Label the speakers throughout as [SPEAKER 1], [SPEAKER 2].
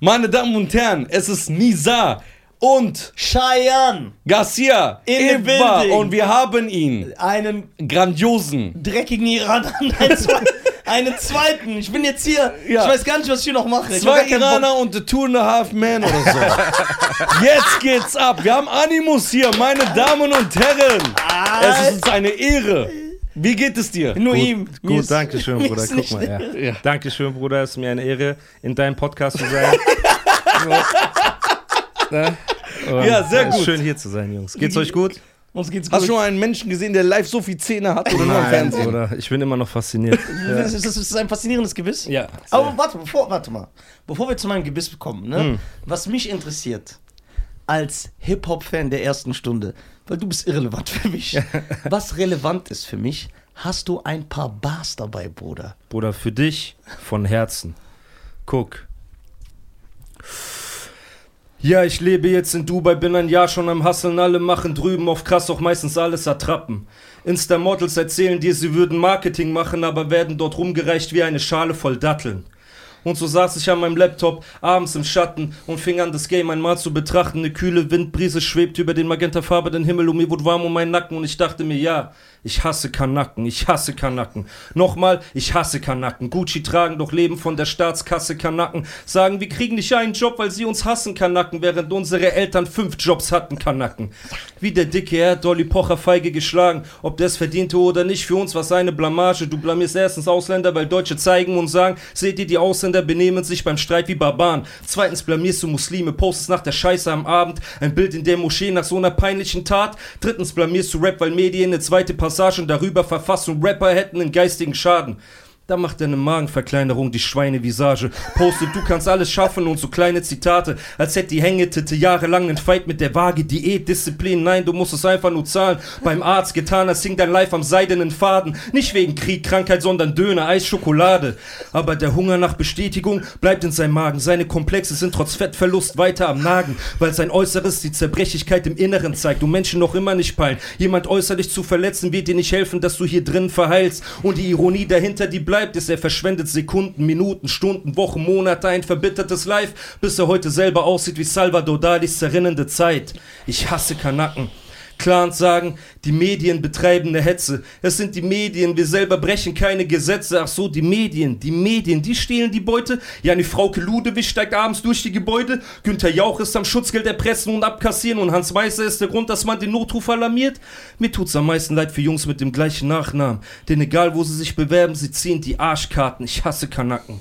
[SPEAKER 1] Meine Damen und Herren, es ist Nisa und
[SPEAKER 2] Cheyenne,
[SPEAKER 1] Garcia
[SPEAKER 2] In the
[SPEAKER 1] Eva
[SPEAKER 2] building.
[SPEAKER 1] und wir haben ihn.
[SPEAKER 2] einen
[SPEAKER 1] Grandiosen.
[SPEAKER 2] dreckigen Iraner, einen, zwe einen zweiten. Ich bin jetzt hier,
[SPEAKER 1] Ja.
[SPEAKER 2] ich weiß gar nicht, was ich hier noch mache. Ich hab
[SPEAKER 1] Zwei
[SPEAKER 2] gar keinen Bock.
[SPEAKER 1] Iraner und the Two and a Half Man oder so. Jetzt geht's ab. Wir haben Animus hier, meine Damen und Herren. Es ist uns eine Ehre. Wie geht es dir?
[SPEAKER 2] Nur
[SPEAKER 3] Gut,
[SPEAKER 2] ihm. Mir
[SPEAKER 3] gut
[SPEAKER 2] ist-
[SPEAKER 3] danke schön,
[SPEAKER 2] mir
[SPEAKER 3] Bruder.
[SPEAKER 2] ist
[SPEAKER 3] Guck
[SPEAKER 2] nicht
[SPEAKER 3] mal. Ja.
[SPEAKER 1] Ja.
[SPEAKER 3] Danke schön, Bruder. Es ist mir eine Ehre, in deinem Podcast zu sein. so. ne? Und,
[SPEAKER 1] Ja, sehr
[SPEAKER 3] äh,
[SPEAKER 1] gut.
[SPEAKER 3] Schön hier zu sein, Jungs. Geht's euch gut?
[SPEAKER 2] Uns geht's gut.
[SPEAKER 1] Hast du schon mal einen Menschen gesehen, der live so viel Zähne hat oder nur im Fernsehen?
[SPEAKER 3] Bruder. Ich bin immer noch fasziniert.
[SPEAKER 2] das, ist, das ist ein faszinierendes Gebiss.
[SPEAKER 3] ja.
[SPEAKER 2] Aber warte, bevor, warte mal. Bevor wir zu meinem Gebiss kommen, ne?
[SPEAKER 1] Hm.
[SPEAKER 2] was mich interessiert, als Hip-Hop-Fan der ersten Stunde, weil du bist irrelevant für mich, was relevant ist für mich, hast du ein paar Bars dabei, Bruder.
[SPEAKER 3] Bruder, für dich von Herzen. Guck. Ja, ich lebe jetzt in Dubai, bin ein Jahr schon am Hasseln, alle machen drüben auf krass auch meistens alles Attrappen. Insta-Models erzählen dir, sie würden Marketing machen, aber werden dort rumgereicht wie eine Schale voll Datteln. Und so saß ich an meinem Laptop, abends im Schatten und fing an, das Game einmal zu betrachten. Eine kühle Windbrise schwebt über den magentafarbenen Himmel und mir wurde warm um meinen Nacken und ich dachte mir, ja, ich hasse Kanacken, ich hasse Kanacken. Nochmal, ich hasse Kanacken. Gucci tragen doch Leben von der Staatskasse Kanacken. Sagen, wir kriegen nicht einen Job, weil sie uns hassen Kanacken, während unsere Eltern fünf Jobs hatten Kanacken. Wie der dicke Herr Dolly Pocher feige geschlagen, ob der es verdiente oder nicht, für uns war es eine Blamage. Du blamierst erstens Ausländer, weil Deutsche zeigen und sagen, seht ihr, die Ausländer benehmen sich beim Streit wie Barbaren. Zweitens blamierst du Muslime, postest nach der Scheiße am Abend ein Bild in der Moschee nach so einer peinlichen Tat. Drittens blamierst du Rap, weil Medien eine zweite Passage und darüber verfassen, Rapper hätten einen geistigen Schaden. Da macht deine Magenverkleinerung die Schweinevisage. Postet, du kannst alles schaffen und so kleine Zitate. Als hätte die Hängetitte jahrelang einen Fight mit der Waage. Diät, Disziplin, nein, du musst es einfach nur zahlen. Beim Arzt getan, als hing dein Life am seidenen Faden. Nicht wegen Krieg, Krankheit, sondern Döner, Eis, Schokolade. Aber der Hunger nach Bestätigung bleibt in seinem Magen. Seine Komplexe sind trotz Fettverlust weiter am Nagen, weil sein Äußeres die Zerbrechlichkeit im Inneren zeigt und Menschen noch immer nicht peilen. Jemand äußerlich zu verletzen wird dir nicht helfen, dass du hier drin verheilst. Und die Ironie dahinter, die bleibt, ist, er verschwendet Sekunden, Minuten, Stunden, Wochen, Monate, ein verbittertes Life, bis er heute selber aussieht wie Salvador Dalis zerrinnende Zeit. Ich hasse Kanaken. Clans sagen, die Medien betreiben eine Hetze. Es sind die Medien, wir selber brechen keine Gesetze. Ach so, die Medien, die Medien, die stehlen die Beute. Jani Frauke Ludewig steigt abends durch die Gebäude. Günther Jauch ist am Schutzgeld erpressen und abkassieren. Und Hans Meister ist der Grund, dass man den Notruf alarmiert. Mir tut's am meisten leid für Jungs mit dem gleichen Nachnamen. Denn egal, wo sie sich bewerben, sie ziehen die Arschkarten. Ich hasse Kanaken.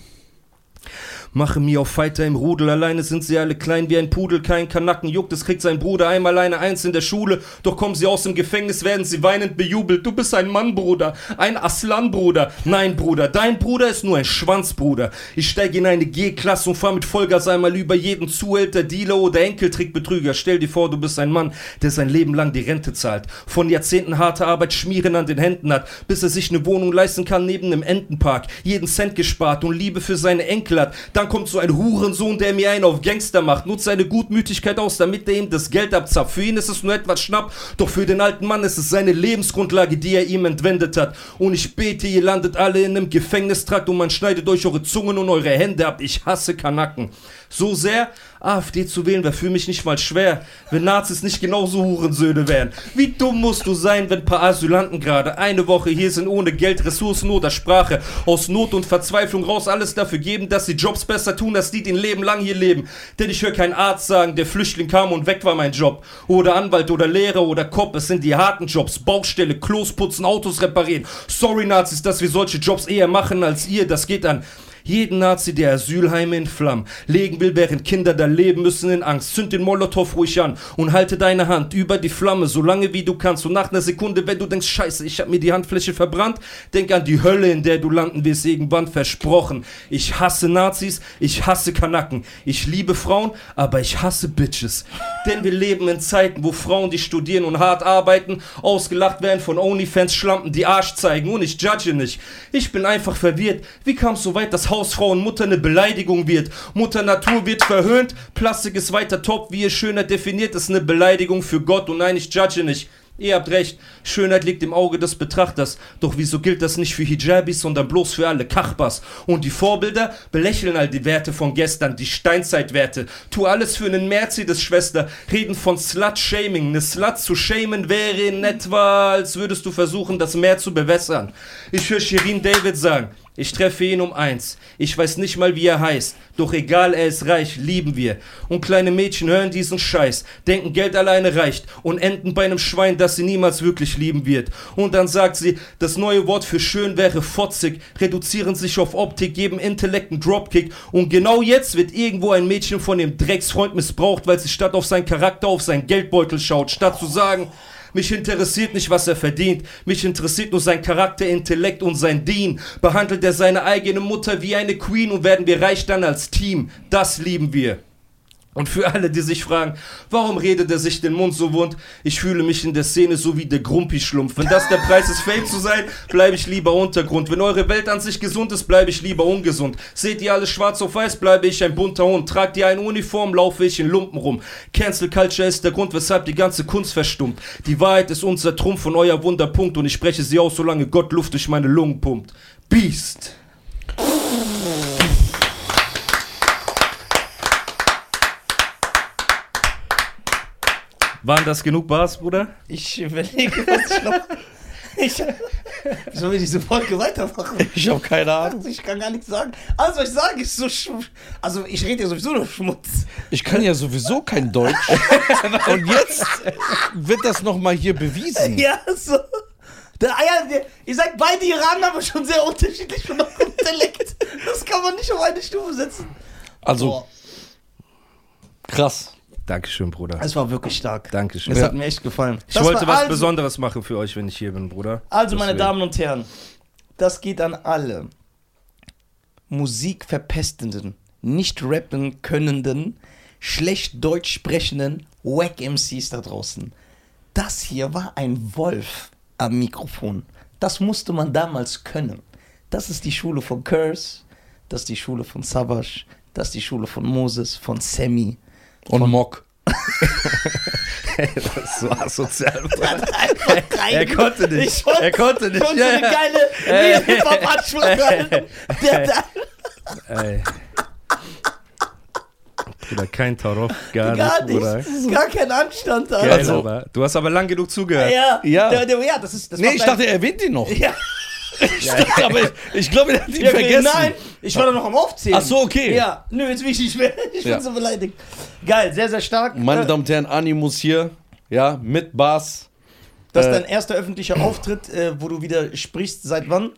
[SPEAKER 3] Mache mir auf Fighter im Rudel, alleine sind sie alle klein wie ein Pudel, kein Kanacken juckt, es kriegt sein Bruder einmal eine Eins in der Schule, doch kommen sie aus dem Gefängnis, werden sie weinend bejubelt, du bist ein Mann, Bruder, ein Aslan-Bruder, nein, Bruder, dein Bruder ist nur ein Schwanzbruder. Ich steige in eine G-Klasse und fahr mit Vollgas einmal über jeden Zuhälter, Dealer oder Enkeltrickbetrüger, stell dir vor, du bist ein Mann, der sein Leben lang die Rente zahlt, von Jahrzehnten harter Arbeit Schmieren an den Händen hat, bis er sich eine Wohnung leisten kann neben einem Entenpark, jeden Cent gespart und Liebe für seine Enkel hat. Dann kommt so ein Hurensohn, der mir einen auf Gangster macht, nutzt seine Gutmütigkeit aus, damit er ihm das Geld abzapft. Für ihn ist es nur etwas Schnapp, doch für den alten Mann ist es seine Lebensgrundlage, die er ihm entwendet hat. Und ich bete, ihr landet alle in einem Gefängnistrakt und man schneidet euch eure Zungen und eure Hände ab. Ich hasse Kanaken. So sehr, AfD zu wählen wäre für mich nicht mal schwer, wenn Nazis nicht genauso Hurensöhne wären. Wie dumm musst du sein, wenn paar Asylanten gerade eine Woche hier sind ohne Geld, Ressourcen oder Sprache, aus Not und Verzweiflung raus alles dafür geben, dass sie Jobs besser tun, dass die den Leben lang hier leben. Denn ich höre keinen Arzt sagen, der Flüchtling kam und weg war mein Job. Oder Anwalt oder Lehrer oder Cop, es sind die harten Jobs, Baustelle, Klos putzen, Autos reparieren. Sorry Nazis, dass wir solche Jobs eher machen als ihr, das geht an... Jeden Nazi, der Asylheime in Flammen legen will, während Kinder da leben müssen in Angst. Zünd den Molotow ruhig an und halte deine Hand über die Flamme, so lange wie du kannst. Und nach einer Sekunde, wenn du denkst, scheiße, ich hab mir die Handfläche verbrannt, denk an die Hölle, in der du landen wirst, irgendwann versprochen. Ich hasse Nazis, ich hasse Kanaken. Ich liebe Frauen, aber ich hasse Bitches. Denn wir leben in Zeiten, wo Frauen, die studieren und hart arbeiten, ausgelacht werden von Onlyfans, Schlampen, die Arsch zeigen. Und ich judge nicht. Ich bin einfach verwirrt. Wie kam es so weit, dass Hausfrau und Mutter eine Beleidigung wird? Mutter Natur wird verhöhnt, Plastik ist weiter top, wie ihr schöner definiert, ist eine Beleidigung für Gott. Und nein, ich judge nicht. Ihr habt recht, Schönheit liegt im Auge des Betrachters. Doch wieso gilt das nicht für Hijabis, sondern bloß für alle Kachbas? Und die Vorbilder belächeln all die Werte von gestern, die Steinzeitwerte. Tu alles für einen Mercedes, Schwester. Reden von Slut-Shaming. Eine Slut zu shamen wäre in etwa, als würdest du versuchen, das Meer zu bewässern. Ich höre Shirin David sagen. Ich treffe ihn um eins. Ich weiß nicht mal, wie er heißt. Doch egal, er ist reich, lieben wir. Und kleine Mädchen hören diesen Scheiß, denken, Geld alleine reicht und enden bei einem Schwein, das sie niemals wirklich lieben wird. Und dann sagt sie, das neue Wort für schön wäre fotzig, reduzieren sich auf Optik, geben Intellekt einen Dropkick. Und genau jetzt wird irgendwo ein Mädchen von dem Drecksfreund missbraucht, weil sie statt auf seinen Charakter auf seinen Geldbeutel schaut, statt zu sagen, mich interessiert nicht, was er verdient. Mich interessiert nur sein Charakter, Intellekt und sein Dien. Behandelt er seine eigene Mutter wie eine Queen und werden wir reich dann als Team. Das lieben wir. Und für alle, die sich fragen, warum redet er sich den Mund so wund? Ich fühle mich in der Szene so wie der Grumpi-Schlumpf. Wenn das der Preis ist, Fame zu sein, bleibe ich lieber Untergrund. Wenn eure Welt an sich gesund ist, bleibe ich lieber ungesund. Seht ihr alles schwarz auf weiß, bleibe ich ein bunter Hund. Tragt ihr eine Uniform, laufe ich in Lumpen rum. Cancel Culture ist der Grund, weshalb die ganze Kunst verstummt. Die Wahrheit ist unser Trumpf und euer Wunderpunkt. Und ich spreche sie aus, solange Gott Luft durch meine Lungen pumpt. Beast! Waren das genug Bars, Bruder?
[SPEAKER 2] Ich überlege, was ich noch. Ich, sollen wir diese Folge weitermachen?
[SPEAKER 1] Ich habe keine Ahnung.
[SPEAKER 2] Also ich kann gar nichts sagen. Alles, was ich sage, ist so schm Also, ich rede ja sowieso nur Schmutz.
[SPEAKER 1] Ich kann ja sowieso kein Deutsch. Und jetzt wird das nochmal hier bewiesen.
[SPEAKER 2] Ja, so. Der Eier, der, ihr seid beide Iraner, aber schon sehr unterschiedlich von eurem Intellekt. Das kann man nicht auf eine Stufe setzen.
[SPEAKER 1] Also
[SPEAKER 2] Boah,
[SPEAKER 1] krass.
[SPEAKER 3] Dankeschön, Bruder.
[SPEAKER 2] es war wirklich stark.
[SPEAKER 3] Dankeschön.
[SPEAKER 2] Es hat mir echt gefallen. also
[SPEAKER 3] Ich wollte
[SPEAKER 1] also
[SPEAKER 3] was
[SPEAKER 2] Besonderes.
[SPEAKER 3] Besonderes machen für euch, wenn ich hier bin, Bruder.
[SPEAKER 2] Also, meine
[SPEAKER 3] Deswegen.
[SPEAKER 2] Damen und Herren, das geht an alle Musikverpestenden, nicht rappen könnenden, schlecht Deutsch sprechenden Wack-MCs da draußen. Das hier war ein Wolf am Mikrofon. Das musste man damals können. Das ist die Schule von Curse, das ist die Schule von Savage, das ist die Schule von Moses, von Sammy.
[SPEAKER 1] Und Mock.
[SPEAKER 3] Das war sozial.
[SPEAKER 2] er
[SPEAKER 3] konnte nicht.
[SPEAKER 2] Ich wollte,
[SPEAKER 3] Er konnte nicht.
[SPEAKER 2] Ich wollte
[SPEAKER 3] Ja,
[SPEAKER 2] so eine
[SPEAKER 3] ja.
[SPEAKER 1] Äh.
[SPEAKER 2] geile Hip-Hop-Anschlag halten. Der da
[SPEAKER 3] Ey. Bruder, kein Taroff, gar,
[SPEAKER 2] gar
[SPEAKER 3] nicht, Bruder.
[SPEAKER 2] nichts. Gar kein Anstand,
[SPEAKER 3] Geil,
[SPEAKER 2] Alter.
[SPEAKER 1] Also-
[SPEAKER 3] aber. Du hast aber lang genug zugehört.
[SPEAKER 2] ja,
[SPEAKER 1] Ja.
[SPEAKER 2] Der, der, ja, das ist. Das
[SPEAKER 1] Nee,
[SPEAKER 2] macht
[SPEAKER 1] ich
[SPEAKER 2] einen-
[SPEAKER 1] dachte, er erwähnt ihn noch. Ich
[SPEAKER 2] Ja,
[SPEAKER 1] dachte, aber ich, ich glaube, er hat ihn
[SPEAKER 2] ja,
[SPEAKER 1] vergessen.
[SPEAKER 2] Nein, ich war da noch am Aufzählen.
[SPEAKER 1] Ach so, okay.
[SPEAKER 2] Ja, nö, jetzt will ich nicht mehr. Ich
[SPEAKER 1] Ja.
[SPEAKER 2] bin so beleidigt. Geil, sehr, sehr stark.
[SPEAKER 1] Meine
[SPEAKER 2] Äh,
[SPEAKER 1] Damen und Herren, Animus hier. Ja, mit Bars.
[SPEAKER 2] das ist
[SPEAKER 1] äh,
[SPEAKER 2] dein erster öffentlicher Auftritt, äh, wo du wieder sprichst. Seit wann?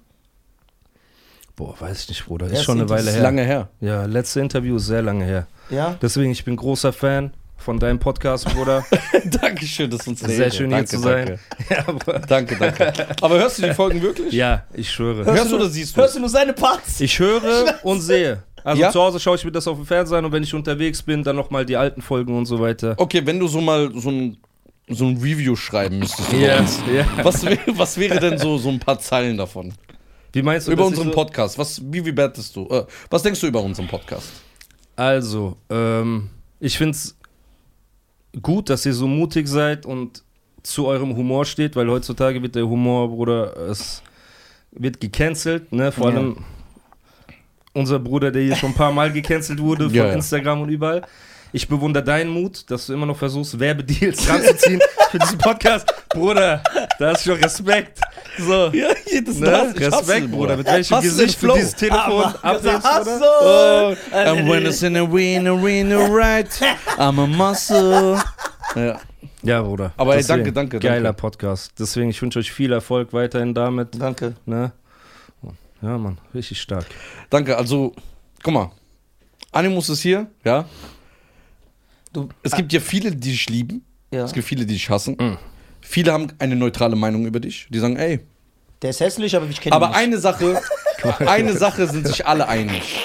[SPEAKER 3] Boah, weiß ich nicht, Bruder.
[SPEAKER 2] Ja,
[SPEAKER 3] Ist schon eine
[SPEAKER 2] das
[SPEAKER 3] Weile
[SPEAKER 1] ist
[SPEAKER 3] her.
[SPEAKER 1] lange her.
[SPEAKER 3] Ja, letzte Interview ist sehr lange her.
[SPEAKER 2] Ja.
[SPEAKER 3] Deswegen, ich bin großer Fan von deinem Podcast, Bruder.
[SPEAKER 1] Dankeschön, dass uns
[SPEAKER 3] Sehr schön, hier
[SPEAKER 1] danke,
[SPEAKER 3] zu sein.
[SPEAKER 1] Danke. danke, danke. Aber hörst du die Folgen wirklich?
[SPEAKER 3] Ja, ich schwöre.
[SPEAKER 1] Hörst du oder siehst du?
[SPEAKER 2] Hörst du nur seine Parts?
[SPEAKER 3] Ich höre und sehe. Also
[SPEAKER 1] Ja?
[SPEAKER 3] zu Hause schaue ich mir das auf dem Fernseher an und wenn ich unterwegs bin, dann nochmal die alten Folgen und so weiter.
[SPEAKER 1] Okay, wenn du so mal so ein, so ein Review schreiben müsstest. über
[SPEAKER 3] Ja,
[SPEAKER 1] uns,
[SPEAKER 3] ja.
[SPEAKER 1] Was, wär, was wäre denn so, so ein paar Zeilen davon?
[SPEAKER 3] Wie meinst du
[SPEAKER 1] über
[SPEAKER 3] dass ich
[SPEAKER 1] unseren
[SPEAKER 3] so-
[SPEAKER 1] Podcast. Was, wie bewertest du? Äh, was denkst du über unseren Podcast?
[SPEAKER 3] Also, ähm, ich finde es gut, dass ihr so mutig seid und zu eurem Humor steht, weil heutzutage wird der Humor, Bruder, es wird gecancelt, ne? Vor
[SPEAKER 2] Ja.
[SPEAKER 3] allem unser Bruder, der hier schon ein paar Mal gecancelt wurde von
[SPEAKER 1] Ja, ja.
[SPEAKER 3] Instagram und überall. Ich bewundere deinen Mut, dass du immer noch versuchst, Werbedeals ranzuziehen für diesen Podcast. Bruder, da ist schon Respekt. So.
[SPEAKER 1] Ja, jedes
[SPEAKER 3] Ne? Respekt, Bruder. Mit welchem
[SPEAKER 1] Hassel
[SPEAKER 3] Gesicht
[SPEAKER 1] Flow.
[SPEAKER 3] du
[SPEAKER 1] Ah,
[SPEAKER 3] dieses
[SPEAKER 2] Ah,
[SPEAKER 3] Telefon abnimmst,
[SPEAKER 2] Ach
[SPEAKER 3] oder?
[SPEAKER 1] Oh,
[SPEAKER 2] so.
[SPEAKER 1] I'm when it's in a win, a win, a right.
[SPEAKER 2] äh,
[SPEAKER 1] I'm a muscle. Ja.
[SPEAKER 3] Ja, Bruder.
[SPEAKER 1] Aber ey, danke, danke, danke.
[SPEAKER 3] Geiler Podcast. Deswegen, ich wünsche euch viel Erfolg weiterhin damit.
[SPEAKER 2] Danke.
[SPEAKER 3] Ne? Ja, Mann, richtig stark.
[SPEAKER 1] Danke, also, guck mal. Animus ist hier, ja.
[SPEAKER 2] Du,
[SPEAKER 1] Es gibt ja viele, die dich lieben.
[SPEAKER 2] ja.
[SPEAKER 1] Es gibt viele, die dich hassen. Viele haben eine neutrale Meinung über dich. Die sagen, ey.
[SPEAKER 2] Der ist hässlich, aber ich kenne ihn
[SPEAKER 1] Aber
[SPEAKER 2] nicht.
[SPEAKER 1] eine Sache, eine Sache sind sich alle einig.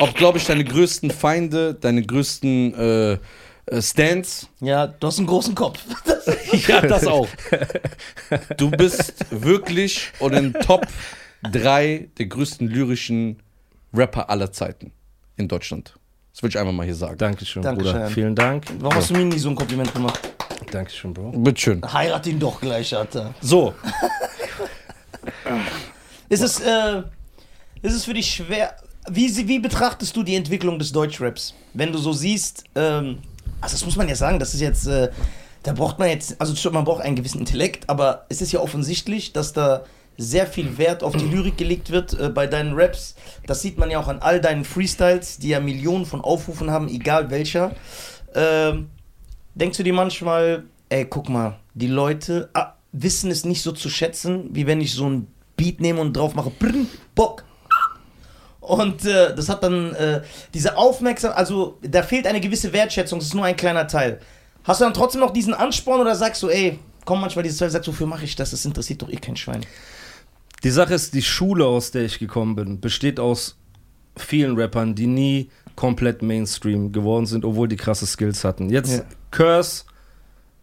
[SPEAKER 1] Ob, glaube ich, deine größten Feinde, deine größten äh, äh, Stands,
[SPEAKER 2] Ja, du hast einen großen Kopf.
[SPEAKER 1] Ja, das auch. Du bist wirklich und in Top 3 der größten lyrischen Rapper aller Zeiten in Deutschland. Das will ich einfach mal hier sagen.
[SPEAKER 3] Dankeschön,
[SPEAKER 2] Dankeschön.
[SPEAKER 3] Bruder. Vielen Dank.
[SPEAKER 2] Warum hast du mir nie so ein Kompliment gemacht?
[SPEAKER 3] Dankeschön, Bro.
[SPEAKER 1] Bitteschön.
[SPEAKER 2] Heirat ihn doch gleich, Alter.
[SPEAKER 1] So,
[SPEAKER 2] Ist es, äh, ist es für dich schwer. Wie, sie- wie betrachtest du die Entwicklung des Deutschraps? Wenn du so siehst, ähm, also das muss man ja sagen, das ist jetzt, äh, da braucht man jetzt, also schon, man braucht einen gewissen Intellekt, aber es ist ja offensichtlich, dass da sehr viel Wert auf die Lyrik gelegt wird äh, bei deinen Raps. Das sieht man ja auch an all deinen Freestyles, die ja Millionen von Aufrufen haben, egal welcher. Ähm, denkst du dir manchmal, ey, guck mal, die Leute ah, wissen es nicht so zu schätzen, wie wenn ich so ein Beat nehme und drauf mache, brrn, Bock. Und äh, das hat dann äh, diese Aufmerksamkeit, also da fehlt eine gewisse Wertschätzung, es ist nur ein kleiner Teil. Hast du dann trotzdem noch diesen Ansporn oder sagst du, ey, komm manchmal dieses Teil, sagst du, wofür mache ich das? Das interessiert doch eh kein Schwein.
[SPEAKER 3] Die Sache ist, die Schule, aus der ich gekommen bin, besteht aus vielen Rappern, die nie komplett Mainstream geworden sind, obwohl die krasse Skills hatten. Jetzt
[SPEAKER 2] Ja.
[SPEAKER 3] Curse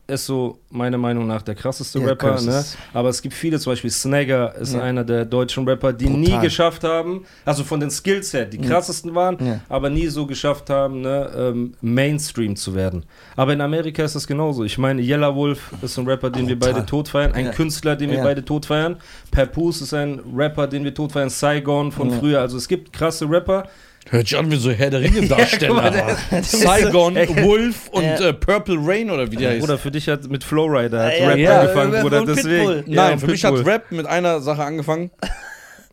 [SPEAKER 3] ist so meiner Meinung nach der krasseste
[SPEAKER 2] Ja,
[SPEAKER 3] Rapper,
[SPEAKER 2] Curse
[SPEAKER 3] ne?
[SPEAKER 2] ist-
[SPEAKER 3] aber es gibt viele, zum Beispiel Snagger ist
[SPEAKER 2] Ja.
[SPEAKER 3] einer der deutschen Rapper, die nie
[SPEAKER 2] Brutal.
[SPEAKER 3] geschafft haben, also von den Skills her, die krassesten waren,
[SPEAKER 2] Ja.
[SPEAKER 3] aber nie so geschafft haben, ne, ähm, Mainstream zu werden. Aber in Amerika ist das genauso. Ich meine, Yellow Wolf ist ein Rapper, den wir
[SPEAKER 2] Brutal.
[SPEAKER 3] beide tot feiern, ein
[SPEAKER 2] Ja.
[SPEAKER 3] Künstler, den wir
[SPEAKER 2] Ja.
[SPEAKER 3] beide tot feiern. Papoose ist ein Rapper, den wir tot feiern. Saigon von
[SPEAKER 2] Ja.
[SPEAKER 3] früher. Also es gibt krasse Rapper.
[SPEAKER 1] hört sich an wie so Herr der Ringe-Darsteller.
[SPEAKER 3] Ja, guck mal, der-
[SPEAKER 1] Mann. Saigon, Wolf und
[SPEAKER 2] Ja.
[SPEAKER 1] äh, Purple Rain oder wie der heißt.
[SPEAKER 3] Bruder, für dich hat mit Flowrider hat
[SPEAKER 2] Ja,
[SPEAKER 3] Rap
[SPEAKER 1] ja.
[SPEAKER 3] angefangen,
[SPEAKER 2] Ja,
[SPEAKER 3] Bruder.
[SPEAKER 2] und
[SPEAKER 3] Deswegen.
[SPEAKER 2] Pitbull.
[SPEAKER 3] Ja,
[SPEAKER 1] Nein,
[SPEAKER 3] und
[SPEAKER 1] für mich hat
[SPEAKER 3] Pitbull.
[SPEAKER 1] Rap mit einer Sache angefangen.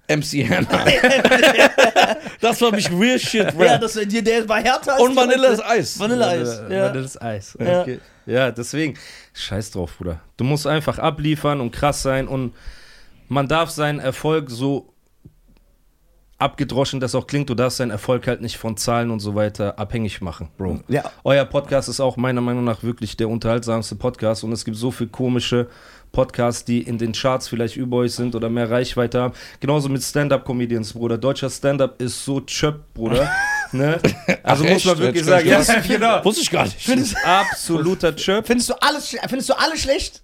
[SPEAKER 1] MC Hammer. das war mich Real Shit Rap.
[SPEAKER 2] Ja, das, der, der war härter als
[SPEAKER 1] und
[SPEAKER 2] die
[SPEAKER 1] Vanilla
[SPEAKER 2] Leute.
[SPEAKER 1] ist Eis.
[SPEAKER 2] Vanilleeis.
[SPEAKER 3] Vanille-
[SPEAKER 2] Ja.
[SPEAKER 3] Vanille ist Eis.
[SPEAKER 2] Ja.
[SPEAKER 3] Okay. ja, deswegen. Scheiß drauf, Bruder. Du musst einfach abliefern und krass sein und man darf seinen Erfolg so abgedroschen, das auch klingt, du darfst seinen Erfolg halt nicht von Zahlen und so weiter abhängig machen, Bro.
[SPEAKER 2] Ja.
[SPEAKER 3] Euer Podcast ist auch meiner Meinung nach wirklich der unterhaltsamste Podcast und es gibt so viel komische Podcasts, die in den Charts vielleicht über euch sind oder mehr Reichweite haben. Genauso mit Stand-Up-Comedians, Bruder. Deutscher Stand-up ist so chöpp, Bruder. ne? Also
[SPEAKER 1] Ach,
[SPEAKER 3] muss man
[SPEAKER 1] echt? Jetzt
[SPEAKER 3] wirklich sagen.
[SPEAKER 1] bin
[SPEAKER 3] Ja,
[SPEAKER 1] ich
[SPEAKER 3] genau.
[SPEAKER 1] Wusste ich gar nicht.
[SPEAKER 3] Das ist absoluter Chirp.
[SPEAKER 2] Findest du alles, schle- findest du alles schlecht?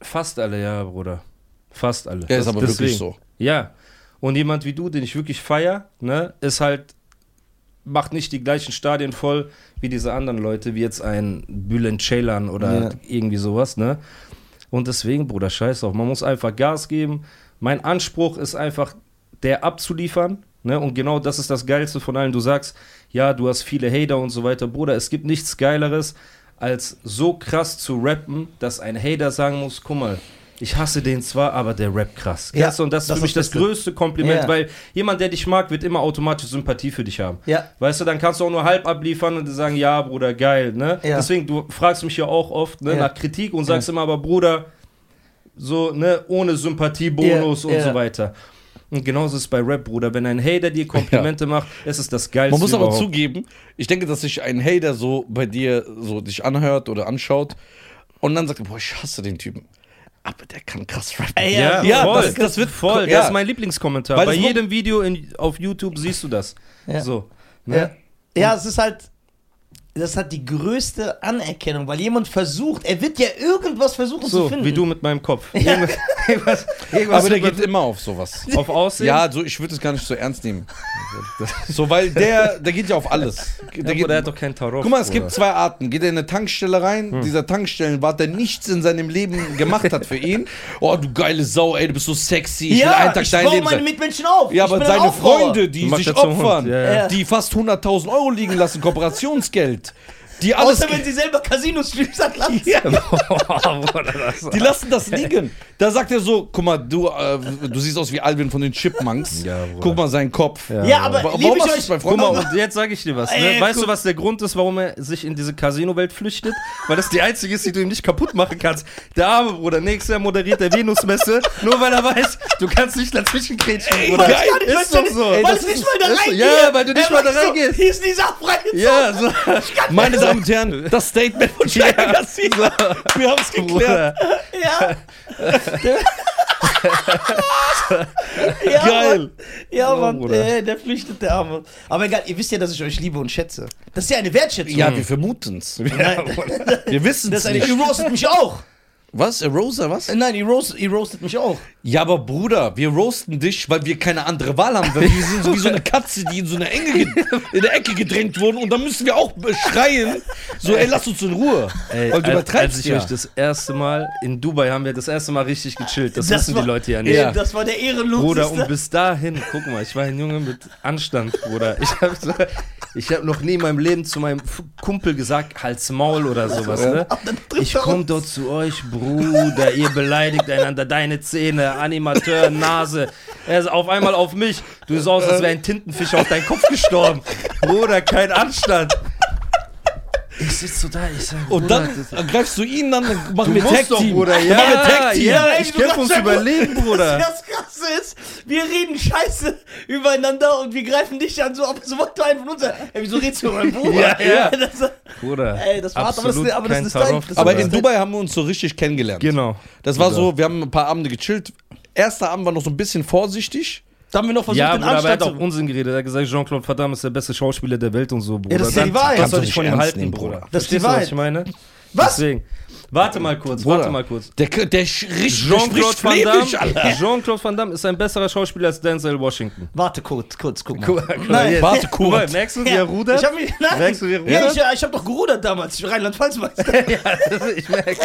[SPEAKER 3] Fast alle, ja, Bruder. Fast alle.
[SPEAKER 1] Der ist aber wirklich
[SPEAKER 3] Deswegen.
[SPEAKER 1] so.
[SPEAKER 3] Ja. Und jemand wie du, den ich wirklich feier, ne, ist halt, macht nicht die gleichen Stadien voll wie diese anderen Leute, wie jetzt ein Bülent Ceylan oder
[SPEAKER 2] Ja.
[SPEAKER 3] irgendwie sowas, ne? Und deswegen, Bruder, scheiß auf. Man muss einfach Gas geben. Mein Anspruch ist einfach, der abzuliefern. Ne? Und genau das ist das Geilste von allen. Du sagst, ja, du hast viele Hater und so weiter. Bruder, es gibt nichts Geileres, als so krass zu rappen, dass ein Hater sagen muss, guck mal, ich hasse den zwar, aber der rappt krass.
[SPEAKER 2] Ja,
[SPEAKER 3] Kennst du? Und das ist
[SPEAKER 2] das
[SPEAKER 3] für
[SPEAKER 2] ist
[SPEAKER 3] mich das,
[SPEAKER 2] das Beste.
[SPEAKER 3] größte Kompliment,
[SPEAKER 2] Ja.
[SPEAKER 3] weil jemand, der dich mag, wird immer automatisch Sympathie für dich haben.
[SPEAKER 2] Ja.
[SPEAKER 3] Weißt du, dann kannst du auch nur halb abliefern und sagen, ja, Bruder, geil. Ne?
[SPEAKER 2] Ja.
[SPEAKER 3] Deswegen, du fragst mich ja auch oft ne,
[SPEAKER 2] Ja.
[SPEAKER 3] nach Kritik und sagst immer, aber Bruder, so, ne, ohne Sympathiebonus
[SPEAKER 2] Ja,
[SPEAKER 3] und
[SPEAKER 2] ja.
[SPEAKER 3] so weiter. Und genauso ist es bei Rap, Bruder. Wenn ein Hater dir Komplimente macht, es ist das Geilste.
[SPEAKER 1] Man muss aber
[SPEAKER 3] überhaupt.
[SPEAKER 1] zugeben, ich denke, dass sich ein Hater so bei dir so dich anhört oder anschaut und dann sagt, boah, ich hasse den Typen. Aber der kann krass rappen.
[SPEAKER 2] Ey,
[SPEAKER 3] Ja,
[SPEAKER 1] Ja,
[SPEAKER 3] voll.
[SPEAKER 1] das- das wird-
[SPEAKER 3] voll.
[SPEAKER 1] ja.
[SPEAKER 3] Das ist mein Lieblingskommentar.
[SPEAKER 1] Weil
[SPEAKER 3] bei
[SPEAKER 1] das-
[SPEAKER 3] jedem Video in, auf YouTube siehst du das.
[SPEAKER 2] Ja.
[SPEAKER 3] So. Ne?
[SPEAKER 2] Ja. ja, es ist halt. Das hat die größte Anerkennung, weil jemand versucht, er wird ja irgendwas versuchen zu
[SPEAKER 3] So,
[SPEAKER 2] finden.
[SPEAKER 3] wie du mit meinem Kopf. Irgendwas, irgendwas, irgendwas
[SPEAKER 1] aber der
[SPEAKER 3] mit
[SPEAKER 1] geht immer auf sowas.
[SPEAKER 3] meinem- auf Aussehen.
[SPEAKER 1] Ja, so ich würde es gar nicht so ernst nehmen. So, weil der, der geht ja auf alles. Der
[SPEAKER 3] der,
[SPEAKER 1] geht,
[SPEAKER 3] Bruder hat doch keinen Tarot.
[SPEAKER 1] guck mal, es gibt zwei Arten. Geht er in eine Tankstelle rein,
[SPEAKER 2] Hm.
[SPEAKER 1] dieser Tankstellenwart, der nichts in seinem Leben gemacht hat für ihn. Oh, du geile Sau, ey, du bist so sexy. Ich will
[SPEAKER 2] ja,
[SPEAKER 1] einen Tag
[SPEAKER 2] ich
[SPEAKER 1] dein
[SPEAKER 2] baue
[SPEAKER 1] Leben
[SPEAKER 2] meine
[SPEAKER 1] sein.
[SPEAKER 2] Mitmenschen auf.
[SPEAKER 1] Ja,
[SPEAKER 2] ich
[SPEAKER 1] aber
[SPEAKER 2] bin ein
[SPEAKER 1] seine
[SPEAKER 2] Aufbauer.
[SPEAKER 1] Freunde, die
[SPEAKER 3] Du machst
[SPEAKER 1] sich
[SPEAKER 3] jetzt zum Hund,
[SPEAKER 1] opfern,
[SPEAKER 3] ja, ja.
[SPEAKER 2] Ja.
[SPEAKER 1] die fast 100.000 Euro liegen lassen, Kooperationsgeld, die alles,
[SPEAKER 2] Außer wenn sie selber Casino-Streams hat, lassen sie.
[SPEAKER 1] die lassen das liegen. Da sagt er so, guck mal, du, äh, du siehst aus wie Alvin von den Chipmunks.
[SPEAKER 3] Ja, Bruder.
[SPEAKER 1] guck mal seinen Kopf.
[SPEAKER 2] Ja, aber
[SPEAKER 1] Wa-
[SPEAKER 2] liebe
[SPEAKER 1] warum
[SPEAKER 2] ich
[SPEAKER 1] hast du
[SPEAKER 2] euch.
[SPEAKER 1] dich bei
[SPEAKER 3] Guck
[SPEAKER 1] Freunden?
[SPEAKER 3] mal, und jetzt sage ich dir was. Ne?
[SPEAKER 2] Ey,
[SPEAKER 3] weißt
[SPEAKER 2] guck-
[SPEAKER 3] du, was der Grund ist, warum er sich in diese Casino-Welt flüchtet? Weil das die einzige ist, die du ihm nicht kaputt machen kannst. Der arme Bruder, nächstes Jahr moderiert der Venusmesse, nur weil er weiß, du kannst nicht dazwischen kretschen, Bruder.
[SPEAKER 1] geil,
[SPEAKER 3] ist doch so.
[SPEAKER 1] Ey,
[SPEAKER 2] weil
[SPEAKER 1] das
[SPEAKER 2] ich
[SPEAKER 1] ist-
[SPEAKER 2] nicht mal da
[SPEAKER 3] das ist-
[SPEAKER 2] reingehe.
[SPEAKER 3] ja, weil du nicht
[SPEAKER 2] Er
[SPEAKER 3] mal da
[SPEAKER 2] weiß so,
[SPEAKER 3] reingehst.
[SPEAKER 2] Hier ist dieser freie
[SPEAKER 3] Ja, so.
[SPEAKER 1] Meine Damen und Herren, das Statement von Steiner Garcia. Wir haben es geklärt.
[SPEAKER 3] Bruder.
[SPEAKER 2] Ja. ja,
[SPEAKER 1] Geil.
[SPEAKER 2] Mann. Ja, Mann,
[SPEAKER 3] Bruder.
[SPEAKER 2] äh, der flüchtet, der Arme. Aber egal, ihr wisst ja, dass ich euch liebe und schätze. Das ist ja eine Wertschätzung. ne?
[SPEAKER 1] Ja, wir vermuten es. Wir
[SPEAKER 2] Nein,
[SPEAKER 1] wissen
[SPEAKER 2] das
[SPEAKER 1] es
[SPEAKER 2] ist eine,
[SPEAKER 1] nicht.
[SPEAKER 2] ihr roastet mich auch.
[SPEAKER 1] Was? Erosa, was?
[SPEAKER 2] Äh, Nein, ihr roast, ihr roastet mich auch.
[SPEAKER 1] Ja, aber Bruder, wir roasten dich, weil wir keine andere Wahl haben. Weil wir sind so wie so eine Katze, die in so eine Enge ge- in der Ecke gedrängt wurde und dann müssen wir auch schreien. So, ey, lass uns in Ruhe. weil
[SPEAKER 3] Ey,
[SPEAKER 1] du
[SPEAKER 3] als, als
[SPEAKER 1] übertreibst
[SPEAKER 3] ich
[SPEAKER 1] ja.
[SPEAKER 3] euch das erste Mal in Dubai haben wir das erste Mal richtig gechillt. Das, wissen
[SPEAKER 2] war-
[SPEAKER 3] die Leute ja
[SPEAKER 2] Ey,
[SPEAKER 3] nicht.
[SPEAKER 1] Ja.
[SPEAKER 2] Das war der ehrenloseste.
[SPEAKER 3] Bruder, und bis dahin, guck mal, ich war ein Junge mit Anstand, Bruder. Ich habe so, ich hab noch nie in meinem Leben zu meinem F- Kumpel gesagt, Hals Maul oder sowas, ne? Ich komm dort zu euch, Bruder, ihr beleidigt einander, deine Zähne, Animateur, Nase. Er ist auf einmal auf mich. Du siehst aus, als wäre ein Tintenfisch auf deinen Kopf gestorben. Bruder, kein Anstand. Ich sitze so da, ich sag,
[SPEAKER 1] Und
[SPEAKER 3] Bruder,
[SPEAKER 1] dann
[SPEAKER 3] das-
[SPEAKER 1] greifst du ihn, dann machen
[SPEAKER 3] Du
[SPEAKER 1] wir
[SPEAKER 3] musst
[SPEAKER 1] Tag
[SPEAKER 3] doch,
[SPEAKER 1] Team.
[SPEAKER 3] Bruder,
[SPEAKER 1] Dann
[SPEAKER 3] ja,
[SPEAKER 1] machen wir Tag Team.
[SPEAKER 3] ja,
[SPEAKER 2] Ey,
[SPEAKER 3] ich
[SPEAKER 2] du
[SPEAKER 3] kämpf
[SPEAKER 2] sagst
[SPEAKER 3] ums
[SPEAKER 2] ja nur,
[SPEAKER 3] Überleben, Bruder.
[SPEAKER 2] Das Krasse ist, wir reden scheiße übereinander und wir greifen dich an, so, ob- so was du einen von uns Ey, wieso redest du über meinen Bruder?
[SPEAKER 3] Ja, ja.
[SPEAKER 2] Das,
[SPEAKER 3] Bruder.
[SPEAKER 2] Ey, das war hart, aber das-
[SPEAKER 3] absolut
[SPEAKER 2] aber das
[SPEAKER 3] kein
[SPEAKER 2] ist dein-
[SPEAKER 3] Tarot,
[SPEAKER 2] das ist
[SPEAKER 1] Aber
[SPEAKER 2] Bruder.
[SPEAKER 1] in Dubai haben wir uns so richtig kennengelernt.
[SPEAKER 3] Genau.
[SPEAKER 1] Das war so, wir haben ein paar Abende gechillt. Erster Abend war noch so ein bisschen vorsichtig.
[SPEAKER 2] da haben wir noch versucht,
[SPEAKER 3] ja,
[SPEAKER 2] den
[SPEAKER 3] Bruder, aber er hat
[SPEAKER 2] Anstand
[SPEAKER 3] auch
[SPEAKER 2] zu...
[SPEAKER 3] Unsinn geredet. Er hat gesagt, Jean-Claude Verdammt ist der beste Schauspieler der Welt und so, Bruder.
[SPEAKER 2] das ist ja die
[SPEAKER 3] Dann-
[SPEAKER 2] Wahrheit.
[SPEAKER 3] Was
[SPEAKER 1] Kannst du
[SPEAKER 3] soll ich
[SPEAKER 1] nicht
[SPEAKER 3] von ihm
[SPEAKER 1] ernst
[SPEAKER 3] halten,
[SPEAKER 1] nehmen,
[SPEAKER 3] Bruder?
[SPEAKER 1] Bruder.
[SPEAKER 2] Das ist die
[SPEAKER 3] Verstehst du, Was
[SPEAKER 2] Wahrheit.
[SPEAKER 3] ich meine?
[SPEAKER 2] Was?
[SPEAKER 3] Deswegen. Warte mal kurz,
[SPEAKER 1] Bruder,
[SPEAKER 3] warte mal kurz.
[SPEAKER 1] Der, der, sch- richt- der
[SPEAKER 3] Jean-Claude
[SPEAKER 1] spricht
[SPEAKER 3] Van
[SPEAKER 1] flämisch, Alter.
[SPEAKER 3] Damme, Jean-Claude Van Damme ist ein besserer Schauspieler als Denzel Washington.
[SPEAKER 2] Warte kurz, kurz, guck mal.
[SPEAKER 1] Nein.
[SPEAKER 3] jetzt.
[SPEAKER 1] Warte
[SPEAKER 3] Guck mal,
[SPEAKER 1] kurz.
[SPEAKER 3] merkst du, wie er rudert?
[SPEAKER 2] Ich hab mich, nein.
[SPEAKER 3] Merkst du, wie er
[SPEAKER 2] ja,
[SPEAKER 3] rudert?
[SPEAKER 2] ich, ich hab doch gerudert damals, ich Rheinland-Pfalz-Meister.
[SPEAKER 3] ich merk's.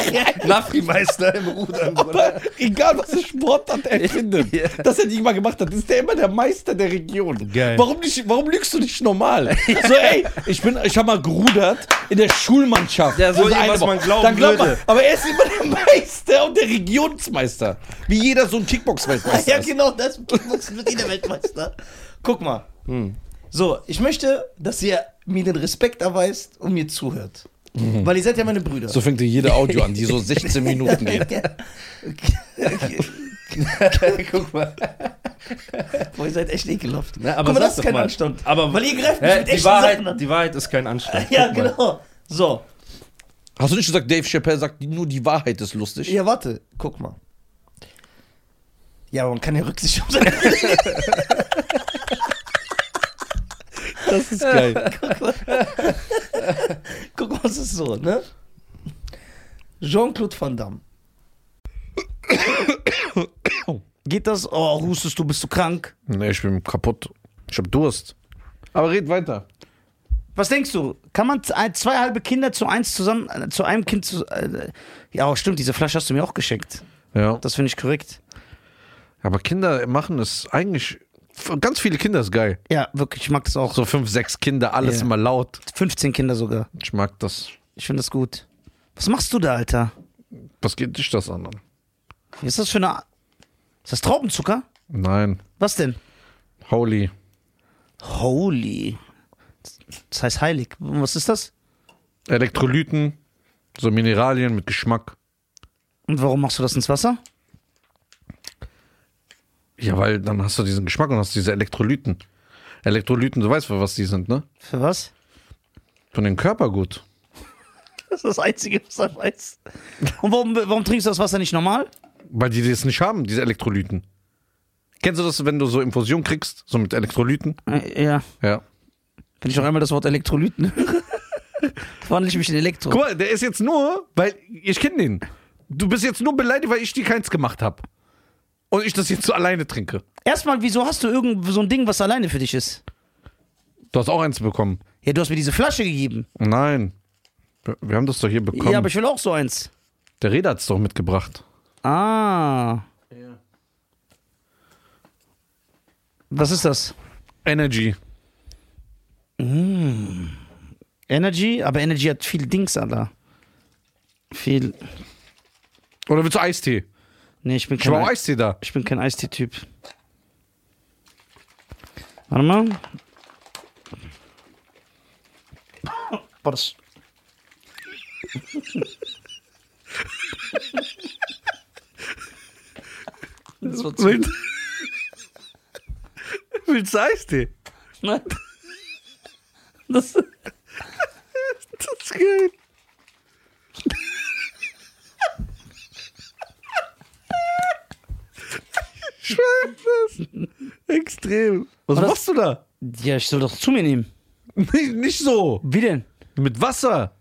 [SPEAKER 3] Nafri-Meister im Rudern, Bruder.
[SPEAKER 1] Egal, was für Sportart er findet,
[SPEAKER 3] Ja.
[SPEAKER 1] dass er nicht mal gemacht hat, ist der immer der Meister der Region.
[SPEAKER 3] Geil.
[SPEAKER 1] Warum, nicht, warum lügst du nicht normal? So, ey, ich, bin, ich hab mal gerudert in der Schulmannschaft.
[SPEAKER 3] Ja, so
[SPEAKER 1] Das ist eine
[SPEAKER 3] irgendwas,
[SPEAKER 1] Woche.
[SPEAKER 3] man glauben
[SPEAKER 1] Dann glaubt man,
[SPEAKER 3] würde.
[SPEAKER 1] aber er ist immer der Meister und der Regionsmeister. Wie jeder so ein Kickbox-Weltmeister
[SPEAKER 2] ja,
[SPEAKER 1] ist.
[SPEAKER 2] genau, das Kickboxen wird jeder Weltmeister. Guck mal.
[SPEAKER 3] Hm.
[SPEAKER 2] So, ich möchte, dass ihr mir den Respekt erweist und mir zuhört.
[SPEAKER 3] Mhm.
[SPEAKER 2] Weil ihr seid ja meine Brüder.
[SPEAKER 1] So fängt jede Audio an, die so 16 Minuten geht.
[SPEAKER 3] Guck mal.
[SPEAKER 2] Boah, ihr seid echt ekelhaft.
[SPEAKER 3] Na, aber
[SPEAKER 2] Guck mal,
[SPEAKER 3] sag
[SPEAKER 2] das ist
[SPEAKER 3] doch
[SPEAKER 2] kein
[SPEAKER 3] mal.
[SPEAKER 2] Anstand.
[SPEAKER 3] Aber-
[SPEAKER 2] Weil ihr greift mich
[SPEAKER 3] Hä,
[SPEAKER 2] mit
[SPEAKER 3] die,
[SPEAKER 2] echten Sachen
[SPEAKER 3] Wahrheit,
[SPEAKER 2] an.
[SPEAKER 3] die Wahrheit ist kein Anstand.
[SPEAKER 2] Ja,
[SPEAKER 3] Guck mal.
[SPEAKER 2] genau. So,
[SPEAKER 1] Hast du nicht gesagt, Dave Chappelle sagt, nur die Wahrheit ist lustig?
[SPEAKER 2] ja, warte, guck mal. Ja, aber man kann ja Rücksicht auf seine
[SPEAKER 1] Das ist geil.
[SPEAKER 2] Guck mal, es ist so, ne? Jean-Claude Van Damme. Geht das? Oh, hustest du, bist du krank?
[SPEAKER 1] Nee, ich bin kaputt. Ich hab Durst. Aber red weiter.
[SPEAKER 4] Was denkst du? Kann man z- ein- zwei halbe Kinder zu eins zusammen, äh, zu einem Kind zu. Äh, ja, stimmt, diese Flasche hast du mir auch geschenkt.
[SPEAKER 5] Ja.
[SPEAKER 4] Das finde ich korrekt.
[SPEAKER 5] Aber Kinder machen es eigentlich. f- Ganz viele Kinder ist geil.
[SPEAKER 4] Ja, wirklich, ich mag das auch.
[SPEAKER 5] So fünf, sechs Kinder, alles
[SPEAKER 4] Ja.
[SPEAKER 5] immer laut.
[SPEAKER 4] 15 Kinder sogar.
[SPEAKER 5] Ich mag das.
[SPEAKER 4] Ich finde das gut. Was machst du da, Alter?
[SPEAKER 5] Was geht dich das an?
[SPEAKER 4] Was ist das für eine. Ist das Traubenzucker?
[SPEAKER 5] Nein.
[SPEAKER 4] Was denn?
[SPEAKER 5] Holy.
[SPEAKER 4] Holy. Das heißt heilig. Was ist das?
[SPEAKER 5] Elektrolyten, so Mineralien mit Geschmack.
[SPEAKER 4] Und warum machst du das ins Wasser?
[SPEAKER 5] Ja, weil dann hast du diesen Geschmack und hast diese Elektrolyten. Elektrolyten, du weißt, für was die sind, ne?
[SPEAKER 4] Für was?
[SPEAKER 5] Von den Körper gut.
[SPEAKER 4] Das ist das Einzige, was er weiß. Und warum, warum trinkst du das Wasser nicht normal?
[SPEAKER 5] Weil die das nicht haben, diese Elektrolyten. Kennst du das, wenn du so Infusion kriegst, so mit Elektrolyten?
[SPEAKER 4] Äh, Ja.
[SPEAKER 5] Ja.
[SPEAKER 4] Wenn ich noch einmal das Wort Elektrolyten höre, wandle ich mich in Elektro.
[SPEAKER 5] Guck mal, der ist jetzt nur, weil ich kenne den. Du bist jetzt nur beleidigt, weil ich dir keins gemacht habe. Und ich das jetzt so alleine trinke.
[SPEAKER 4] Erstmal, wieso hast du irgend so ein Ding, was alleine für dich ist?
[SPEAKER 5] Du hast auch eins bekommen.
[SPEAKER 4] Ja, du hast mir diese Flasche gegeben.
[SPEAKER 5] Nein. Wir, wir haben das doch hier bekommen.
[SPEAKER 4] Ja, aber ich will auch so eins.
[SPEAKER 5] der Reda hat es doch mitgebracht.
[SPEAKER 4] Ah. Was ist das?
[SPEAKER 5] Energy.
[SPEAKER 4] Energy? Aber Energy hat viel Dings, Alter. Viel.
[SPEAKER 5] Oder willst du Eistee?
[SPEAKER 4] Nee, ich bin
[SPEAKER 5] Ich habe auch
[SPEAKER 4] kein,
[SPEAKER 5] Eistee da.
[SPEAKER 4] ich bin kein Eistee-Typ. Warte mal. Boah, das
[SPEAKER 5] Willst, willst du Eistee?
[SPEAKER 4] Nein. Das,
[SPEAKER 5] Das ist geil. Ich weiß das. Extrem. Was
[SPEAKER 4] das-
[SPEAKER 5] machst du da?
[SPEAKER 4] ja, ich soll doch zu mir nehmen.
[SPEAKER 5] Nicht, nicht so.
[SPEAKER 4] Wie denn?
[SPEAKER 5] Mit Wasser.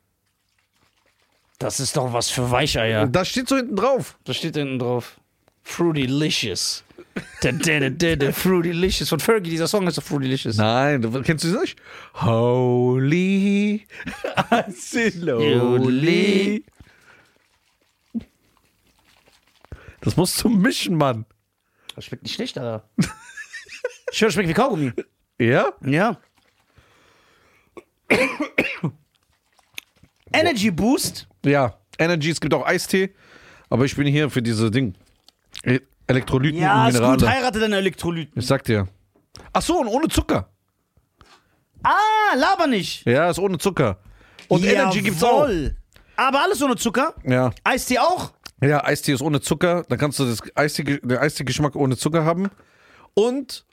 [SPEAKER 4] Das ist doch was für Weicheier.
[SPEAKER 5] Das steht so hinten drauf.
[SPEAKER 4] Das steht hinten drauf. Fruitylicious. Der, der, der, der, der Fruitylicious. Von Fergie, dieser Song heißt doch Fruitylicious.
[SPEAKER 5] Nein, du- kennst du das nicht? Holy Asiloli. Das musst du mischen, Mann.
[SPEAKER 4] Das schmeckt nicht schlecht, Alter. Ich höre, schmeckt wie Kaugummi.
[SPEAKER 5] Ja?
[SPEAKER 4] Ja. Energy Boost.
[SPEAKER 5] Ja. Energy, es gibt auch Eistee. Aber ich bin hier für diese Ding. E- Elektrolyten und Minerale.
[SPEAKER 4] Heirate deine Elektrolyten.
[SPEAKER 5] Ich sag dir. Ach so, und ohne Zucker.
[SPEAKER 4] Ah, laber nicht.
[SPEAKER 5] Ja, ist ohne Zucker. Und Energy gibt's auch.
[SPEAKER 4] Jawohl. Aber alles ohne Zucker.
[SPEAKER 5] Ja.
[SPEAKER 4] Eistee auch.
[SPEAKER 5] Ja, Eistee ist ohne Zucker. Dann kannst du das Eistee, den Eistee-Geschmack ohne Zucker haben. Und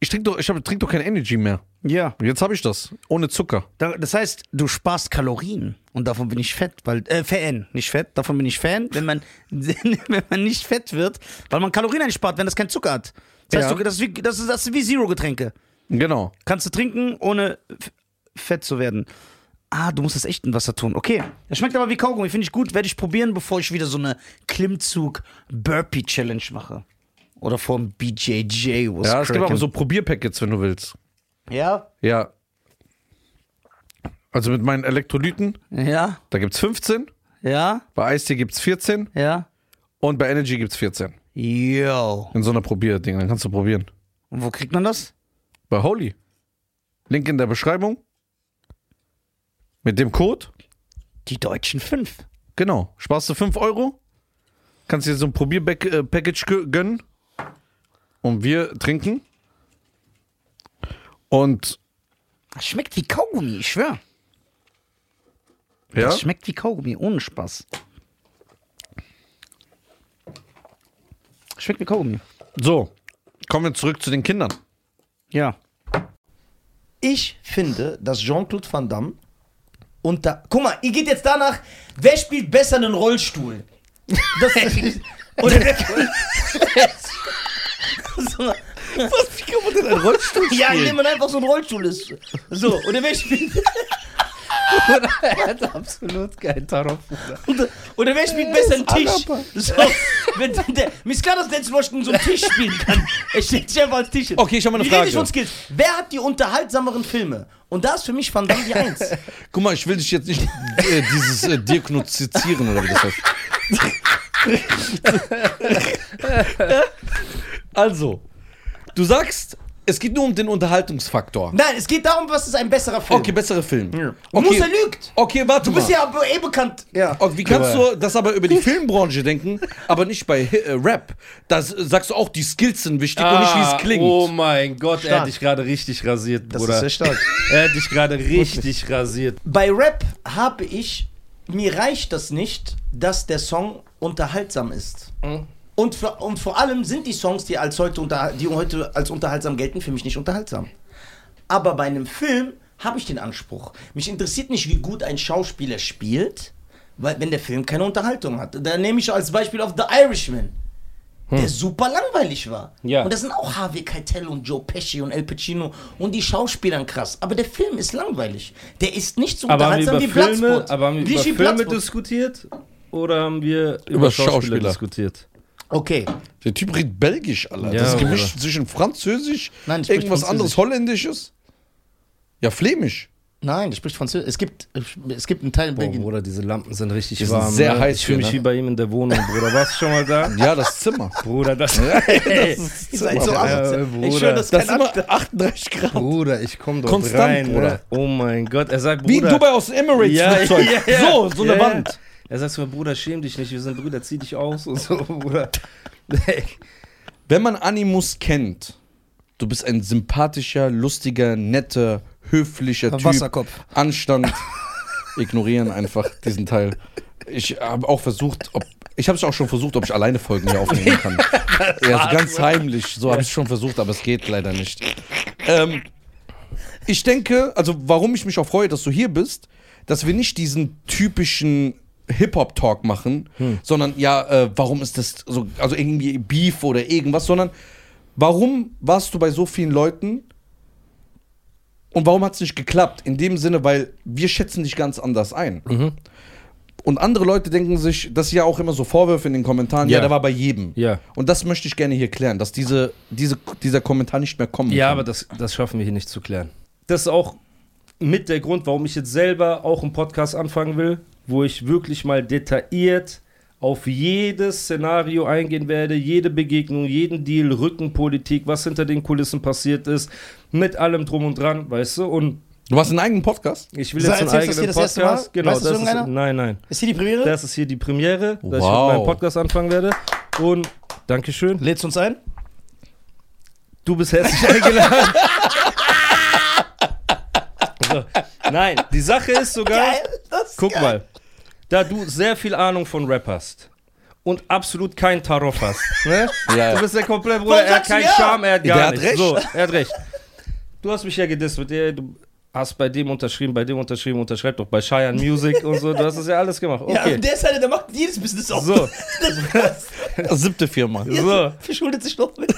[SPEAKER 5] ich trinke doch, ich hab- trink doch kein Energy mehr.
[SPEAKER 4] Ja.
[SPEAKER 5] Jetzt habe ich das. Ohne Zucker.
[SPEAKER 4] Da- Das heißt, du sparst Kalorien und davon bin ich fett, weil äh, Fan, nicht fett, davon bin ich Fan, wenn man wenn man nicht fett wird, weil man Kalorien einspart, wenn das kein Zucker hat. Das heißt,
[SPEAKER 5] Ja.
[SPEAKER 4] du, das, ist wie, das, ist, das ist wie Zero Getränke.
[SPEAKER 5] Genau.
[SPEAKER 4] Kannst du trinken, ohne f- fett zu werden. Ah, du musst das echt in Wasser tun. Okay. Das schmeckt aber wie Kaugummi. Finde ich gut. Werde ich probieren, bevor ich wieder so eine Klimmzug-Burpee-Challenge mache. Oder vom BJJ. was
[SPEAKER 5] Ja, es gibt
[SPEAKER 4] crackin'.
[SPEAKER 5] aber so Probierpackets, wenn du willst.
[SPEAKER 4] Ja?
[SPEAKER 5] Ja. Also mit meinen Elektrolyten,
[SPEAKER 4] Ja?
[SPEAKER 5] da gibt's 15.
[SPEAKER 4] Ja?
[SPEAKER 5] Bei Eistee gibt's 14.
[SPEAKER 4] Ja?
[SPEAKER 5] Und bei Energy gibt's 14.
[SPEAKER 4] Yo.
[SPEAKER 5] In so einer Probierding. Dann kannst du probieren.
[SPEAKER 4] Und wo kriegt man das?
[SPEAKER 5] Bei Holy. Link in der Beschreibung. Mit dem Code.
[SPEAKER 4] Die deutschen fünf.
[SPEAKER 5] Genau. Sparst du 5 Euro, kannst dir so ein Probier-Package gönnen und wir trinken. Und
[SPEAKER 4] Das schmeckt wie Kaugummi, ich schwör.
[SPEAKER 5] ja,
[SPEAKER 4] Das schmeckt wie Kaugummi, ohne Spaß. Schmeckt wie Kaugummi.
[SPEAKER 5] so, kommen wir zurück zu den Kindern.
[SPEAKER 4] Ja.
[SPEAKER 2] Ich finde, dass Jean-Claude Van Damme unter. Guck mal, ihr geht jetzt danach, wer spielt besser einen Rollstuhl? Das Oder wer kann. so,
[SPEAKER 4] Wie kann man denn einen Rollstuhl
[SPEAKER 2] ja, indem man einfach so ein Rollstuhl ist. So, oder wer spielt.
[SPEAKER 4] Er hat absolut keinen Tarot.
[SPEAKER 2] Oder, oder wer spielt besser einen Tisch? So, wenn der, mir ist klar, dass der zum Beispiel so einen Tisch spielen kann. Er steht sich einfach als Tisch. hin.
[SPEAKER 1] Okay, ich hab mal eine
[SPEAKER 2] Wir
[SPEAKER 1] Frage.
[SPEAKER 2] reden nicht von Skills. Wer hat die unterhaltsameren Filme? Und da ist für mich Van Damme die Eins.
[SPEAKER 1] Guck mal, ich will dich jetzt nicht äh, dieses äh, diagnostizieren oder wie das heißt. also, du sagst, es geht nur um den Unterhaltungsfaktor.
[SPEAKER 2] Nein, es geht darum, was ist ein besserer Film.
[SPEAKER 1] Okay, besserer Film.
[SPEAKER 2] Und
[SPEAKER 1] Okay.
[SPEAKER 2] Muss er lügt.
[SPEAKER 1] Okay, warte
[SPEAKER 2] Du bist
[SPEAKER 1] mal.
[SPEAKER 2] ja be- eh bekannt. Ja.
[SPEAKER 1] Okay, Oh, wie kannst du das aber über die Filmbranche denken, aber nicht bei Hi- äh, Rap? Da s- sagst du auch, die Skills sind wichtig und nicht, wie es klingt.
[SPEAKER 6] Oh mein Gott, er
[SPEAKER 2] Stark.
[SPEAKER 6] hat dich gerade richtig rasiert, Bruder.
[SPEAKER 2] stark.
[SPEAKER 6] er hat dich gerade richtig rasiert.
[SPEAKER 2] Bei Rap habe ich, mir reicht das nicht, dass der Song unterhaltsam ist.
[SPEAKER 1] Mhm.
[SPEAKER 2] Und, vor- und vor allem sind die Songs, die, als heute unter, die heute als unterhaltsam gelten, für mich nicht unterhaltsam. Aber bei einem Film habe ich den Anspruch. Mich interessiert nicht, wie gut ein Schauspieler spielt, weil, wenn der Film keine Unterhaltung hat. Da nehme ich als Beispiel auf The Irishman, der super langweilig war.
[SPEAKER 6] Hm. Ja.
[SPEAKER 2] Und das sind auch Harvey Keitel und Joe Pesci und El Pacino und die Schauspielern krass. Aber der Film ist langweilig. Der ist nicht so
[SPEAKER 6] Aber haben wir
[SPEAKER 2] unterhaltsam
[SPEAKER 6] über
[SPEAKER 2] wie
[SPEAKER 6] Filme,
[SPEAKER 2] Platzboot.
[SPEAKER 6] aber haben
[SPEAKER 2] Nicht
[SPEAKER 6] wir
[SPEAKER 2] wie
[SPEAKER 6] über Filme
[SPEAKER 2] Platzboot.
[SPEAKER 6] diskutiert? Oder haben wir über,
[SPEAKER 1] Über
[SPEAKER 6] Schauspieler,
[SPEAKER 1] Schauspieler.
[SPEAKER 6] diskutiert?
[SPEAKER 2] Okay.
[SPEAKER 1] Der Typ redet Belgisch, Alter.
[SPEAKER 6] Ja,
[SPEAKER 1] das ist
[SPEAKER 6] Bruder.
[SPEAKER 1] gemischt zwischen Französisch,
[SPEAKER 2] Nein, ich
[SPEAKER 1] irgendwas
[SPEAKER 2] spreche
[SPEAKER 1] anderes
[SPEAKER 2] Französisch.
[SPEAKER 1] Holländisches. Ja, Flämisch.
[SPEAKER 2] Nein, der spricht Französisch. Es gibt, es gibt einen Teil in
[SPEAKER 6] Boah,
[SPEAKER 2] Belgien.
[SPEAKER 6] Bruder, diese Lampen sind richtig
[SPEAKER 1] sind
[SPEAKER 6] warm.
[SPEAKER 1] sehr
[SPEAKER 6] ne?
[SPEAKER 1] heiß
[SPEAKER 6] ich fühle
[SPEAKER 1] hier,
[SPEAKER 6] mich
[SPEAKER 1] ne?
[SPEAKER 6] wie bei ihm in der Wohnung, Bruder. Warst du schon mal da?
[SPEAKER 1] Ja, das Zimmer.
[SPEAKER 6] Bruder, das,
[SPEAKER 2] Ihr seid so asozial.
[SPEAKER 6] Bruder.
[SPEAKER 2] Ich höre das,
[SPEAKER 1] Das ist
[SPEAKER 2] kein
[SPEAKER 1] immer
[SPEAKER 2] Ab-
[SPEAKER 1] 38 Grad.
[SPEAKER 6] Bruder, ich komm doch
[SPEAKER 1] Konstant,
[SPEAKER 6] rein,
[SPEAKER 1] Bruder.
[SPEAKER 6] Bruder. Oh mein Gott, er sagt, Bruder.
[SPEAKER 1] Wie in Dubai aus dem Emirates.
[SPEAKER 6] ja, ja,
[SPEAKER 1] Flugzeug.
[SPEAKER 6] ja.
[SPEAKER 1] So, so eine
[SPEAKER 6] Ja, ja.
[SPEAKER 1] Wand.
[SPEAKER 6] Er sagt so, Bruder, schäm dich nicht, wir sind Brüder, zieh dich aus und so, Bruder.
[SPEAKER 1] Wenn man Animus kennt, du bist ein sympathischer, lustiger, netter, höflicher Typ.
[SPEAKER 2] Wasserkopf.
[SPEAKER 1] Anstand. Ignorieren einfach diesen Teil. Ich habe auch versucht, ob. Ich habe es auch schon versucht, ob ich alleine Folgen hier aufnehmen kann. ja, so ganz heimlich. So habe ich es schon versucht, aber es geht leider nicht. Ähm, ich denke, also warum ich mich auch freue, dass du hier bist, dass wir nicht diesen typischen Hip-Hop-Talk machen,
[SPEAKER 3] Hm.
[SPEAKER 1] sondern ja, äh, warum ist das so, also irgendwie Beef oder irgendwas, sondern warum warst du bei so vielen Leuten
[SPEAKER 3] Mhm.
[SPEAKER 1] und warum hat es nicht geklappt? In dem Sinne, weil wir schätzen dich ganz anders ein. Und andere Leute denken sich, das ist ja auch immer so Vorwürfe in den Kommentaren, ja,
[SPEAKER 3] Ja.
[SPEAKER 1] da war bei jedem.
[SPEAKER 3] Ja.
[SPEAKER 1] Und das möchte ich gerne hier klären, dass diese, diese, dieser Kommentar nicht mehr kommen
[SPEAKER 3] Ja,
[SPEAKER 1] kann.
[SPEAKER 3] aber das, das schaffen wir hier nicht zu klären. Das ist auch mit der Grund, warum ich jetzt selber auch einen Podcast anfangen will, wo ich wirklich mal detailliert auf jedes Szenario eingehen werde, jede Begegnung, jeden Deal, Rückenpolitik, was hinter den Kulissen passiert ist, mit allem drum und dran, weißt du? Und
[SPEAKER 1] Du hast einen eigenen Podcast?
[SPEAKER 3] ich will
[SPEAKER 2] So,
[SPEAKER 3] jetzt einen
[SPEAKER 2] erzählst du das
[SPEAKER 3] eigenen
[SPEAKER 2] hier das erste Mal?
[SPEAKER 3] Podcast. Genau,
[SPEAKER 2] Weiß das
[SPEAKER 3] das ist,
[SPEAKER 2] irgendeiner?
[SPEAKER 3] nein, nein.
[SPEAKER 2] Ist hier die Premiere?
[SPEAKER 3] Das ist hier die Premiere, dass ich
[SPEAKER 1] Wow.
[SPEAKER 3] mit meinem Podcast anfangen werde. Und Dankeschön.
[SPEAKER 2] Lädst uns ein?
[SPEAKER 3] Du bist herzlich eingeladen. so. Nein, die Sache ist sogar,
[SPEAKER 2] Das
[SPEAKER 3] guck mal, da du sehr viel Ahnung von Rap hast und absolut kein Tarot hast, ne?
[SPEAKER 1] Ja.
[SPEAKER 3] du bist der komplett Bruder, er hat
[SPEAKER 2] sagst du
[SPEAKER 3] keinen
[SPEAKER 2] ja?
[SPEAKER 3] Charme, er hat gar
[SPEAKER 1] Der hat
[SPEAKER 3] nichts.
[SPEAKER 1] recht.
[SPEAKER 3] So, er hat recht. Du hast mich ja gedisst mit dir, du hast bei dem unterschrieben, bei dem unterschrieben, unterschreibt doch bei Cheyenne Music und so, du hast das ja alles gemacht.
[SPEAKER 2] Ja,
[SPEAKER 3] Okay.
[SPEAKER 2] der ist einer, der macht jedes Business auf.
[SPEAKER 3] so,
[SPEAKER 1] Also Siebte Firma.
[SPEAKER 3] so.
[SPEAKER 2] Verschuldet sich noch mit.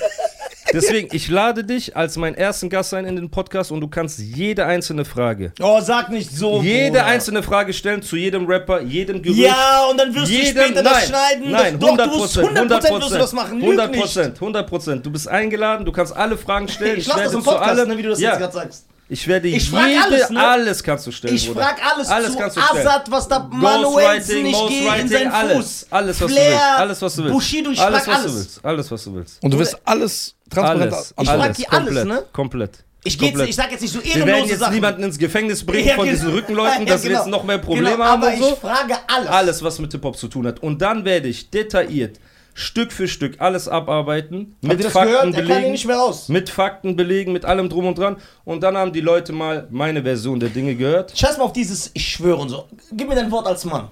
[SPEAKER 3] Deswegen, ich lade dich als meinen ersten Gast ein in den Podcast und du kannst jede einzelne Frage
[SPEAKER 2] Oh, sag nicht so.
[SPEAKER 3] Jede
[SPEAKER 2] Bruder.
[SPEAKER 3] einzelne Frage stellen zu jedem Rapper, jedem Gerücht.
[SPEAKER 2] Ja, und dann wirst du
[SPEAKER 3] jedem-
[SPEAKER 2] später das schneiden.
[SPEAKER 3] Nein,
[SPEAKER 2] das,
[SPEAKER 3] 100
[SPEAKER 2] doch, du wirst
[SPEAKER 3] 100
[SPEAKER 2] 100% wirst du das machen. Lüg
[SPEAKER 3] 100
[SPEAKER 2] nicht.
[SPEAKER 3] Prozent, 100 Prozent. Du bist eingeladen, du kannst alle Fragen stellen.
[SPEAKER 2] Ich lasse das
[SPEAKER 3] werde
[SPEAKER 2] im
[SPEAKER 3] zu
[SPEAKER 2] Podcast,
[SPEAKER 3] allem-
[SPEAKER 2] ne, wie du das
[SPEAKER 3] ja,
[SPEAKER 2] jetzt gerade sagst.
[SPEAKER 3] Ich werde
[SPEAKER 2] Ich frag
[SPEAKER 3] jede,
[SPEAKER 2] alles,
[SPEAKER 3] alles,
[SPEAKER 2] ne?
[SPEAKER 3] kannst du stellen,
[SPEAKER 2] Ich
[SPEAKER 3] Bruder.
[SPEAKER 2] frag alles,
[SPEAKER 3] alles
[SPEAKER 2] zu
[SPEAKER 3] kannst du stellen.
[SPEAKER 2] Azad, was da
[SPEAKER 3] Ghostwriting,
[SPEAKER 2] Manuelsen nicht geht in
[SPEAKER 3] Ghostwriting,
[SPEAKER 2] seinen
[SPEAKER 3] alles,
[SPEAKER 2] Fuß.
[SPEAKER 3] alles, was
[SPEAKER 2] Flair,
[SPEAKER 3] du willst, alles, was du willst,
[SPEAKER 2] Bushido, ich
[SPEAKER 3] alles,
[SPEAKER 2] frag
[SPEAKER 3] was
[SPEAKER 2] alles.
[SPEAKER 3] du willst, alles, was du willst,
[SPEAKER 1] Und du wirst alles transparent
[SPEAKER 3] alles,
[SPEAKER 1] an-
[SPEAKER 2] frag
[SPEAKER 3] alles,
[SPEAKER 2] die alles,
[SPEAKER 3] komplett,
[SPEAKER 2] ne?
[SPEAKER 3] komplett.
[SPEAKER 2] Ich, geh jetzt,
[SPEAKER 3] komplett.
[SPEAKER 2] ich sag jetzt nicht so
[SPEAKER 3] wir werden
[SPEAKER 2] ehrenlose
[SPEAKER 3] jetzt
[SPEAKER 2] Sachen.
[SPEAKER 3] niemanden ins Gefängnis bringen
[SPEAKER 2] Ja,
[SPEAKER 3] von
[SPEAKER 2] genau.
[SPEAKER 3] diesen Rückenleuten, dass wir
[SPEAKER 2] Ja,
[SPEAKER 3] jetzt
[SPEAKER 2] genau.
[SPEAKER 3] noch mehr Probleme
[SPEAKER 2] genau,
[SPEAKER 3] haben
[SPEAKER 2] Aber
[SPEAKER 3] und so.
[SPEAKER 2] ich frage alles.
[SPEAKER 3] alles, was mit Hip-Hop zu tun hat. Und dann werde ich detailliert, Stück für Stück, alles abarbeiten,
[SPEAKER 2] Habt
[SPEAKER 3] mit
[SPEAKER 2] ihr das
[SPEAKER 3] Fakten
[SPEAKER 2] gehört? Er kann hier
[SPEAKER 3] belegen,
[SPEAKER 2] nicht mehr raus.
[SPEAKER 3] mit Fakten belegen, mit allem drum und dran. Und dann haben die Leute mal meine Version der Dinge gehört.
[SPEAKER 2] Scheiß mal auf dieses Ich schwöre und so. Gib mir dein Wort als Mann.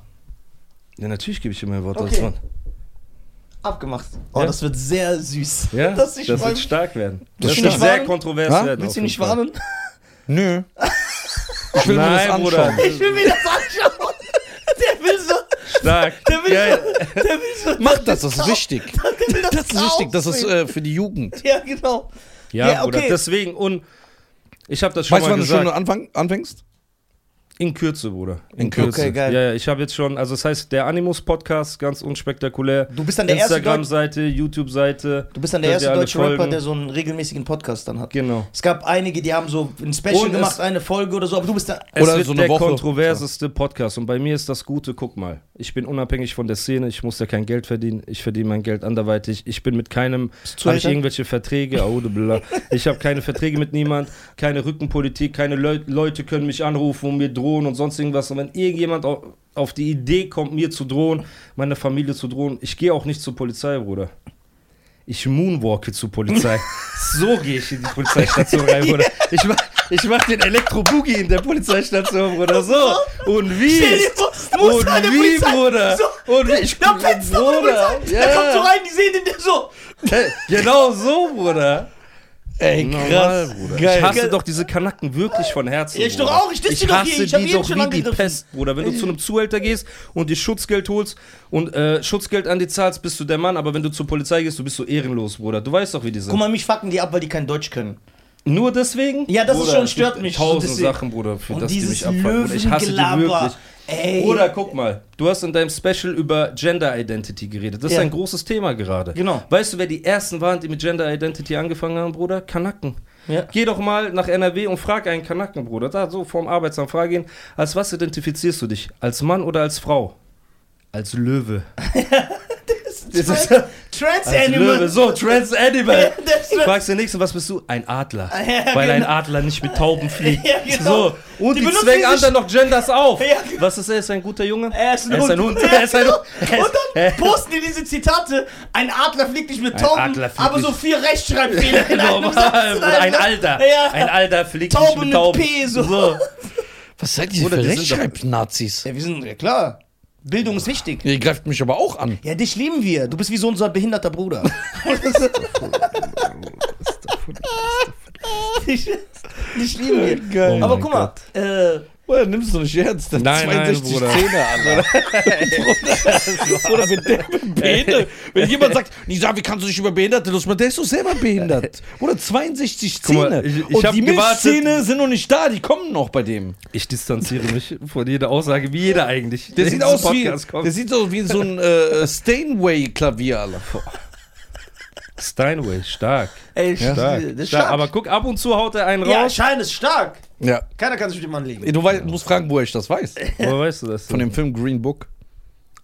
[SPEAKER 3] Ja, natürlich gebe ich immer ein Wort
[SPEAKER 2] Okay.
[SPEAKER 3] als Mann.
[SPEAKER 2] Abgemacht. Oh,
[SPEAKER 3] Ja.
[SPEAKER 2] das wird sehr süß.
[SPEAKER 3] Ja, das,
[SPEAKER 2] das ich
[SPEAKER 3] wird
[SPEAKER 2] freue mich.
[SPEAKER 3] stark werden.
[SPEAKER 2] Willst
[SPEAKER 3] Das,
[SPEAKER 2] du
[SPEAKER 3] wird
[SPEAKER 2] nicht
[SPEAKER 3] sehr
[SPEAKER 2] warnen?
[SPEAKER 3] kontrovers
[SPEAKER 1] Ha?
[SPEAKER 3] werden.
[SPEAKER 2] Willst du
[SPEAKER 3] auf
[SPEAKER 2] nicht
[SPEAKER 3] jeden Fall.
[SPEAKER 2] warnen?
[SPEAKER 1] Nö. Ich will mir das
[SPEAKER 3] Nein, Bruder.
[SPEAKER 1] anschauen.
[SPEAKER 2] Ich will mir das anschauen. Der will so.
[SPEAKER 3] Stark.
[SPEAKER 2] Der will,
[SPEAKER 3] Ja,
[SPEAKER 2] so, der will so.
[SPEAKER 1] Mach das, das ist wichtig.
[SPEAKER 2] Der will das,
[SPEAKER 1] Das ist wichtig, das ist äh,
[SPEAKER 2] aussehen.
[SPEAKER 1] für die Jugend.
[SPEAKER 2] ja, genau.
[SPEAKER 3] ja,
[SPEAKER 2] Ja,
[SPEAKER 3] Bruder,
[SPEAKER 2] okay.
[SPEAKER 3] deswegen und ich habe das schon
[SPEAKER 1] Weißt du,
[SPEAKER 3] mal
[SPEAKER 1] wann du
[SPEAKER 3] gesagt.
[SPEAKER 1] schon anfang, anfängst?
[SPEAKER 3] In Kürze, Bruder. In,
[SPEAKER 1] Kürze.
[SPEAKER 2] Okay, geil.
[SPEAKER 3] Ja, ja, ich habe jetzt schon, also das heißt, der Animus-Podcast, ganz unspektakulär.
[SPEAKER 2] Du bist dann der erste
[SPEAKER 3] Instagram-Seite, YouTube-Seite.
[SPEAKER 2] Du bist dann der
[SPEAKER 3] Könnt ihr
[SPEAKER 2] erste
[SPEAKER 3] alle
[SPEAKER 2] deutsche Rapper,
[SPEAKER 3] folgen.
[SPEAKER 2] der so einen regelmäßigen Podcast dann hat.
[SPEAKER 3] Genau.
[SPEAKER 2] Es gab einige, die haben so ein Special
[SPEAKER 3] Und
[SPEAKER 2] gemacht,
[SPEAKER 3] es-
[SPEAKER 2] eine Folge oder so, aber du bist dann.
[SPEAKER 3] Es
[SPEAKER 1] Oder
[SPEAKER 3] wird
[SPEAKER 1] so eine
[SPEAKER 3] der
[SPEAKER 1] Woche.
[SPEAKER 3] kontroverseste Podcast und bei mir ist das Gute, guck mal, ich bin unabhängig von der Szene, ich muss ja kein Geld verdienen, ich verdiene mein Geld anderweitig, ich bin mit keinem, habe ich
[SPEAKER 2] Zuhälter?
[SPEAKER 3] irgendwelche Verträge, oh, du Bla. ich habe keine Verträge mit niemand, keine Rückenpolitik, keine Leu Leute können mich anrufen und mir drohen und sonst irgendwas und wenn irgendjemand auf, auf die Idee kommt, mir zu drohen, meiner Familie zu drohen, ich gehe auch nicht zur Polizei, Bruder. Ich moonwalke zur Polizei. so gehe ich in die Polizeistation rein, Bruder. Ich mach, ich mach den Elektro-Boogie in der Polizeistation, Bruder. So. Und wie?
[SPEAKER 2] Stell dir vor, muss
[SPEAKER 3] Und
[SPEAKER 2] eine
[SPEAKER 3] wie,
[SPEAKER 2] Polizei-
[SPEAKER 3] Bruder?
[SPEAKER 2] So,
[SPEAKER 3] Und wie? Ich
[SPEAKER 2] Da pennst du
[SPEAKER 3] Bruder.
[SPEAKER 2] Polizei.
[SPEAKER 3] Ja.
[SPEAKER 2] Da kommt so rein, die sehen den der so.
[SPEAKER 3] Hey, Genau so, Bruder.
[SPEAKER 1] Ey,
[SPEAKER 3] Normal, Bruder.
[SPEAKER 1] Geil.
[SPEAKER 3] Ich hasse doch diese Kanacken wirklich von Herzen.
[SPEAKER 2] Ja, ich doch
[SPEAKER 3] Bruder.
[SPEAKER 2] auch. Ich diss die doch
[SPEAKER 3] hasse
[SPEAKER 2] hier. Ich hab
[SPEAKER 3] die
[SPEAKER 2] jeden
[SPEAKER 3] doch
[SPEAKER 2] schon
[SPEAKER 3] wie
[SPEAKER 2] angegriffen.
[SPEAKER 3] Die Pest, Bruder. Wenn du zu einem Zuhälter gehst und dir Schutzgeld holst und äh, Schutzgeld an dir zahlst, bist du der Mann. Aber wenn du zur Polizei gehst, du bist so ehrenlos, Bruder. Du weißt doch, wie die sind.
[SPEAKER 2] Guck mal, mich fucken die ab, weil die kein Deutsch können.
[SPEAKER 3] Nur deswegen?
[SPEAKER 2] Ja, das ist schon- stört
[SPEAKER 3] es gibt
[SPEAKER 2] mich.
[SPEAKER 3] Tausend
[SPEAKER 2] Deswegen.
[SPEAKER 3] Sachen, Bruder, für
[SPEAKER 2] Und
[SPEAKER 3] das die
[SPEAKER 2] dieses
[SPEAKER 3] mich abfangen. Bruder, Ich hasse die
[SPEAKER 2] Löwengelaber.
[SPEAKER 3] wirklich.
[SPEAKER 2] Ey.
[SPEAKER 3] Bruder, guck mal, du hast in deinem Special über Gender Identity geredet. Das
[SPEAKER 2] Ja.
[SPEAKER 3] ist ein großes Thema gerade.
[SPEAKER 2] Genau.
[SPEAKER 3] Weißt du, wer die ersten waren, die mit Gender Identity angefangen haben, Bruder? Kanaken.
[SPEAKER 2] Ja.
[SPEAKER 3] Geh doch mal nach NRW und frag einen Kanaken, Bruder. Da so vorm Arbeitsamt frag ihn, als was identifizierst du dich? Als Mann oder als Frau? Als Löwe.
[SPEAKER 2] Das ist Trans
[SPEAKER 3] Als Löwe.
[SPEAKER 2] Animal.
[SPEAKER 3] So, Trans Animal.
[SPEAKER 2] Der ist Trans-
[SPEAKER 3] Fragst den nächsten, was bist du? Ein Adler.
[SPEAKER 2] Ja,
[SPEAKER 3] weil ein
[SPEAKER 2] genau.
[SPEAKER 3] Adler nicht mit Tauben fliegt.
[SPEAKER 2] Ja, genau.
[SPEAKER 3] So. Und
[SPEAKER 2] Die
[SPEAKER 3] die,
[SPEAKER 2] benutzen
[SPEAKER 3] zwängen
[SPEAKER 2] sich-
[SPEAKER 3] anderen noch Genders auf.
[SPEAKER 2] Ja, genau.
[SPEAKER 3] Was ist er? Ist er ein guter Junge?
[SPEAKER 2] Er ist ein Hund. genau.
[SPEAKER 3] Er ist ein Hund. Er
[SPEAKER 2] Und
[SPEAKER 3] ist-
[SPEAKER 2] dann posten die diese Zitate. Ein Adler fliegt nicht mit Tauben,
[SPEAKER 3] Adler fliegt
[SPEAKER 2] aber so
[SPEAKER 3] nicht-
[SPEAKER 2] vier Rechtschreibfehler in einem Satz.
[SPEAKER 3] Normal, Bruder, ein Alter.
[SPEAKER 2] ne? Ja.
[SPEAKER 3] Ein Alter fliegt
[SPEAKER 2] Tauben
[SPEAKER 3] nicht
[SPEAKER 2] mit
[SPEAKER 3] mit Tauben.
[SPEAKER 2] P, so.
[SPEAKER 1] Was seid ihr für
[SPEAKER 3] Bruder, die sind
[SPEAKER 5] Ah,
[SPEAKER 3] doch-
[SPEAKER 1] Rechtschreib-Nazis?
[SPEAKER 2] Ja, wir sind, ja klar. Bildung ist wichtig.
[SPEAKER 1] Ihr greift mich aber auch an.
[SPEAKER 2] Ja, dich lieben wir. Du bist wie so unser behinderter Bruder. dich, dich lieben wir.
[SPEAKER 3] Oh
[SPEAKER 2] Aber
[SPEAKER 3] mein
[SPEAKER 2] guck mal, äh,
[SPEAKER 1] Bruder, nimmst du nicht ernst? Der
[SPEAKER 7] Nein, nein,
[SPEAKER 1] 62
[SPEAKER 7] Bruder.
[SPEAKER 1] Zähne an, oder? Bruder, Bruder, wenn der mit behindert, wenn jemand sagt, Nisa, wie kannst du dich über Behinderte lustig machen? Der ist doch selber behindert. Bruder, 62 Zähne.
[SPEAKER 3] mal, ich- ich
[SPEAKER 1] Und
[SPEAKER 3] hab
[SPEAKER 1] die
[SPEAKER 3] gewartet.
[SPEAKER 1] Milchzähne sind noch nicht da, die kommen noch bei dem.
[SPEAKER 3] Ich distanziere mich von jeder Aussage, wie jeder eigentlich.
[SPEAKER 1] Der sieht aus wie, der
[SPEAKER 3] Kommt.
[SPEAKER 1] sieht aus wie so ein äh, Steinway-Klavier, Alter.
[SPEAKER 3] Steinway, stark.
[SPEAKER 2] Ey,
[SPEAKER 3] Stark.
[SPEAKER 2] das ist
[SPEAKER 3] stark.
[SPEAKER 2] stark.
[SPEAKER 3] Aber guck, ab und zu haut er einen
[SPEAKER 2] ja,
[SPEAKER 3] raus.
[SPEAKER 2] Schein ist stark.
[SPEAKER 1] Ja.
[SPEAKER 2] Keiner kann sich mit dem anlegen.
[SPEAKER 1] Du wei- musst fragen, woher ich das weiß.
[SPEAKER 3] Woher weißt du das?
[SPEAKER 1] Von
[SPEAKER 3] denn?
[SPEAKER 1] dem Film Green Book.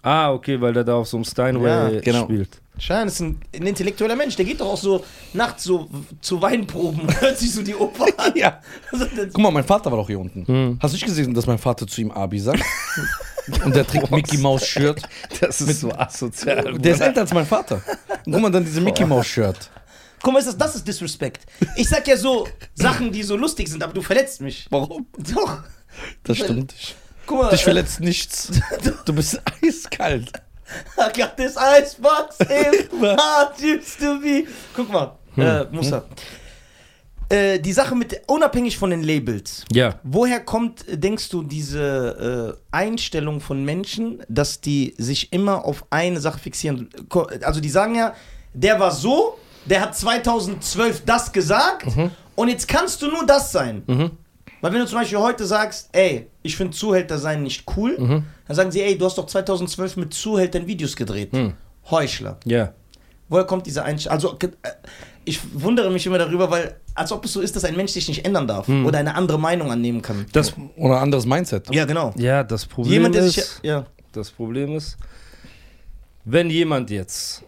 [SPEAKER 3] ah, okay, weil der da auf so einem Steinway
[SPEAKER 2] Ja,
[SPEAKER 1] genau.
[SPEAKER 3] spielt.
[SPEAKER 2] Schein ist ein, ein intellektueller Mensch. Der geht doch auch so nachts so zu Weinproben und hört sich so die Oper an.
[SPEAKER 1] Ja.
[SPEAKER 2] Also, das-
[SPEAKER 1] Guck mal, mein Vater war doch hier unten. Hast du nicht gesehen, dass mein Vater zu ihm Abi sagt? Und der trägt Mickey Mouse Shirt. Oh,
[SPEAKER 3] Das ist so asozial.
[SPEAKER 1] Der ist älter als mein Vater. Und guck mal, dann diese Mickey Mouse Shirt.
[SPEAKER 2] Guck mal, ist das, das ist Disrespect. Ich sag ja so Sachen, die so lustig sind, aber du verletzt mich.
[SPEAKER 1] Warum?
[SPEAKER 2] Doch.
[SPEAKER 1] Das stimmt nicht.
[SPEAKER 2] Guck mal. äh,
[SPEAKER 1] Dich verletzt nichts. Du bist eiskalt.
[SPEAKER 2] I got this icebox in my heart used to be. Guck mal, äh, Musa. Äh, die Sache mit, unabhängig von den Labels,
[SPEAKER 3] Ja.
[SPEAKER 2] woher kommt, äh, denkst du, diese äh, Einstellung von Menschen, dass die sich immer auf eine Sache fixieren? Ko- Also die sagen ja, der war so, der hat 2012 das gesagt und jetzt kannst du nur das sein. Weil wenn du zum Beispiel heute sagst, ey, ich finde Zuhälter sein nicht cool,
[SPEAKER 3] Mhm.
[SPEAKER 2] dann sagen sie, ey, du hast doch 2012 mit Zuhältern Videos gedreht.
[SPEAKER 3] Hm.
[SPEAKER 2] Heuchler.
[SPEAKER 3] Ja.
[SPEAKER 2] Woher kommt diese Einstellung? Also, ge- äh, ich wundere mich immer darüber, weil als ob es so ist, dass ein Mensch sich nicht ändern darf
[SPEAKER 3] Hm.
[SPEAKER 2] oder eine andere Meinung annehmen kann.
[SPEAKER 3] Das,
[SPEAKER 1] Oder anderes Mindset.
[SPEAKER 2] ja, genau.
[SPEAKER 3] ja, das Problem
[SPEAKER 2] Jemand, der
[SPEAKER 3] ist.
[SPEAKER 2] sich. Ja.
[SPEAKER 3] Das Problem ist, wenn jemand jetzt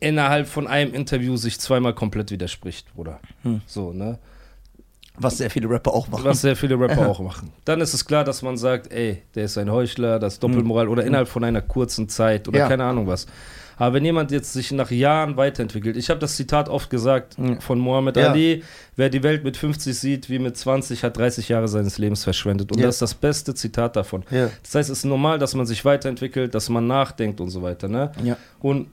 [SPEAKER 3] innerhalb von einem Interview sich zweimal komplett widerspricht, Bruder. So, ne?
[SPEAKER 2] Was sehr viele Rapper auch machen.
[SPEAKER 3] Was sehr viele Rapper auch machen. Dann ist es klar, dass man sagt, ey, der ist ein Heuchler, das ist Doppelmoral oder innerhalb von einer kurzen Zeit oder
[SPEAKER 2] Ja.
[SPEAKER 3] keine Ahnung was. Aber wenn jemand jetzt sich nach Jahren weiterentwickelt, ich habe das Zitat oft gesagt von Mohammed
[SPEAKER 2] Ja.
[SPEAKER 3] Ali, wer die Welt mit 50 sieht, wie mit 20, hat 30 Jahre seines Lebens verschwendet. Und
[SPEAKER 2] Ja.
[SPEAKER 3] das ist das beste Zitat davon.
[SPEAKER 2] Ja.
[SPEAKER 3] Das heißt, es ist normal, dass man sich weiterentwickelt, dass man nachdenkt und so weiter. Ne?
[SPEAKER 2] Ja.
[SPEAKER 3] Und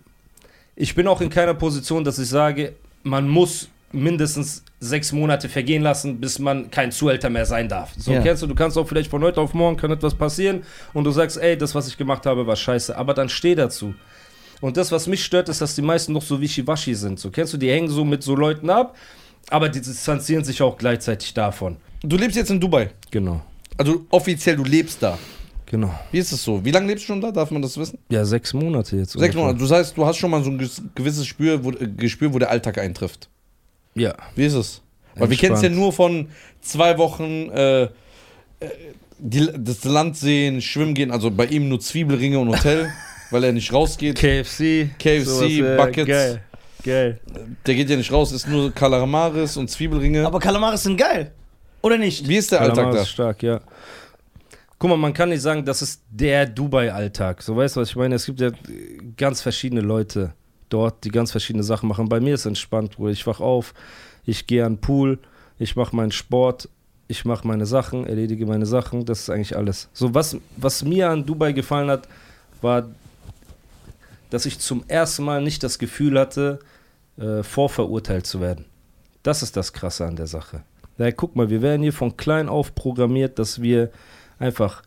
[SPEAKER 3] ich bin auch in keiner Position, dass ich sage, man muss mindestens sechs Monate vergehen lassen, bis man kein Zuhälter mehr sein darf. So
[SPEAKER 2] Ja.
[SPEAKER 3] kennst du, du kannst auch vielleicht von heute auf morgen kann etwas passieren und du sagst, ey, das, was ich gemacht habe, war scheiße. Aber dann steh dazu. Und das, was mich stört, ist, dass die meisten noch so wischiwaschi sind. So kennst du, die hängen so mit so Leuten ab, aber die distanzieren sich auch gleichzeitig davon.
[SPEAKER 1] Du lebst jetzt in Dubai.
[SPEAKER 3] Genau,
[SPEAKER 1] Also offiziell, du lebst da.
[SPEAKER 3] genau.
[SPEAKER 1] Wie ist es so? Wie lange lebst du schon da? Darf man das wissen?
[SPEAKER 3] Ja, sechs Monate jetzt.
[SPEAKER 1] Sechs
[SPEAKER 3] ungefähr.
[SPEAKER 1] Monate. Du sagst, du hast schon mal so ein ges- gewisses Spür, wo, äh, Gespür, wo der Alltag eintrifft.
[SPEAKER 3] Ja.
[SPEAKER 1] Wie ist es? Weil wir kennen es ja nur von zwei Wochen äh, äh, die, das Land sehen, schwimmen gehen, also bei ihm nur Zwiebelringe und Hotel, weil er nicht rausgeht.
[SPEAKER 3] KFC.
[SPEAKER 1] KFC,
[SPEAKER 3] äh,
[SPEAKER 1] Buckets.
[SPEAKER 3] Geil. Geil.
[SPEAKER 1] Der geht ja nicht raus, ist nur Kalamaris und Zwiebelringe.
[SPEAKER 2] Aber Kalamaris sind geil. Oder nicht?
[SPEAKER 1] Wie ist der Alltag
[SPEAKER 3] Kalamar
[SPEAKER 1] da?
[SPEAKER 3] ist stark, ja. Guck mal, man kann nicht sagen, das ist der Dubai-Alltag. So weißt du, was ich meine? Es gibt ja äh, ganz verschiedene Leute dort, die ganz verschiedene Sachen machen. Bei mir ist entspannt, Bruder. Ich wach auf, ich gehe an den Pool, ich mache meinen Sport, ich mache meine Sachen, erledige meine Sachen. Das ist eigentlich alles. So, was, was mir an Dubai gefallen hat, war, dass ich zum ersten Mal nicht das Gefühl hatte, äh, vorverurteilt zu werden. Das ist das Krasse an der Sache. Na, guck mal, wir werden hier von klein auf programmiert, dass wir einfach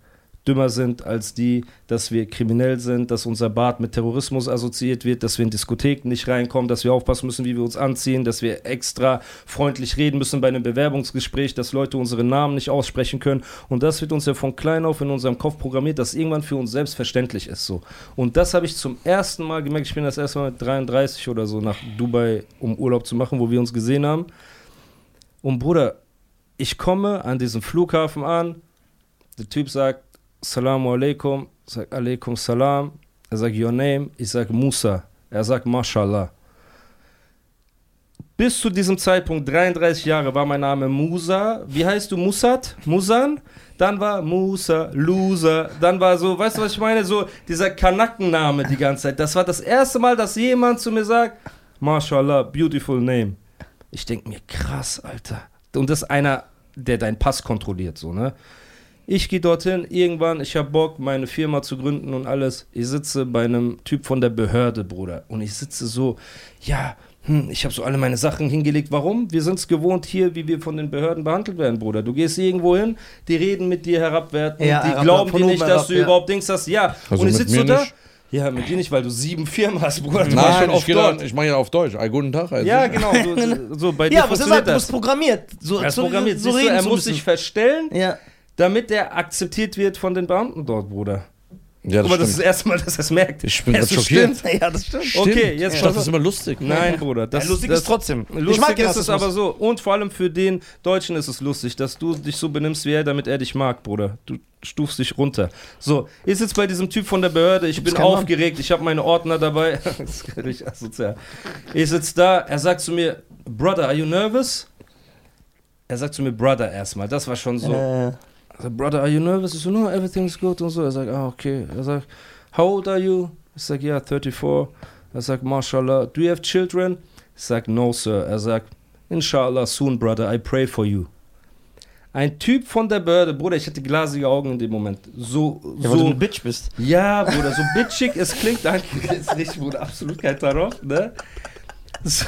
[SPEAKER 3] dümmer sind als die, dass wir kriminell sind, dass unser Bart mit Terrorismus assoziiert wird, dass wir in Diskotheken nicht reinkommen, dass wir aufpassen müssen, wie wir uns anziehen, dass wir extra freundlich reden müssen bei einem Bewerbungsgespräch, dass Leute unsere Namen nicht aussprechen können. Und das wird uns ja von klein auf in unserem Kopf programmiert, dass irgendwann für uns selbstverständlich ist so. Und das habe ich zum ersten Mal gemerkt. Ich bin das erste Mal mit 33 oder so nach Dubai, um Urlaub zu machen, wo wir uns gesehen haben. Und Bruder, ich komme an diesem Flughafen an. Der Typ sagt, Salamu alaikum. Sag alaikum salam. Er sagt, your name. Ich sag, Musa. Er sagt, Mashallah. Bis zu diesem Zeitpunkt, 33 Jahre, war mein Name Musa. Wie heißt du? Musat? Musan? Dann war Musa, Loser. Dann war so, weißt du, was ich meine? So dieser Kanackenname die ganze Zeit. Das war das erste Mal, dass jemand zu mir sagt, Mashallah, beautiful name. Ich denke mir, krass, Alter. Und das ist einer, der deinen Pass kontrolliert, so, ne? Ich gehe dorthin, irgendwann, ich habe Bock, meine Firma zu gründen und alles. Ich sitze bei einem Typ von der Behörde, Bruder. Und ich sitze so, ja, hm, ich habe so alle meine Sachen hingelegt. Warum? Wir sind es gewohnt hier, wie wir von den Behörden behandelt werden, Bruder. Du gehst irgendwo hin, die reden mit dir herabwerten,
[SPEAKER 2] Ja,
[SPEAKER 3] die
[SPEAKER 2] herab-
[SPEAKER 3] glauben
[SPEAKER 2] von
[SPEAKER 3] dir
[SPEAKER 2] oben
[SPEAKER 3] nicht,
[SPEAKER 2] herab,
[SPEAKER 3] dass du
[SPEAKER 2] ja.
[SPEAKER 3] überhaupt Dings hast. Ja,
[SPEAKER 1] Also
[SPEAKER 3] und jetzt
[SPEAKER 1] mit
[SPEAKER 3] sitzt du
[SPEAKER 1] mir
[SPEAKER 3] da.
[SPEAKER 1] nicht.
[SPEAKER 3] Ja, mit dir nicht, weil du sieben Firmen hast, Bruder. Du warst
[SPEAKER 1] Nein,
[SPEAKER 3] schon
[SPEAKER 1] ich,
[SPEAKER 3] oft
[SPEAKER 1] geh
[SPEAKER 3] dort.
[SPEAKER 1] dann, ich mache ja auf Deutsch. Ey, guten Tag. also. ey,
[SPEAKER 3] Ja,
[SPEAKER 1] sicher.
[SPEAKER 3] genau. So, so bei dir
[SPEAKER 2] Ja, aber das ist
[SPEAKER 3] funktioniert
[SPEAKER 2] halt, du bist
[SPEAKER 3] das.
[SPEAKER 2] programmiert. So,
[SPEAKER 3] Er ist
[SPEAKER 2] so,
[SPEAKER 3] programmiert.
[SPEAKER 2] so
[SPEAKER 3] Siehst du,
[SPEAKER 2] reden
[SPEAKER 3] er
[SPEAKER 2] zu
[SPEAKER 3] muss
[SPEAKER 2] müssen.
[SPEAKER 3] sich verstellen,
[SPEAKER 2] Ja.
[SPEAKER 3] damit er akzeptiert wird von den Beamten dort, Bruder.
[SPEAKER 1] Ja, das
[SPEAKER 3] Aber das ist
[SPEAKER 1] stimmt.
[SPEAKER 3] das erste Mal, dass er es merkt.
[SPEAKER 1] Ich bin
[SPEAKER 3] Es
[SPEAKER 1] grad schockiert.
[SPEAKER 3] stimmt.
[SPEAKER 2] ja, das stimmt.
[SPEAKER 1] Stimmt.
[SPEAKER 3] Okay, jetzt
[SPEAKER 1] ich
[SPEAKER 3] pass
[SPEAKER 1] dachte, das ist
[SPEAKER 3] auf.
[SPEAKER 1] immer lustig.
[SPEAKER 3] Nein, Bruder. Das,
[SPEAKER 2] Ja, lustig
[SPEAKER 3] das,
[SPEAKER 2] ist trotzdem.
[SPEAKER 3] Lustig
[SPEAKER 2] ich mag den
[SPEAKER 3] ist es
[SPEAKER 2] Rassismus.
[SPEAKER 3] aber so. Und vor allem für den Deutschen ist es lustig, dass du dich so benimmst wie er, damit er dich mag, Bruder. Du stufst dich runter. So, ist jetzt bei diesem Typ von der Behörde, ich bin
[SPEAKER 2] keinen Namen.
[SPEAKER 3] aufgeregt, ich habe meine Ordner dabei. das ist richtig asozial. Ich sitze da, er sagt zu mir, Brother, are you nervous? Er sagt zu mir, Brother, erstmal. Das war schon so.
[SPEAKER 2] Äh,
[SPEAKER 3] I said, brother, are you nervous? He said, no, everything's good. Und so. Er sagt, ah, okay. Er sagt, how old are you? Ich sag, yeah, 34. Er sagt, mashallah, do you have children? Ich sag, no, sir. Er sagt, inshallah, soon, brother, I pray for you. Ein Typ von der Behörde, Bruder, ich hatte glasige Augen in dem Moment. So,
[SPEAKER 2] ja, weil du
[SPEAKER 3] so
[SPEAKER 2] ein Bitch bist.
[SPEAKER 3] ja, Bruder, so bitchig es klingt, danke, ist nicht, Bruder, absolut kein Tarot, ne? So,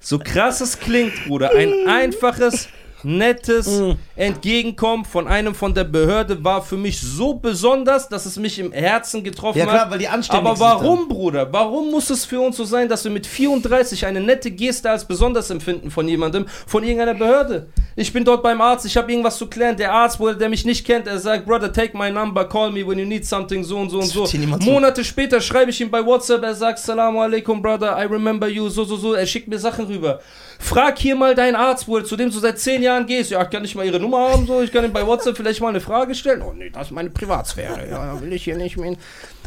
[SPEAKER 3] so krass es klingt, Bruder, ein einfaches, nettes
[SPEAKER 2] Mm.
[SPEAKER 3] Entgegenkommen von einem von der Behörde war für mich so besonders, dass es mich im Herzen getroffen
[SPEAKER 2] Ja,
[SPEAKER 3] hat.
[SPEAKER 2] klar, weil die anständig
[SPEAKER 3] Aber
[SPEAKER 2] sind dann.
[SPEAKER 3] warum, Bruder? Warum muss es für uns so sein, dass wir mit 34 eine nette Geste als besonders empfinden von jemandem, von irgendeiner Behörde? Ich bin dort beim Arzt, ich habe irgendwas zu klären. Der Arzt, Bruder, der mich nicht kennt, er sagt, Brother, take my number, call me when you need something, so und so und so.
[SPEAKER 2] zieht niemand zu.
[SPEAKER 3] Monate später schreibe ich ihm bei WhatsApp, er sagt, Salamu alaikum, Brother, I remember you, so, so, so. Er schickt mir Sachen rüber. Frag hier mal deinen Arzt, Bruder, zu dem du seit 10 Jahren gehst. Ja, kann ich mal ihre Nummer haben, so, ich kann ihm bei WhatsApp vielleicht mal eine Frage stellen. Oh, nee, das ist meine Privatsphäre, ja, will ich hier nicht mehr. hin.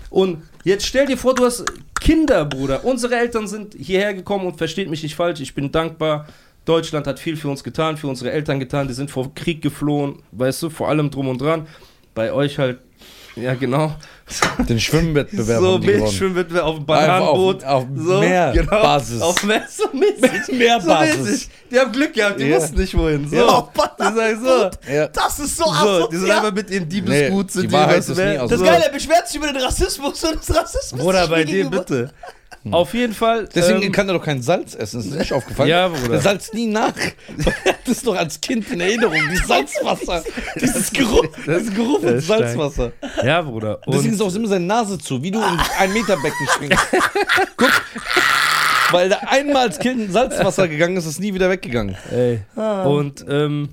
[SPEAKER 3] Und jetzt stell dir vor, du hast Kinder, Bruder. Unsere Eltern sind hierher gekommen und versteht mich nicht falsch. Ich bin dankbar. Deutschland hat viel für uns getan, für unsere Eltern getan. Die sind vor Krieg geflohen, weißt du, vor allem drum und dran. Bei euch halt, ja genau.
[SPEAKER 1] Den Schwimmwettbewerb
[SPEAKER 3] so
[SPEAKER 1] haben die gewonnen.
[SPEAKER 3] Milchschwimmen wird auf dem
[SPEAKER 1] Einfach auf,
[SPEAKER 3] Bananenboot.
[SPEAKER 1] auf
[SPEAKER 3] so, genau.
[SPEAKER 1] mehr Basis.
[SPEAKER 3] Auf mehr, so mäßig.
[SPEAKER 1] mehr
[SPEAKER 3] So mäßig. Die haben Glück gehabt, die
[SPEAKER 1] Ja.
[SPEAKER 3] wussten nicht wohin. So.
[SPEAKER 1] Ja.
[SPEAKER 2] Oh,
[SPEAKER 3] die sagen so.
[SPEAKER 1] Ja.
[SPEAKER 2] Das ist so
[SPEAKER 3] So, die sind
[SPEAKER 2] asozial.
[SPEAKER 3] einfach mit ihrem
[SPEAKER 1] Nee,
[SPEAKER 3] Diebesgut. sind
[SPEAKER 1] die Wahrheit
[SPEAKER 3] was
[SPEAKER 1] ist
[SPEAKER 3] wert.
[SPEAKER 1] nie aus-
[SPEAKER 2] Das
[SPEAKER 1] So.
[SPEAKER 2] Geile, er beschwert sich über den Rassismus und das Rassismus.
[SPEAKER 3] Bruder, bei dir bitte. Hm. Auf jeden Fall.
[SPEAKER 1] Deswegen
[SPEAKER 3] ähm,
[SPEAKER 1] kann er doch kein Salz essen, ist dir nicht aufgefallen?
[SPEAKER 3] Ja, Bruder.
[SPEAKER 1] Der salzt nie nach. Das ist doch als Kind in Erinnerung, dieses Salzwasser. Dieses Geruch, dieses Geruch von
[SPEAKER 3] das ist stark.
[SPEAKER 1] Salzwasser.
[SPEAKER 3] Ja, Bruder.
[SPEAKER 1] Deswegen
[SPEAKER 3] Und
[SPEAKER 1] ist auch immer seine Nase zu, wie du in ein Meter Becken springst. Guck. Weil da einmal als Kind in Salzwasser gegangen ist, ist nie wieder weggegangen.
[SPEAKER 3] Ey.
[SPEAKER 2] Ah.
[SPEAKER 3] Und, ähm.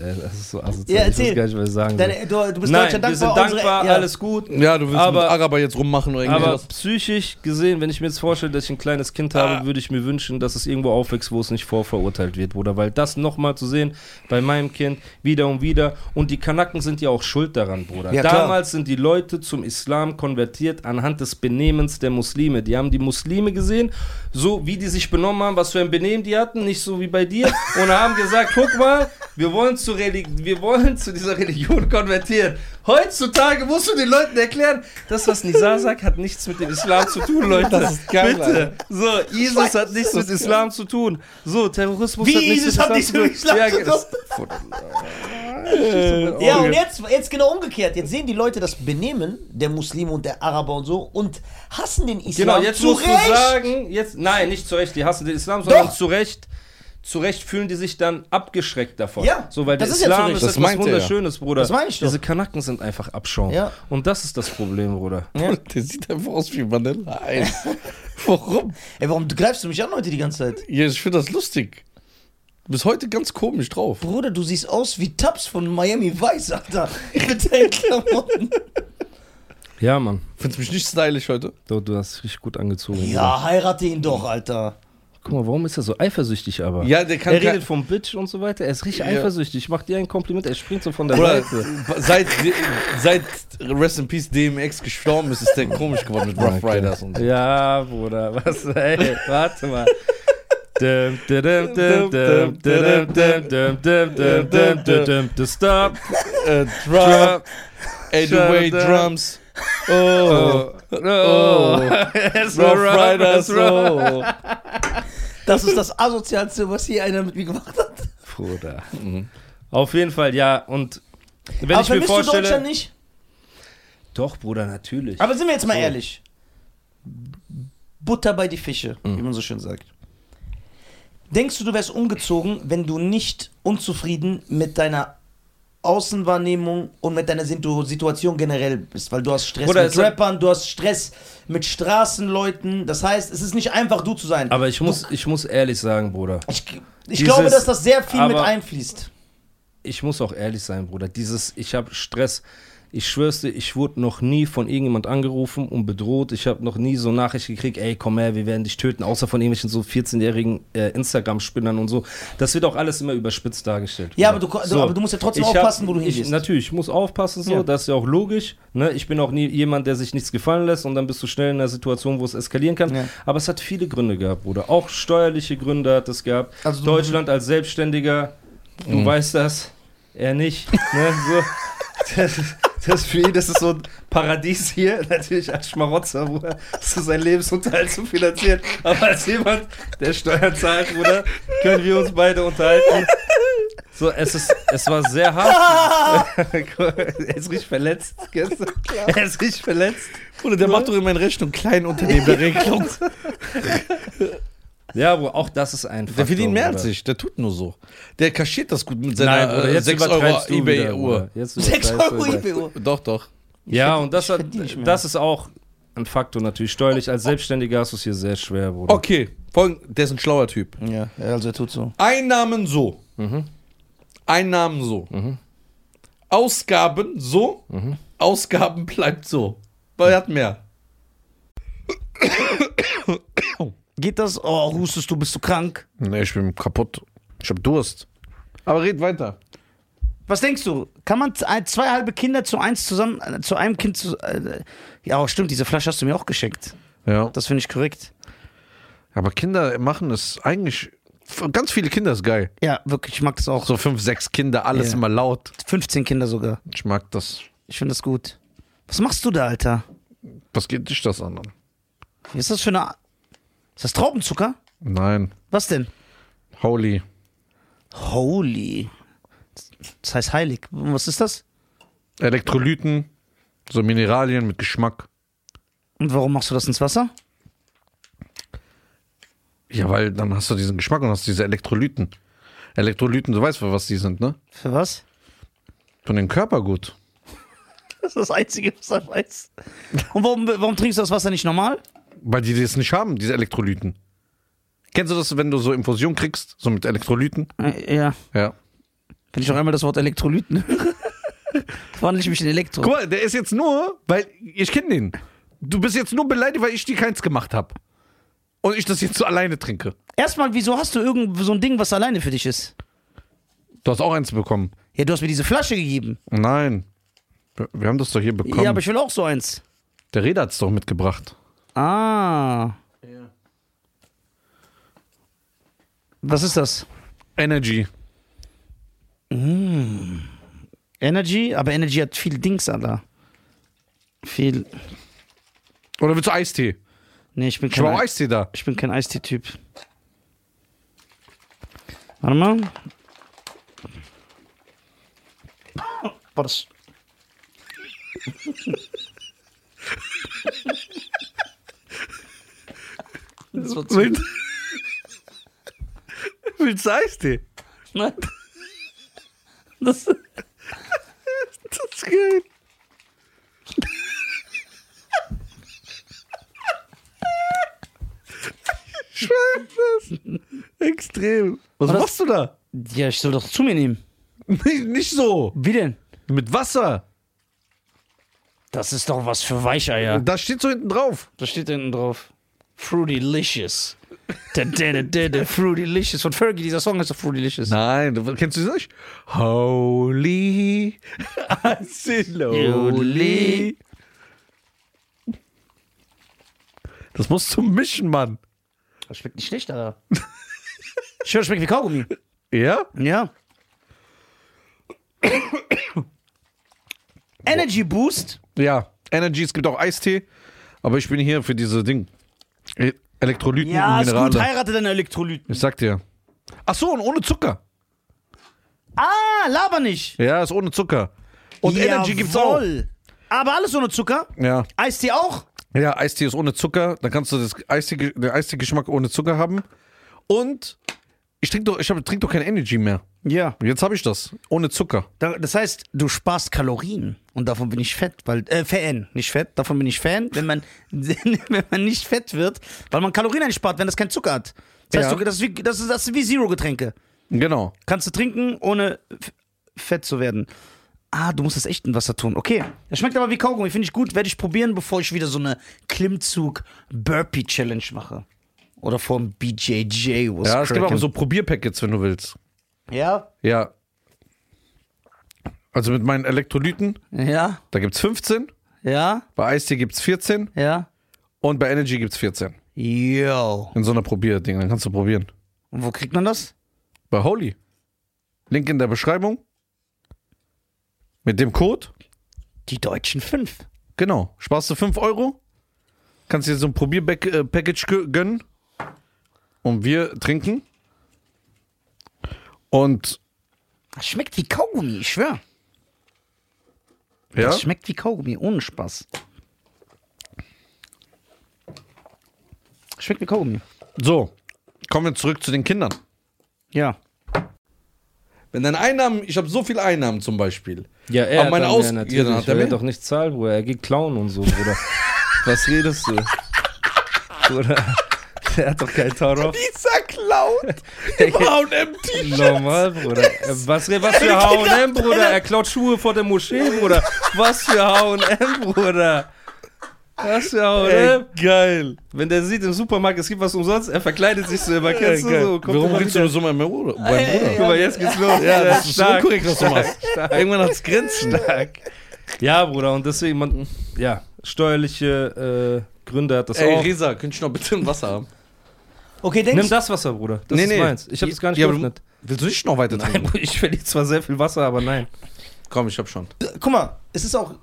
[SPEAKER 3] Äh, das ist so asozial.
[SPEAKER 2] Ja,
[SPEAKER 3] Ich
[SPEAKER 2] erzähl.
[SPEAKER 3] weiß gar nicht, was ich sagen soll.
[SPEAKER 2] Deine, du, du bist
[SPEAKER 3] Nein,
[SPEAKER 2] Deutschland dankbar.
[SPEAKER 3] wir sind
[SPEAKER 2] unsere-
[SPEAKER 3] dankbar,
[SPEAKER 2] ja.
[SPEAKER 3] alles gut.
[SPEAKER 1] Ja, du willst
[SPEAKER 3] Aber-
[SPEAKER 1] mit Araber jetzt rummachen oder
[SPEAKER 3] Aber
[SPEAKER 1] irgendwas.
[SPEAKER 3] psychisch gesehen, wenn ich mir jetzt vorstelle, dass ich ein kleines Kind
[SPEAKER 2] Ah.
[SPEAKER 3] habe, würde ich mir wünschen, dass es irgendwo aufwächst, wo es nicht vorverurteilt wird, Bruder. Weil das nochmal zu sehen, bei meinem Kind, wieder und wieder. Und die Kanaken sind ja auch schuld daran, Bruder.
[SPEAKER 2] Ja, klar.
[SPEAKER 3] Damals sind die Leute zum Islam konvertiert anhand des Benehmens der Muslime. Die haben die Muslime gesehen, so wie die sich benommen haben, was für ein Benehmen die hatten, nicht so wie bei dir. und haben gesagt, guck mal, wir wollen, zu Reli- wir wollen zu dieser Religion konvertieren. Heutzutage musst du den Leuten erklären, das, was Nizar sagt, hat nichts mit dem Islam zu tun, Leute.
[SPEAKER 1] Das ist geil,
[SPEAKER 3] Bitte. So, ISIS hat nichts mit Islam zu tun. So, Terrorismus
[SPEAKER 2] Wie
[SPEAKER 3] hat nichts
[SPEAKER 2] ISIS hat nichts mit Islam
[SPEAKER 3] Ja,
[SPEAKER 2] zu
[SPEAKER 3] ge-
[SPEAKER 2] Ja, und jetzt, jetzt genau umgekehrt. Jetzt sehen die Leute das Benehmen der Muslime und der Araber und so und hassen den Islam.
[SPEAKER 3] Genau, jetzt
[SPEAKER 2] zu
[SPEAKER 3] musst
[SPEAKER 2] Recht.
[SPEAKER 3] du sagen, jetzt, nein, nicht zu Recht, die hassen den Islam, sondern
[SPEAKER 2] Doch.
[SPEAKER 3] zu Recht, zu Recht fühlen die sich dann abgeschreckt davon.
[SPEAKER 2] Ja,
[SPEAKER 3] so, weil
[SPEAKER 2] das
[SPEAKER 3] der
[SPEAKER 2] ist ja zu
[SPEAKER 3] Islam
[SPEAKER 2] Recht.
[SPEAKER 3] ist
[SPEAKER 1] Das
[SPEAKER 3] etwas
[SPEAKER 1] meint er ja.
[SPEAKER 3] Wunderschönes, Bruder.
[SPEAKER 2] Das meine ich doch.
[SPEAKER 3] Diese Kanaken sind einfach Abschaum.
[SPEAKER 2] Ja.
[SPEAKER 3] Und das ist das Problem, Bruder.
[SPEAKER 1] Der sieht einfach aus wie Vanilleeis. Warum?
[SPEAKER 2] Ey, warum greifst du mich an heute die ganze Zeit?
[SPEAKER 1] Ja, ich finde das lustig. Du bist heute ganz komisch drauf.
[SPEAKER 2] Bruder, du siehst aus wie Tabs von Miami Vice, Alter. Mit deinen Klamotten.
[SPEAKER 3] Ja, Mann.
[SPEAKER 1] Findest mich nicht stylisch heute?
[SPEAKER 3] Du, du hast richtig gut angezogen. Bruder.
[SPEAKER 2] Ja, heirate ihn doch, Alter.
[SPEAKER 3] Guck mal, warum ist er so eifersüchtig aber?
[SPEAKER 1] Ja, der kann
[SPEAKER 3] er
[SPEAKER 1] kein-
[SPEAKER 3] redet vom Bitch und so weiter. Er ist
[SPEAKER 1] Ja.
[SPEAKER 3] richtig eifersüchtig. Macht dir ein Kompliment. Er springt so von der
[SPEAKER 1] Oder
[SPEAKER 3] Seite.
[SPEAKER 1] seit, seit Rest in Peace DMX gestorben ist, ist der komisch geworden mit Rough Riders und so.
[SPEAKER 3] Ja, Bruder, was, ey, warte mal. Dum, dum, dum, dum, dum, dum, dum, dum, dum, dum, dum, dum, dum, dum, Stop.
[SPEAKER 1] Äh, Drum,
[SPEAKER 3] Drop.
[SPEAKER 1] Eight Way Drums,
[SPEAKER 3] Oh. Oh. Es war
[SPEAKER 1] Rough
[SPEAKER 3] rough,
[SPEAKER 1] Riders,
[SPEAKER 3] es war-
[SPEAKER 1] oh.
[SPEAKER 2] Das ist das Asozialste, was hier einer mit mir gemacht hat.
[SPEAKER 3] Bruder. Auf jeden Fall, ja. Und wenn ich mir
[SPEAKER 2] vermisst du Deutschland
[SPEAKER 3] vorstelle.
[SPEAKER 2] nicht?
[SPEAKER 3] Doch, Bruder, natürlich.
[SPEAKER 2] Aber sind wir jetzt mal ehrlich. Butter bei die Fische,
[SPEAKER 3] Mhm.
[SPEAKER 2] wie man so schön sagt. Denkst du, du wärst ungezogen, wenn du nicht unzufrieden mit deiner Außenwahrnehmung und mit deiner Sintu- Situation generell bist? Weil du hast Stress
[SPEAKER 3] Bruder,
[SPEAKER 2] mit
[SPEAKER 3] es hat-
[SPEAKER 2] Rappern, du hast Stress mit Straßenleuten. Das heißt, es ist nicht einfach, du zu sein.
[SPEAKER 3] Aber ich muss, ich muss ehrlich sagen, Bruder.
[SPEAKER 2] ich ich
[SPEAKER 3] dieses-
[SPEAKER 2] glaube, dass das sehr viel mit
[SPEAKER 3] aber-
[SPEAKER 2] einfließt.
[SPEAKER 3] Ich muss auch ehrlich sein, Bruder. Dieses, ich habe Stress. Ich schwör's dir, ich wurde noch nie von irgendjemand angerufen und bedroht. Ich habe noch nie so Nachricht gekriegt, ey, komm her, wir werden dich töten, außer von irgendwelchen so 14-jährigen äh, Instagram-Spinnern und so. Das wird auch alles immer überspitzt dargestellt.
[SPEAKER 2] Ja,
[SPEAKER 3] Bruder.
[SPEAKER 2] aber du ko- aber du musst ja trotzdem aufpassen, wo du
[SPEAKER 3] ich,
[SPEAKER 2] hingehst.
[SPEAKER 3] Natürlich, ich muss aufpassen, so,
[SPEAKER 2] Ja.
[SPEAKER 3] das ist ja auch logisch. Ne? Ich bin auch nie jemand, der sich nichts gefallen lässt und dann bist du schnell in einer Situation, wo es eskalieren kann.
[SPEAKER 2] Ja.
[SPEAKER 3] Aber es hat viele Gründe gehabt, Bruder. Auch steuerliche Gründe hat es gehabt.
[SPEAKER 2] Also du- Mhm.
[SPEAKER 3] Deutschland als Selbstständiger, du weißt das, er nicht. Ne? So. Das, das für ihn, das ist so ein Paradies hier, natürlich als Schmarotzer, Bruder, so sein Lebensunterhalt zu finanzieren. Aber als jemand, der Steuern zahlt, Bruder, können wir uns beide unterhalten. So, es, ist, es war sehr hart. er ist richtig verletzt. kennst du? Er ist richtig verletzt.
[SPEAKER 1] Bruder, der macht doch in meinen Rechnung Kleinunternehmerregelung.
[SPEAKER 3] Ja, Bro, auch das ist ein
[SPEAKER 1] Der
[SPEAKER 3] Faktor,
[SPEAKER 1] verdient mehr als
[SPEAKER 3] Bruder.
[SPEAKER 1] ich, der tut nur so. Der kaschiert das gut mit
[SPEAKER 3] Nein,
[SPEAKER 1] seiner
[SPEAKER 3] Bruder,
[SPEAKER 1] äh,
[SPEAKER 3] jetzt
[SPEAKER 1] 6 Euro
[SPEAKER 3] übertreibst du wieder, Bruder.
[SPEAKER 1] eBay-Uhr.
[SPEAKER 3] Jetzt
[SPEAKER 2] 6
[SPEAKER 3] übertreibst du
[SPEAKER 2] Euro
[SPEAKER 3] wieder.
[SPEAKER 2] IPO.
[SPEAKER 1] Doch, doch.
[SPEAKER 3] Ja,
[SPEAKER 2] verdien-
[SPEAKER 3] und das,
[SPEAKER 2] ich
[SPEAKER 3] hat,
[SPEAKER 2] verdien nicht mehr.
[SPEAKER 3] das ist auch ein Faktor natürlich. Steuerlich als Selbstständiger hast du es hier sehr schwer, Bruder.
[SPEAKER 1] Okay, folgend, der ist ein schlauer Typ.
[SPEAKER 2] Ja, also er tut so.
[SPEAKER 1] Einnahmen so.
[SPEAKER 3] Mhm.
[SPEAKER 1] Einnahmen so. Ausgaben so.
[SPEAKER 3] Mhm.
[SPEAKER 1] Ausgaben bleibt so. Weil er hat mehr.
[SPEAKER 4] Geht das? Oh, hustest du, bist du krank?
[SPEAKER 5] Nee, ich bin kaputt. Ich hab Durst. Aber red weiter.
[SPEAKER 4] Was denkst du? Kann man z- ein- zwei halbe Kinder zu eins zusammen, äh, zu einem Kind zu. Äh, ja, stimmt, diese Flasche hast du mir auch geschenkt.
[SPEAKER 5] Ja.
[SPEAKER 4] Das finde ich korrekt.
[SPEAKER 5] Aber Kinder machen es eigentlich. Ganz viele Kinder ist geil.
[SPEAKER 4] Ja, wirklich, ich mag das auch.
[SPEAKER 5] So fünf, sechs Kinder, alles
[SPEAKER 4] Ja.
[SPEAKER 5] immer laut.
[SPEAKER 4] 15 Kinder sogar.
[SPEAKER 5] Ich mag das.
[SPEAKER 4] Ich finde das gut. Was machst du da, Alter?
[SPEAKER 5] Was geht dich das an?
[SPEAKER 4] Was ist das für eine. Ist das Traubenzucker?
[SPEAKER 5] Nein.
[SPEAKER 4] Was denn?
[SPEAKER 5] Holy.
[SPEAKER 4] Holy. Das heißt heilig. Was ist das?
[SPEAKER 5] Elektrolyten, so Mineralien mit Geschmack.
[SPEAKER 4] Und warum machst du das ins Wasser?
[SPEAKER 5] Ja, weil dann hast du diesen Geschmack und hast diese Elektrolyten. Elektrolyten, du weißt, für was die sind, ne?
[SPEAKER 4] Für was?
[SPEAKER 5] Von den Körper gut.
[SPEAKER 4] Das ist das Einzige, was er weiß. Und warum, warum trinkst du das Wasser nicht normal?
[SPEAKER 5] Weil die das nicht haben, diese Elektrolyten. Kennst du das, wenn du so Infusion kriegst, so mit Elektrolyten?
[SPEAKER 4] Äh, Ja.
[SPEAKER 5] Ja.
[SPEAKER 4] Wenn ich noch einmal das Wort Elektrolyten höre, wandle ich mich in Elektro.
[SPEAKER 5] Guck mal, der ist jetzt nur, weil ich kenne den. Du bist jetzt nur beleidigt, weil ich dir keins gemacht habe. Und ich das jetzt so alleine trinke.
[SPEAKER 4] Erstmal, wieso hast du irgend so ein Ding, was alleine für dich ist?
[SPEAKER 5] Du hast auch eins bekommen.
[SPEAKER 4] Ja, du hast mir diese Flasche gegeben.
[SPEAKER 5] Nein. Wir- Wir haben das doch hier bekommen.
[SPEAKER 4] Ja, aber ich will auch so eins.
[SPEAKER 5] der Reda hat es doch mitgebracht.
[SPEAKER 4] Ah. Was ist das?
[SPEAKER 5] Energy.
[SPEAKER 4] Energy? Aber Energy hat viel Dings, Alter. Viel.
[SPEAKER 5] Oder willst du Eistee?
[SPEAKER 4] Nee, ich bin
[SPEAKER 5] Ich war auch
[SPEAKER 4] kein,
[SPEAKER 5] Eistee da.
[SPEAKER 4] ich bin kein Eistee-Typ. Warte mal. Boah, das
[SPEAKER 5] Willst, willst du Eistee?
[SPEAKER 4] Nein. Das,
[SPEAKER 5] Das ist geil. Ich weiß das. Extrem. Was
[SPEAKER 4] das-
[SPEAKER 5] machst du da?
[SPEAKER 4] ja, ich soll doch zu mir nehmen.
[SPEAKER 5] Nicht, nicht so.
[SPEAKER 4] Wie denn?
[SPEAKER 5] Mit Wasser.
[SPEAKER 4] Das ist doch was für Weicheier.
[SPEAKER 5] Da steht so hinten drauf.
[SPEAKER 4] Da steht hinten drauf. Fruitylicious. Der, der, der, der, der Fruitylicious. Von Fergie, dieser Song heißt doch Fruitylicious.
[SPEAKER 5] Nein, du- kennst du das nicht? Holy. Holy. Das musst du mischen, Mann.
[SPEAKER 4] Das schmeckt nicht schlecht, Alter. Ich höre, das schmeckt wie Kaugummi.
[SPEAKER 5] Ja?
[SPEAKER 4] Ja. Energy Boost.
[SPEAKER 5] Ja. Energy, es gibt auch Eistee. Aber ich bin hier für diese Ding. E- Elektrolyten
[SPEAKER 4] Ja,
[SPEAKER 5] und
[SPEAKER 4] ist gut.
[SPEAKER 5] Minerale.
[SPEAKER 4] Heirate deine Elektrolyten.
[SPEAKER 5] Ich sag dir. Ach so, und ohne Zucker.
[SPEAKER 4] Ah, laber nicht.
[SPEAKER 5] Ja, ist ohne Zucker. Und Energy gibt's auch.
[SPEAKER 4] Jawohl. Aber alles ohne Zucker.
[SPEAKER 5] Ja.
[SPEAKER 4] Eistee auch.
[SPEAKER 1] Ja, Eistee ist ohne Zucker. Dann kannst du das Eistee, den Eistee-Geschmack ohne Zucker haben. Und ich trinke doch, ich hab- trink doch kein Energy mehr.
[SPEAKER 4] Ja.
[SPEAKER 1] Jetzt habe ich das. Ohne Zucker.
[SPEAKER 4] Da- Das heißt, du sparst Kalorien und davon bin ich fett, weil äh, Fan, nicht fett, davon bin ich Fan, wenn man wenn man nicht fett wird, weil man Kalorien einspart, wenn das kein Zucker hat. Das heißt,
[SPEAKER 1] Ja.
[SPEAKER 4] du, das, ist wie, das, ist, das ist wie Zero Getränke.
[SPEAKER 1] Genau.
[SPEAKER 4] Kannst du trinken, ohne f- fett zu werden. Ah, du musst das echt in Wasser tun. Okay. Das schmeckt aber wie Kaugummi. Finde ich gut. Werde ich probieren, bevor ich wieder so eine Klimmzug-Burpee-Challenge mache. Oder vom BJJ. was
[SPEAKER 1] Ja, es gibt
[SPEAKER 4] cracken.
[SPEAKER 1] aber so Probierpackets, wenn du willst.
[SPEAKER 4] Ja?
[SPEAKER 1] Ja. Also mit meinen Elektrolyten,
[SPEAKER 4] Ja?
[SPEAKER 1] da gibt's 15,
[SPEAKER 4] Ja?
[SPEAKER 1] bei Eistee gibt's 14
[SPEAKER 4] Ja?
[SPEAKER 1] und bei Energy gibt's 14.
[SPEAKER 4] Yo.
[SPEAKER 1] In so einer Probierding, dann kannst du probieren.
[SPEAKER 4] Und wo kriegt man das?
[SPEAKER 1] Bei Holy. Link in der Beschreibung. Mit dem Code,
[SPEAKER 4] Die deutschen fünf.
[SPEAKER 1] genau, sparst du 5 Euro, kannst dir so ein Probierpackage gönnen und wir trinken. Und
[SPEAKER 4] Das schmeckt wie Kaugummi, ich schwör.
[SPEAKER 1] ja,
[SPEAKER 4] Das schmeckt wie Kaugummi, ohne Spaß. Schmeckt wie Kaugummi.
[SPEAKER 1] so, kommen wir zurück zu den Kindern.
[SPEAKER 4] Ja.
[SPEAKER 1] Wenn deine Einnahmen, ich habe so viele Einnahmen zum Beispiel.
[SPEAKER 3] Ja,
[SPEAKER 1] Aber meine Aus-
[SPEAKER 3] natürlich.
[SPEAKER 1] Ja, dann hat er
[SPEAKER 3] er
[SPEAKER 1] mehr.
[SPEAKER 3] wird doch nicht zahlen, Bruder. Er geht klauen und so, Bruder. Was redest du? Bruder, der hat doch kein Tarot.
[SPEAKER 1] Dieser Clown im HM-T-Shirt.
[SPEAKER 3] Normal, Bruder. Äh, Was, re- was für H&M, Bruder? Er klaut Schuhe vor der Moschee, Bruder. Was für H&M, Bruder? Was für H&M?
[SPEAKER 1] Geil.
[SPEAKER 3] Wenn der sieht im Supermarkt, es gibt was umsonst, er verkleidet sich so immer. Kennst du so? Kommt
[SPEAKER 1] Warum
[SPEAKER 3] immer
[SPEAKER 1] redest du
[SPEAKER 3] wieder.
[SPEAKER 1] nur so mit meinem Bruder? Meinem Bruder?
[SPEAKER 3] Guck mal, jetzt geht's los. Ja,
[SPEAKER 1] Das ist so unkorrekt, was du machst. Irgendwann hat's Grenzen.
[SPEAKER 3] Ja, Bruder, und deswegen, man, ja, steuerliche äh, Gründe hat das
[SPEAKER 1] Ey,
[SPEAKER 3] auch.
[SPEAKER 1] Resa, könntest du noch bitte ein Wasser haben?
[SPEAKER 2] Okay, denkst
[SPEAKER 3] Nimm
[SPEAKER 2] du,
[SPEAKER 3] das Wasser, Bruder. Das ist meins. Ich habe das gar nicht
[SPEAKER 1] Ja, aber
[SPEAKER 3] geöffnet.
[SPEAKER 1] Willst du nicht noch weiter trinken?
[SPEAKER 3] Nein, Bruder, ich verliere zwar sehr viel Wasser, aber nein.
[SPEAKER 1] Komm, ich hab schon.
[SPEAKER 2] guck mal, es ist auch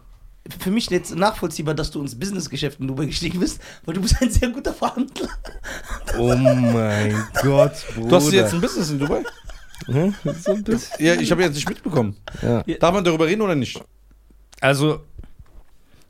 [SPEAKER 2] für mich jetzt nachvollziehbar, dass du ins Businessgeschäft in Dubai gestiegen bist, weil du bist ein sehr guter Verhandler.
[SPEAKER 3] Oh mein Gott, Bruder.
[SPEAKER 1] Du hast jetzt ein Business in Dubai?
[SPEAKER 3] Hm? So ein bisschen.
[SPEAKER 1] Ja, ich habe jetzt nicht mitbekommen.
[SPEAKER 3] Ja.
[SPEAKER 1] Darf man darüber reden oder nicht?
[SPEAKER 3] Also,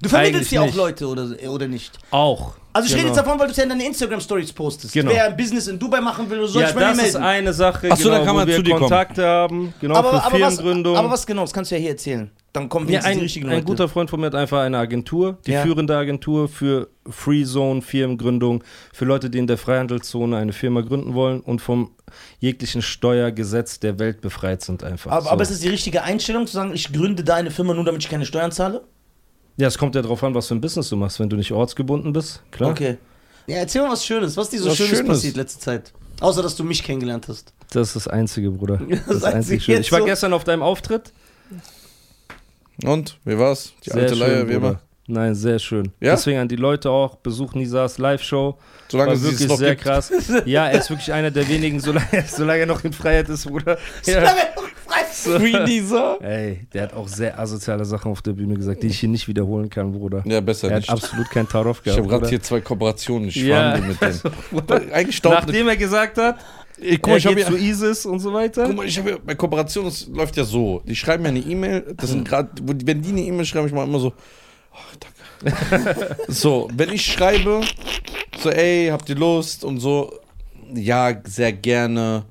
[SPEAKER 2] Du vermittelst
[SPEAKER 3] Eigentlich
[SPEAKER 2] dir auch
[SPEAKER 3] nicht.
[SPEAKER 2] Leute oder, oder nicht.
[SPEAKER 3] auch.
[SPEAKER 2] Also ich rede
[SPEAKER 3] Genau.
[SPEAKER 2] jetzt davon, weil du es ja in deine Instagram-Stories postest.
[SPEAKER 3] Genau.
[SPEAKER 2] Wer ein Business in Dubai machen will, soll
[SPEAKER 3] Ja,
[SPEAKER 2] sich bei mir
[SPEAKER 3] das ist
[SPEAKER 2] melden.
[SPEAKER 3] eine Sache,
[SPEAKER 1] Ach so,
[SPEAKER 3] genau,
[SPEAKER 1] dann kann
[SPEAKER 3] wo
[SPEAKER 1] man
[SPEAKER 3] wir
[SPEAKER 1] zu dir kommen.
[SPEAKER 3] Kontakte haben, genau,
[SPEAKER 2] aber,
[SPEAKER 3] für
[SPEAKER 2] aber, was,
[SPEAKER 3] Firmengründung.
[SPEAKER 2] aber was genau, das kannst du ja hier erzählen. Dann kommen wir
[SPEAKER 3] ja,
[SPEAKER 2] ja,
[SPEAKER 3] ein,
[SPEAKER 2] die richtigen Leute.
[SPEAKER 3] ein guter Freund von mir hat einfach eine Agentur, die
[SPEAKER 2] Ja.
[SPEAKER 3] führende Agentur für Free Zone Firmengründung, für Leute, die in der Freihandelszone eine Firma gründen wollen und vom jeglichen Steuergesetz der Welt befreit sind einfach.
[SPEAKER 2] aber,
[SPEAKER 3] so.
[SPEAKER 2] aber ist es die richtige Einstellung zu sagen, ich gründe da eine Firma nur, damit ich keine Steuern zahle?
[SPEAKER 3] ja, es kommt ja drauf an, was für ein Business du machst, wenn du nicht ortsgebunden bist, klar.
[SPEAKER 2] Okay. Ja, erzähl mal was Schönes. Was ist dir so
[SPEAKER 1] Was
[SPEAKER 2] Schönes,
[SPEAKER 1] Schönes?
[SPEAKER 2] passiert letzte Zeit? Außer, dass du mich kennengelernt hast.
[SPEAKER 3] Das ist das Einzige, Bruder. Das,
[SPEAKER 2] Das
[SPEAKER 3] ist das
[SPEAKER 2] Einzige
[SPEAKER 3] Einzige. Schöne.
[SPEAKER 2] jetzt
[SPEAKER 3] Ich war
[SPEAKER 2] so.
[SPEAKER 3] gestern auf deinem Auftritt.
[SPEAKER 1] Und? Wie war's? Die
[SPEAKER 3] Sehr
[SPEAKER 1] alte Leier,
[SPEAKER 3] schön,
[SPEAKER 1] wie immer.
[SPEAKER 3] Bruder. Nein, sehr schön.
[SPEAKER 1] Ja?
[SPEAKER 3] Deswegen an die Leute auch, besuchen Nisas Live-Show.
[SPEAKER 1] Solange
[SPEAKER 3] war
[SPEAKER 1] sie es
[SPEAKER 3] wirklich
[SPEAKER 1] noch
[SPEAKER 3] sehr
[SPEAKER 1] gibt.
[SPEAKER 3] krass. Ja, er ist wirklich einer der wenigen, solange, solange er noch in Freiheit ist, Bruder. Ja.
[SPEAKER 1] Free Lisa.
[SPEAKER 3] Ey, der hat auch sehr asoziale Sachen auf der Bühne gesagt, die ich hier nicht wiederholen kann, Bruder.
[SPEAKER 1] Ja, besser
[SPEAKER 3] Er hat
[SPEAKER 1] nicht.
[SPEAKER 3] absolut keinen Tarov
[SPEAKER 1] Ich
[SPEAKER 3] gehabt.
[SPEAKER 1] habe gerade
[SPEAKER 3] Bruder.
[SPEAKER 1] hier zwei Kooperationen, ich
[SPEAKER 3] Ja.
[SPEAKER 1] verhandle mit denen. Eigentlich staubt
[SPEAKER 3] Nachdem er gesagt hat,
[SPEAKER 1] Ich, guck, mal,
[SPEAKER 3] er
[SPEAKER 1] ich habe
[SPEAKER 3] geht
[SPEAKER 1] ja,
[SPEAKER 3] zu ISIS und so weiter.
[SPEAKER 1] guck mal, ich hab ja, bei Kooperationen das läuft ja so. Die schreiben mir eine E-Mail, das sind gerade, wenn die eine E-Mail schreiben, ich mache immer so, oh, danke. so, wenn ich schreibe, so, ey, habt ihr Lust und so, ja, sehr gerne,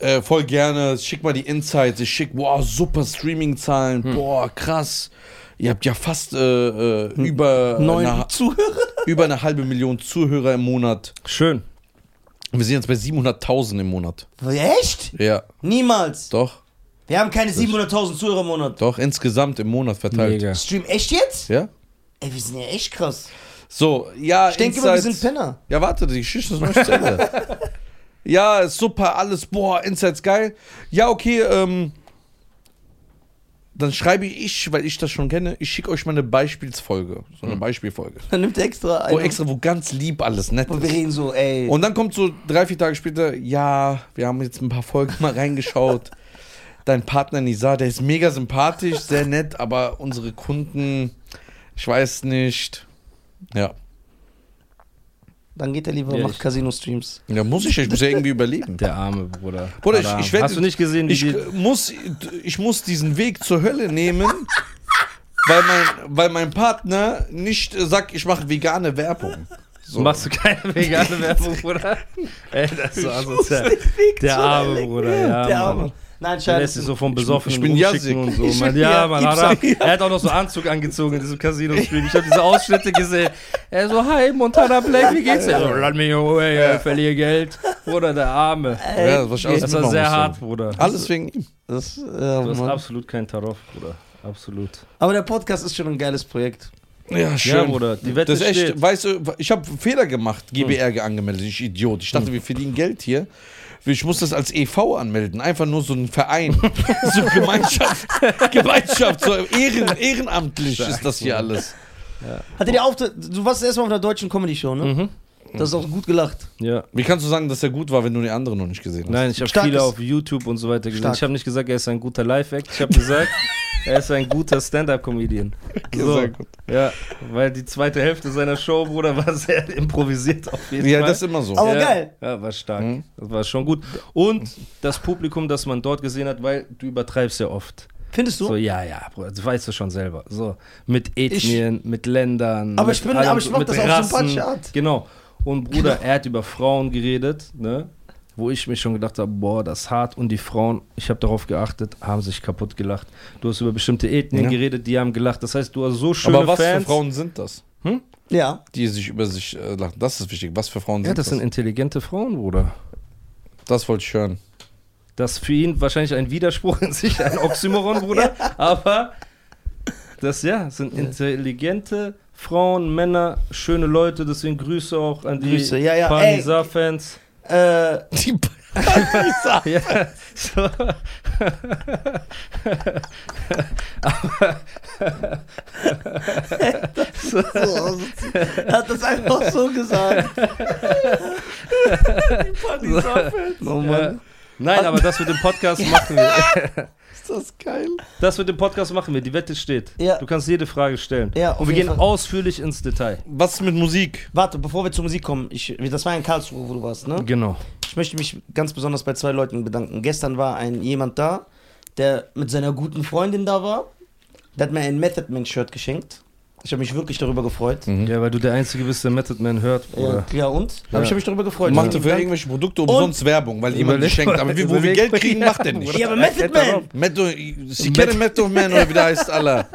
[SPEAKER 1] äh, voll gerne, schick mal die Insights, ich schick, wow, super Streaming-Zahlen, boah, krass. Ihr habt ja fast äh, äh, über, eine,
[SPEAKER 2] Zuhörer?
[SPEAKER 1] über eine halbe Million Zuhörer im Monat.
[SPEAKER 3] Schön.
[SPEAKER 1] Wir sind jetzt bei 700.000 im Monat.
[SPEAKER 2] Echt?
[SPEAKER 1] Ja,
[SPEAKER 2] Niemals.
[SPEAKER 1] doch.
[SPEAKER 2] Wir haben keine 700.000 Zuhörer im Monat.
[SPEAKER 1] Doch, insgesamt im Monat verteilt.
[SPEAKER 3] Mega.
[SPEAKER 2] Stream echt jetzt?
[SPEAKER 1] Ja?
[SPEAKER 2] Ey, wir sind ja echt krass.
[SPEAKER 1] So, ja,
[SPEAKER 2] Ich denke immer, wir sind Penner.
[SPEAKER 1] Ja, warte, die Geschichte ist noch nicht zu Ende. ja, ist super, alles, boah, Insights geil. Ja, okay, ähm. Dann schreibe ich, weil ich das schon kenne, ich schicke euch mal eine Beispielsfolge. So
[SPEAKER 2] Mhm.
[SPEAKER 1] eine Beispielfolge.
[SPEAKER 2] Dann nimmt er extra
[SPEAKER 3] Oh,
[SPEAKER 2] ein.
[SPEAKER 1] Wo extra, wo ganz lieb alles nett
[SPEAKER 2] Und Genau. wir
[SPEAKER 1] ist.
[SPEAKER 2] reden so, ey.
[SPEAKER 1] Und dann kommt so drei, vier Tage später, ja, wir haben jetzt ein paar Folgen mal reingeschaut. Dein Partner Nisa, der ist mega sympathisch, sehr nett, aber unsere Kunden, ich weiß nicht. Ja.
[SPEAKER 2] dann geht er lieber und
[SPEAKER 3] Ja,
[SPEAKER 2] macht
[SPEAKER 3] ich-
[SPEAKER 2] Casino-Streams.
[SPEAKER 1] Ja, muss ich, ich muss ja irgendwie überleben.
[SPEAKER 3] Der arme Bruder.
[SPEAKER 1] Bruder, ich-
[SPEAKER 3] Adam.
[SPEAKER 1] ich werd-
[SPEAKER 3] Hast du nicht gesehen, wie
[SPEAKER 1] Ich
[SPEAKER 3] die,
[SPEAKER 1] äh, muss, ich muss diesen Weg zur Hölle nehmen, weil mein, weil mein Partner nicht äh, sagt, ich mache vegane Werbung. So.
[SPEAKER 3] Machst du keine vegane Werbung, Bruder? Ey, das ist so asozial. Der arme Bruder, ja.
[SPEAKER 2] Der
[SPEAKER 3] Mann.
[SPEAKER 2] Arme. Nein,
[SPEAKER 3] Der lässt
[SPEAKER 2] scheiße.
[SPEAKER 3] sich so vom Besoffenen
[SPEAKER 1] ich bin
[SPEAKER 3] rumschicken und
[SPEAKER 1] Jasik.
[SPEAKER 3] so.
[SPEAKER 1] Ich
[SPEAKER 3] Mann.
[SPEAKER 1] bin
[SPEAKER 3] Ja,
[SPEAKER 1] Ja-
[SPEAKER 3] Mann, hat er, er hat auch noch so Anzug angezogen in diesem Casino-Stream. Ich habe diese Ausschnitte gesehen. Er so, hi, Montana Black, wie geht's dir? Er So, Run me away, ja. verliere Geld. Bruder, der Arme.
[SPEAKER 1] ja, was ich alles
[SPEAKER 3] Das war
[SPEAKER 1] mitmachen
[SPEAKER 3] sehr
[SPEAKER 1] musste.
[SPEAKER 3] hart, Bruder.
[SPEAKER 1] Alles wegen ihm.
[SPEAKER 2] Das, äh,
[SPEAKER 3] Du hast
[SPEAKER 2] Mann.
[SPEAKER 3] absolut keinen Taroff, Bruder. Absolut.
[SPEAKER 2] Aber der Podcast ist schon ein geiles Projekt.
[SPEAKER 1] Ja,
[SPEAKER 3] Ja, Bruder, die Wette
[SPEAKER 1] das ist echt,
[SPEAKER 3] steht. Hm.
[SPEAKER 1] weißt du, ich habe Fehler gemacht, GBR angemeldet, ich Idiot. Ich dachte, wir verdienen Geld hier. Ich muss das als EV anmelden, einfach nur so ein Verein, so Gemeinschaft, Gemeinschaft, so ehren, ehrenamtlich ist das hier alles.
[SPEAKER 2] Hatte der Auftritt, du warst erstmal auf einer deutschen Comedy-Show, ne?
[SPEAKER 3] Mhm.
[SPEAKER 2] Das ist auch gut gelacht.
[SPEAKER 3] Ja.
[SPEAKER 1] Wie kannst du sagen, dass er gut war, wenn du die anderen noch nicht gesehen hast?
[SPEAKER 3] Nein, ich habe
[SPEAKER 2] Stark
[SPEAKER 3] viele
[SPEAKER 2] ist-
[SPEAKER 3] auf YouTube und so weiter gesehen.
[SPEAKER 2] Stark.
[SPEAKER 3] Ich habe nicht gesagt, er ist ein guter Live-Act. Ich habe gesagt, er ist ein guter Stand-Up-Comedian. So.
[SPEAKER 1] sehr gut.
[SPEAKER 3] Ja, weil die zweite Hälfte seiner Show, Bruder, war sehr improvisiert auf jeden
[SPEAKER 1] Ja,
[SPEAKER 3] Fall.
[SPEAKER 1] das ist immer so.
[SPEAKER 2] Aber geil.
[SPEAKER 3] Ja, war stark. Das war schon gut. Und das Publikum, das man dort gesehen hat, weil du übertreibst ja oft.
[SPEAKER 2] Findest du?
[SPEAKER 3] So, ja, ja, Bruder, das weißt du schon selber. So, mit Ethnien, mit Ländern.
[SPEAKER 2] Aber
[SPEAKER 3] mit
[SPEAKER 2] ich bin-
[SPEAKER 3] allem,
[SPEAKER 2] aber ich mag
[SPEAKER 3] mit
[SPEAKER 2] das auf
[SPEAKER 3] Rassen.
[SPEAKER 2] sympathische Art.
[SPEAKER 3] Genau. Und Bruder, er hat über Frauen geredet, ne? Wo ich mir schon gedacht habe, boah, das ist hart. Und die Frauen, ich habe darauf geachtet, haben sich kaputt gelacht. Du hast über bestimmte Ethnien
[SPEAKER 1] Ja.
[SPEAKER 3] geredet, die haben gelacht. Das heißt, du hast so schöne
[SPEAKER 1] Aber was
[SPEAKER 3] Fans.
[SPEAKER 1] für Frauen sind das,
[SPEAKER 2] Ja.
[SPEAKER 1] die sich über sich äh, lachen? Das ist wichtig. Was für Frauen
[SPEAKER 3] Ja,
[SPEAKER 1] sind
[SPEAKER 3] das
[SPEAKER 1] das?
[SPEAKER 3] sind intelligente Frauen, Bruder.
[SPEAKER 1] das wollte ich hören.
[SPEAKER 3] Das ist für ihn wahrscheinlich ein Widerspruch in sich, ein Oxymoron, Bruder. Aber das ja, sind intelligente Frauen, Männer, schöne Leute. Deswegen Grüße auch an die
[SPEAKER 2] Grüße, ja, ja,
[SPEAKER 3] Panisa-Fans.
[SPEAKER 2] Äh,
[SPEAKER 1] Die
[SPEAKER 3] Ja, so. Aber
[SPEAKER 2] so, hat das einfach so gesagt.
[SPEAKER 4] Oh
[SPEAKER 3] ja. Nein, aber das mit dem Podcast machen wir.
[SPEAKER 2] Ist das geil?
[SPEAKER 3] Das mit dem Podcast machen wir. Die Wette steht.
[SPEAKER 2] Ja.
[SPEAKER 3] Du kannst jede Frage stellen.
[SPEAKER 2] Ja, auf
[SPEAKER 3] Und wir gehen
[SPEAKER 2] jeden Fall.
[SPEAKER 3] ausführlich ins Detail.
[SPEAKER 1] Was ist mit Musik?
[SPEAKER 2] Warte, bevor wir zur Musik kommen, ich, das war in Karlsruhe, wo du warst, ne?
[SPEAKER 3] Genau.
[SPEAKER 2] Ich möchte mich ganz besonders bei zwei Leuten bedanken. Gestern war ein jemand da, der mit seiner guten Freundin da war. Der hat mir ein Method Man Shirt geschenkt. Ich habe mich wirklich darüber gefreut.
[SPEAKER 3] Ja, weil du der Einzige bist, der Method Man hört,
[SPEAKER 2] Mhm. Ja,
[SPEAKER 3] Bruder.
[SPEAKER 2] ja und? Aber ich habe mich darüber gefreut.
[SPEAKER 1] Macht er
[SPEAKER 2] Vielen
[SPEAKER 1] für
[SPEAKER 2] Dank.
[SPEAKER 1] irgendwelche Produkte umsonst Werbung, weil jemand die
[SPEAKER 3] Überleg
[SPEAKER 1] schenkt.
[SPEAKER 3] mal,
[SPEAKER 1] Aber wir, wo wir
[SPEAKER 3] überleg
[SPEAKER 1] Geld
[SPEAKER 3] mal,
[SPEAKER 1] kriegen,
[SPEAKER 3] ja,
[SPEAKER 1] macht er nicht.
[SPEAKER 2] Ja, aber Method Man!
[SPEAKER 1] Metto, Sie kennen Metto Man oder wie der heißt, Allah.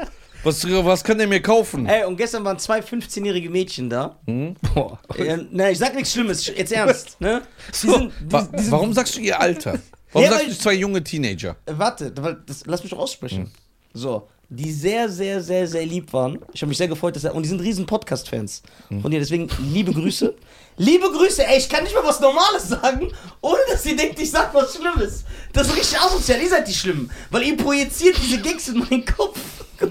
[SPEAKER 1] Was, was könnt ihr mir kaufen?
[SPEAKER 2] Ey, und gestern waren zwei 15-jährige Mädchen da.
[SPEAKER 3] Boah.
[SPEAKER 2] Äh, ne, ich sag nichts Schlimmes, jetzt ernst, ne? Die
[SPEAKER 1] So,
[SPEAKER 2] sind, die,
[SPEAKER 1] wa
[SPEAKER 2] die sind,
[SPEAKER 1] warum sagst du ihr Alter? Warum
[SPEAKER 2] Ja,
[SPEAKER 1] sagst
[SPEAKER 2] weil-
[SPEAKER 1] du zwei junge Teenager?
[SPEAKER 2] Äh, Warte, weil das, lass mich doch aussprechen. So, die sehr, sehr, sehr, sehr lieb waren. Ich habe mich sehr gefreut, dass er, und die sind riesen Podcast-Fans. Und ja, deswegen liebe Grüße. liebe Grüße, ey, ich kann nicht mal was Normales sagen, ohne dass ihr denkt, ich sag was Schlimmes. Das ist richtig asozial, ihr seid die Schlimmen, weil ihr projiziert diese Gigs in meinen Kopf.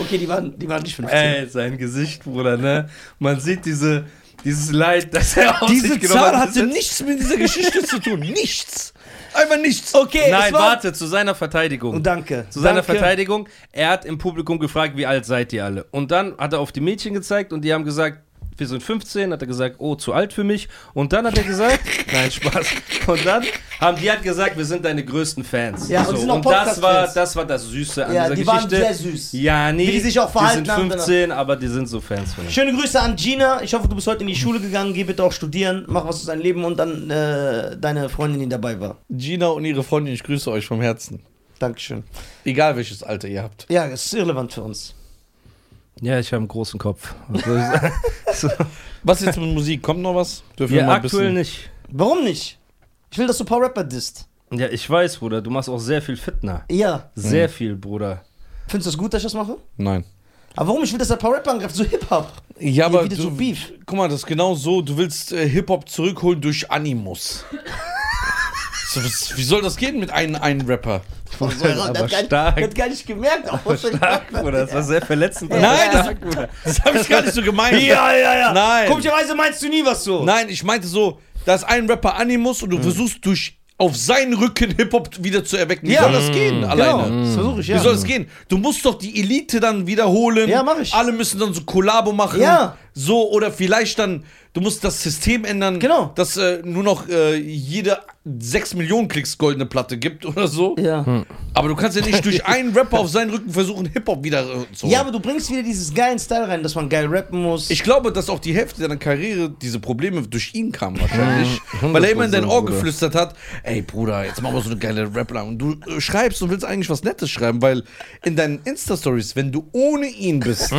[SPEAKER 2] okay, die waren, die waren nicht 15.
[SPEAKER 3] Ey, sein Gesicht, Bruder, ne? Man sieht diese, dieses Leid, das er auf
[SPEAKER 1] Diese
[SPEAKER 3] sich genommen
[SPEAKER 1] Zahl
[SPEAKER 3] hat.
[SPEAKER 1] hatte nichts mit dieser Geschichte zu tun. Nichts. Einfach nichts.
[SPEAKER 2] Okay,
[SPEAKER 3] Nein,
[SPEAKER 2] es war,
[SPEAKER 3] warte, zu seiner Verteidigung.
[SPEAKER 2] Und danke.
[SPEAKER 3] zu seiner
[SPEAKER 2] danke.
[SPEAKER 3] Verteidigung, er hat im Publikum gefragt, wie alt seid ihr alle? Und dann hat er auf die Mädchen gezeigt und die haben gesagt, wir sind 15, hat er gesagt, oh, zu alt für mich. Und dann hat er gesagt, nein, Spaß. Und dann haben die halt gesagt, wir sind deine größten Fans.
[SPEAKER 2] Ja, und
[SPEAKER 3] so,
[SPEAKER 2] die sind auch
[SPEAKER 3] und das
[SPEAKER 2] Podcast-Fans.
[SPEAKER 3] war, das war das Süße an
[SPEAKER 2] Ja,
[SPEAKER 3] dieser
[SPEAKER 2] die waren sehr
[SPEAKER 3] Geschichte.
[SPEAKER 2] süß.
[SPEAKER 3] Ja, nee.
[SPEAKER 2] Wie die sich auch verhalten
[SPEAKER 3] Die
[SPEAKER 2] haben, genau.
[SPEAKER 3] sind 15, aber die sind so Fans von ihm.
[SPEAKER 2] Schöne Grüße an Gina. Ich hoffe, du bist heute in die Schule gegangen. Geh bitte auch studieren. Mach was aus deinem Leben und dann äh, deine Freundin, die dabei war.
[SPEAKER 1] Gina und ihre Freundin, ich grüße euch vom Herzen.
[SPEAKER 2] Dankeschön.
[SPEAKER 1] Egal welches Alter ihr habt.
[SPEAKER 2] Ja, das ist irrelevant für uns.
[SPEAKER 3] Ja, ich habe einen großen Kopf.
[SPEAKER 1] Was jetzt mit Musik? Kommt noch was? Dürfen
[SPEAKER 3] ja,
[SPEAKER 1] mal ein
[SPEAKER 3] aktuell
[SPEAKER 1] bisschen-
[SPEAKER 3] nicht.
[SPEAKER 2] Warum nicht? Ich will, dass du ein paar Rapper disst.
[SPEAKER 3] Ja, ich weiß, Bruder, du machst auch sehr viel Fitner.
[SPEAKER 2] Ja.
[SPEAKER 3] Sehr viel, Bruder.
[SPEAKER 2] Findest du das gut, dass ich das mache?
[SPEAKER 1] Nein.
[SPEAKER 2] Aber warum? Ich will, dass er ein paar Rapper angreift. So Hip-Hop.
[SPEAKER 1] Ja,
[SPEAKER 2] Hier
[SPEAKER 1] aber
[SPEAKER 2] wieder
[SPEAKER 1] du,
[SPEAKER 2] so Beef.
[SPEAKER 1] guck mal, das ist genau so. Du willst äh, Hip-Hop zurückholen durch Animus. so, was, wie soll das gehen mit einem, einem Rapper?
[SPEAKER 2] So, der
[SPEAKER 3] aber
[SPEAKER 2] hat gar,
[SPEAKER 3] stark.
[SPEAKER 2] der hat gar nicht gemerkt. Auch was er
[SPEAKER 3] Stark,
[SPEAKER 2] gesagt hat.
[SPEAKER 3] Bruder, das war sehr verletzend.
[SPEAKER 1] Nein,
[SPEAKER 3] das
[SPEAKER 1] das, das habe ich gar nicht so gemeint.
[SPEAKER 2] Ja, ja, ja.
[SPEAKER 1] Nein.
[SPEAKER 2] Komischerweise meinst du nie was so.
[SPEAKER 1] Nein, ich meinte so, da ist ein Rapper Animus und
[SPEAKER 2] Hm.
[SPEAKER 1] du versuchst durch auf seinen Rücken Hip-Hop wieder zu erwecken. Wie
[SPEAKER 2] Ja.
[SPEAKER 3] Hm.
[SPEAKER 1] soll das gehen
[SPEAKER 2] Genau,
[SPEAKER 1] alleine?
[SPEAKER 2] das versuche ich,
[SPEAKER 1] Wie
[SPEAKER 2] ja.
[SPEAKER 1] soll das gehen? Du musst doch die Elite dann wiederholen.
[SPEAKER 2] Ja, mach ich.
[SPEAKER 1] Alle müssen dann so Kollabo machen.
[SPEAKER 2] Ja.
[SPEAKER 1] So, oder vielleicht dann du musst das System ändern,
[SPEAKER 2] Genau.
[SPEAKER 1] dass äh, nur noch äh, jede 6 Millionen Klicks goldene Platte gibt oder so.
[SPEAKER 2] Ja.
[SPEAKER 3] Hm.
[SPEAKER 1] Aber du kannst ja nicht durch einen Rapper auf seinen Rücken versuchen, Hip-Hop wieder äh, zu holen.
[SPEAKER 2] ja, aber du bringst wieder dieses geilen Style rein, dass man geil rappen muss.
[SPEAKER 1] ich glaube, dass auch die Hälfte deiner Karriere diese Probleme durch ihn kam wahrscheinlich, weil er immer in dein Ohr
[SPEAKER 5] Bruder.
[SPEAKER 1] geflüstert hat, ey Bruder, jetzt machen wir so eine geile Rap-Line. Und du äh, schreibst und willst eigentlich was Nettes schreiben, weil in deinen Insta-Stories, wenn du ohne ihn bist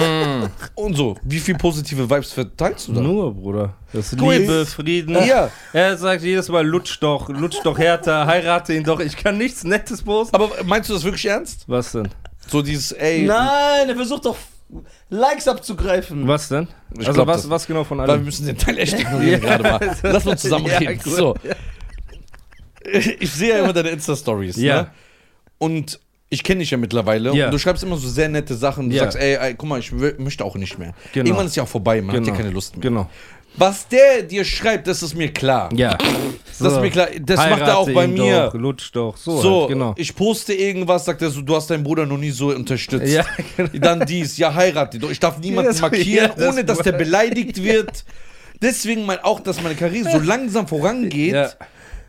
[SPEAKER 1] und so, wie viel positive Vibes verteilst du da?
[SPEAKER 3] Nur, Bruder. Das
[SPEAKER 1] Cool.
[SPEAKER 3] Liebe, Frieden.
[SPEAKER 1] Ja.
[SPEAKER 3] Er sagt jedes Mal, lutsch doch, lutsch doch härter, heirate ihn doch. Ich kann nichts Nettes posten.
[SPEAKER 1] Aber meinst du das wirklich ernst?
[SPEAKER 3] Was denn?
[SPEAKER 1] So dieses, ey,
[SPEAKER 2] Nein, er versucht doch Likes abzugreifen.
[SPEAKER 3] Was denn?
[SPEAKER 1] Ich
[SPEAKER 3] also
[SPEAKER 1] glaub,
[SPEAKER 3] was,
[SPEAKER 1] das-
[SPEAKER 3] was genau von
[SPEAKER 1] weil wir
[SPEAKER 3] allem?
[SPEAKER 1] müssen den Teil echt ignorieren gerade mal. Lass uns zusammen
[SPEAKER 3] Ja,
[SPEAKER 1] reden.
[SPEAKER 3] gut.
[SPEAKER 1] so. Ich sehe ja immer deine Insta-Stories, ne?
[SPEAKER 3] genau.
[SPEAKER 1] Und ich kenne dich ja mittlerweile
[SPEAKER 3] Ja.
[SPEAKER 1] und du schreibst immer so sehr nette Sachen. Du
[SPEAKER 3] Ja.
[SPEAKER 1] sagst, ey, ey, guck mal, ich will, möchte auch nicht mehr.
[SPEAKER 3] Genau.
[SPEAKER 1] Irgendwann ist ja auch vorbei, man hat
[SPEAKER 3] Genau.
[SPEAKER 1] ja keine Lust mehr.
[SPEAKER 3] Genau.
[SPEAKER 1] Was der dir schreibt, das ist mir klar.
[SPEAKER 3] Ja.
[SPEAKER 1] Das ist mir klar. Das macht er auch
[SPEAKER 3] Heirate
[SPEAKER 1] bei
[SPEAKER 3] ihn
[SPEAKER 1] mir.
[SPEAKER 3] Doch, lutsch doch. So,
[SPEAKER 1] So,
[SPEAKER 3] halt, genau.
[SPEAKER 1] ich poste irgendwas, sagt er so, du hast deinen Bruder noch nie so unterstützt.
[SPEAKER 3] Ja, genau.
[SPEAKER 1] Dann dies, ja, heirate doch. Ich darf niemanden
[SPEAKER 3] Ja, so-
[SPEAKER 1] markieren,
[SPEAKER 3] ja, das-
[SPEAKER 1] ohne dass der beleidigt wird. Deswegen mein, auch, dass meine Karriere so langsam vorangeht,
[SPEAKER 3] Ja.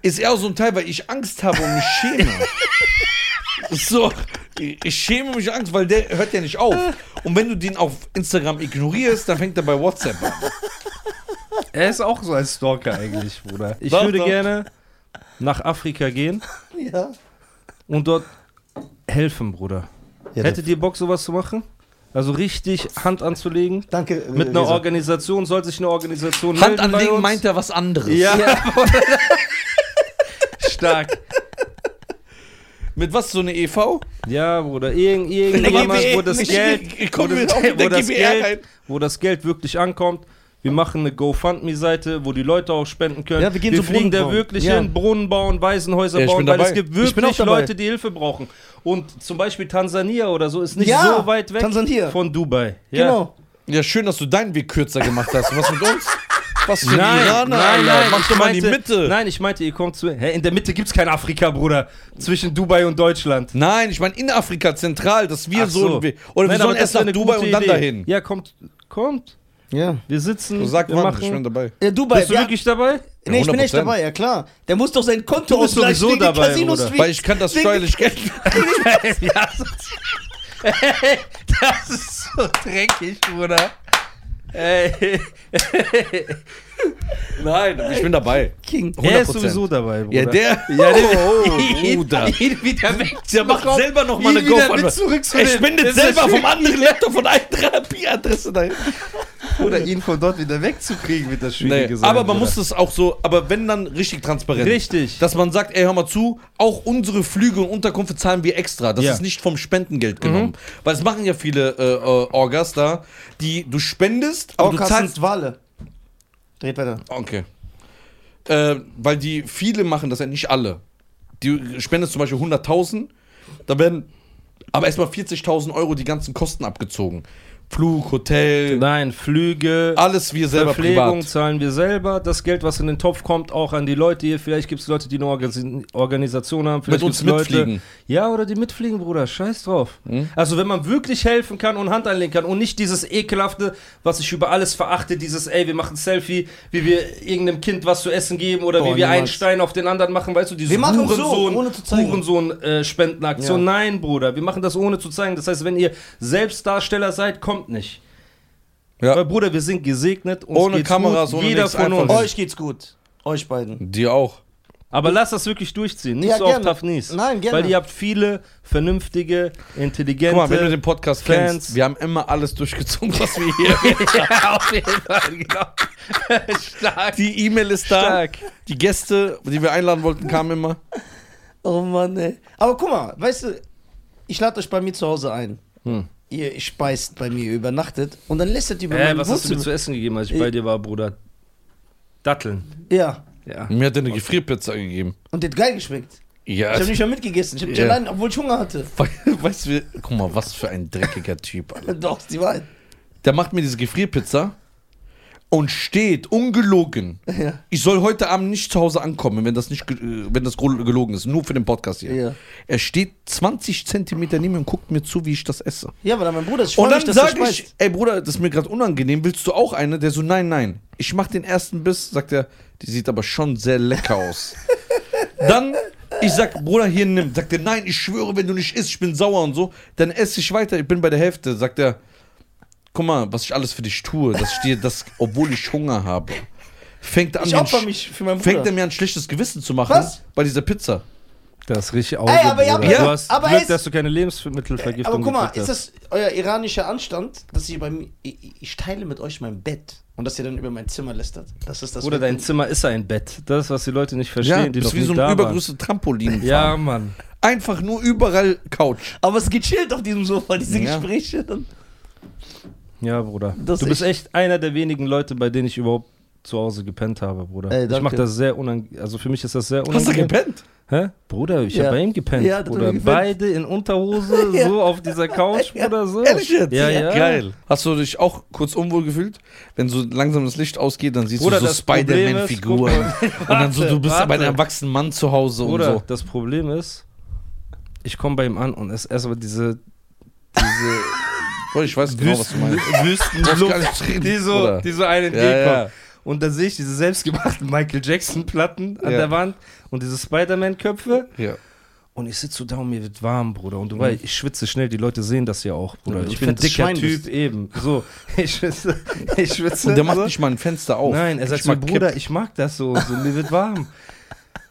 [SPEAKER 1] ist eher so ein Teil, weil ich Angst habe und mich schäme. so, ich schäme mich Angst, weil der hört ja nicht auf. Und wenn du den auf Instagram ignorierst, dann fängt er bei WhatsApp an.
[SPEAKER 3] Er ist auch so ein Stalker eigentlich, Bruder. Ich
[SPEAKER 1] Doch,
[SPEAKER 3] würde
[SPEAKER 1] doch.
[SPEAKER 3] gerne nach Afrika gehen
[SPEAKER 2] Ja.
[SPEAKER 3] und dort helfen, Bruder. Hättet ihr Bock, sowas zu machen? Also richtig Hand anzulegen?
[SPEAKER 2] Danke. äh,
[SPEAKER 3] Mit einer
[SPEAKER 2] Reza.
[SPEAKER 3] Organisation, soll sich eine Organisation
[SPEAKER 1] Hand
[SPEAKER 3] melden bei
[SPEAKER 1] anlegen
[SPEAKER 3] uns?
[SPEAKER 1] meint er was anderes.
[SPEAKER 3] Ja. Stark.
[SPEAKER 1] Mit was, so eine E EV?
[SPEAKER 3] Ja, Bruder. Irgend, irgendjemand,
[SPEAKER 1] GBR,
[SPEAKER 3] wo das
[SPEAKER 1] nicht-
[SPEAKER 3] Geld,
[SPEAKER 1] ich
[SPEAKER 3] wo
[SPEAKER 1] komm
[SPEAKER 3] das,
[SPEAKER 1] jetzt auch mit der
[SPEAKER 3] wo das
[SPEAKER 1] GBR
[SPEAKER 3] Geld,
[SPEAKER 1] rein.
[SPEAKER 3] wo das Geld wirklich ankommt. Wir machen eine GoFundMe-Seite, wo die Leute auch spenden können.
[SPEAKER 2] Ja, wir gehen
[SPEAKER 3] wir
[SPEAKER 2] zu
[SPEAKER 3] fliegen
[SPEAKER 2] Brunnen
[SPEAKER 3] da
[SPEAKER 2] bauen.
[SPEAKER 3] wirklich
[SPEAKER 2] Ja.
[SPEAKER 3] hin, Brunnen bauen, Waisenhäuser
[SPEAKER 1] Ja, ich
[SPEAKER 3] bauen,
[SPEAKER 1] bin
[SPEAKER 3] weil
[SPEAKER 1] dabei.
[SPEAKER 3] es gibt
[SPEAKER 2] Ich bin auch
[SPEAKER 3] wirklich
[SPEAKER 2] dabei.
[SPEAKER 3] Leute, die Hilfe brauchen. Und zum Beispiel Tansania oder so ist nicht
[SPEAKER 2] Ja,
[SPEAKER 3] so weit weg
[SPEAKER 2] Tansania.
[SPEAKER 3] von Dubai. Ja.
[SPEAKER 2] Genau.
[SPEAKER 1] Ja, schön, dass du deinen Weg kürzer gemacht hast. Und was mit uns? Was für
[SPEAKER 3] Nein,
[SPEAKER 1] Iraner,
[SPEAKER 3] nein,
[SPEAKER 1] Alter?
[SPEAKER 3] nein,
[SPEAKER 1] Mach
[SPEAKER 3] ich
[SPEAKER 1] doch mal in die
[SPEAKER 3] meinte-
[SPEAKER 1] Mitte.
[SPEAKER 3] Nein, ich meinte, ihr kommt zu. Hä, in der Mitte gibt's kein Afrika, Bruder. Zwischen Dubai und Deutschland.
[SPEAKER 1] Nein, ich meine in Afrika zentral, dass wir
[SPEAKER 3] Ach
[SPEAKER 1] so.
[SPEAKER 3] Nein,
[SPEAKER 1] Oder wir
[SPEAKER 3] aber
[SPEAKER 1] sollen
[SPEAKER 3] das
[SPEAKER 1] erst
[SPEAKER 3] wär
[SPEAKER 1] nach
[SPEAKER 3] eine
[SPEAKER 1] Dubai
[SPEAKER 3] gute
[SPEAKER 1] und dann
[SPEAKER 3] Idee.
[SPEAKER 1] dahin.
[SPEAKER 3] Ja, kommt, kommt.
[SPEAKER 2] Ja.
[SPEAKER 3] Wir sitzen.
[SPEAKER 1] So, sag
[SPEAKER 3] wir
[SPEAKER 1] wann,
[SPEAKER 3] machen.
[SPEAKER 1] ich bin dabei.
[SPEAKER 2] Ja, Dubai.
[SPEAKER 3] Bist du
[SPEAKER 2] ja,
[SPEAKER 3] wirklich dabei?
[SPEAKER 2] nee, ich bin echt
[SPEAKER 1] 100%.
[SPEAKER 2] dabei, ja klar. Der muss doch sein Konto
[SPEAKER 3] Du bist
[SPEAKER 2] ausgleichen
[SPEAKER 3] sowieso
[SPEAKER 2] wegen
[SPEAKER 3] dabei,
[SPEAKER 2] Casinos
[SPEAKER 3] Bruder.
[SPEAKER 2] wie-
[SPEAKER 1] Weil ich kann das
[SPEAKER 2] Wegen-
[SPEAKER 1] steuerlich gelten.
[SPEAKER 3] ja, sonst- Ey, das ist so dreckig, Bruder. Ey,
[SPEAKER 1] Nein, ich bin dabei.
[SPEAKER 2] King.
[SPEAKER 3] er ist sowieso dabei, Bruder.
[SPEAKER 1] Ja, der. Oh,
[SPEAKER 3] Ja, der-
[SPEAKER 1] Bruder.
[SPEAKER 3] Ihn wieder weg.
[SPEAKER 1] Der macht
[SPEAKER 3] Komm,
[SPEAKER 1] selber noch
[SPEAKER 3] ihn
[SPEAKER 1] mal eine
[SPEAKER 3] wieder
[SPEAKER 1] GoFundMe.
[SPEAKER 3] mit zurück zu
[SPEAKER 1] Er
[SPEAKER 3] den-
[SPEAKER 1] spendet
[SPEAKER 3] Das ist
[SPEAKER 1] selber
[SPEAKER 3] schön.
[SPEAKER 1] vom anderen Laptop von einer Therapieadresse dahin.
[SPEAKER 3] Oder ihn von dort wieder wegzukriegen, wird das
[SPEAKER 1] Nee,
[SPEAKER 3] schwierige sein.
[SPEAKER 1] aber man
[SPEAKER 3] Bruder.
[SPEAKER 1] muss das auch so, aber wenn dann richtig transparent.
[SPEAKER 3] Richtig.
[SPEAKER 1] Dass man sagt, ey, hör mal zu, auch unsere Flüge und Unterkünfte zahlen wir extra. Das
[SPEAKER 3] Ja.
[SPEAKER 1] ist nicht vom Spendengeld genommen. Weil es machen ja viele äh, äh, Orgas da, die du spendest, aber du
[SPEAKER 2] Orcas
[SPEAKER 1] zahlst.
[SPEAKER 2] sind Wale. Dreht weiter.
[SPEAKER 1] Okay. Äh, weil die, viele machen das ja nicht alle. Die spendest zum Beispiel 100.000, da werden aber erstmal 40.000 Euro die ganzen Kosten abgezogen. Flug, Hotel,
[SPEAKER 3] Nein, Flüge.
[SPEAKER 1] alles wir selber
[SPEAKER 3] Verpflegung
[SPEAKER 1] privat.
[SPEAKER 3] zahlen wir selber. Das Geld, was in den Topf kommt, auch an die Leute hier. Vielleicht gibt es Leute, die eine Organ- Organisation haben. Vielleicht
[SPEAKER 1] Mit uns
[SPEAKER 3] gibt's Leute,
[SPEAKER 1] mitfliegen.
[SPEAKER 3] Ja, oder die mitfliegen, Bruder. Scheiß drauf.
[SPEAKER 2] Hm?
[SPEAKER 3] Also, wenn man wirklich helfen kann und Hand anlegen kann und nicht dieses ekelhafte, was ich über alles verachte, dieses, ey, wir machen Selfie, wie wir irgendeinem Kind was zu essen geben oder
[SPEAKER 2] Boah,
[SPEAKER 3] wie wir einen
[SPEAKER 2] niemals.
[SPEAKER 3] Stein auf den anderen machen, weißt du, diese
[SPEAKER 2] Wir machen so, ohne zu zeigen.
[SPEAKER 3] Hurensohn-Spendenaktion.
[SPEAKER 2] Ja.
[SPEAKER 3] Nein, Bruder, wir machen das ohne zu zeigen. Das heißt, wenn ihr Selbstdarsteller seid, kommt nicht.
[SPEAKER 1] Ja.
[SPEAKER 3] Weil, Bruder, wir sind gesegnet. Uns
[SPEAKER 1] Ohne
[SPEAKER 3] geht's
[SPEAKER 1] Kameras,
[SPEAKER 3] gut,
[SPEAKER 1] ohne
[SPEAKER 3] jeder
[SPEAKER 1] nichts,
[SPEAKER 3] von
[SPEAKER 1] einfach
[SPEAKER 3] uns.
[SPEAKER 1] so.
[SPEAKER 2] Euch geht's gut. Euch beiden.
[SPEAKER 1] Dir auch.
[SPEAKER 3] Aber lass das wirklich durchziehen. Nicht
[SPEAKER 2] Ja,
[SPEAKER 3] so auf
[SPEAKER 2] gerne.
[SPEAKER 3] Tough Knees.
[SPEAKER 2] Nein, gerne.
[SPEAKER 3] Weil ihr habt viele vernünftige, intelligente.
[SPEAKER 1] Guck mal, wenn du den Podcast
[SPEAKER 3] Fans.
[SPEAKER 1] kennst, wir haben immer alles durchgezogen, was wir hier.
[SPEAKER 3] ja, auf jeden Fall, genau. Stark.
[SPEAKER 1] Die E-Mail ist da.
[SPEAKER 3] Stark.
[SPEAKER 1] Die Gäste, die wir einladen wollten, kamen immer.
[SPEAKER 2] Oh Mann, ey. Aber guck mal, weißt du, ich lade euch bei mir zu Hause ein.
[SPEAKER 3] Hm.
[SPEAKER 2] Ihr speist bei mir, ihr übernachtet und dann lästert ihr über
[SPEAKER 3] Ey,
[SPEAKER 2] meine
[SPEAKER 3] was hast du mir zu
[SPEAKER 2] Wurzeln.
[SPEAKER 3] essen gegeben, als ich
[SPEAKER 2] Ich-
[SPEAKER 3] bei dir war, Bruder? Datteln.
[SPEAKER 2] Ja,
[SPEAKER 3] Ja.
[SPEAKER 1] Mir hat er eine Gefrierpizza gegeben.
[SPEAKER 2] und der hat geil geschmeckt.
[SPEAKER 1] Ja,
[SPEAKER 2] Ich habe nicht mal mitgegessen. Ich habe die
[SPEAKER 1] Ja.
[SPEAKER 2] allein, obwohl ich Hunger hatte.
[SPEAKER 1] we- weißt du, guck mal, was für ein dreckiger Typ. Alter.
[SPEAKER 2] halt- Doch, ist die Wahrheit.
[SPEAKER 1] Der macht mir diese Gefrierpizza und steht ungelogen, ich soll heute Abend nicht zu Hause ankommen, wenn das nicht, ge- äh, wenn das gel- gelogen ist, nur für den Podcast hier.
[SPEAKER 2] Ja.
[SPEAKER 1] Er steht 20 Zentimeter neben mir und guckt mir zu, wie ich das esse.
[SPEAKER 2] Ja, weil mein Bruder ist
[SPEAKER 1] Und
[SPEAKER 2] freu
[SPEAKER 1] dann
[SPEAKER 2] mich, dass
[SPEAKER 1] sag
[SPEAKER 2] du
[SPEAKER 1] ich, ey Bruder, das ist mir gerade unangenehm, willst du auch eine? Der so, nein, nein. Ich mach den ersten Biss, sagt er, die sieht aber schon sehr lecker aus. dann, ich sag, Bruder, hier nimm. Sagt er, nein, ich schwöre, wenn du nicht isst, ich bin sauer und so. Dann esse ich weiter, ich bin bei der Hälfte. Sagt er, guck mal, was ich alles für dich tue, dass ich dir das, obwohl ich Hunger habe. Fängt, an,
[SPEAKER 2] Ich
[SPEAKER 1] mir ein
[SPEAKER 2] opfer
[SPEAKER 1] sch-
[SPEAKER 2] mich für meinen
[SPEAKER 1] fängt
[SPEAKER 2] Bruder.
[SPEAKER 1] er mir ein schlechtes Gewissen zu machen
[SPEAKER 2] Was?
[SPEAKER 1] bei dieser Pizza.
[SPEAKER 3] Das ist richtig aus.
[SPEAKER 2] Ey, aber ja,
[SPEAKER 3] du
[SPEAKER 2] aber-
[SPEAKER 3] hast
[SPEAKER 2] aber
[SPEAKER 3] Glück,
[SPEAKER 2] es-
[SPEAKER 3] dass du keine Lebensmittelvergiftung
[SPEAKER 2] Aber guck mal,
[SPEAKER 3] gekriegt
[SPEAKER 2] ist
[SPEAKER 3] hast.
[SPEAKER 2] das euer iranischer Anstand, dass ihr bei mir, ich, ich teile mit euch mein Bett und dass ihr dann über mein Zimmer lästert? Das ist das.
[SPEAKER 3] Oder
[SPEAKER 2] mit-
[SPEAKER 3] dein Zimmer ist ein Bett. Das, was die Leute nicht verstehen,
[SPEAKER 1] Ja,
[SPEAKER 3] die
[SPEAKER 1] das
[SPEAKER 3] noch
[SPEAKER 1] ist wie
[SPEAKER 3] nie
[SPEAKER 1] so
[SPEAKER 3] da
[SPEAKER 1] ein übergrößtes Trampolin.
[SPEAKER 3] waren. Ja, Mann.
[SPEAKER 1] Einfach nur überall Couch.
[SPEAKER 2] Aber es geht chillt auf diesem Sofa, diese
[SPEAKER 1] Ja.
[SPEAKER 2] Gespräche.
[SPEAKER 3] Ja, Bruder.
[SPEAKER 2] Das
[SPEAKER 3] du
[SPEAKER 2] ist
[SPEAKER 3] bist echt einer der wenigen Leute, bei denen ich überhaupt zu Hause gepennt habe, Bruder.
[SPEAKER 2] Ey,
[SPEAKER 3] ich
[SPEAKER 2] danke.
[SPEAKER 3] mach das sehr unangenehm. Also für mich ist das sehr
[SPEAKER 1] Hast
[SPEAKER 3] unangenehm.
[SPEAKER 1] du gepennt?
[SPEAKER 3] Hä? Bruder, ich
[SPEAKER 2] Ja.
[SPEAKER 3] hab bei ihm gepennt,
[SPEAKER 2] Ja, da
[SPEAKER 3] Bruder.
[SPEAKER 2] drüben gepennt.
[SPEAKER 3] Beide in Unterhose,
[SPEAKER 2] Ja.
[SPEAKER 3] so auf dieser Couch,
[SPEAKER 2] Ja.
[SPEAKER 3] Bruder, so.
[SPEAKER 1] Ehrlich jetzt?
[SPEAKER 3] Ja, ja.
[SPEAKER 1] Hast du dich auch kurz unwohl gefühlt? Wenn so langsam das Licht ausgeht, dann siehst
[SPEAKER 3] Bruder,
[SPEAKER 1] du so
[SPEAKER 3] das Problem
[SPEAKER 1] Spider-Man-Figuren.
[SPEAKER 3] ist-
[SPEAKER 1] Und dann so, du bist
[SPEAKER 3] Warte,
[SPEAKER 1] aber ein
[SPEAKER 3] warte.
[SPEAKER 1] erwachsener Mann zu Hause
[SPEAKER 3] Bruder,
[SPEAKER 1] und so.
[SPEAKER 3] das Problem ist, ich komme bei ihm an und es erstmal diese, diese
[SPEAKER 1] Boah, ich weiß genau, was du meinst. Du
[SPEAKER 3] Wüstenluft,
[SPEAKER 1] brauchst gar nicht reden,
[SPEAKER 3] die so,
[SPEAKER 1] Bruder.
[SPEAKER 3] die so einen
[SPEAKER 1] Ja,
[SPEAKER 3] entgegenkommen.
[SPEAKER 1] ja.
[SPEAKER 3] Und dann sehe ich diese selbstgemachten Michael Jackson-Platten an
[SPEAKER 1] Ja.
[SPEAKER 3] der Wand und diese Spider-Man-Köpfe.
[SPEAKER 1] Ja.
[SPEAKER 3] Und ich sitze so da und mir wird warm, Bruder. Und du weißt, ich schwitze schnell, die Leute sehen das ja auch, Bruder.
[SPEAKER 4] Ja, du
[SPEAKER 3] ich bin ein
[SPEAKER 4] fettes
[SPEAKER 3] dicker
[SPEAKER 4] Schwein
[SPEAKER 3] Typ
[SPEAKER 4] bist.
[SPEAKER 3] eben. So, ich schwitze. Ich schwitze
[SPEAKER 1] Und der macht
[SPEAKER 3] so.
[SPEAKER 1] nicht mal ein Fenster
[SPEAKER 2] Oh,
[SPEAKER 1] auf.
[SPEAKER 3] Nein, er sagt
[SPEAKER 1] Ich
[SPEAKER 3] mir,
[SPEAKER 1] mag
[SPEAKER 3] Bruder, ich mag das so, so mir wird warm.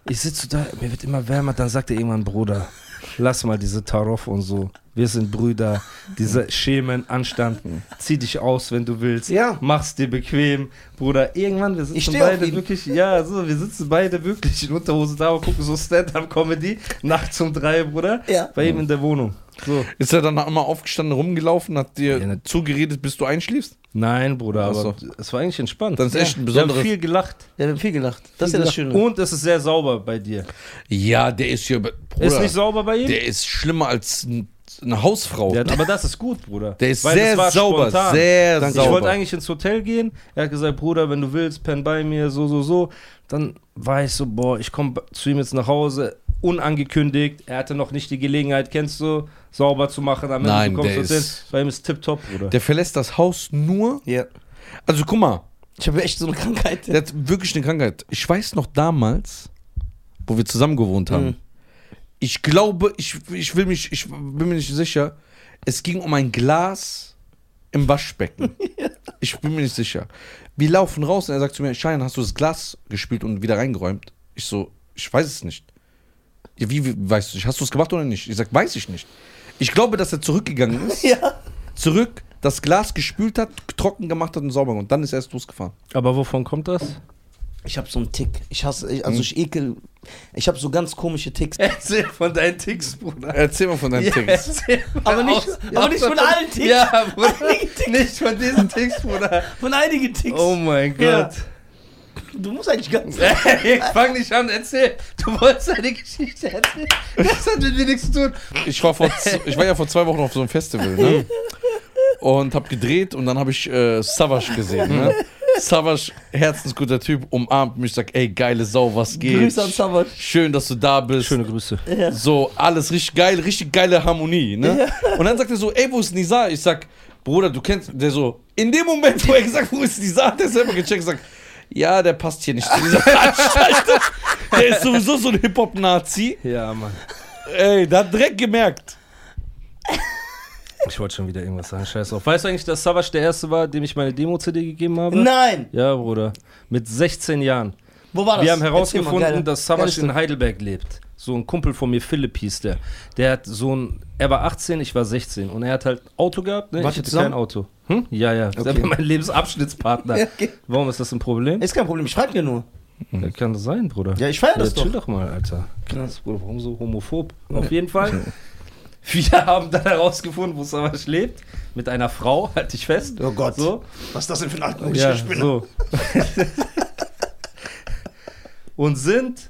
[SPEAKER 3] Ich sitze da, mir wird immer wärmer, dann sagt er irgendwann, Bruder, lass mal diese Taroff und so. Wir sind Brüder, dieser Schemen, Anstand, zieh dich aus, wenn du willst,
[SPEAKER 2] Ja.
[SPEAKER 3] mach's dir bequem, Bruder. Irgendwann, wir sitzen
[SPEAKER 2] steh auf
[SPEAKER 3] beide
[SPEAKER 2] ihn.
[SPEAKER 3] wirklich, ja, so, wir sitzen beide wirklich in Unterhose da und gucken so Stand-Up-Comedy, nachts um drei, Bruder,
[SPEAKER 2] Ja.
[SPEAKER 3] bei ihm in der Wohnung. So.
[SPEAKER 1] Ist er dann immer aufgestanden, rumgelaufen, hat dir
[SPEAKER 3] Ja, ne-
[SPEAKER 1] zugeredet, bis du einschläfst?
[SPEAKER 3] Nein, Bruder,
[SPEAKER 1] Ach
[SPEAKER 3] aber es war eigentlich entspannt.
[SPEAKER 1] Dann ist echt ein
[SPEAKER 3] wir haben
[SPEAKER 1] besonderes.
[SPEAKER 3] viel gelacht.
[SPEAKER 2] Ja, wir haben viel gelacht. Das ist ja das Schöne.
[SPEAKER 3] Und es ist sehr sauber bei dir.
[SPEAKER 1] Ja, der ist hier. Bruder,
[SPEAKER 3] Ist nicht sauber bei ihm?
[SPEAKER 1] der ist schlimmer als ein- eine Hausfrau.
[SPEAKER 3] Der hat, aber das ist gut, Bruder.
[SPEAKER 1] Der ist
[SPEAKER 3] Weil das
[SPEAKER 1] sehr
[SPEAKER 3] war
[SPEAKER 1] sauber,
[SPEAKER 3] spontan.
[SPEAKER 1] sehr
[SPEAKER 3] Ich
[SPEAKER 1] sauber.
[SPEAKER 3] wollte eigentlich ins Hotel gehen. Er hat gesagt, Bruder, wenn du willst, penn bei mir, so, so, so. Dann war ich so, boah, ich komme zu ihm jetzt nach Hause, unangekündigt. Er hatte noch nicht die Gelegenheit, kennst du, sauber zu machen. Am
[SPEAKER 1] Nein,
[SPEAKER 3] du kommst
[SPEAKER 1] der
[SPEAKER 3] ins Hotel.
[SPEAKER 1] ist-
[SPEAKER 3] Bei ihm ist tipptopp, Bruder.
[SPEAKER 1] der verlässt das Haus nur.
[SPEAKER 2] ja.
[SPEAKER 1] Also guck mal,
[SPEAKER 2] Ich habe echt so eine Krankheit.
[SPEAKER 1] Der hat wirklich eine Krankheit. Ich weiß noch damals, wo wir zusammen gewohnt haben.
[SPEAKER 2] Mhm.
[SPEAKER 1] Ich glaube, ich, ich will mich, ich bin mir nicht sicher. Es ging um ein Glas im Waschbecken. Ich bin mir nicht sicher. Wir laufen raus und er sagt zu mir, Schein, hast du das Glas gespült und wieder reingeräumt? Ich so, ich weiß es nicht. Ja, wie, wie weißt du nicht? Hast du es gemacht oder nicht? Ich sag, weiß ich nicht. Ich glaube, dass er zurückgegangen ist,
[SPEAKER 2] Ja.
[SPEAKER 1] zurück, das Glas gespült hat, trocken gemacht hat und sauber gemacht. Und dann ist er erst losgefahren.
[SPEAKER 3] Aber wovon kommt das?
[SPEAKER 2] Ich habe so einen Tick. Ich hasse, ich, also ich ekel. Ich habe so ganz komische Ticks.
[SPEAKER 3] Erzähl von deinen Ticks, Bruder.
[SPEAKER 1] Erzähl mal von deinen Ticks.
[SPEAKER 2] Aber nicht, aber nicht von allen Ticks.
[SPEAKER 3] Ja, Bruder. Nicht von diesen Ticks, Bruder.
[SPEAKER 2] Von einigen Ticks.
[SPEAKER 3] Oh mein
[SPEAKER 2] Ja.
[SPEAKER 3] Gott.
[SPEAKER 2] Du musst eigentlich ganz.
[SPEAKER 3] Ey, fang nicht an, erzähl. Du wolltest eine Geschichte erzählen. Das hat mit mir nichts zu tun.
[SPEAKER 1] ich war, vor, z- ich war ja vor zwei Wochen auf so einem Festival, ne? Und hab gedreht und dann habe ich äh, Savage gesehen, ne? Savage, herzensguter Typ, umarmt mich, sagt, ey, geile Sau, was geht?
[SPEAKER 2] Grüße an Savas.
[SPEAKER 1] Schön, dass du da bist.
[SPEAKER 3] Grüße.
[SPEAKER 1] So, alles richtig geil, richtig geile Harmonie, ne? Und dann sagt er so, ey, wo ist Nisa? Ich sag, Bruder, du kennst, der so, in dem Moment, wo er gesagt, wo ist Nisa, hat er selber gecheckt und sagt, ja, der passt hier nicht zu dieser Veranstaltung. Der ist sowieso so ein Hip-Hop-Nazi.
[SPEAKER 3] Ja, Mann.
[SPEAKER 1] Ey, der hat direkt gemerkt.
[SPEAKER 3] Ich wollte schon wieder irgendwas sagen. Scheiß auf. Weißt du eigentlich, dass Savage der Erste war, dem ich meine Demo-CD gegeben habe?
[SPEAKER 2] Nein.
[SPEAKER 3] Ja, Bruder. Mit 16 Jahren.
[SPEAKER 2] Wo war das?
[SPEAKER 3] Wir haben
[SPEAKER 2] Erzähl mal, geil.
[SPEAKER 3] herausgefunden, dass Savas
[SPEAKER 2] Geil
[SPEAKER 3] in Heidelberg lebt. So ein Kumpel von mir, Philipp hieß der. Der hat so ein. Er war 18, ich war 16. Und er hat halt Auto gehabt. Ne?
[SPEAKER 2] Wart
[SPEAKER 3] ich
[SPEAKER 2] ihr
[SPEAKER 3] hatte
[SPEAKER 2] zusammen?
[SPEAKER 3] kein Auto. Hm? Ja, ja. Der war mein Lebensabschnittspartner.
[SPEAKER 2] Okay.
[SPEAKER 3] Warum ist das ein Problem?
[SPEAKER 2] Ist kein Problem, ich frag dir nur.
[SPEAKER 3] Ja, Kann das sein, Bruder.
[SPEAKER 2] Ja, ich feier das
[SPEAKER 3] chill
[SPEAKER 2] doch.
[SPEAKER 3] doch mal, Alter. Krass, Bruder, warum so homophob? Auf jeden Fall. Wir haben dann herausgefunden, wo Savas lebt. Mit einer Frau, halte ich fest.
[SPEAKER 2] Oh Gott.
[SPEAKER 3] So.
[SPEAKER 2] Was ist das denn für ein altmodischer
[SPEAKER 3] Ja, so. Und sind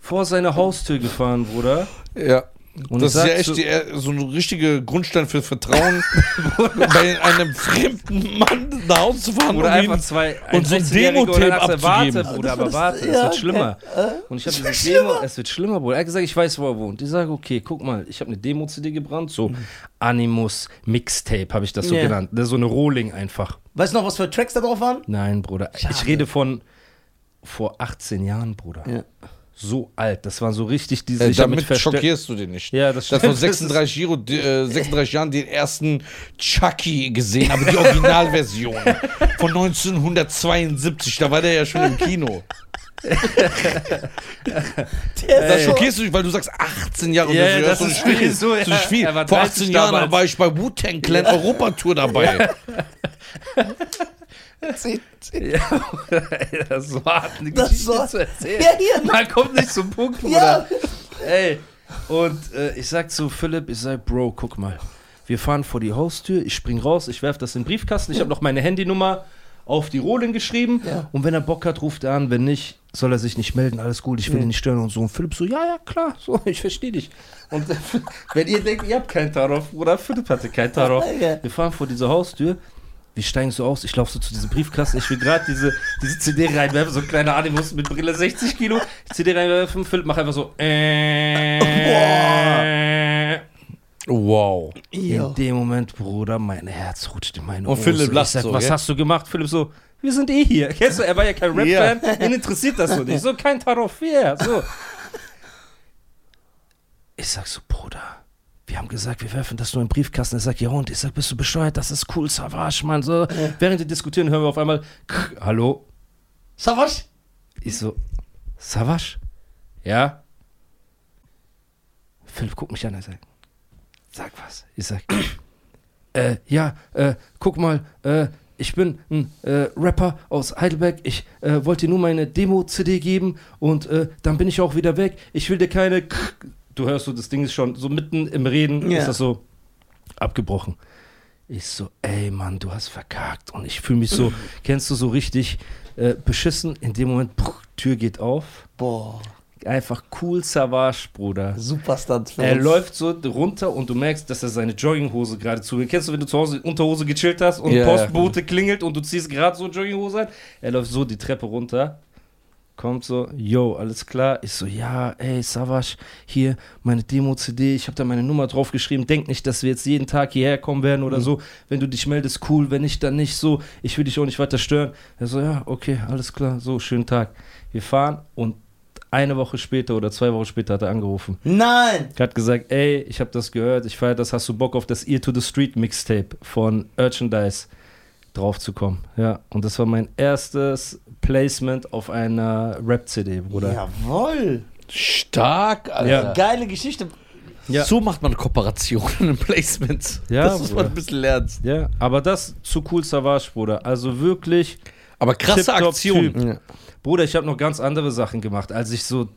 [SPEAKER 3] vor seine Haustür gefahren, Bruder.
[SPEAKER 1] Ja.
[SPEAKER 3] Und
[SPEAKER 1] das
[SPEAKER 3] ich
[SPEAKER 1] ist ja
[SPEAKER 3] sag
[SPEAKER 1] echt
[SPEAKER 3] zu-
[SPEAKER 1] die, äh, so ein richtiger Grundstein für Vertrauen, bei einem fremden Mann nach Hause zu fahren
[SPEAKER 3] Oder
[SPEAKER 1] um ihn-
[SPEAKER 3] einfach zwei
[SPEAKER 1] und so ein
[SPEAKER 3] 16-Jährige
[SPEAKER 1] Demo-Tape
[SPEAKER 3] und dann hast du,
[SPEAKER 1] abzugeben.
[SPEAKER 3] Warte, Bruder, aber
[SPEAKER 2] Das-
[SPEAKER 3] warte, es
[SPEAKER 2] ja,
[SPEAKER 3] wird schlimmer. Und ich habe dieses Demo, es wird schlimmer, Bruder. Er hat gesagt, ich weiß, wo er wohnt. Ich sage, okay, guck mal, ich habe eine Demo-CD gebrannt, so Animus Mixtape habe ich das so
[SPEAKER 2] Mhm. Ja.
[SPEAKER 3] genannt. Das ist so eine Rohling einfach.
[SPEAKER 2] Weißt du noch, was für Tracks da drauf waren?
[SPEAKER 3] Nein, Bruder. Ich rede von vor 18 Jahren, Bruder.
[SPEAKER 2] Ja.
[SPEAKER 3] So alt. Das waren so richtig diese.
[SPEAKER 1] Äh,
[SPEAKER 3] ich hab mit
[SPEAKER 1] damit
[SPEAKER 3] Verstell-
[SPEAKER 1] schockierst du den nicht.
[SPEAKER 3] Ja, das
[SPEAKER 1] Dass
[SPEAKER 3] stimmt.
[SPEAKER 1] vor 36, Giro, die, äh, 36 Jahren den ersten Chucky gesehen, aber die Originalversion von 1972. Da war der ja schon im Kino.
[SPEAKER 3] Äh,
[SPEAKER 1] Da schockierst du dich, weil du sagst 18 Jahre und
[SPEAKER 3] Ja,
[SPEAKER 1] du
[SPEAKER 3] das
[SPEAKER 1] so
[SPEAKER 3] ist
[SPEAKER 1] nicht viel.
[SPEAKER 3] viel, so,
[SPEAKER 1] so
[SPEAKER 3] ja.
[SPEAKER 1] nicht viel.
[SPEAKER 3] Er war
[SPEAKER 1] Vor
[SPEAKER 3] 30
[SPEAKER 1] 18 Jahren
[SPEAKER 3] damals.
[SPEAKER 1] war ich bei Wu-Tang Clan Europatour dabei.
[SPEAKER 3] Ey, das ist so hart, eine
[SPEAKER 2] Das
[SPEAKER 3] Geschichte
[SPEAKER 2] war-
[SPEAKER 3] zu erzählen.
[SPEAKER 2] Ja, hier. ne?
[SPEAKER 3] Man kommt nicht zum Punkt,
[SPEAKER 2] Ja.
[SPEAKER 3] Bruder. Ey. Und äh, ich sag zu Philipp, ich sag, Bro, guck mal. Wir fahren vor die Haustür, ich spring raus, ich werf das in den Briefkasten, ich habe noch meine Handynummer auf die Rohling geschrieben.
[SPEAKER 2] Ja.
[SPEAKER 3] Und wenn er Bock hat, ruft er an. Wenn nicht, soll er sich nicht melden. Alles gut, ich will ihn nicht stören. Und so. Und Philipp so, ja, ja, klar, so, ich verstehe dich. Und äh, wenn ihr denkt, ihr habt keinen Tarot, Bruder, Philipp hatte keinen Tarot.
[SPEAKER 2] Ja.
[SPEAKER 3] Wir fahren vor diese Haustür. Wir steigen so aus, ich laufe so zu diesem Briefkasten, ich will gerade diese, diese CD reinwerfen, so ein kleiner Animus mit Brille 60 Kilo, CD reinwerfen, äh, Philipp macht einfach so. Äh,
[SPEAKER 1] Wow.
[SPEAKER 2] Ja.
[SPEAKER 3] in dem Moment, Bruder, mein Herz rutscht in meine
[SPEAKER 1] Und
[SPEAKER 3] Hose.
[SPEAKER 1] Philipp
[SPEAKER 3] Ich
[SPEAKER 1] lacht
[SPEAKER 3] sag,
[SPEAKER 1] so,
[SPEAKER 3] Was
[SPEAKER 1] gell?
[SPEAKER 3] hast du gemacht? Philipp so, wir sind eh hier. Kennst du, er war ja kein Rap-Fan, ihn interessiert das so nicht. So kein Tarot, yeah, so. Ich sag so, Bruder, wir haben gesagt, wir werfen das nur in den Briefkasten. Er sagt, ja und? Ich sag, bist du bescheuert? Das ist cool, Savage, Mann. So, während wir diskutieren, hören wir auf einmal, "Krr, hallo?
[SPEAKER 2] Savas?
[SPEAKER 3] Ich so, Savage? Ja? Philipp guckt mich an, er sagt, sag was. Ich sag, äh, ja, äh, guck mal, äh, ich bin ein äh, Rapper aus Heidelberg. Ich äh, wollte dir nur meine Demo-CD geben und äh, dann bin ich auch wieder weg. Ich will dir keine. K du hörst so, das Ding ist schon so mitten im Reden,
[SPEAKER 2] Ja.
[SPEAKER 3] ist das so abgebrochen. Ich so, ey Mann, du hast verkackt. Und ich fühle mich so, kennst du so richtig äh, beschissen? In dem Moment, puh, Tür geht auf.
[SPEAKER 2] Boah,
[SPEAKER 3] Einfach cool Savage, Bruder.
[SPEAKER 2] Superstar. für
[SPEAKER 3] Er
[SPEAKER 2] uns.
[SPEAKER 3] läuft so runter und du merkst, dass er seine Jogginghose gerade zu. Kennst du, wenn du zu Hause Unterhose gechillt hast und
[SPEAKER 1] Ja,
[SPEAKER 3] Postbote klingelt und du ziehst gerade so Jogginghose an? Er läuft so die Treppe runter, kommt so, yo, alles klar. Ich so, ja, ey, Savage, hier meine Demo-CD, ich habe da meine Nummer drauf geschrieben. Denk nicht, dass wir jetzt jeden Tag hierher kommen werden
[SPEAKER 1] Mhm.
[SPEAKER 3] oder so. Wenn du dich meldest, cool, wenn nicht, dann nicht so. Ich will dich auch nicht weiter stören. Er so, ja, okay, alles klar, so, schönen Tag. Wir fahren und eine Woche später oder zwei Wochen später hat er angerufen.
[SPEAKER 2] Nein!
[SPEAKER 3] Er hat gesagt, ey, ich habe das gehört, ich feier das, hast du Bock auf das Ear to the Street Mixtape von Merchandise drauf zu kommen. Ja, und das war mein erstes Placement auf einer Rap-CD, Bruder.
[SPEAKER 2] Jawohl!
[SPEAKER 1] Stark, Alter.
[SPEAKER 2] Geile Geschichte.
[SPEAKER 3] Ja.
[SPEAKER 1] So macht man Kooperationen und Placements.
[SPEAKER 3] Ja,
[SPEAKER 1] das muss man
[SPEAKER 3] Bruder.
[SPEAKER 1] ein bisschen lernen.
[SPEAKER 3] Ja, aber das zu cool Savage, Bruder. Also wirklich,
[SPEAKER 1] Aber krasse
[SPEAKER 3] Tip-top
[SPEAKER 1] Aktion.
[SPEAKER 3] Typ. Bruder, ich habe noch ganz andere Sachen gemacht. Als ich so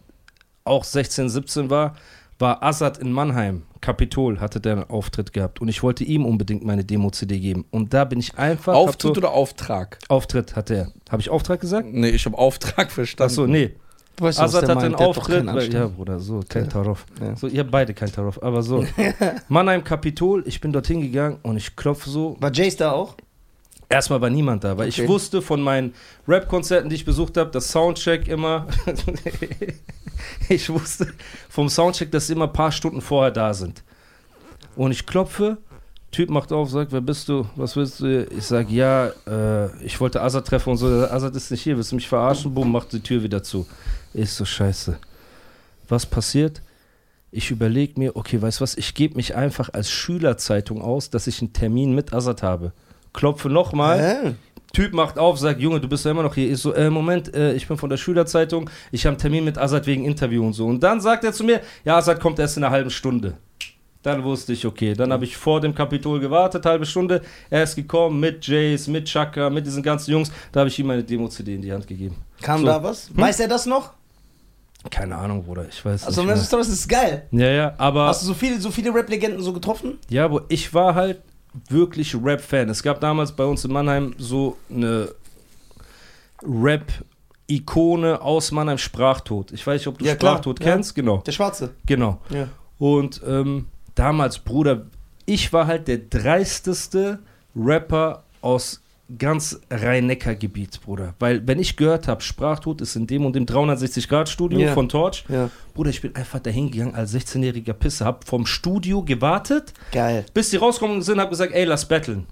[SPEAKER 3] auch 16, 17 war, war Assad in Mannheim. Kapitol hatte der einen Auftritt gehabt und ich wollte ihm unbedingt meine Demo-CD geben. Und da bin ich einfach. hab
[SPEAKER 1] Auftritt
[SPEAKER 3] so,
[SPEAKER 1] oder Auftrag?
[SPEAKER 3] Auftritt hatte er. Habe ich Auftrag gesagt?
[SPEAKER 1] Nee, ich habe Auftrag verstanden.
[SPEAKER 3] Achso, nee.
[SPEAKER 4] Weißt du, was
[SPEAKER 3] Assad
[SPEAKER 4] der
[SPEAKER 3] hat den
[SPEAKER 4] meint? Der hat doch
[SPEAKER 3] Auftritt.
[SPEAKER 4] keinen
[SPEAKER 3] weil-
[SPEAKER 4] Anstand.
[SPEAKER 3] ja, Bruder, so, kein Tarov.
[SPEAKER 4] Ja.
[SPEAKER 3] So, ihr habt beide kein Tarov, aber so. Mannheim Kapitol, ich bin dorthin gegangen und ich klopfe so.
[SPEAKER 2] War Jace da auch?
[SPEAKER 3] Erstmal war niemand da, weil ich
[SPEAKER 2] Okay.
[SPEAKER 3] wusste von meinen Rap-Konzerten, die ich besucht habe, das Soundcheck immer. ich wusste vom Soundcheck, dass sie immer ein paar Stunden vorher da sind. Und ich klopfe, Typ macht auf, sagt, wer bist du, was willst du? hier? Ich sag, ja, äh, ich wollte Azad treffen und so. Der sagt, Azad ist nicht hier, willst du mich verarschen? Boom, macht die Tür wieder zu. Ich so, scheiße. Was passiert? Ich überlege mir, okay, weißt du was, ich gebe mich einfach als Schülerzeitung aus, dass ich einen Termin mit Azad habe. Klopfe nochmal.
[SPEAKER 2] Äh.
[SPEAKER 3] Typ macht auf, sagt, Junge, du bist ja immer noch hier. Ich so, äh, Moment, äh, ich bin von der Schülerzeitung, ich habe einen Termin mit Azad wegen Interview und so. Und dann sagt er zu mir, ja, Azad kommt erst in einer halben Stunde. Dann wusste ich, okay, dann habe ich vor dem Kapitol gewartet, halbe Stunde. Er ist gekommen mit Jace, mit Chaka, mit diesen ganzen Jungs. Da habe ich ihm meine Demo-CD in die Hand gegeben.
[SPEAKER 2] Kam
[SPEAKER 3] So. Hm?
[SPEAKER 2] da was? Weiß er das noch?
[SPEAKER 3] Keine Ahnung, Bruder, ich weiß
[SPEAKER 2] Also, das
[SPEAKER 3] nicht. Ah.
[SPEAKER 2] ist, das ist geil.
[SPEAKER 3] Mehr. Ja, ja, aber.
[SPEAKER 2] Hast du so viele, so viele Rap-Legenden so getroffen?
[SPEAKER 3] Ja, aber ich war halt wirklich Rap-Fan. Es gab damals bei uns in Mannheim so eine Rap-Ikone aus Mannheim Sprachtod. Ich weiß nicht, ob du
[SPEAKER 2] Ja, klar.
[SPEAKER 3] Sprachtod
[SPEAKER 2] Ja.
[SPEAKER 3] kennst, genau.
[SPEAKER 2] Der Schwarze.
[SPEAKER 3] Genau.
[SPEAKER 2] Ja.
[SPEAKER 3] Und ähm, damals, Bruder, ich war halt der dreisteste Rapper aus ganz Rhein-Neckar-Gebiet, Bruder. Weil, wenn ich gehört habe, Sprachtod ist in dem und dem 360-Grad-Studio
[SPEAKER 2] Ja.
[SPEAKER 3] von Torch,
[SPEAKER 2] Ja.
[SPEAKER 3] Bruder, ich bin einfach dahin gegangen als 16-jähriger Pisse, hab vom Studio gewartet,
[SPEAKER 2] Geil.
[SPEAKER 3] bis die rausgekommen sind, hab gesagt, ey, lass battlen.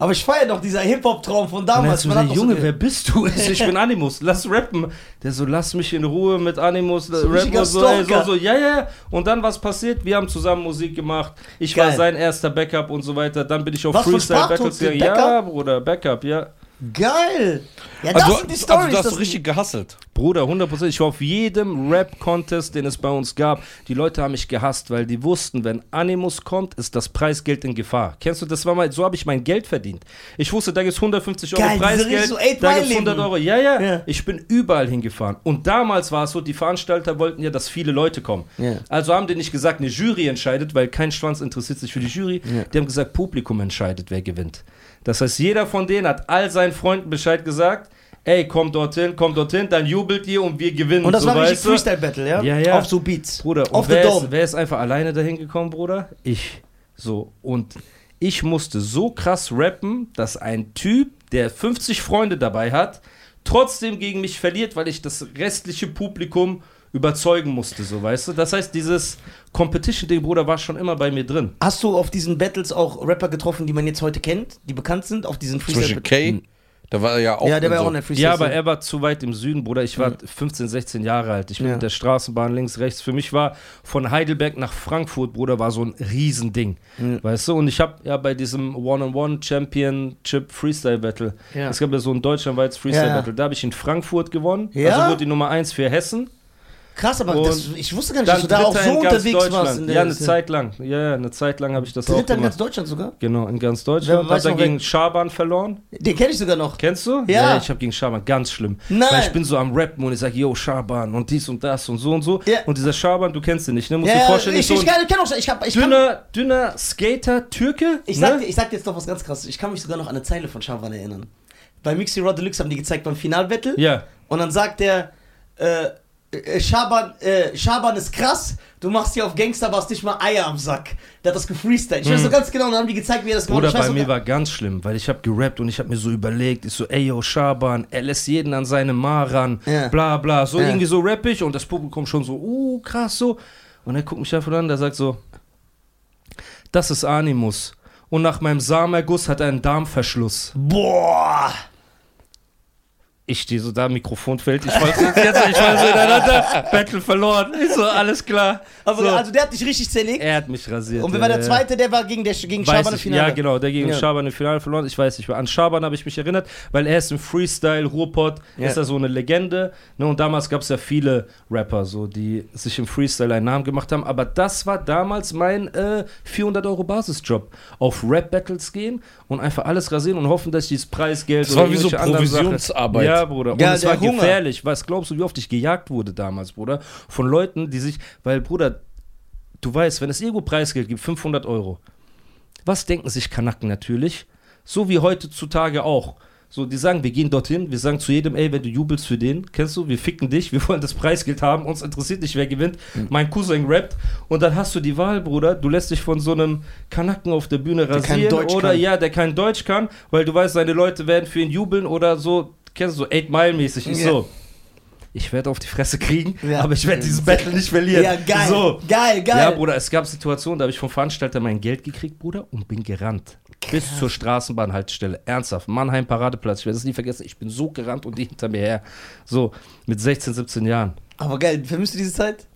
[SPEAKER 2] Aber ich feiere doch dieser Hip-Hop-Traum von
[SPEAKER 3] Und dann
[SPEAKER 2] damals.
[SPEAKER 3] hat so
[SPEAKER 2] Man
[SPEAKER 3] gesagt,
[SPEAKER 2] hat doch
[SPEAKER 3] Junge,
[SPEAKER 2] so
[SPEAKER 3] wer bist du? Ich so, Ich bin Animus, lass rappen. Der so, lass mich in Ruhe mit Animus,
[SPEAKER 2] ein
[SPEAKER 3] rappen
[SPEAKER 2] richtiger
[SPEAKER 3] und so, ey, so,
[SPEAKER 2] Stalker.
[SPEAKER 3] so, ja, ja. ja. Und dann was passiert? Wir haben zusammen Musik gemacht. Ich war
[SPEAKER 2] Geil.
[SPEAKER 3] sein erster Backup und so weiter. Dann bin ich auf
[SPEAKER 2] Was für
[SPEAKER 3] Freestyle
[SPEAKER 2] Sprachton
[SPEAKER 3] Battles
[SPEAKER 2] sind
[SPEAKER 3] gegangen. Ja, Bruder, Backup, ja.
[SPEAKER 2] Geil. Ja, das
[SPEAKER 1] Also,
[SPEAKER 2] sind die
[SPEAKER 1] also,
[SPEAKER 2] Storys.
[SPEAKER 1] du hast
[SPEAKER 2] das
[SPEAKER 1] so richtig gehasselt.
[SPEAKER 3] Bruder, 100%. Ich war auf jedem Rap-Contest, den es bei uns gab. Die Leute haben mich gehasst, weil die wussten, wenn Animus kommt, ist das Preisgeld in Gefahr. Kennst du, das war mal, so habe ich mein Geld verdient. Ich wusste, da gibt es 150 Euro
[SPEAKER 2] Geil, diese
[SPEAKER 3] Preisgeld,
[SPEAKER 2] richtig so 8
[SPEAKER 3] da
[SPEAKER 2] Mile
[SPEAKER 3] gibt es 100
[SPEAKER 2] Leben.
[SPEAKER 3] Euro. Ja, ja,
[SPEAKER 2] Ja.
[SPEAKER 3] Ich bin überall hingefahren. Und damals war es so, die Veranstalter wollten ja, dass viele Leute kommen.
[SPEAKER 2] Ja.
[SPEAKER 3] Also haben die nicht gesagt, eine Jury entscheidet, weil kein Schwanz interessiert sich für die Jury. Die haben gesagt, Publikum entscheidet, wer gewinnt. Das heißt, jeder von denen hat all seinen Freunden Bescheid gesagt, ey, kommt dorthin, kommt dorthin, dann jubelt ihr und wir gewinnen.
[SPEAKER 2] und das
[SPEAKER 3] so,
[SPEAKER 2] war richtig
[SPEAKER 3] weißt du?
[SPEAKER 2] Freestyle-Battle, ja?
[SPEAKER 3] Ja, ja.
[SPEAKER 2] Auf so Beats.
[SPEAKER 3] Bruder,
[SPEAKER 2] Auf the
[SPEAKER 3] und wer ist,
[SPEAKER 2] Dome.
[SPEAKER 3] wer ist einfach alleine dahin gekommen, Bruder? Ich. So. Und ich musste so krass rappen, dass ein Typ, der 50 Freunde dabei hat, trotzdem gegen mich verliert, weil ich das restliche Publikum überzeugen musste, so weißt du. Das heißt, dieses Competition-Ding, Bruder, war schon immer bei mir drin.
[SPEAKER 2] Hast du auf diesen Battles auch Rapper getroffen, die man jetzt heute kennt, die bekannt sind, auf diesen
[SPEAKER 1] Zum Beispiel
[SPEAKER 2] Freestyle-Battles?
[SPEAKER 1] Kay, da war er ja auch.
[SPEAKER 2] Ja, der war
[SPEAKER 1] so.
[SPEAKER 2] auch in der Freestyle.
[SPEAKER 3] Ja, aber er war zu weit im Süden, Bruder. Ich war 15, 16 Jahre alt. Ich bin
[SPEAKER 2] Ja.
[SPEAKER 3] mit der Straßenbahn links, rechts. Für mich war von Heidelberg nach Frankfurt, Bruder, war so ein Riesending. Weißt du? Und ich habe ja bei diesem One-on-One-Championship Freestyle Battle,
[SPEAKER 2] Ja.
[SPEAKER 3] es gab ja so ein deutschlandweites Freestyle
[SPEAKER 2] Ja, ja.
[SPEAKER 3] Battle, da habe ich in Frankfurt gewonnen.
[SPEAKER 2] Ja?
[SPEAKER 3] Also wurde die Nummer 1 für Hessen.
[SPEAKER 2] Krass, aber
[SPEAKER 3] Und
[SPEAKER 2] das, ich wusste gar nicht, dass du da
[SPEAKER 3] Dritter
[SPEAKER 2] auch so
[SPEAKER 3] in ganz
[SPEAKER 2] unterwegs
[SPEAKER 3] Deutschland.
[SPEAKER 2] warst. in der-
[SPEAKER 3] Ja, eine Zeit lang. Ja, ja, eine Zeit lang habe ich das auch
[SPEAKER 2] Dritter in
[SPEAKER 3] gemacht.
[SPEAKER 2] ganz Deutschland sogar?
[SPEAKER 3] Genau, in ganz Deutschland.
[SPEAKER 2] Wer weiß
[SPEAKER 3] Hat er
[SPEAKER 2] noch, wer-
[SPEAKER 3] gegen Schaban verloren.
[SPEAKER 2] Den kenne ich sogar noch.
[SPEAKER 3] Kennst du?
[SPEAKER 2] Ja.
[SPEAKER 3] ich habe gegen Schaban ganz schlimm.
[SPEAKER 2] Nein.
[SPEAKER 3] Weil ich bin so am Rappen und ich sage, yo, Schaban und dies und das und so und so.
[SPEAKER 2] Ja.
[SPEAKER 3] Und dieser Schaban, du kennst ihn nicht, ne? Musst du dir
[SPEAKER 2] Ja,
[SPEAKER 3] vorstellen,
[SPEAKER 2] ich,
[SPEAKER 3] ist
[SPEAKER 2] ich,
[SPEAKER 3] so ein
[SPEAKER 2] kenn- kenn auch, ich, hab, ich kann
[SPEAKER 3] dünner, dünner ne? Skater, Türke.
[SPEAKER 2] Ich sag, dir, ich sag dir jetzt noch was ganz krasses. Ich kann mich sogar noch an eine Zeile von Schawan erinnern. Bei Mixi Raw Deluxe haben die gezeigt beim Finalbattle.
[SPEAKER 3] Ja.
[SPEAKER 2] Und dann sagt der, äh, äh, Schaban, äh, Schaban ist krass, du machst hier auf Gangster, warst nicht mal Eier am Sack. Der hat das gefreestylt. Ich weiß so ganz genau, und dann haben die gezeigt, wie er das gemacht
[SPEAKER 3] Hm. Bruder,
[SPEAKER 2] hat. Ich weiß
[SPEAKER 3] bei
[SPEAKER 2] noch
[SPEAKER 3] mir
[SPEAKER 2] gar-
[SPEAKER 3] war ganz schlimm, weil ich habe gerappt und ich habe mir so überlegt, ich so, ey yo, Schaban, er lässt jeden an seine Maran,
[SPEAKER 2] Ja.
[SPEAKER 3] bla bla, so
[SPEAKER 2] Ja.
[SPEAKER 3] irgendwie so rappig und das Publikum schon so, uh, krass so. Und er guckt mich einfach an, der sagt so, das ist Animus. Und nach meinem Samenerguss hat er einen Darmverschluss.
[SPEAKER 2] Boah!
[SPEAKER 3] Ich stehe so da, Mikrofon fällt, ich fall so, jetzt, ich fall so ineinander, Battle verloren. Ich so, alles klar.
[SPEAKER 2] Also,
[SPEAKER 3] so,
[SPEAKER 2] also der hat dich richtig zerlegt.
[SPEAKER 3] er hat mich rasiert.
[SPEAKER 2] und wer war der
[SPEAKER 3] äh,
[SPEAKER 2] Zweite? Der war gegen, der, gegen
[SPEAKER 3] Weiß
[SPEAKER 2] Schaban im
[SPEAKER 3] ich,
[SPEAKER 2] Finale.
[SPEAKER 3] Ja, genau, der gegen
[SPEAKER 2] Ja.
[SPEAKER 3] Schaban im Finale verloren. Ich weiß nicht, mehr. an Schaban habe ich mich erinnert, weil er ist im Freestyle, Ruhrpott,
[SPEAKER 2] Ja.
[SPEAKER 3] ist da so eine Legende. Ne? Und damals gab es ja viele Rapper, so, die sich im Freestyle einen Namen gemacht haben. Aber das war damals mein äh, 400-Euro-Basisjob. Auf Rap-Battles gehen und einfach alles rasieren und hoffen, dass ich dieses Preisgeld
[SPEAKER 1] Das war wie so
[SPEAKER 3] irgendwelche anderen Sachen-
[SPEAKER 1] Provisionsarbeit.
[SPEAKER 3] Ja, Bruder. Und
[SPEAKER 2] Ja,
[SPEAKER 3] es
[SPEAKER 2] der
[SPEAKER 3] war
[SPEAKER 2] Hunger.
[SPEAKER 3] gefährlich. Was glaubst du, wie oft ich gejagt wurde damals, Bruder? Von Leuten, die sich, weil, Bruder, du weißt, wenn es irgendwo Preisgeld gibt, 500 Euro, was denken sich Kanaken natürlich? So wie heutzutage auch. So, die sagen, wir gehen dorthin, wir sagen zu jedem, ey, wenn du jubelst für den, kennst du, wir ficken dich, wir wollen das Preisgeld haben, uns interessiert nicht, wer gewinnt.
[SPEAKER 2] Hm.
[SPEAKER 3] Mein Cousin rappt und dann hast du die Wahl, Bruder, du lässt dich von so einem Kanaken auf der Bühne
[SPEAKER 2] kein
[SPEAKER 3] rasieren
[SPEAKER 2] Deutsch
[SPEAKER 3] oder
[SPEAKER 2] kann.
[SPEAKER 3] ja, der kein Deutsch kann, weil du weißt, seine Leute werden für ihn jubeln oder so, kennst du, so 8 Mile mäßig, ich
[SPEAKER 2] Ja.
[SPEAKER 3] so. Ich werde auf die Fresse kriegen,
[SPEAKER 2] Ja.
[SPEAKER 3] aber ich werde dieses Battle nicht verlieren.
[SPEAKER 2] Ja, geil.
[SPEAKER 3] So.
[SPEAKER 2] Geil, geil.
[SPEAKER 3] Ja, Bruder, es gab Situationen, da habe ich vom Veranstalter mein Geld gekriegt, Bruder, und bin gerannt. Bis zur Straßenbahnhaltestelle. Ernsthaft. Mannheim Paradeplatz. Ich werde es nie vergessen. Ich bin so gerannt und die hinter mir her. So, mit 16, 17 Jahren.
[SPEAKER 2] Aber geil, vermisst du diese Zeit?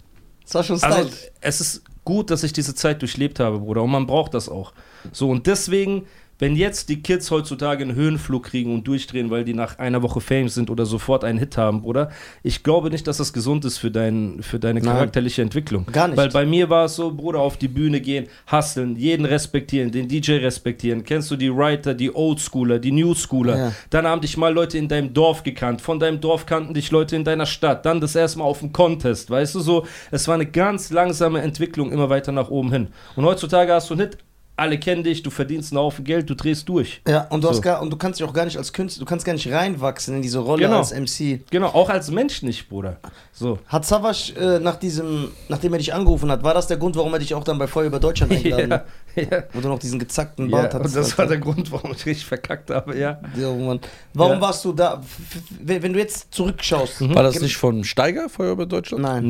[SPEAKER 2] Das war schon Style.
[SPEAKER 3] Also, es ist gut, dass ich diese Zeit durchlebt habe, Bruder. Und man braucht das auch. So, und deswegen, wenn jetzt die Kids heutzutage einen Höhenflug kriegen und durchdrehen, weil die nach einer Woche Fame sind oder sofort einen Hit haben, Bruder, ich glaube nicht, dass das gesund ist für, dein, für deine
[SPEAKER 2] Nein.
[SPEAKER 3] charakterliche Entwicklung.
[SPEAKER 2] Gar nicht.
[SPEAKER 3] Weil bei mir war es so, Bruder, auf die Bühne gehen, hasseln, jeden respektieren, den DJ respektieren. Kennst du die Writer, die Oldschooler, die Newschooler?
[SPEAKER 2] Ja.
[SPEAKER 3] Dann haben dich mal Leute in deinem Dorf gekannt. Von deinem Dorf kannten dich Leute in deiner Stadt. Dann das erstmal auf dem Contest, weißt du so. Es war eine ganz langsame Entwicklung immer weiter nach oben hin. Und heutzutage hast du einen Hit. alle kennen dich, du verdienst einen Haufen Geld, du drehst durch.
[SPEAKER 2] Ja, und du, hast
[SPEAKER 3] So.
[SPEAKER 2] gar, und du kannst dich auch gar nicht als Künstler, du kannst gar nicht reinwachsen in diese Rolle
[SPEAKER 3] Genau.
[SPEAKER 2] als MC.
[SPEAKER 3] Genau, auch als Mensch nicht, Bruder. So.
[SPEAKER 2] Hat Savas äh, nach diesem, nachdem er dich angerufen hat, war das der Grund, warum er dich auch dann bei Feuer über Deutschland eingeladen hat?
[SPEAKER 3] ja.
[SPEAKER 2] Wo du noch diesen gezackten
[SPEAKER 3] Ja,
[SPEAKER 2] Bart
[SPEAKER 3] und
[SPEAKER 2] hattest.
[SPEAKER 3] das war der Grund, warum ich richtig verkackt habe, ja.
[SPEAKER 2] Ja, oh Mann. Warum
[SPEAKER 3] Ja. Mhm.
[SPEAKER 2] warst du da? F- f- Wenn, wenn du jetzt zurückschaust.
[SPEAKER 3] Hm?
[SPEAKER 1] War das nicht von Steiger, Feuer über Deutschland?
[SPEAKER 2] Genau. Nein.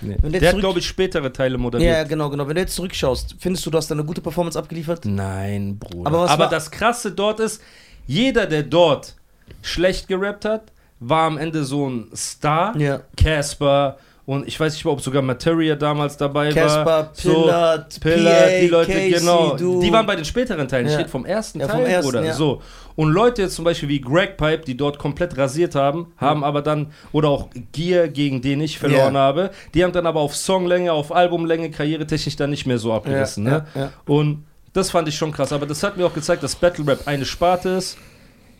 [SPEAKER 3] Nee.
[SPEAKER 2] Wenn du
[SPEAKER 3] Der
[SPEAKER 2] jetzt
[SPEAKER 3] hat,
[SPEAKER 2] zurück,
[SPEAKER 3] glaube ich, spätere
[SPEAKER 2] ja,
[SPEAKER 3] Teile
[SPEAKER 2] ja,
[SPEAKER 3] moderiert.
[SPEAKER 2] genau, genau. Wenn du jetzt zurückschaust, findest du, du hast da eine gute Performance abgeliefert?
[SPEAKER 3] Nein, Bruder.
[SPEAKER 2] Aber
[SPEAKER 3] Aber,
[SPEAKER 2] was war-
[SPEAKER 3] das Krasse dort ist, jeder, der dort schlecht gerappt hat, war am Ende so ein Star.
[SPEAKER 2] Ja.
[SPEAKER 3] Casper und ich weiß nicht mehr, ob sogar Materia damals dabei war.
[SPEAKER 2] Casper, Pillard,
[SPEAKER 3] so, Pillard,
[SPEAKER 2] PA,
[SPEAKER 3] die Leute,
[SPEAKER 2] Casey,
[SPEAKER 3] genau.
[SPEAKER 2] du.
[SPEAKER 3] Die waren bei den späteren Teilen. Ich
[SPEAKER 2] Ja.
[SPEAKER 3] rede vom ersten
[SPEAKER 2] Ja,
[SPEAKER 3] Teil,
[SPEAKER 2] vom ersten,
[SPEAKER 3] Bruder.
[SPEAKER 2] ja.
[SPEAKER 3] So. Und Leute jetzt zum Beispiel wie Greg Pipe, die dort komplett rasiert haben, haben aber dann, oder auch Gear, gegen den ich verloren
[SPEAKER 2] Ja.
[SPEAKER 3] habe, die haben dann aber auf Songlänge, auf Albumlänge, karrieretechnisch dann nicht mehr so abgerissen.
[SPEAKER 2] Ja,
[SPEAKER 3] ne?
[SPEAKER 2] ja, ja.
[SPEAKER 3] Und das fand ich schon krass. Aber das hat mir auch gezeigt, dass Battle Rap eine Sparte ist.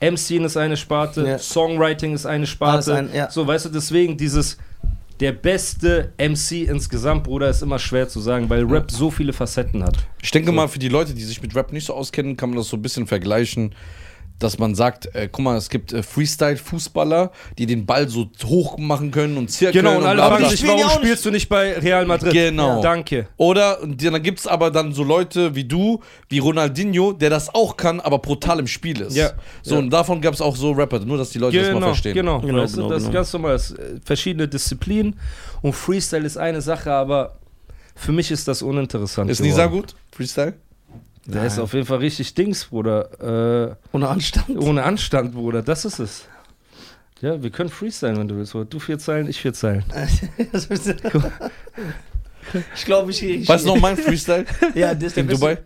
[SPEAKER 3] MCing ist eine Sparte,
[SPEAKER 2] Ja.
[SPEAKER 3] Songwriting ist eine
[SPEAKER 2] Alles
[SPEAKER 3] Sparte.
[SPEAKER 2] ein- ja.
[SPEAKER 3] So, weißt du, deswegen dieses der beste MC insgesamt, Bruder, ist immer schwer zu sagen, weil Rap so viele Facetten hat.
[SPEAKER 1] Ich denke mal, für die Leute, die sich mit Rap nicht so auskennen, kann man das so ein bisschen vergleichen, dass man sagt, äh, guck mal, es gibt äh, Freestyle-Fußballer, die den Ball so hoch machen können und zirkeln.
[SPEAKER 3] Genau, und alle
[SPEAKER 1] bla, bla,
[SPEAKER 3] fragen
[SPEAKER 1] bla.
[SPEAKER 3] sich,
[SPEAKER 2] spielen ja
[SPEAKER 3] warum
[SPEAKER 2] auch nicht-
[SPEAKER 3] spielst du nicht bei Real Madrid?
[SPEAKER 1] Genau.
[SPEAKER 3] Ja. Danke.
[SPEAKER 1] Oder und dann gibt es aber dann so Leute wie du, wie Ronaldinho, der das auch kann, aber brutal im Spiel ist.
[SPEAKER 3] Ja.
[SPEAKER 1] So, und davon gab es auch so Rapper, nur dass die Leute das mal
[SPEAKER 3] Genau,
[SPEAKER 1] verstehen.
[SPEAKER 3] genau.
[SPEAKER 2] Genau,
[SPEAKER 3] weißt
[SPEAKER 2] genau,
[SPEAKER 3] du, das
[SPEAKER 2] genau.
[SPEAKER 3] ist ganz normal. Das, äh, verschiedene Disziplinen und Freestyle ist eine Sache, aber für mich ist das uninteressant.
[SPEAKER 1] Ist Nisa
[SPEAKER 3] geworden.
[SPEAKER 1] gut? Freestyle?
[SPEAKER 3] Der ist auf jeden Fall richtig Dings, Bruder. Äh,
[SPEAKER 2] Ohne Anstand.
[SPEAKER 3] Ohne Anstand, Bruder, das ist es. Ja, wir können freestylen, wenn du willst. Bruder. Du vier Zeilen, ich vier Zeilen.
[SPEAKER 2] ich glaube, ich. ich
[SPEAKER 1] Weißt du noch mein Freestyle
[SPEAKER 2] Ja, das ist der
[SPEAKER 1] in
[SPEAKER 2] beste-
[SPEAKER 1] Dubai?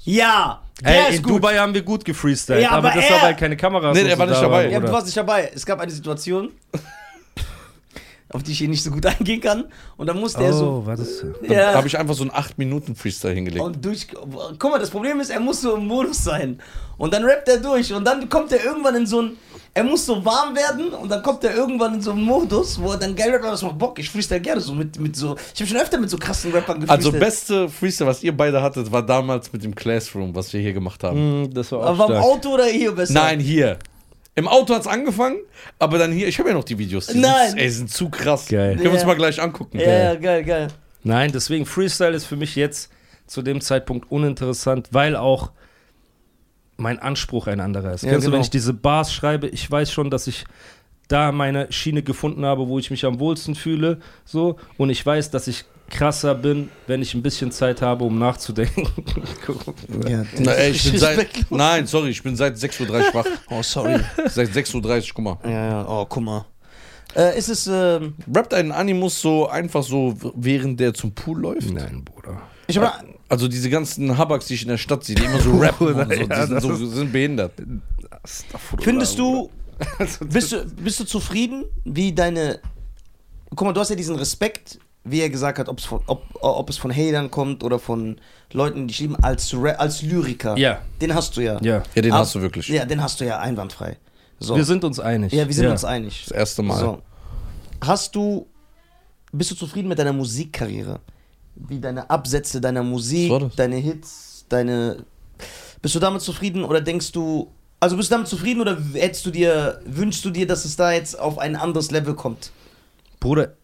[SPEAKER 2] Ja,
[SPEAKER 3] Ey,
[SPEAKER 2] der
[SPEAKER 3] in
[SPEAKER 2] ist gut.
[SPEAKER 3] Dubai haben wir gut gefreestylt,
[SPEAKER 2] Ja,
[SPEAKER 3] Halt, aber,
[SPEAKER 2] aber
[SPEAKER 3] das
[SPEAKER 2] er-
[SPEAKER 3] war, weil keine Kameras
[SPEAKER 1] Nee,
[SPEAKER 3] und
[SPEAKER 1] er
[SPEAKER 3] so
[SPEAKER 1] war nicht
[SPEAKER 3] da
[SPEAKER 1] dabei.
[SPEAKER 2] Ja, aber du
[SPEAKER 3] Bruder.
[SPEAKER 2] warst nicht dabei. Es gab eine Situation, auf die ich hier nicht so gut eingehen kann. Und dann musste er so.
[SPEAKER 3] oh, war das?
[SPEAKER 1] Dann
[SPEAKER 2] Ja.
[SPEAKER 1] habe ich einfach so einen 8-Minuten-Freestyle hingelegt.
[SPEAKER 2] Und durch. Guck mal, das Problem ist, er muss so im Modus sein. Und dann rappt er durch. Und dann kommt er irgendwann in so ein. Er muss so warm werden und dann kommt er irgendwann in so einen Modus, wo er dann geil rappt, aber das macht Bock. Ich freestyle gerne so mit, mit so. Ich habe schon öfter mit so krassen Rappern gefreestylt.
[SPEAKER 1] also, beste Freestyle, was ihr beide hattet, war damals mit dem Classroom, was wir hier gemacht haben.
[SPEAKER 3] Hm, das war auch
[SPEAKER 2] Aber war im
[SPEAKER 3] stark.
[SPEAKER 2] Auto oder hier besser?
[SPEAKER 1] Nein, hier. Im Auto hat's angefangen, aber dann hier, ich habe ja noch die Videos. Die
[SPEAKER 2] Nein.
[SPEAKER 1] Sind, ey, sind zu krass.
[SPEAKER 3] Geil.
[SPEAKER 1] Können wir uns
[SPEAKER 2] Ja.
[SPEAKER 1] mal gleich angucken.
[SPEAKER 2] Ja, ja, geil, geil.
[SPEAKER 3] Nein, deswegen Freestyle ist für mich jetzt zu dem Zeitpunkt uninteressant, weil auch mein Anspruch ein anderer ist.
[SPEAKER 2] Ja,
[SPEAKER 3] Kennst du,
[SPEAKER 2] genau.
[SPEAKER 3] wenn ich diese Bars schreibe, ich weiß schon, dass ich da meine Schiene gefunden habe, wo ich mich am wohlsten fühle, so und ich weiß, dass ich krasser bin, wenn ich ein bisschen Zeit habe, um nachzudenken.
[SPEAKER 1] Na, ey, ich bin seit, nein, sorry, ich bin seit 6.30 Uhr wach.
[SPEAKER 2] Oh, sorry.
[SPEAKER 1] Seit 6.30 Uhr, guck mal.
[SPEAKER 2] ja, ja, oh, guck mal. Äh, ist es. Ähm,
[SPEAKER 1] Rappt ein Animus so einfach so, w- während der zum Pool läuft?
[SPEAKER 3] Nein, Bruder.
[SPEAKER 2] ich hab,
[SPEAKER 1] Also diese ganzen Habaks, die ich in der Stadt sehe, die immer so rappen und so, die sind, so, sind behindert.
[SPEAKER 2] Findest du, bist du, bist du zufrieden, wie deine. Guck mal, du hast ja diesen Respekt, wie er gesagt hat, ob's von, ob, ob es von Hatern kommt oder von Leuten, die dich lieben, als, Ra- als Lyriker.
[SPEAKER 3] Ja.
[SPEAKER 2] Den hast du ja.
[SPEAKER 3] Ja.
[SPEAKER 1] Ja, den
[SPEAKER 2] Ah,
[SPEAKER 1] hast du wirklich.
[SPEAKER 2] Ja, den hast du ja einwandfrei. So.
[SPEAKER 3] Wir sind uns einig.
[SPEAKER 2] ja, wir sind uns einig.
[SPEAKER 1] Das erste Mal.
[SPEAKER 2] So. Hast du. Bist du zufrieden mit deiner Musikkarriere? Wie deine Absätze deiner Musik,
[SPEAKER 1] Was war das?
[SPEAKER 2] deine Hits, deine. Bist du damit zufrieden oder denkst du. Also bist du damit zufrieden oder hättest du dir. Wünschst du dir, dass es da jetzt auf ein anderes Level kommt?
[SPEAKER 3] Bruder,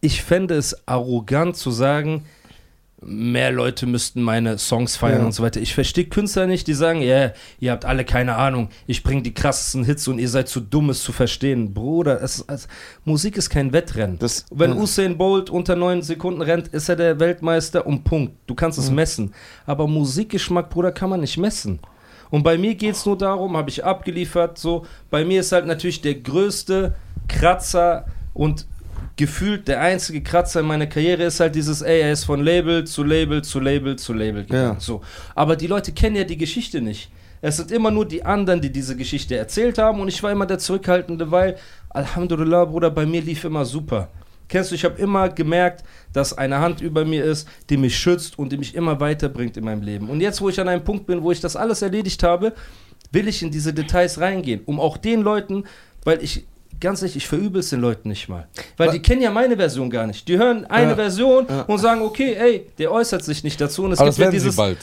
[SPEAKER 3] ich fände es arrogant zu sagen, mehr Leute müssten meine Songs feiern
[SPEAKER 2] Ja.
[SPEAKER 3] und so weiter. Ich verstehe Künstler nicht, die sagen, ja, ihr habt alle keine Ahnung, ich bringe die krassesten Hits und ihr seid zu dumm, es zu verstehen. Bruder, es, es, Musik ist kein Wettrennen.
[SPEAKER 2] Das-
[SPEAKER 3] Wenn
[SPEAKER 2] ja.
[SPEAKER 3] Usain Bolt unter neun Sekunden rennt, ist er der Weltmeister und Punkt. Du kannst es messen. Aber Musikgeschmack, Bruder, kann man nicht messen. Und bei mir geht es nur darum, habe ich abgeliefert, so. Bei mir ist halt natürlich der größte Kratzer und gefühlt der einzige Kratzer in meiner Karriere ist halt dieses, ey, er ist von Label zu Label zu Label zu Label gegangen.
[SPEAKER 2] Ja.
[SPEAKER 3] So. Aber die Leute kennen ja die Geschichte nicht. Es sind immer nur die anderen, die diese Geschichte erzählt haben und ich war immer der Zurückhaltende, weil, Alhamdulillah, Bruder, bei mir lief immer super. Kennst du, ich habe immer gemerkt, dass eine Hand über mir ist, die mich schützt und die mich immer weiterbringt in meinem Leben. Und jetzt, wo ich an einem Punkt bin, wo ich das alles erledigt habe, will ich in diese Details reingehen, um auch den Leuten, weil ich Ganz ehrlich, ich verübel es den Leuten nicht mal. Weil die kennen ja meine Version gar nicht. Die hören eine Version und sagen, okay, ey, der äußert sich nicht dazu. Und es
[SPEAKER 1] Aber das
[SPEAKER 3] gibt ja
[SPEAKER 1] werden sie
[SPEAKER 3] dieses
[SPEAKER 1] bald.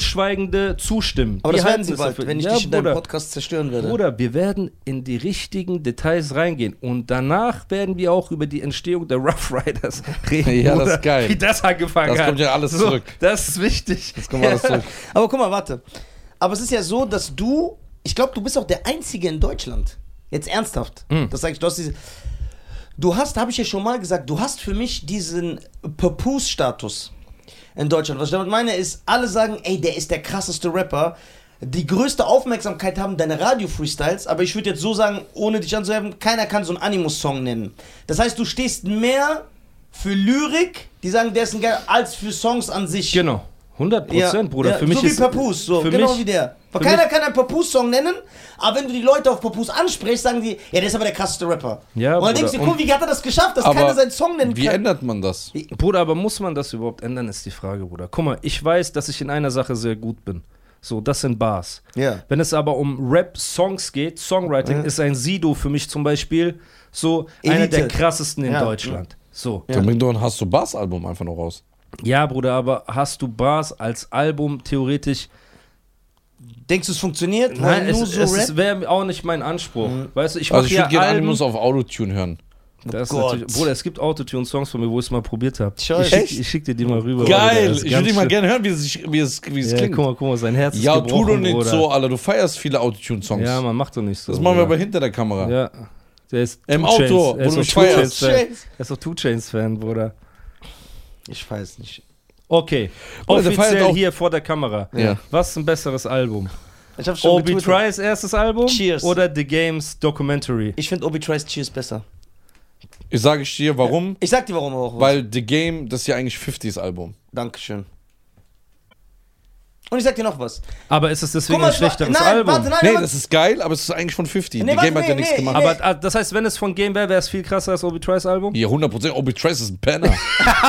[SPEAKER 3] stillschweigende Zustimmen.
[SPEAKER 2] Aber
[SPEAKER 3] Die
[SPEAKER 2] das werden
[SPEAKER 3] halten
[SPEAKER 2] sie
[SPEAKER 3] es
[SPEAKER 2] bald,
[SPEAKER 3] dafür.
[SPEAKER 2] wenn ich
[SPEAKER 3] ja,
[SPEAKER 2] dich in deinem
[SPEAKER 3] Bruder,
[SPEAKER 2] Podcast zerstören werde.
[SPEAKER 3] Bruder, wir werden in die richtigen Details reingehen. Und danach werden wir auch über die Entstehung der Rough Riders reden.
[SPEAKER 1] Ja, das
[SPEAKER 3] Bruder,
[SPEAKER 1] ist geil.
[SPEAKER 3] Wie das angefangen
[SPEAKER 1] Das
[SPEAKER 3] hat.
[SPEAKER 1] kommt ja alles
[SPEAKER 3] so,
[SPEAKER 1] zurück.
[SPEAKER 3] Das ist wichtig.
[SPEAKER 1] Jetzt kommen wir alles zurück.
[SPEAKER 2] Aber guck mal, warte. Aber es ist ja so, dass du, ich glaube, du bist auch der Einzige in Deutschland. Jetzt ernsthaft. Das sage ich, du hast diese. Du hast, habe ich ja schon mal gesagt, du hast für mich diesen Papoose-Status in Deutschland. Was ich damit meine, ist, alle sagen, ey, der ist der krasseste Rapper. Die größte Aufmerksamkeit haben deine Radio-Freestyles, aber ich würde jetzt so sagen, ohne dich anzuheben, keiner kann so einen Animus-Song nennen. Das heißt, du stehst mehr für Lyrik, die sagen, der ist ein geiler, als für Songs an sich.
[SPEAKER 3] Genau. 100 Prozent, Bruder. für mich
[SPEAKER 2] so
[SPEAKER 3] ist
[SPEAKER 2] wie Papus, so,
[SPEAKER 3] für
[SPEAKER 2] genau
[SPEAKER 3] mich-
[SPEAKER 2] wie der. Weil
[SPEAKER 3] für
[SPEAKER 2] keiner
[SPEAKER 3] mich-
[SPEAKER 2] kann einen Papus-Song nennen, aber wenn du die Leute auf Papus ansprichst, sagen die, ja, der ist aber der krasseste Rapper.
[SPEAKER 3] Ja,
[SPEAKER 2] und dann denkst du,
[SPEAKER 3] Bruder,
[SPEAKER 2] guck, wie hat er das geschafft, dass keiner seinen Song nennen
[SPEAKER 1] wie
[SPEAKER 2] kann?
[SPEAKER 1] ändert man das?
[SPEAKER 3] Bruder, aber muss man das überhaupt ändern, ist die Frage, Bruder. Guck mal, ich weiß, dass ich in einer Sache sehr gut bin. So, das sind Bars.
[SPEAKER 2] Ja.
[SPEAKER 3] Wenn es aber um Rap-Songs geht, Songwriting, ist ein Sido für mich zum Beispiel so einer
[SPEAKER 2] Elite.
[SPEAKER 3] der krassesten in
[SPEAKER 2] Ja.
[SPEAKER 3] Deutschland. So.
[SPEAKER 1] Dann bring doch ein Hast du Bass-Album einfach noch raus.
[SPEAKER 3] Ja, Bruder, aber hast du Bars als Album theoretisch?
[SPEAKER 2] Denkst du, es funktioniert?
[SPEAKER 3] Nein,
[SPEAKER 2] Weil nur
[SPEAKER 3] es,
[SPEAKER 2] so
[SPEAKER 3] es
[SPEAKER 2] Rap?
[SPEAKER 3] wäre auch nicht mein Anspruch. Weißt du, ich mache
[SPEAKER 1] Also ich
[SPEAKER 3] ja
[SPEAKER 1] würde gerne Oh
[SPEAKER 3] Alben.
[SPEAKER 1] Animus auf Autotune hören.
[SPEAKER 3] Das ist
[SPEAKER 2] Gott.
[SPEAKER 3] natürlich- Bruder, es gibt Autotune-Songs von mir, wo ich es mal probiert habe. Ich
[SPEAKER 2] Scheiße.
[SPEAKER 3] schick,
[SPEAKER 1] Echt?
[SPEAKER 3] ich schick dir die mal rüber. Bruder,
[SPEAKER 1] Geil,
[SPEAKER 3] das ist
[SPEAKER 1] ich
[SPEAKER 3] ganz
[SPEAKER 1] würde mal
[SPEAKER 3] schlimm.
[SPEAKER 1] gerne hören, wie es, sich- wie es, wie es
[SPEAKER 3] Ja,
[SPEAKER 1] klingt.
[SPEAKER 3] guck mal, guck mal, sein Herz ist
[SPEAKER 1] ja, tu
[SPEAKER 3] gebrochen,
[SPEAKER 1] doch nicht
[SPEAKER 3] Bruder.
[SPEAKER 1] so, Alter. Du feierst viele Autotune-Songs.
[SPEAKER 3] Ja, man macht doch nicht so.
[SPEAKER 1] das machen wir aber
[SPEAKER 3] Bruder.
[SPEAKER 1] hinter der Kamera.
[SPEAKER 3] Ja. Der ist
[SPEAKER 1] Im
[SPEAKER 3] Two Chainz.
[SPEAKER 1] Auto,
[SPEAKER 3] Er
[SPEAKER 1] wo du mich
[SPEAKER 3] ist doch Two
[SPEAKER 1] feierst.
[SPEAKER 3] Chainz-Fan.
[SPEAKER 2] Two Chainz.
[SPEAKER 3] Er ist doch Two Chains-Fan, Bruder.
[SPEAKER 2] Ich weiß nicht.
[SPEAKER 3] Okay.
[SPEAKER 1] Bruder, der feiert
[SPEAKER 3] Offiziell
[SPEAKER 1] auch-
[SPEAKER 3] hier vor der Kamera.
[SPEAKER 1] Ja.
[SPEAKER 3] Was ist ein besseres Album?
[SPEAKER 2] Ich hab's schon
[SPEAKER 3] Obi
[SPEAKER 2] getwittert.
[SPEAKER 3] Tries erstes Album
[SPEAKER 2] Cheers.
[SPEAKER 3] oder The Games Documentary?
[SPEAKER 2] Ich finde Obi Trice Cheers besser.
[SPEAKER 1] Ich sage ich dir, warum?
[SPEAKER 2] Ich sag dir warum aber auch.
[SPEAKER 1] Weil The Game, das ist ja eigentlich 50s-Album.
[SPEAKER 2] Dankeschön. Und ich sag dir noch was.
[SPEAKER 3] Aber ist es deswegen ein
[SPEAKER 2] es war-
[SPEAKER 3] schlechteres
[SPEAKER 2] nein,
[SPEAKER 3] Album?
[SPEAKER 2] Warte, nein,
[SPEAKER 1] Nee,
[SPEAKER 2] warte.
[SPEAKER 1] das ist geil, aber es ist eigentlich von 50.
[SPEAKER 2] Nee,
[SPEAKER 1] The Game
[SPEAKER 2] warte,
[SPEAKER 1] hat ja
[SPEAKER 2] nee,
[SPEAKER 1] nichts
[SPEAKER 2] nee,
[SPEAKER 1] gemacht.
[SPEAKER 3] aber ah, das heißt, wenn es von Game wäre, wäre es viel krasser als Obi Tries Album?
[SPEAKER 1] Ja, 100%. Obi Trice ist ein Penner.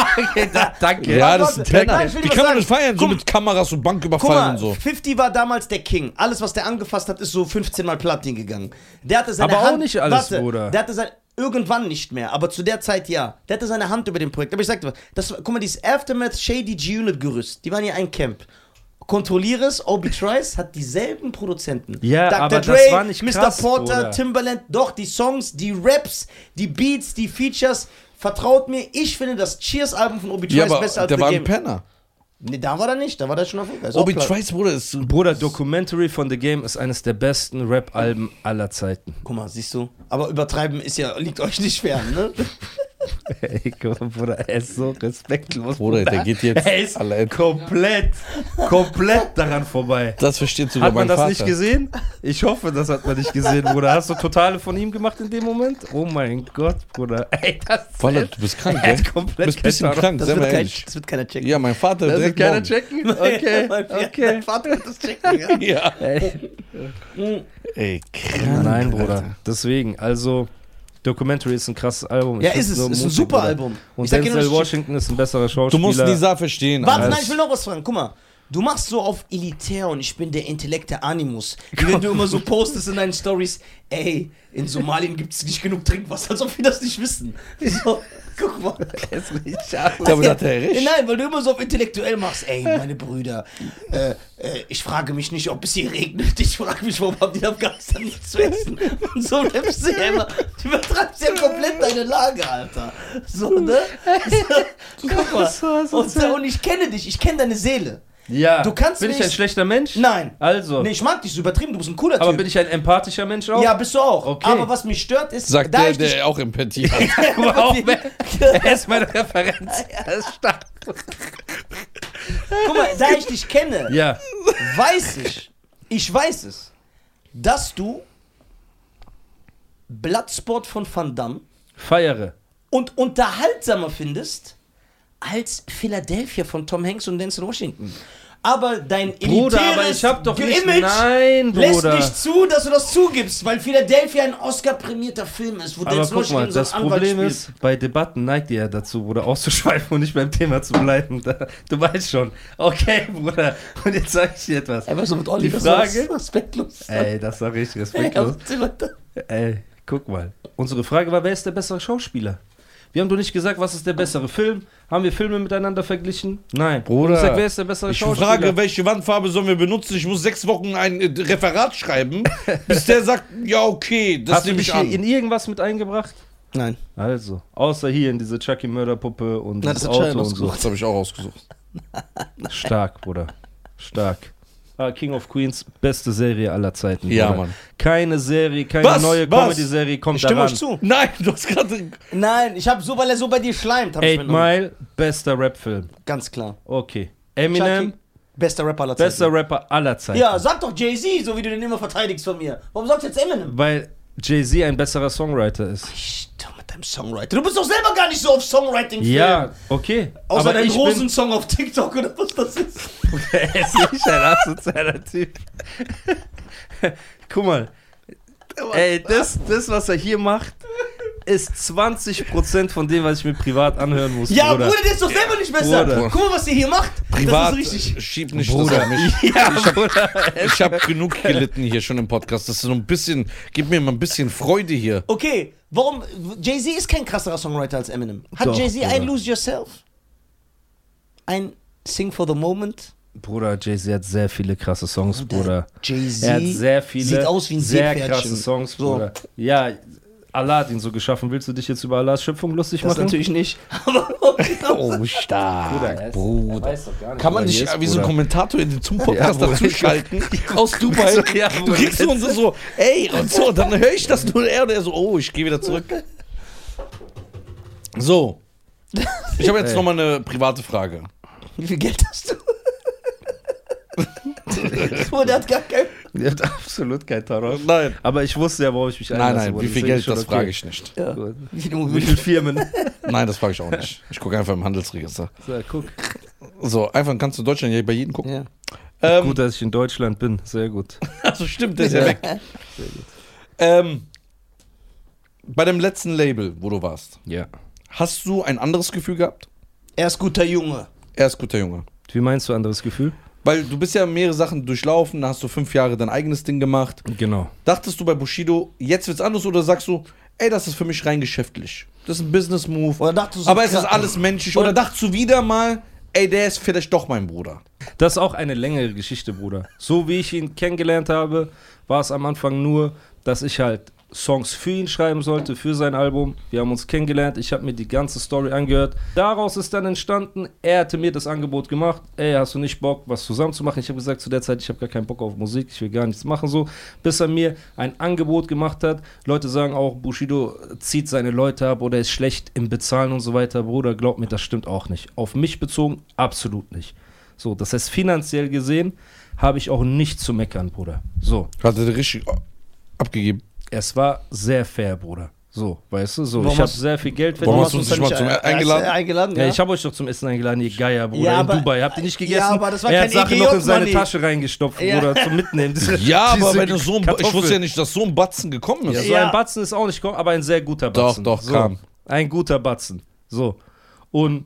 [SPEAKER 3] Danke.
[SPEAKER 1] ja,
[SPEAKER 2] warte,
[SPEAKER 1] das ist ein
[SPEAKER 2] nein,
[SPEAKER 1] Penner.
[SPEAKER 2] ich will
[SPEAKER 1] Wie
[SPEAKER 2] was
[SPEAKER 1] kann man
[SPEAKER 2] sagen.
[SPEAKER 1] das feiern? So
[SPEAKER 2] Guck-
[SPEAKER 1] mit Kameras und
[SPEAKER 2] Guck
[SPEAKER 1] Banküberfallen
[SPEAKER 2] mal,
[SPEAKER 1] und so.
[SPEAKER 2] 50 war damals der King. Alles, was der angefasst hat, ist so 15 Mal Platin gegangen. Der hatte seine
[SPEAKER 3] Aber auch
[SPEAKER 2] Hand,
[SPEAKER 3] nicht alles,
[SPEAKER 2] warte,
[SPEAKER 3] Bruder.
[SPEAKER 2] Der hatte sein, irgendwann nicht mehr, aber zu der Zeit ja. Der hatte seine Hand über dem Projekt. Aber ich sagte was, das, war- guck mal, dieses Aftermath Shady G-Unit-Gerüst, die waren ja ein Camp. Kontrolliere es, Obi Trice hat dieselben Produzenten.
[SPEAKER 3] Ja,
[SPEAKER 2] Dr.
[SPEAKER 3] aber das
[SPEAKER 2] Dre,
[SPEAKER 3] war nicht
[SPEAKER 2] Mr.
[SPEAKER 3] krass,
[SPEAKER 2] Porter,
[SPEAKER 3] Bruder.
[SPEAKER 2] Timbaland, doch, die Songs, die Raps, die Beats, die Features. Vertraut mir, ich finde das Cheers-Album von Obi Trice
[SPEAKER 1] Ja, aber
[SPEAKER 2] besser als
[SPEAKER 1] der
[SPEAKER 2] The
[SPEAKER 1] war
[SPEAKER 2] Game.
[SPEAKER 1] ein Penner.
[SPEAKER 2] Nee, da war er nicht, da war der schon erfolgreich. Ist auch
[SPEAKER 1] Obi
[SPEAKER 2] klar.
[SPEAKER 1] Trice, Bruder, ist so
[SPEAKER 3] Bruder, Documentary von The Game ist eines der besten Rap-Alben aller Zeiten.
[SPEAKER 2] Guck mal, siehst du? Aber übertreiben ist ja, liegt euch nicht fern, ne?
[SPEAKER 3] Ey, guck mal, Bruder, er ist so respektlos.
[SPEAKER 1] Bruder, der geht jetzt
[SPEAKER 3] Er ist
[SPEAKER 1] alle-
[SPEAKER 3] komplett, komplett daran vorbei.
[SPEAKER 1] Das versteht sogar
[SPEAKER 3] Hat man
[SPEAKER 1] mein
[SPEAKER 3] das
[SPEAKER 1] Vater.
[SPEAKER 3] nicht gesehen? Ich hoffe, das hat man nicht gesehen, Bruder. Hast du totale von ihm gemacht in dem Moment? Oh mein Gott, Bruder. Ey, das
[SPEAKER 1] Wallah, du bist krank,
[SPEAKER 3] Er
[SPEAKER 1] gell?
[SPEAKER 3] hat
[SPEAKER 1] Du
[SPEAKER 3] komplett
[SPEAKER 1] bist ein bisschen
[SPEAKER 3] keine Ahnung.
[SPEAKER 1] krank,
[SPEAKER 2] Das,
[SPEAKER 1] sei
[SPEAKER 2] wird,
[SPEAKER 1] mal
[SPEAKER 2] kein,
[SPEAKER 1] ehrlich.
[SPEAKER 2] das wird keiner checken.
[SPEAKER 1] Ja, mein Vater
[SPEAKER 3] Das wird
[SPEAKER 1] direkt
[SPEAKER 3] keiner
[SPEAKER 1] morgen.
[SPEAKER 3] checken? Okay,
[SPEAKER 2] Mein Vater-
[SPEAKER 3] okay.
[SPEAKER 2] Mein Vater wird das checken, ja.
[SPEAKER 1] Ja.
[SPEAKER 3] Ey.
[SPEAKER 1] Ey, krank.
[SPEAKER 3] Nein, Bruder. Deswegen, also... Documentary ist ein krasses Album. Ich
[SPEAKER 2] Ja, ist
[SPEAKER 3] find's
[SPEAKER 2] es.
[SPEAKER 3] nur
[SPEAKER 2] Ist ein
[SPEAKER 3] mutig,
[SPEAKER 2] super
[SPEAKER 3] Bruder.
[SPEAKER 2] Album.
[SPEAKER 3] Und
[SPEAKER 2] dir
[SPEAKER 3] Denzel
[SPEAKER 2] nur, das
[SPEAKER 3] Washington ist ein besserer Schauspieler.
[SPEAKER 1] Du musst Nisa verstehen.
[SPEAKER 2] Warte,
[SPEAKER 1] Alter.
[SPEAKER 2] nein, ich will noch was fragen. Guck mal. Du machst so auf elitär und ich bin der Intellekt der Animus. Wie wenn du immer so postest in deinen Stories, ey, in Somalien gibt es nicht genug Trinkwasser, als ob wir das nicht wissen. So, guck mal.
[SPEAKER 3] Es ist nicht schade.
[SPEAKER 1] Ja, aber da hat er recht.
[SPEAKER 2] Nein, weil du immer so auf intellektuell machst, ey, meine Brüder, äh, äh, ich frage mich nicht, ob es hier regnet, ich frage mich, warum haben die in Afghanistan nichts zu essen? Und so nimmst du ja immer, du übertreibst ja komplett deine Lage, Alter. So, ne? So, guck mal. Und, so, und ich kenne dich, ich kenne deine Seele.
[SPEAKER 3] Ja.
[SPEAKER 2] Du kannst
[SPEAKER 3] bin ich ein
[SPEAKER 2] nicht-
[SPEAKER 3] schlechter Mensch?
[SPEAKER 2] Nein.
[SPEAKER 3] Also.
[SPEAKER 2] Nee, ich mag dich, so übertrieben, du bist ein cooler
[SPEAKER 3] aber
[SPEAKER 2] Typ.
[SPEAKER 3] bin ich ein empathischer Mensch auch?
[SPEAKER 2] ja, bist du auch.
[SPEAKER 3] Okay.
[SPEAKER 2] Aber was mich stört ist,
[SPEAKER 1] Sagt
[SPEAKER 2] da
[SPEAKER 1] der,
[SPEAKER 2] ich dich
[SPEAKER 1] der auch Empathie hat.
[SPEAKER 3] Guck mal auf, wer- er ist meine Referenz. Er ist stark.
[SPEAKER 2] Guck mal, da ich dich kenne,
[SPEAKER 3] Ja.
[SPEAKER 2] weiß ich, ich weiß es, dass du Bloodsport von Van Damme
[SPEAKER 3] Feiere.
[SPEAKER 2] und unterhaltsamer findest als Philadelphia von Tom Hanks und Denzel Washington. Aber dein
[SPEAKER 3] Bruder, aber
[SPEAKER 2] elitäres
[SPEAKER 3] ich hab doch nicht-
[SPEAKER 2] Image
[SPEAKER 3] Nein,
[SPEAKER 2] lässt
[SPEAKER 3] Bruder.
[SPEAKER 2] nicht zu, dass du das zugibst, weil Philadelphia ein Oscar-prämierter Film ist, wo
[SPEAKER 3] Aber
[SPEAKER 2] Denzel
[SPEAKER 3] guck mal,
[SPEAKER 2] Washington so
[SPEAKER 3] das
[SPEAKER 2] einen Anwalt
[SPEAKER 3] Problem
[SPEAKER 2] spielt.
[SPEAKER 3] ist, bei Debatten neigt ihr ja dazu, Bruder, auszuschweifen und nicht beim Thema zu bleiben. Da- Du weißt schon. Okay, Bruder. Und jetzt sage ich dir etwas.
[SPEAKER 2] Ey, was ist mit Olli?
[SPEAKER 3] Die
[SPEAKER 2] Das war
[SPEAKER 3] Frage-
[SPEAKER 2] respektlos.
[SPEAKER 3] Ey, das war richtig
[SPEAKER 2] Ey,
[SPEAKER 3] respektlos.
[SPEAKER 2] was ist mit-
[SPEAKER 3] Ey, Guck mal. Unsere Frage war, wer ist der bessere Schauspieler? Wir haben doch nicht gesagt, was ist der bessere Film? Haben wir Filme miteinander verglichen? Nein.
[SPEAKER 1] Bruder,
[SPEAKER 3] Ich sag, wer ist der bessere
[SPEAKER 1] Ich
[SPEAKER 3] Schauspieler?
[SPEAKER 1] frage, welche Wandfarbe sollen wir benutzen? Ich muss sechs Wochen ein äh, Referat schreiben, bis der sagt, ja, okay, das
[SPEAKER 3] Hast du
[SPEAKER 1] nehme
[SPEAKER 3] mich
[SPEAKER 1] ich
[SPEAKER 3] hier
[SPEAKER 1] an.
[SPEAKER 3] in irgendwas mit eingebracht?
[SPEAKER 2] Nein.
[SPEAKER 3] Also, außer hier in diese Chucky-Mörderpuppe und
[SPEAKER 2] Na,
[SPEAKER 3] das
[SPEAKER 2] das hat Shia
[SPEAKER 3] Auto und so.
[SPEAKER 1] Das habe ich auch ausgesucht.
[SPEAKER 3] Stark, Bruder. Stark. Ah, King of Queens, beste Serie aller Zeiten.
[SPEAKER 1] Ja,
[SPEAKER 3] Bruder.
[SPEAKER 1] Mann.
[SPEAKER 3] Keine Serie, keine
[SPEAKER 1] Was?
[SPEAKER 3] neue
[SPEAKER 1] Was?
[SPEAKER 3] Comedy-Serie kommt
[SPEAKER 2] Ich stimme
[SPEAKER 3] daran.
[SPEAKER 2] euch zu.
[SPEAKER 1] Nein, du hast gerade.
[SPEAKER 2] Nein, ich habe so, weil er so bei dir schleimt, hab ich
[SPEAKER 3] Eight
[SPEAKER 2] mir genommen.
[SPEAKER 3] Mile, bester Rap-Film.
[SPEAKER 2] Ganz klar.
[SPEAKER 3] Okay. Eminem,
[SPEAKER 2] Chucky, bester Rapper aller Zeiten.
[SPEAKER 3] bester Rapper aller Zeiten.
[SPEAKER 2] Ja, sag doch Jay-Z, so wie du den immer verteidigst von mir. Warum sagst du jetzt Eminem?
[SPEAKER 3] Weil Jay-Z ein besserer Songwriter ist.
[SPEAKER 2] Psst, doch mit deinem Songwriting. Du bist doch selber gar nicht so auf Songwriting.
[SPEAKER 3] Ja, okay.
[SPEAKER 2] Außer deinem
[SPEAKER 3] ich
[SPEAKER 2] großen Song auf TikTok oder was das ist.
[SPEAKER 3] Bin, er ist nicht ein asozialer Typ. Guck mal. Ey, das, das, was er hier macht, ist 20% von dem, was ich mir privat anhören muss.
[SPEAKER 2] Ja,
[SPEAKER 3] Bruder.
[SPEAKER 2] Bruder, der ist doch selber nicht besser.
[SPEAKER 3] Bruder.
[SPEAKER 2] Guck mal, was ihr hier macht.
[SPEAKER 1] Privat,
[SPEAKER 2] Das ist richtig.
[SPEAKER 1] schieb nicht das auf mich.
[SPEAKER 3] Ja, Bruder.
[SPEAKER 1] Ich habe genug gelitten hier schon im Podcast. Das ist so ein bisschen, gib mir mal ein bisschen Freude hier.
[SPEAKER 2] Okay, warum. Jay-Z ist kein krasserer Songwriter als Eminem. Hat
[SPEAKER 3] Doch,
[SPEAKER 2] Jay-Z
[SPEAKER 3] Bruder.
[SPEAKER 2] ein Lose Yourself? Ein Sing for the Moment?
[SPEAKER 3] Bruder, Jay-Z hat sehr viele krasse Songs, Bruder.
[SPEAKER 2] Jay-Z
[SPEAKER 3] Er hat sehr viele
[SPEAKER 2] sieht aus wie ein
[SPEAKER 3] sehr
[SPEAKER 2] Seepferdchen.
[SPEAKER 3] krasse Songs,
[SPEAKER 2] So.
[SPEAKER 3] Bruder. Ja, Allah hat ihn so geschaffen. Willst du dich jetzt über Allahs Schöpfung lustig
[SPEAKER 2] Das
[SPEAKER 3] machen?
[SPEAKER 2] natürlich nicht. Aber
[SPEAKER 1] Oh, stark. Bruder, Bruder. Kann
[SPEAKER 3] Kann
[SPEAKER 1] man dich äh, wie so ein Kommentator in den Zum-Podcast
[SPEAKER 3] Ja, Bruder,
[SPEAKER 1] dazu
[SPEAKER 3] ich-
[SPEAKER 1] schalten? Aus Dubai.
[SPEAKER 3] So, ja,
[SPEAKER 1] du
[SPEAKER 3] Bruder,
[SPEAKER 1] kriegst so und so, so, ey, und so, dann höre ich das nur er und er so, oh, ich gehe wieder zurück. So. Ich habe jetzt nochmal eine private Frage.
[SPEAKER 2] wie viel Geld hast du? Bruder, der hat gar kein.
[SPEAKER 3] Ihr habt absolut kein Tarot.
[SPEAKER 1] Nein.
[SPEAKER 3] Aber ich wusste ja, worauf ich mich
[SPEAKER 1] Nein,
[SPEAKER 3] einlasse,
[SPEAKER 1] nein,
[SPEAKER 3] Bruder.
[SPEAKER 1] wie viel
[SPEAKER 3] Deswegen
[SPEAKER 1] Geld,
[SPEAKER 3] schon
[SPEAKER 1] das
[SPEAKER 3] okay.
[SPEAKER 1] frage ich nicht.
[SPEAKER 2] Ja.
[SPEAKER 3] Gut.
[SPEAKER 2] Wie viel
[SPEAKER 3] Wie
[SPEAKER 2] Immobilien?
[SPEAKER 3] viele Firmen?
[SPEAKER 1] Nein, das frage ich auch nicht. Ich gucke einfach im Handelsregister.
[SPEAKER 3] So, guck.
[SPEAKER 1] So, einfach kannst du in Deutschland ja bei jedem gucken.
[SPEAKER 2] Ja.
[SPEAKER 1] Ähm,
[SPEAKER 3] Gut, dass ich in Deutschland bin. Sehr gut.
[SPEAKER 1] also stimmt, der ist ja weg. Ähm, bei dem letzten Label, wo du warst,
[SPEAKER 3] Ja.
[SPEAKER 1] hast du ein anderes Gefühl gehabt?
[SPEAKER 2] Er ist guter Junge.
[SPEAKER 1] Er ist guter Junge.
[SPEAKER 3] Wie meinst du anderes Gefühl?
[SPEAKER 1] Weil du bist ja mehrere Sachen durchlaufen, da hast du fünf Jahre dein eigenes Ding gemacht.
[SPEAKER 3] Genau.
[SPEAKER 1] Dachtest du bei Bushido, jetzt wird's anders oder sagst du, ey, das ist für mich rein geschäftlich. Das ist ein Business-Move.
[SPEAKER 2] Oder dachtest du
[SPEAKER 1] Aber es
[SPEAKER 2] krass-
[SPEAKER 1] ist alles menschlich. Oder dachtest du wieder mal, ey, der ist vielleicht doch mein Bruder.
[SPEAKER 3] Das ist auch eine längere Geschichte, Bruder. So wie ich ihn kennengelernt habe, war es am Anfang nur, dass ich halt Songs für ihn schreiben sollte, für sein Album. Wir haben uns kennengelernt, ich habe mir die ganze Story angehört. Daraus ist dann entstanden, er hatte mir das Angebot gemacht, ey, hast du nicht Bock, was zusammen zu machen? Ich habe gesagt, zu der Zeit, ich habe gar keinen Bock auf Musik, ich will gar nichts machen so. Bis er mir ein Angebot gemacht hat. Leute sagen auch, Bushido zieht seine Leute ab oder ist schlecht im Bezahlen und so weiter. Bruder, glaub mir, das stimmt auch nicht. Auf mich bezogen, absolut nicht. So, das heißt, finanziell gesehen habe ich auch nicht zu meckern, Bruder. So,
[SPEAKER 1] Hat er richtig abgegeben.
[SPEAKER 3] es war sehr fair, Bruder. So, weißt du, so.
[SPEAKER 2] Warum
[SPEAKER 3] ich habe
[SPEAKER 2] hast-
[SPEAKER 3] sehr viel Geld
[SPEAKER 1] Warum
[SPEAKER 3] verdient.
[SPEAKER 1] hast du uns nicht mal zum
[SPEAKER 2] Hast du
[SPEAKER 1] eingeladen?
[SPEAKER 2] eingeladen
[SPEAKER 3] Ja,
[SPEAKER 2] ja.
[SPEAKER 3] ich habe euch doch zum Essen eingeladen, ihr Geier, Bruder,
[SPEAKER 2] Ja, aber-
[SPEAKER 3] in Dubai. Habt ihr nicht gegessen?
[SPEAKER 2] Ja, aber das war
[SPEAKER 3] er
[SPEAKER 2] kein
[SPEAKER 3] hat Sachen
[SPEAKER 2] EG
[SPEAKER 3] noch in seine
[SPEAKER 2] Money.
[SPEAKER 3] Tasche reingestopft,
[SPEAKER 2] Ja.
[SPEAKER 3] Bruder, zum Mitnehmen. Diese-
[SPEAKER 1] Ja, aber
[SPEAKER 3] diese
[SPEAKER 1] wenn du so ein, ich wusste
[SPEAKER 3] Kartoffel.
[SPEAKER 1] ja nicht, dass so ein Batzen gekommen
[SPEAKER 3] Ja,
[SPEAKER 1] ist.
[SPEAKER 3] so
[SPEAKER 2] Ja.
[SPEAKER 3] ein Batzen ist auch nicht gekommen, aber ein sehr guter
[SPEAKER 1] Doch,
[SPEAKER 3] Batzen.
[SPEAKER 1] doch,
[SPEAKER 3] so,
[SPEAKER 1] kam.
[SPEAKER 3] Ein guter Batzen. So. Und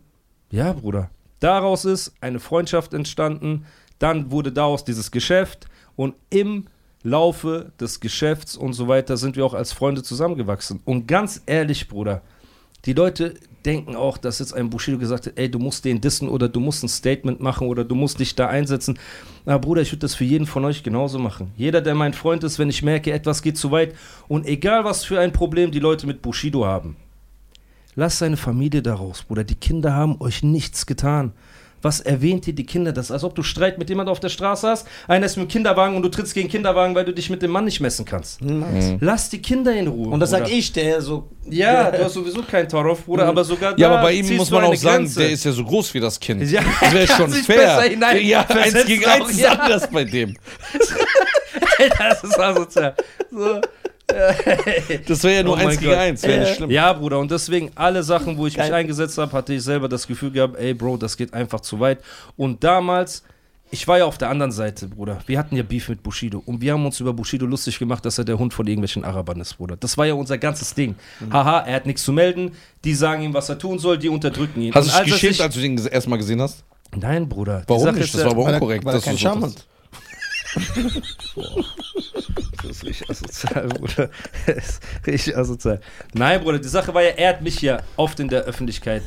[SPEAKER 3] ja, Bruder, daraus ist eine Freundschaft entstanden, dann wurde daraus dieses Geschäft und im Laufe des Geschäfts und so weiter sind wir auch als Freunde zusammengewachsen. Und ganz ehrlich, Bruder, die Leute denken auch, dass jetzt ein Bushido gesagt hat, ey, du musst den dissen oder du musst ein Statement machen oder du musst dich da einsetzen. Na Bruder, ich würde das für jeden von euch genauso machen. Jeder, der mein Freund ist, wenn ich merke, etwas geht zu weit und egal was für ein Problem die Leute mit Bushido haben, lasst seine Familie daraus, Bruder. Die Kinder haben euch nichts getan. Was erwähnt ihr die Kinder? Das ist, als ob du Streit mit jemandem auf der Straße hast, einer ist mit dem Kinderwagen und du trittst gegen den Kinderwagen, weil du dich mit dem Mann nicht messen kannst.
[SPEAKER 1] Mhm.
[SPEAKER 2] Nice.
[SPEAKER 3] Lass die Kinder in Ruhe.
[SPEAKER 2] Und das sag
[SPEAKER 3] Bruder. Mhm.
[SPEAKER 2] ich, der so.
[SPEAKER 3] Ja, du hast sowieso keinen Torov, Bruder, aber sogar
[SPEAKER 1] Ja,
[SPEAKER 3] da
[SPEAKER 1] aber bei ihm
[SPEAKER 3] ziehst
[SPEAKER 1] muss
[SPEAKER 3] du
[SPEAKER 1] man
[SPEAKER 3] eine
[SPEAKER 1] auch sagen,
[SPEAKER 3] Grenze.
[SPEAKER 1] der ist ja so groß wie das Kind.
[SPEAKER 3] Ja,
[SPEAKER 1] das wäre
[SPEAKER 3] kann
[SPEAKER 1] schon
[SPEAKER 3] sich
[SPEAKER 1] fair.
[SPEAKER 3] besser hinein-
[SPEAKER 1] ja, eins
[SPEAKER 3] versetzen
[SPEAKER 1] gegen
[SPEAKER 3] auch,
[SPEAKER 1] eins ist
[SPEAKER 3] ja.
[SPEAKER 1] anders bei dem.
[SPEAKER 3] das ist asozial. So.
[SPEAKER 1] Das wäre ja nur
[SPEAKER 3] Oh
[SPEAKER 1] eins
[SPEAKER 3] mein
[SPEAKER 1] gegen
[SPEAKER 3] Gott.
[SPEAKER 1] eins, wäre nicht schlimm.
[SPEAKER 3] Ja, Bruder, und deswegen alle Sachen, wo ich
[SPEAKER 2] Geil.
[SPEAKER 3] mich eingesetzt habe, hatte ich selber das Gefühl gehabt, ey, Bro, das geht einfach zu weit. Und damals, ich war ja auf der anderen Seite, Bruder. Wir hatten ja Beef mit Bushido und wir haben uns über Bushido lustig gemacht, dass er der Hund von irgendwelchen Arabern ist, Bruder. Das war ja unser ganzes Ding.
[SPEAKER 1] Mhm.
[SPEAKER 3] Haha, er hat nichts zu melden, die sagen ihm, was er tun soll, die unterdrücken ihn.
[SPEAKER 1] Hast du
[SPEAKER 3] Und
[SPEAKER 1] dich
[SPEAKER 3] als es
[SPEAKER 1] geschämt,
[SPEAKER 3] sich-
[SPEAKER 1] als du den erstmal gesehen hast?
[SPEAKER 3] Nein, Bruder. die
[SPEAKER 1] Warum
[SPEAKER 3] Sache
[SPEAKER 1] nicht?
[SPEAKER 3] ist
[SPEAKER 1] Das
[SPEAKER 3] ja-
[SPEAKER 1] war aber unkorrekt.
[SPEAKER 2] weil er
[SPEAKER 1] dass du
[SPEAKER 2] keinen
[SPEAKER 1] so
[SPEAKER 2] Charme
[SPEAKER 1] das-
[SPEAKER 2] hat.
[SPEAKER 3] Das ist richtig asozial, Bruder. Das ist richtig asozial. Nein, Bruder, die Sache war ja, er hat mich ja oft in der Öffentlichkeit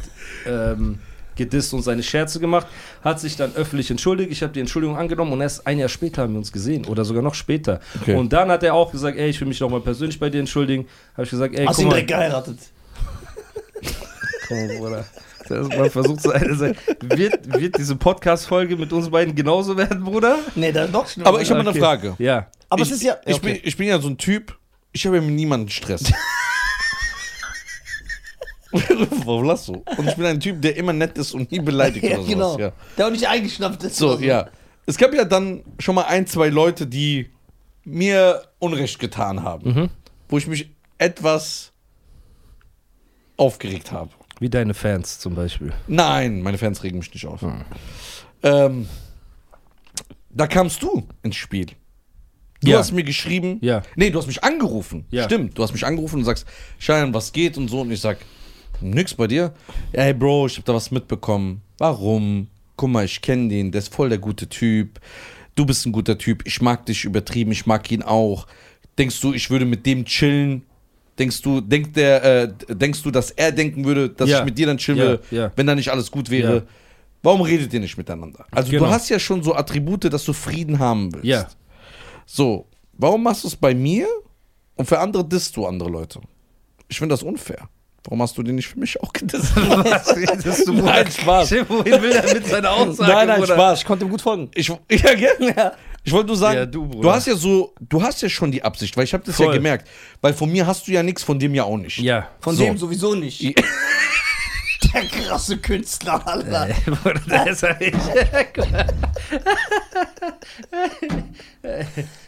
[SPEAKER 3] ähm, gedisst und seine Scherze gemacht, hat sich dann öffentlich entschuldigt. Ich habe die Entschuldigung angenommen und erst ein Jahr später haben wir uns gesehen oder sogar noch später.
[SPEAKER 1] Okay.
[SPEAKER 3] Und dann hat er auch gesagt, ey, ich will mich nochmal persönlich bei dir entschuldigen. Habe ich gesagt, ey,
[SPEAKER 2] Hast du ihn
[SPEAKER 3] guck mal,
[SPEAKER 2] direkt geheiratet?
[SPEAKER 3] komm, Bruder. Das, man versucht so eine Seite. Wird, wird diese Podcast-Folge mit uns beiden genauso werden, Bruder?
[SPEAKER 2] Nee, dann doch schlimmer.
[SPEAKER 1] Aber ich habe mal eine
[SPEAKER 3] Okay.
[SPEAKER 1] Frage.
[SPEAKER 3] Ja.
[SPEAKER 2] Aber
[SPEAKER 1] ich,
[SPEAKER 2] es ist ja.
[SPEAKER 1] Ich, bin, ich bin ja so ein Typ, ich habe ja mit niemandem Stress. Warum lachst du? Und ich bin ein Typ, der immer nett ist und nie beleidigt oder
[SPEAKER 2] ja,
[SPEAKER 1] sowas.
[SPEAKER 2] genau. Also-
[SPEAKER 1] Ja.
[SPEAKER 2] Der auch nicht eingeschnappt ist.
[SPEAKER 1] So, ja. Es gab ja dann schon mal ein, zwei Leute, die mir Unrecht getan haben,
[SPEAKER 2] Mhm.
[SPEAKER 1] wo ich mich etwas aufgeregt habe.
[SPEAKER 3] Wie deine Fans zum Beispiel.
[SPEAKER 1] Nein, meine Fans regen mich nicht auf. Ähm, da kamst du ins Spiel. Du
[SPEAKER 3] Ja.
[SPEAKER 1] hast mir geschrieben.
[SPEAKER 3] Ja.
[SPEAKER 1] Nee, du hast mich angerufen.
[SPEAKER 3] Ja.
[SPEAKER 1] Stimmt, du hast mich angerufen und sagst, Schein, was geht und so. Und ich sag, nix bei dir. Ey, Bro, ich hab da was mitbekommen. Warum? Guck mal, ich kenne den, der ist voll der gute Typ. Du bist ein guter Typ. Ich mag dich übertrieben, ich mag ihn auch. Denkst du, ich würde mit dem chillen? Denkst du, denkt der, äh, denkst du, dass er denken würde, dass
[SPEAKER 3] Ja.
[SPEAKER 1] ich mit dir dann chillen
[SPEAKER 3] Ja,
[SPEAKER 1] würde,
[SPEAKER 3] ja.
[SPEAKER 1] wenn da nicht alles gut wäre?
[SPEAKER 3] Ja.
[SPEAKER 1] Warum redet ihr nicht miteinander? Also
[SPEAKER 3] Genau.
[SPEAKER 1] du hast ja schon so Attribute, dass du Frieden haben willst.
[SPEAKER 3] Ja.
[SPEAKER 1] So, warum machst du es bei mir und für andere disst du andere Leute? Ich finde das unfair. Warum hast du den nicht für mich auch gedisst?
[SPEAKER 3] Redest du, Bruder?
[SPEAKER 1] Nein, Spaß.
[SPEAKER 3] Shit, Wohin will er mit seiner Aussage? Bruder?
[SPEAKER 1] Spaß.
[SPEAKER 2] konnte ihm gut folgen.
[SPEAKER 1] Ich, ja, gell? ich wollte nur sagen,
[SPEAKER 3] Ja, du,
[SPEAKER 1] du,
[SPEAKER 3] Bruder.
[SPEAKER 1] hast ja so, du hast ja schon die Absicht, weil ich habe das ja
[SPEAKER 3] Voll.
[SPEAKER 1] gemerkt. Weil von mir hast du ja nichts, von dem ja auch nicht.
[SPEAKER 3] Ja.
[SPEAKER 2] Von
[SPEAKER 1] So.
[SPEAKER 2] dem sowieso nicht. der krasse Künstler, Alter.
[SPEAKER 3] Bruder, da ist er nicht.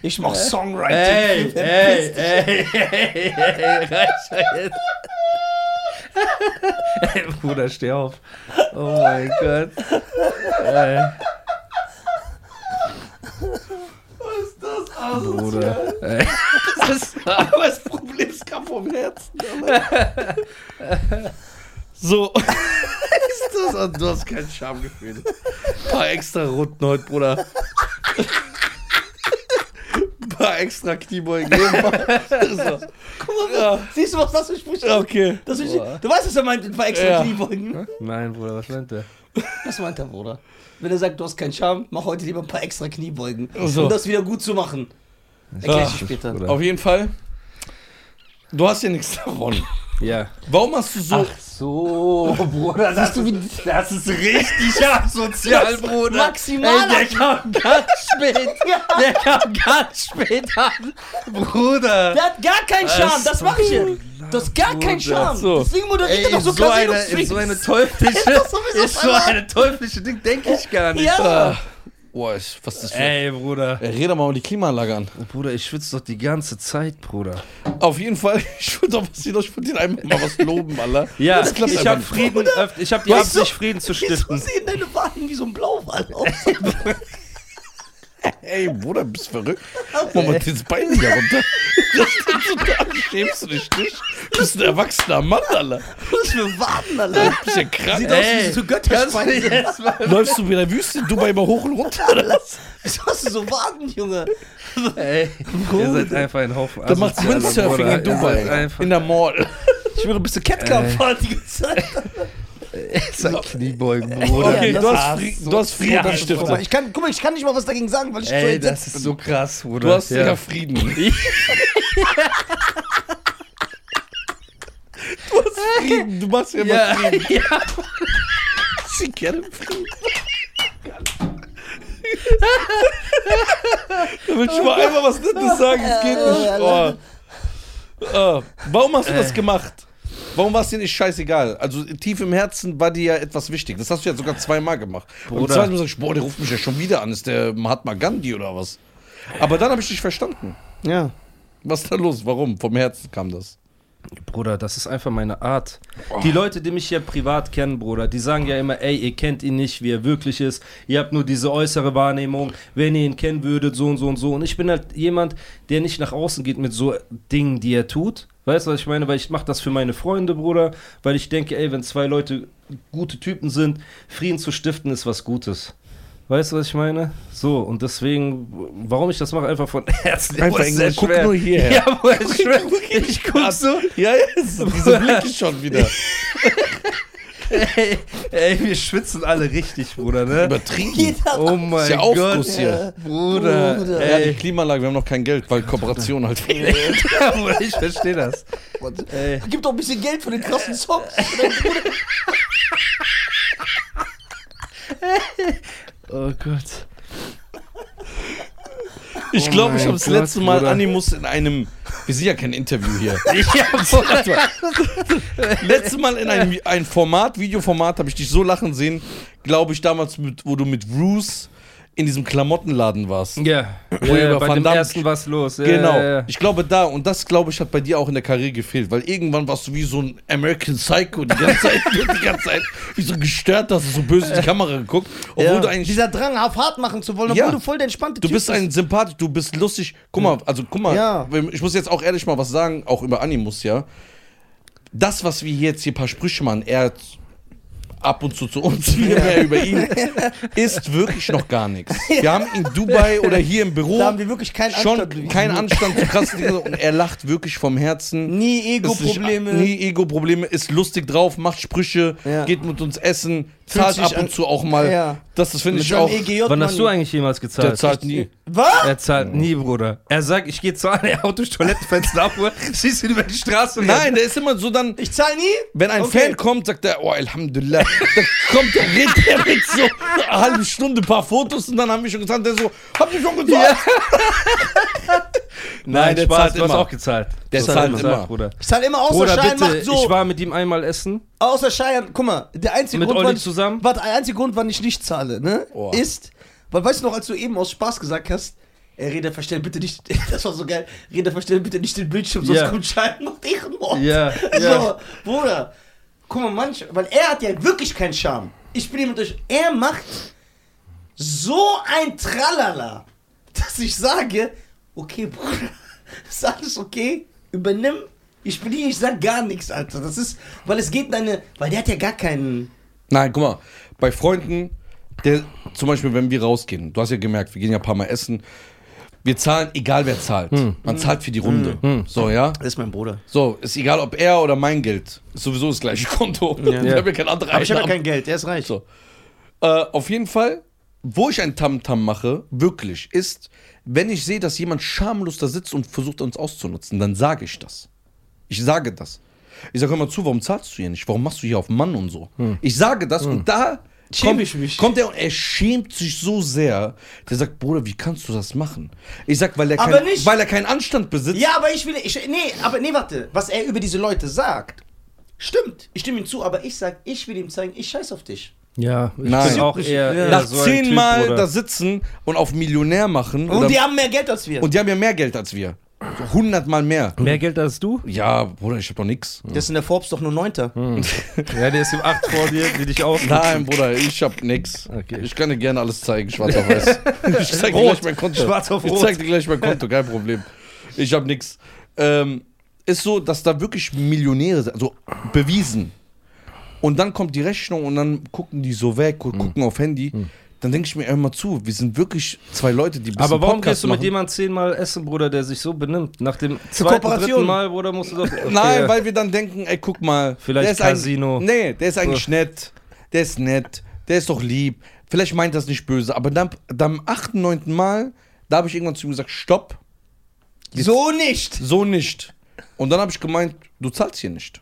[SPEAKER 2] Ich mach Songwriting.
[SPEAKER 3] Ey, ey, ey, ey, ey, reicht ja jetzt. Ey, Bruder, steh auf. Oh mein Gott. Ey. Was ist das Bruder. Ey. Das ist
[SPEAKER 1] Aber das Problem ist kam vom Herzen. Alter. so. Ist das- also du hast kein Schamgefühl. Paar extra Runden heute, Bruder. Paar extra Kniebeugen. so.
[SPEAKER 2] Guck mal, was- Siehst du, was das für Sprüche ist?
[SPEAKER 1] Okay.
[SPEAKER 2] Das ist du weißt, was er meint mit paar extra
[SPEAKER 1] Ja.
[SPEAKER 2] Kniebeugen.
[SPEAKER 3] Nein, Bruder, was meint der?
[SPEAKER 2] Das meint er, Bruder. Wenn er sagt, du hast keinen Charme, mach heute lieber ein paar extra Kniebeugen.
[SPEAKER 1] So.
[SPEAKER 2] Um das wieder gut zu machen. Erklär ich dir später.
[SPEAKER 3] Bruder.
[SPEAKER 1] Auf jeden Fall. Du hast ja nichts davon.
[SPEAKER 3] Ja.
[SPEAKER 1] Warum hast du so.
[SPEAKER 3] So, Bruder, das, ist, das ist richtig asozial, Bruder.
[SPEAKER 2] maximal
[SPEAKER 3] Ey, der kam ganz spät. Der kam ganz spät an, Bruder.
[SPEAKER 2] Der hat gar keinen Charme, das mache ich jetzt. Das hat gar keinen Charme.
[SPEAKER 3] So.
[SPEAKER 2] Deswegen moderiert er
[SPEAKER 3] Ey,
[SPEAKER 2] doch
[SPEAKER 3] in
[SPEAKER 2] so
[SPEAKER 3] so, eine, in
[SPEAKER 2] Casinos.
[SPEAKER 3] so eine teuflische,
[SPEAKER 2] Ist das sowieso
[SPEAKER 3] ist so eine teuflische Ding, denke ich gar nicht.
[SPEAKER 2] Ja.
[SPEAKER 1] Boah, ich- was ist das für.
[SPEAKER 3] Ey, Bruder.
[SPEAKER 1] Ey, Red doch mal um die Klimaanlage an.
[SPEAKER 3] Oh, Bruder, ich schwitze doch die ganze Zeit, Bruder.
[SPEAKER 1] Auf jeden Fall, ich wollte doch was hier noch, ich wollte dir einfach mal was loben, Alter.
[SPEAKER 3] Ja,
[SPEAKER 1] das klappt
[SPEAKER 3] ich
[SPEAKER 1] einfach
[SPEAKER 3] habe
[SPEAKER 1] nicht.
[SPEAKER 3] Frieden, öff- ich habe die
[SPEAKER 2] Weißt du-
[SPEAKER 3] Absicht, Frieden zu
[SPEAKER 2] Wieso
[SPEAKER 3] stiften.
[SPEAKER 2] sehen deine Waden wie so ein Blauwal aus?
[SPEAKER 1] Ey, Bruder, bist verrückt. Moment, jetzt Bein wieder runter. Das ist total, schämst du dich nicht? Du bist ein erwachsener Mann, Alter.
[SPEAKER 2] Was für Waden, Alter.
[SPEAKER 1] Du bist ja krank.
[SPEAKER 2] Sieht aus wie so Götterspeise.
[SPEAKER 3] jetzt mal.
[SPEAKER 1] Läufst du wieder Wüste in Dubai immer hoch und runter? Alter?
[SPEAKER 2] Wieso hast du so Waden, Junge?
[SPEAKER 3] Ey, ihr seid einfach ein Haufen.
[SPEAKER 1] Da macht
[SPEAKER 3] Asoziale,
[SPEAKER 1] Windsurfing
[SPEAKER 3] Bruder.
[SPEAKER 1] in Dubai.
[SPEAKER 3] Ihr seid einfach
[SPEAKER 1] In der Mall.
[SPEAKER 2] Ich würde bist du Catcar-Party die ganze Zeit.
[SPEAKER 3] Sein Kniebeugen, Bruder.
[SPEAKER 1] Okay,
[SPEAKER 2] das
[SPEAKER 1] du
[SPEAKER 2] war's.
[SPEAKER 1] hast, Fri du hast Frieden, das stimmt.
[SPEAKER 2] Aber Ich kann, guck mal, ich kann nicht mal was dagegen sagen, weil ich so
[SPEAKER 3] Ey,
[SPEAKER 2] entsetzt
[SPEAKER 3] das ist so krass, Bruder.
[SPEAKER 1] Du hast
[SPEAKER 3] ja.
[SPEAKER 1] ja Frieden. Du hast Frieden. Du machst ja immer
[SPEAKER 3] Ja,
[SPEAKER 1] Frieden.
[SPEAKER 3] ja.
[SPEAKER 1] Sie gerne Frieden. da will ich mal einmal was Nettes sagen, es geht nicht. Oh. Oh. Warum hast du das gemacht? Warum war es dir nicht scheißegal? Also tief im Herzen war dir ja etwas wichtig. Das hast du ja sogar zweimal gemacht. Und
[SPEAKER 3] Bruder.
[SPEAKER 1] zweimal sag ich, boah, der ruft mich ja schon wieder an. Ist der Äh, Mahatma Gandhi oder was? Aber dann habe ich dich verstanden.
[SPEAKER 4] Ja.
[SPEAKER 1] Was ist da los? Warum? Vom Herzen kam das.
[SPEAKER 3] Bruder, das ist einfach meine Art. Die Leute, die mich ja privat kennen, Bruder, die sagen ja immer, ey, ihr kennt ihn nicht, wie er wirklich ist. Ihr habt nur diese äußere Wahrnehmung, wenn ihr ihn kennen würdet, so und so und so. Und ich bin halt jemand, der nicht nach außen geht mit so Dingen, die er tut. Weißt du, was ich meine? Weil ich mache das für meine Freunde, Bruder, weil ich denke, ey, wenn zwei Leute gute Typen sind, Frieden zu stiften ist was Gutes. Weißt du, was ich meine? So, und deswegen, warum ich das mache, einfach von Herzen.
[SPEAKER 1] Einfach
[SPEAKER 3] Boah, ist sehr
[SPEAKER 1] irgendwann, guck
[SPEAKER 3] schwer.
[SPEAKER 1] nur hierher.
[SPEAKER 3] Ja, boah, ist schwer. Ich guck so,
[SPEAKER 1] Ja, ja, diese Blicke schon wieder.
[SPEAKER 3] ey, ey, wir schwitzen alle richtig, Bruder, ne?
[SPEAKER 1] Übertrieben.
[SPEAKER 3] Oh mein
[SPEAKER 1] Ist ja
[SPEAKER 3] Gott.
[SPEAKER 1] Aufguss hier.
[SPEAKER 3] Bruder.
[SPEAKER 2] Bruder.
[SPEAKER 1] Ja, die
[SPEAKER 3] Ey,
[SPEAKER 1] Klimaanlage, wir haben noch kein Geld, weil Kooperation halt fehlt.
[SPEAKER 3] Bruder, ich verstehe das. Ey.
[SPEAKER 2] Gib doch ein bisschen Geld für den krassen Song.
[SPEAKER 3] Oh Gott.
[SPEAKER 1] Ich glaube, ich
[SPEAKER 3] Oh mein
[SPEAKER 1] habe das
[SPEAKER 3] Gott,
[SPEAKER 1] letzte Mal
[SPEAKER 3] Bruder.
[SPEAKER 1] Animus in einem. Wir sind ja kein Interview hier.
[SPEAKER 3] Ich hab's.
[SPEAKER 1] Letztes Mal in einem ein Format, Videoformat, habe ich dich so lachen sehen, glaube ich, damals, mit, wo du mit Bruce in diesem Klamottenladen warst.
[SPEAKER 3] Ja, ja,
[SPEAKER 1] Oliver
[SPEAKER 3] ja bei
[SPEAKER 1] Van
[SPEAKER 3] dem
[SPEAKER 1] Damme.
[SPEAKER 3] ersten was los. Ja,
[SPEAKER 1] Genau.
[SPEAKER 3] Ja, ja.
[SPEAKER 1] Ich glaube da, und das glaube ich hat bei dir auch in der Karriere gefehlt, weil irgendwann warst du wie so ein American Psycho die ganze Zeit, die ganze Zeit wie so gestört, dass du so böse in die Kamera geguckt, obwohl
[SPEAKER 2] Ja.
[SPEAKER 1] du eigentlich
[SPEAKER 2] Dieser Drang, auf hart machen zu wollen, obwohl
[SPEAKER 1] Ja.
[SPEAKER 2] du voll der entspannte
[SPEAKER 1] Du
[SPEAKER 2] Typ Hm.
[SPEAKER 1] bist ein sympathisch, du bist lustig. Guck mal, also guck mal,
[SPEAKER 2] Ja.
[SPEAKER 1] ich muss jetzt auch ehrlich mal was sagen, auch über Animus, ja. Das, was wir hier jetzt hier ein paar Sprüche machen, er ab und zu zu uns, wir mehr über ihn, ist wirklich noch gar nichts. Wir haben in Dubai oder hier im Büro
[SPEAKER 2] Da haben wir wirklich keinen
[SPEAKER 1] schon
[SPEAKER 2] Anstand bewiesen.
[SPEAKER 1] keinen Anstand zu krassen Dingen und er lacht wirklich vom Herzen.
[SPEAKER 2] Nie
[SPEAKER 1] Ist nicht-
[SPEAKER 2] Ego-Probleme.
[SPEAKER 1] Nie Ego-Probleme, ist lustig drauf, macht Sprüche,
[SPEAKER 2] Ja.
[SPEAKER 1] geht mit uns essen,
[SPEAKER 2] Fühlt
[SPEAKER 1] zahlt
[SPEAKER 2] sich
[SPEAKER 1] ab
[SPEAKER 2] an-
[SPEAKER 1] und zu auch mal.
[SPEAKER 2] Ja.
[SPEAKER 1] Das, das finde
[SPEAKER 2] Mit
[SPEAKER 1] ich
[SPEAKER 2] seinem
[SPEAKER 1] auch.
[SPEAKER 2] EGJ
[SPEAKER 3] Wann hast
[SPEAKER 2] Money.
[SPEAKER 3] du eigentlich jemals gezahlt?
[SPEAKER 1] Der zahlt nie.
[SPEAKER 2] Was?
[SPEAKER 3] Er zahlt nie, Bruder. Er sagt, ich gehe zahlen, er haut durch Toilettenfenster ab, Bruder, schießt ihn über die Straße. und-
[SPEAKER 1] Nein, der ist immer so dann.
[SPEAKER 2] Ich zahle nie?
[SPEAKER 1] Wenn ein
[SPEAKER 2] Okay.
[SPEAKER 1] Fan kommt, sagt er, oh, Alhamdulillah. Dann kommt der, redet der mit so einer halben Stunde ein paar Fotos und dann haben wir schon gezahlt. Der so, habt ihr schon gezahlt?
[SPEAKER 3] Nein, der Spaß, zahlt du hast auch gezahlt.
[SPEAKER 1] Der
[SPEAKER 3] So,
[SPEAKER 1] zahlt
[SPEAKER 3] du hast
[SPEAKER 1] immer.
[SPEAKER 3] gesagt, Bruder.
[SPEAKER 2] Ich zahle immer, außer
[SPEAKER 3] Bruder,
[SPEAKER 2] Schein
[SPEAKER 3] bitte,
[SPEAKER 2] macht so.
[SPEAKER 3] ich war mit ihm einmal essen.
[SPEAKER 2] Außer Scheiern, guck mal, der einzige
[SPEAKER 3] Mit
[SPEAKER 2] Grund,
[SPEAKER 3] Olli
[SPEAKER 2] wann ich,
[SPEAKER 3] zusammen?
[SPEAKER 2] Warte, der einzige Grund, wann ich nicht zahle, ne,
[SPEAKER 1] Oh.
[SPEAKER 2] ist, weil weißt du noch, als du eben aus Spaß gesagt hast, ey, Reda, verstell bitte nicht, das war so geil, Reda, verstell bitte nicht den Bildschirm, sonst
[SPEAKER 3] Ja.
[SPEAKER 2] kommt Schein macht Ehrenmord.
[SPEAKER 3] Ja,
[SPEAKER 2] So,
[SPEAKER 3] ja.
[SPEAKER 2] Bruder, guck mal, manch, weil er hat ja wirklich keinen Charme. Ich bin hier mit euch, er macht so ein Tralala, dass ich sage, okay, Bruder, ist alles okay, übernimm. Ich bin hier, ich sag gar nichts, Alter. Das ist, weil es geht in eine, weil der hat ja gar keinen.
[SPEAKER 1] Nein, guck mal, bei Freunden, der, zum Beispiel, wenn wir rausgehen, du hast ja gemerkt, wir gehen ja ein paar Mal essen. Wir zahlen, egal wer zahlt.
[SPEAKER 2] Hm.
[SPEAKER 1] Man zahlt für die Runde. So, ja?
[SPEAKER 2] Das ist mein Bruder.
[SPEAKER 1] So, ist egal, ob er oder mein Geld. Ist sowieso das gleiche Konto. Ich habe ja kein anderes
[SPEAKER 2] Aber ich habe ja
[SPEAKER 1] Einnahmen.
[SPEAKER 2] kein Geld, er ist reich.
[SPEAKER 1] So. Äh, auf jeden Fall, wo ich ein Tamtam mache, wirklich, ist, wenn ich sehe, dass jemand schamlos da sitzt und versucht, uns auszunutzen, dann sage ich das. Ich sage das. Ich sage, hör mal zu, warum zahlst du hier nicht? Warum machst du hier auf Mann und so? Ich sage das und da
[SPEAKER 2] Schäme
[SPEAKER 1] kommt,
[SPEAKER 2] Hm. ich mich.
[SPEAKER 1] kommt er und er schämt sich so sehr. Der sagt, Bruder, wie kannst du das machen? Ich sag, weil er,
[SPEAKER 2] Aber
[SPEAKER 1] kein,
[SPEAKER 2] nicht-
[SPEAKER 1] weil er keinen Anstand besitzt.
[SPEAKER 2] Ja, aber ich will, ich, nee, aber nee, warte, was er über diese Leute sagt, stimmt. Ich stimme ihm zu, aber ich sag, ich will ihm zeigen, ich scheiß auf dich.
[SPEAKER 3] Ja, ich
[SPEAKER 1] Nein.
[SPEAKER 3] bin auch eher, eher
[SPEAKER 1] Nach
[SPEAKER 3] so ein Typ,
[SPEAKER 1] zehnmal
[SPEAKER 3] Bruder.
[SPEAKER 1] da sitzen und auf Millionär machen.
[SPEAKER 2] Und
[SPEAKER 1] oder-
[SPEAKER 2] die haben mehr Geld als wir.
[SPEAKER 1] Und die haben ja mehr Geld als wir. Hundertmal mehr.
[SPEAKER 3] Mehr Geld als du?
[SPEAKER 1] Ja, Bruder, ich hab doch nix.
[SPEAKER 2] das ist in der Forbes doch nur Neunter.
[SPEAKER 3] Ja, der ist im 8 vor dir, die dich auch.
[SPEAKER 1] Nein, Bruder, ich hab nix.
[SPEAKER 3] Okay.
[SPEAKER 1] Ich kann dir gerne alles zeigen, schwarz auf weiß. Ich zeig dir gleich mein Konto.
[SPEAKER 3] Schwarz auf
[SPEAKER 1] Ich
[SPEAKER 3] rot.
[SPEAKER 1] zeig dir gleich mein Konto, kein Problem. Ich hab nix. Ähm, ist so, dass da wirklich Millionäre sind, also bewiesen. Und dann kommt die Rechnung und dann gucken die so weg,
[SPEAKER 3] Hm.
[SPEAKER 1] gu- gucken auf Handy. Dann denke ich mir immer zu, wir sind wirklich zwei Leute, die ein bisschen
[SPEAKER 3] Aber warum
[SPEAKER 1] Podcast
[SPEAKER 3] gehst du mit
[SPEAKER 1] machen.
[SPEAKER 3] jemandem zehnmal essen, Bruder, der sich so benimmt? Nach dem zweiten,
[SPEAKER 2] Kooperation.
[SPEAKER 3] dritten Mal, Bruder, musst du doch. Okay.
[SPEAKER 1] Nein, weil wir dann denken, ey, guck mal.
[SPEAKER 3] Vielleicht
[SPEAKER 1] der ist ein-
[SPEAKER 3] Casino.
[SPEAKER 1] nee, der ist eigentlich nett. Der ist nett. Der ist doch lieb. Vielleicht meint das nicht böse. Aber dann, dann am achten, neunten Mal, da habe ich irgendwann zu ihm gesagt, stopp,
[SPEAKER 2] So nicht.
[SPEAKER 1] so nicht. Und dann habe ich gemeint, du zahlst hier nicht.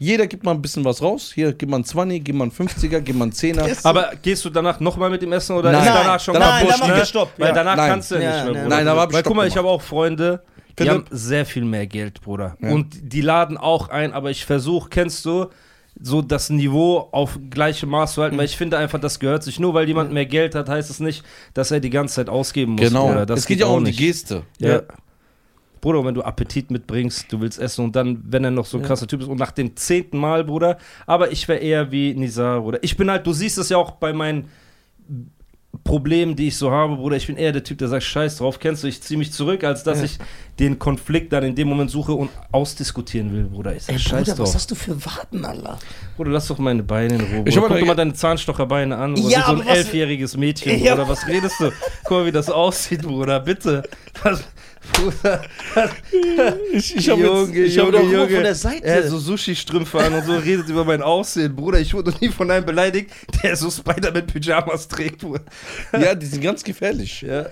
[SPEAKER 1] Jeder gibt mal ein bisschen was raus. Hier, gib mal einen 20, gib mal einen 50er, gib mal einen 10er.
[SPEAKER 3] Aber gehst du danach nochmal mit ihm essen oder
[SPEAKER 1] Nein.
[SPEAKER 3] ist danach schon
[SPEAKER 2] Nein,
[SPEAKER 3] kaputt? ne?
[SPEAKER 2] da macht er Stopp,
[SPEAKER 3] Weil
[SPEAKER 2] ja.
[SPEAKER 3] danach
[SPEAKER 1] Nein.
[SPEAKER 3] kannst du ja,
[SPEAKER 2] Ja,
[SPEAKER 3] nicht mehr,
[SPEAKER 2] nein.
[SPEAKER 3] Bruder.
[SPEAKER 1] Nein, da hab ich
[SPEAKER 3] Weil
[SPEAKER 1] Stopp
[SPEAKER 3] guck mal, ich
[SPEAKER 1] gemacht.
[SPEAKER 3] habe auch Freunde, die
[SPEAKER 1] Philipp.
[SPEAKER 3] haben sehr viel mehr Geld, Bruder. Und die laden auch ein, aber ich versuche, kennst du, so das Niveau auf gleichem Maß zu halten, weil ich finde einfach, das gehört sich. Nur weil jemand mehr Geld hat, heißt es nicht, dass er die ganze Zeit ausgeben muss.
[SPEAKER 1] genau.
[SPEAKER 3] Bruder. Das
[SPEAKER 1] es geht ja auch um die
[SPEAKER 3] nicht.
[SPEAKER 1] Geste.
[SPEAKER 3] Ja. Bruder, wenn du Appetit mitbringst, du willst essen und dann, wenn er noch so ein krasser Typ ist und nach dem zehnten Mal, Bruder, aber ich wäre eher wie Nizar, Bruder. Ich bin halt, du siehst es ja auch bei meinen Problemen, die ich so habe, Bruder, ich bin eher der Typ, der sagt, scheiß drauf, kennst du, ich ziehe mich zurück, als dass ich den Konflikt dann in dem Moment suche und ausdiskutieren will, Bruder. Ich sag,
[SPEAKER 2] Ey,
[SPEAKER 3] scheiß
[SPEAKER 2] Bruder,
[SPEAKER 3] drauf.
[SPEAKER 2] was hast du für Waden, Allah?
[SPEAKER 3] Bruder, lass doch meine Beine in Ruhe.
[SPEAKER 1] Ich hab
[SPEAKER 3] Bruder. Guck
[SPEAKER 1] aber-
[SPEAKER 3] dir mal deine Zahnstocherbeine an. Bruder.
[SPEAKER 2] Ja,
[SPEAKER 3] Ja, so ein
[SPEAKER 2] aber was-
[SPEAKER 3] elfjähriges Mädchen,
[SPEAKER 2] Ja.
[SPEAKER 3] Bruder. Was redest du? Guck mal, wie das aussieht, Bruder. Bitte. Was, Bruder, was,
[SPEAKER 1] Ich, ich
[SPEAKER 3] Junge,
[SPEAKER 2] hab
[SPEAKER 3] Junge,
[SPEAKER 2] doch immer
[SPEAKER 3] Junge.
[SPEAKER 2] von der Seite.
[SPEAKER 3] Er hat so Sushi-Strümpfe an und so redet über mein Aussehen, Bruder. Ich wurde noch nie von einem beleidigt, der so Spider-Man-Pyjamas trägt, Bruder.
[SPEAKER 1] Ja, die sind ganz gefährlich. Äh,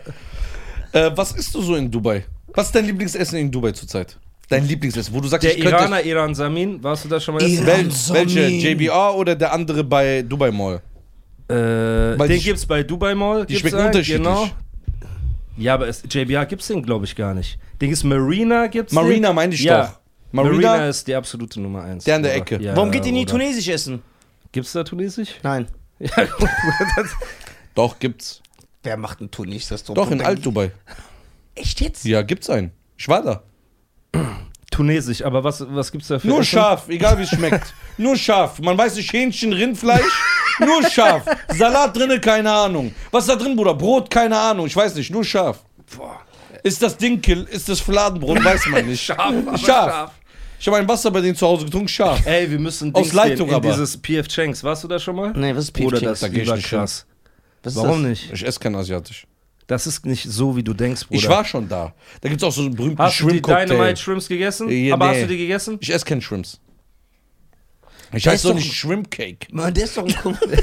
[SPEAKER 1] was isst du so in Dubai? Was ist dein Lieblingsessen in Dubai zurzeit? Dein Lieblingsessen, wo du sagst,
[SPEAKER 3] Der
[SPEAKER 1] ich könnte.
[SPEAKER 3] Iraner Iran Samin, warst du da schon mal?
[SPEAKER 2] Iran.
[SPEAKER 1] Wel
[SPEAKER 2] Samin.
[SPEAKER 1] welche? JBR oder der andere bei Dubai Mall?
[SPEAKER 3] Äh,
[SPEAKER 1] Weil
[SPEAKER 3] den
[SPEAKER 1] die-
[SPEAKER 3] gibt's bei Dubai Mall.
[SPEAKER 1] die
[SPEAKER 3] gibt's
[SPEAKER 1] schmecken
[SPEAKER 3] einen, Genau.
[SPEAKER 1] unterschiedlich.
[SPEAKER 3] Ja, aber es, JBR gibt's den, glaube ich, gar nicht. Den ist Marina gibt's
[SPEAKER 1] Marina
[SPEAKER 3] den.
[SPEAKER 1] meine ich
[SPEAKER 3] ja.
[SPEAKER 1] doch.
[SPEAKER 3] Marina,
[SPEAKER 1] Marina,
[SPEAKER 3] ist die absolute Nummer eins.
[SPEAKER 1] Der an der
[SPEAKER 3] Bruder.
[SPEAKER 1] Ecke.
[SPEAKER 3] Ja,
[SPEAKER 4] Warum geht ihr nie
[SPEAKER 3] Bruder.
[SPEAKER 4] Tunesisch essen?
[SPEAKER 3] Gibt's da Tunesisch?
[SPEAKER 4] Nein.
[SPEAKER 1] doch, gibt's.
[SPEAKER 2] Wer macht ein Tunis? Das
[SPEAKER 1] Doch, in Alt-Dubai.
[SPEAKER 2] Echt jetzt?
[SPEAKER 1] Ja, gibt's einen. Ich war da.
[SPEAKER 3] Tunesisch, aber was, was gibt's da für
[SPEAKER 1] Nur
[SPEAKER 3] Essen?
[SPEAKER 1] scharf, egal wie es schmeckt. Nur scharf. Man weiß nicht, Hähnchen, Rindfleisch, nur scharf. Salat drinne, keine Ahnung. Was ist da drin, Bruder? Brot, keine Ahnung. Ich weiß nicht, nur scharf. Ist das Dinkel, ist das Fladenbrot, weiß man nicht. scharf, scharf. Ich habe ein Wasser bei denen zu Hause getrunken, scharf.
[SPEAKER 3] Ey, wir müssen
[SPEAKER 1] Aus
[SPEAKER 3] Dings
[SPEAKER 1] Leitung
[SPEAKER 3] gehen, in
[SPEAKER 1] aber.
[SPEAKER 3] dieses PF Changs. Warst du da schon mal?
[SPEAKER 4] Nee, was ist
[SPEAKER 3] Oder
[SPEAKER 4] Piefchen?
[SPEAKER 3] das
[SPEAKER 1] Da
[SPEAKER 3] ist
[SPEAKER 1] geh ich nicht
[SPEAKER 3] überkrass.
[SPEAKER 4] Was ist
[SPEAKER 3] Warum
[SPEAKER 4] das?
[SPEAKER 3] nicht?
[SPEAKER 1] Ich esse kein Asiatisch.
[SPEAKER 3] Das ist nicht so, wie du denkst, Bruder.
[SPEAKER 1] Ich war schon da. Da gibt's auch so einen berühmten
[SPEAKER 3] hast du die
[SPEAKER 1] Shrimp-Cocktail.
[SPEAKER 3] Dynamite Shrimps gegessen?
[SPEAKER 1] Ja,
[SPEAKER 3] aber
[SPEAKER 1] Äh, nee.
[SPEAKER 3] hast du die gegessen?
[SPEAKER 1] Ich esse keinen Shrimps. Ich
[SPEAKER 2] Der
[SPEAKER 1] heiße
[SPEAKER 2] ist
[SPEAKER 1] doch
[SPEAKER 2] doch-
[SPEAKER 1] nicht Shrimp Cake.
[SPEAKER 2] Mann, der ist doch ein Kumpel.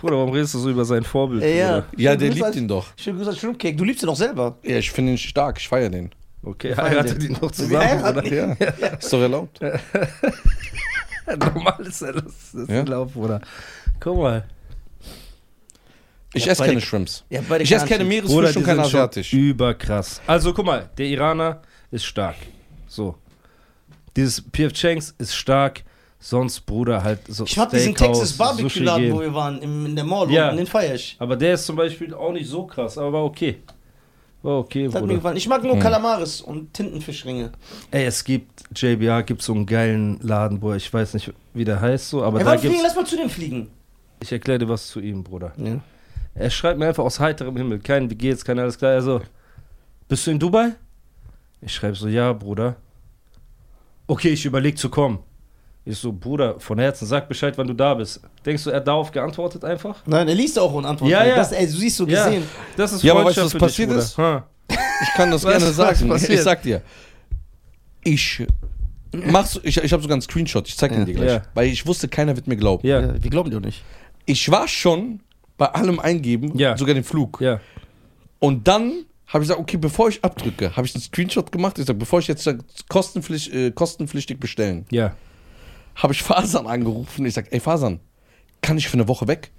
[SPEAKER 3] Bruder, warum redest du so über sein Vorbild?
[SPEAKER 2] Ja.
[SPEAKER 1] Ja, der
[SPEAKER 2] Schönen Grüße
[SPEAKER 1] liebt
[SPEAKER 2] an-
[SPEAKER 1] ihn doch.
[SPEAKER 2] Schönen Grüße an Shrimpcake. Du liebst ihn doch selber.
[SPEAKER 1] Ja, ich finde ihn stark, ich feiere den.
[SPEAKER 3] Bruder? Okay, heiratet ihn noch zusammen,
[SPEAKER 2] Heiraten
[SPEAKER 3] oder?
[SPEAKER 1] Ja. Ist doch erlaubt.
[SPEAKER 3] Normal ist ja das, das
[SPEAKER 1] Ja.
[SPEAKER 3] ja. Lauf, Bruder. Guck mal.
[SPEAKER 1] Ich
[SPEAKER 2] Ja,
[SPEAKER 1] esse
[SPEAKER 2] beide-
[SPEAKER 1] keine Shrimps.
[SPEAKER 2] Ja, beide
[SPEAKER 1] Ich esse
[SPEAKER 2] keine
[SPEAKER 1] keine
[SPEAKER 3] Bruder,
[SPEAKER 1] Meeresfrüchte
[SPEAKER 3] die
[SPEAKER 1] und kein
[SPEAKER 3] sind schon
[SPEAKER 1] Asiatisch.
[SPEAKER 3] überkrass. Also guck mal, der Iraner ist stark. So. Dieses PF Changs ist stark. Sonst, Bruder, halt so
[SPEAKER 2] Ich hatte diesen
[SPEAKER 3] Steakhouse,
[SPEAKER 2] Texas
[SPEAKER 3] Sushi
[SPEAKER 2] Barbecue Laden,
[SPEAKER 3] gehen.
[SPEAKER 2] wo wir waren, im, in der Mall
[SPEAKER 3] Ja.
[SPEAKER 2] unten, den feier ich.
[SPEAKER 3] Aber der ist zum Beispiel auch nicht so krass, aber war okay. War okay,
[SPEAKER 2] Das hat mir
[SPEAKER 3] Bruder.
[SPEAKER 2] gefallen. Ich mag nur Kalamaris und Tintenfischringe.
[SPEAKER 3] Ey, es gibt, JBR gibt so einen geilen Laden, Bruder. Ich weiß nicht, wie der heißt so, aber
[SPEAKER 2] Ey,
[SPEAKER 3] da
[SPEAKER 2] wann fliegen?
[SPEAKER 3] gibt's.
[SPEAKER 2] Lass mal zu dem fliegen.
[SPEAKER 3] Ich erkläre dir was zu ihm, Bruder.
[SPEAKER 2] Ja.
[SPEAKER 3] Er schreibt mir einfach aus heiterem Himmel, kein, wie geht's, kein alles klar. Er so, bist du in Dubai? Ich schreibe so, ja, Bruder. Okay, ich überlege zu kommen. Ich so, Bruder, von Herzen, sag Bescheid, wann du da bist. Denkst du, er hat darauf geantwortet einfach?
[SPEAKER 2] Nein, er liest auch und antwortet. halt.
[SPEAKER 3] Ja, ja.
[SPEAKER 2] Das, ey, du siehst so gesehen.
[SPEAKER 3] das ist
[SPEAKER 1] Ja, aber
[SPEAKER 3] Freundschaft
[SPEAKER 1] weißt du, was
[SPEAKER 3] für
[SPEAKER 1] passiert
[SPEAKER 3] dich, Bruder.
[SPEAKER 1] ist?
[SPEAKER 3] Ha.
[SPEAKER 1] Ich kann das
[SPEAKER 3] Was-
[SPEAKER 1] gerne
[SPEAKER 3] was
[SPEAKER 1] sagen. ich
[SPEAKER 3] passiert?
[SPEAKER 1] sag dir. Ich mach's, ich, ich habe sogar einen Screenshot, ich zeig ihn dir gleich.
[SPEAKER 3] Ja.
[SPEAKER 1] Weil ich wusste, keiner wird mir glauben.
[SPEAKER 3] Ja, ja.
[SPEAKER 2] Ja, wir glauben dir nicht.
[SPEAKER 1] Ich war schon bei allem eingeben,
[SPEAKER 3] Ja.
[SPEAKER 1] sogar den Flug. Und dann habe ich gesagt, okay, bevor ich abdrücke, habe ich einen Screenshot gemacht. Ich sage, bevor ich jetzt sag, kostenpflicht, äh, kostenpflichtig bestellen,
[SPEAKER 3] Ja.
[SPEAKER 1] habe ich Fasan angerufen. Ich sage, ey Fasan, kann ich für eine Woche weg?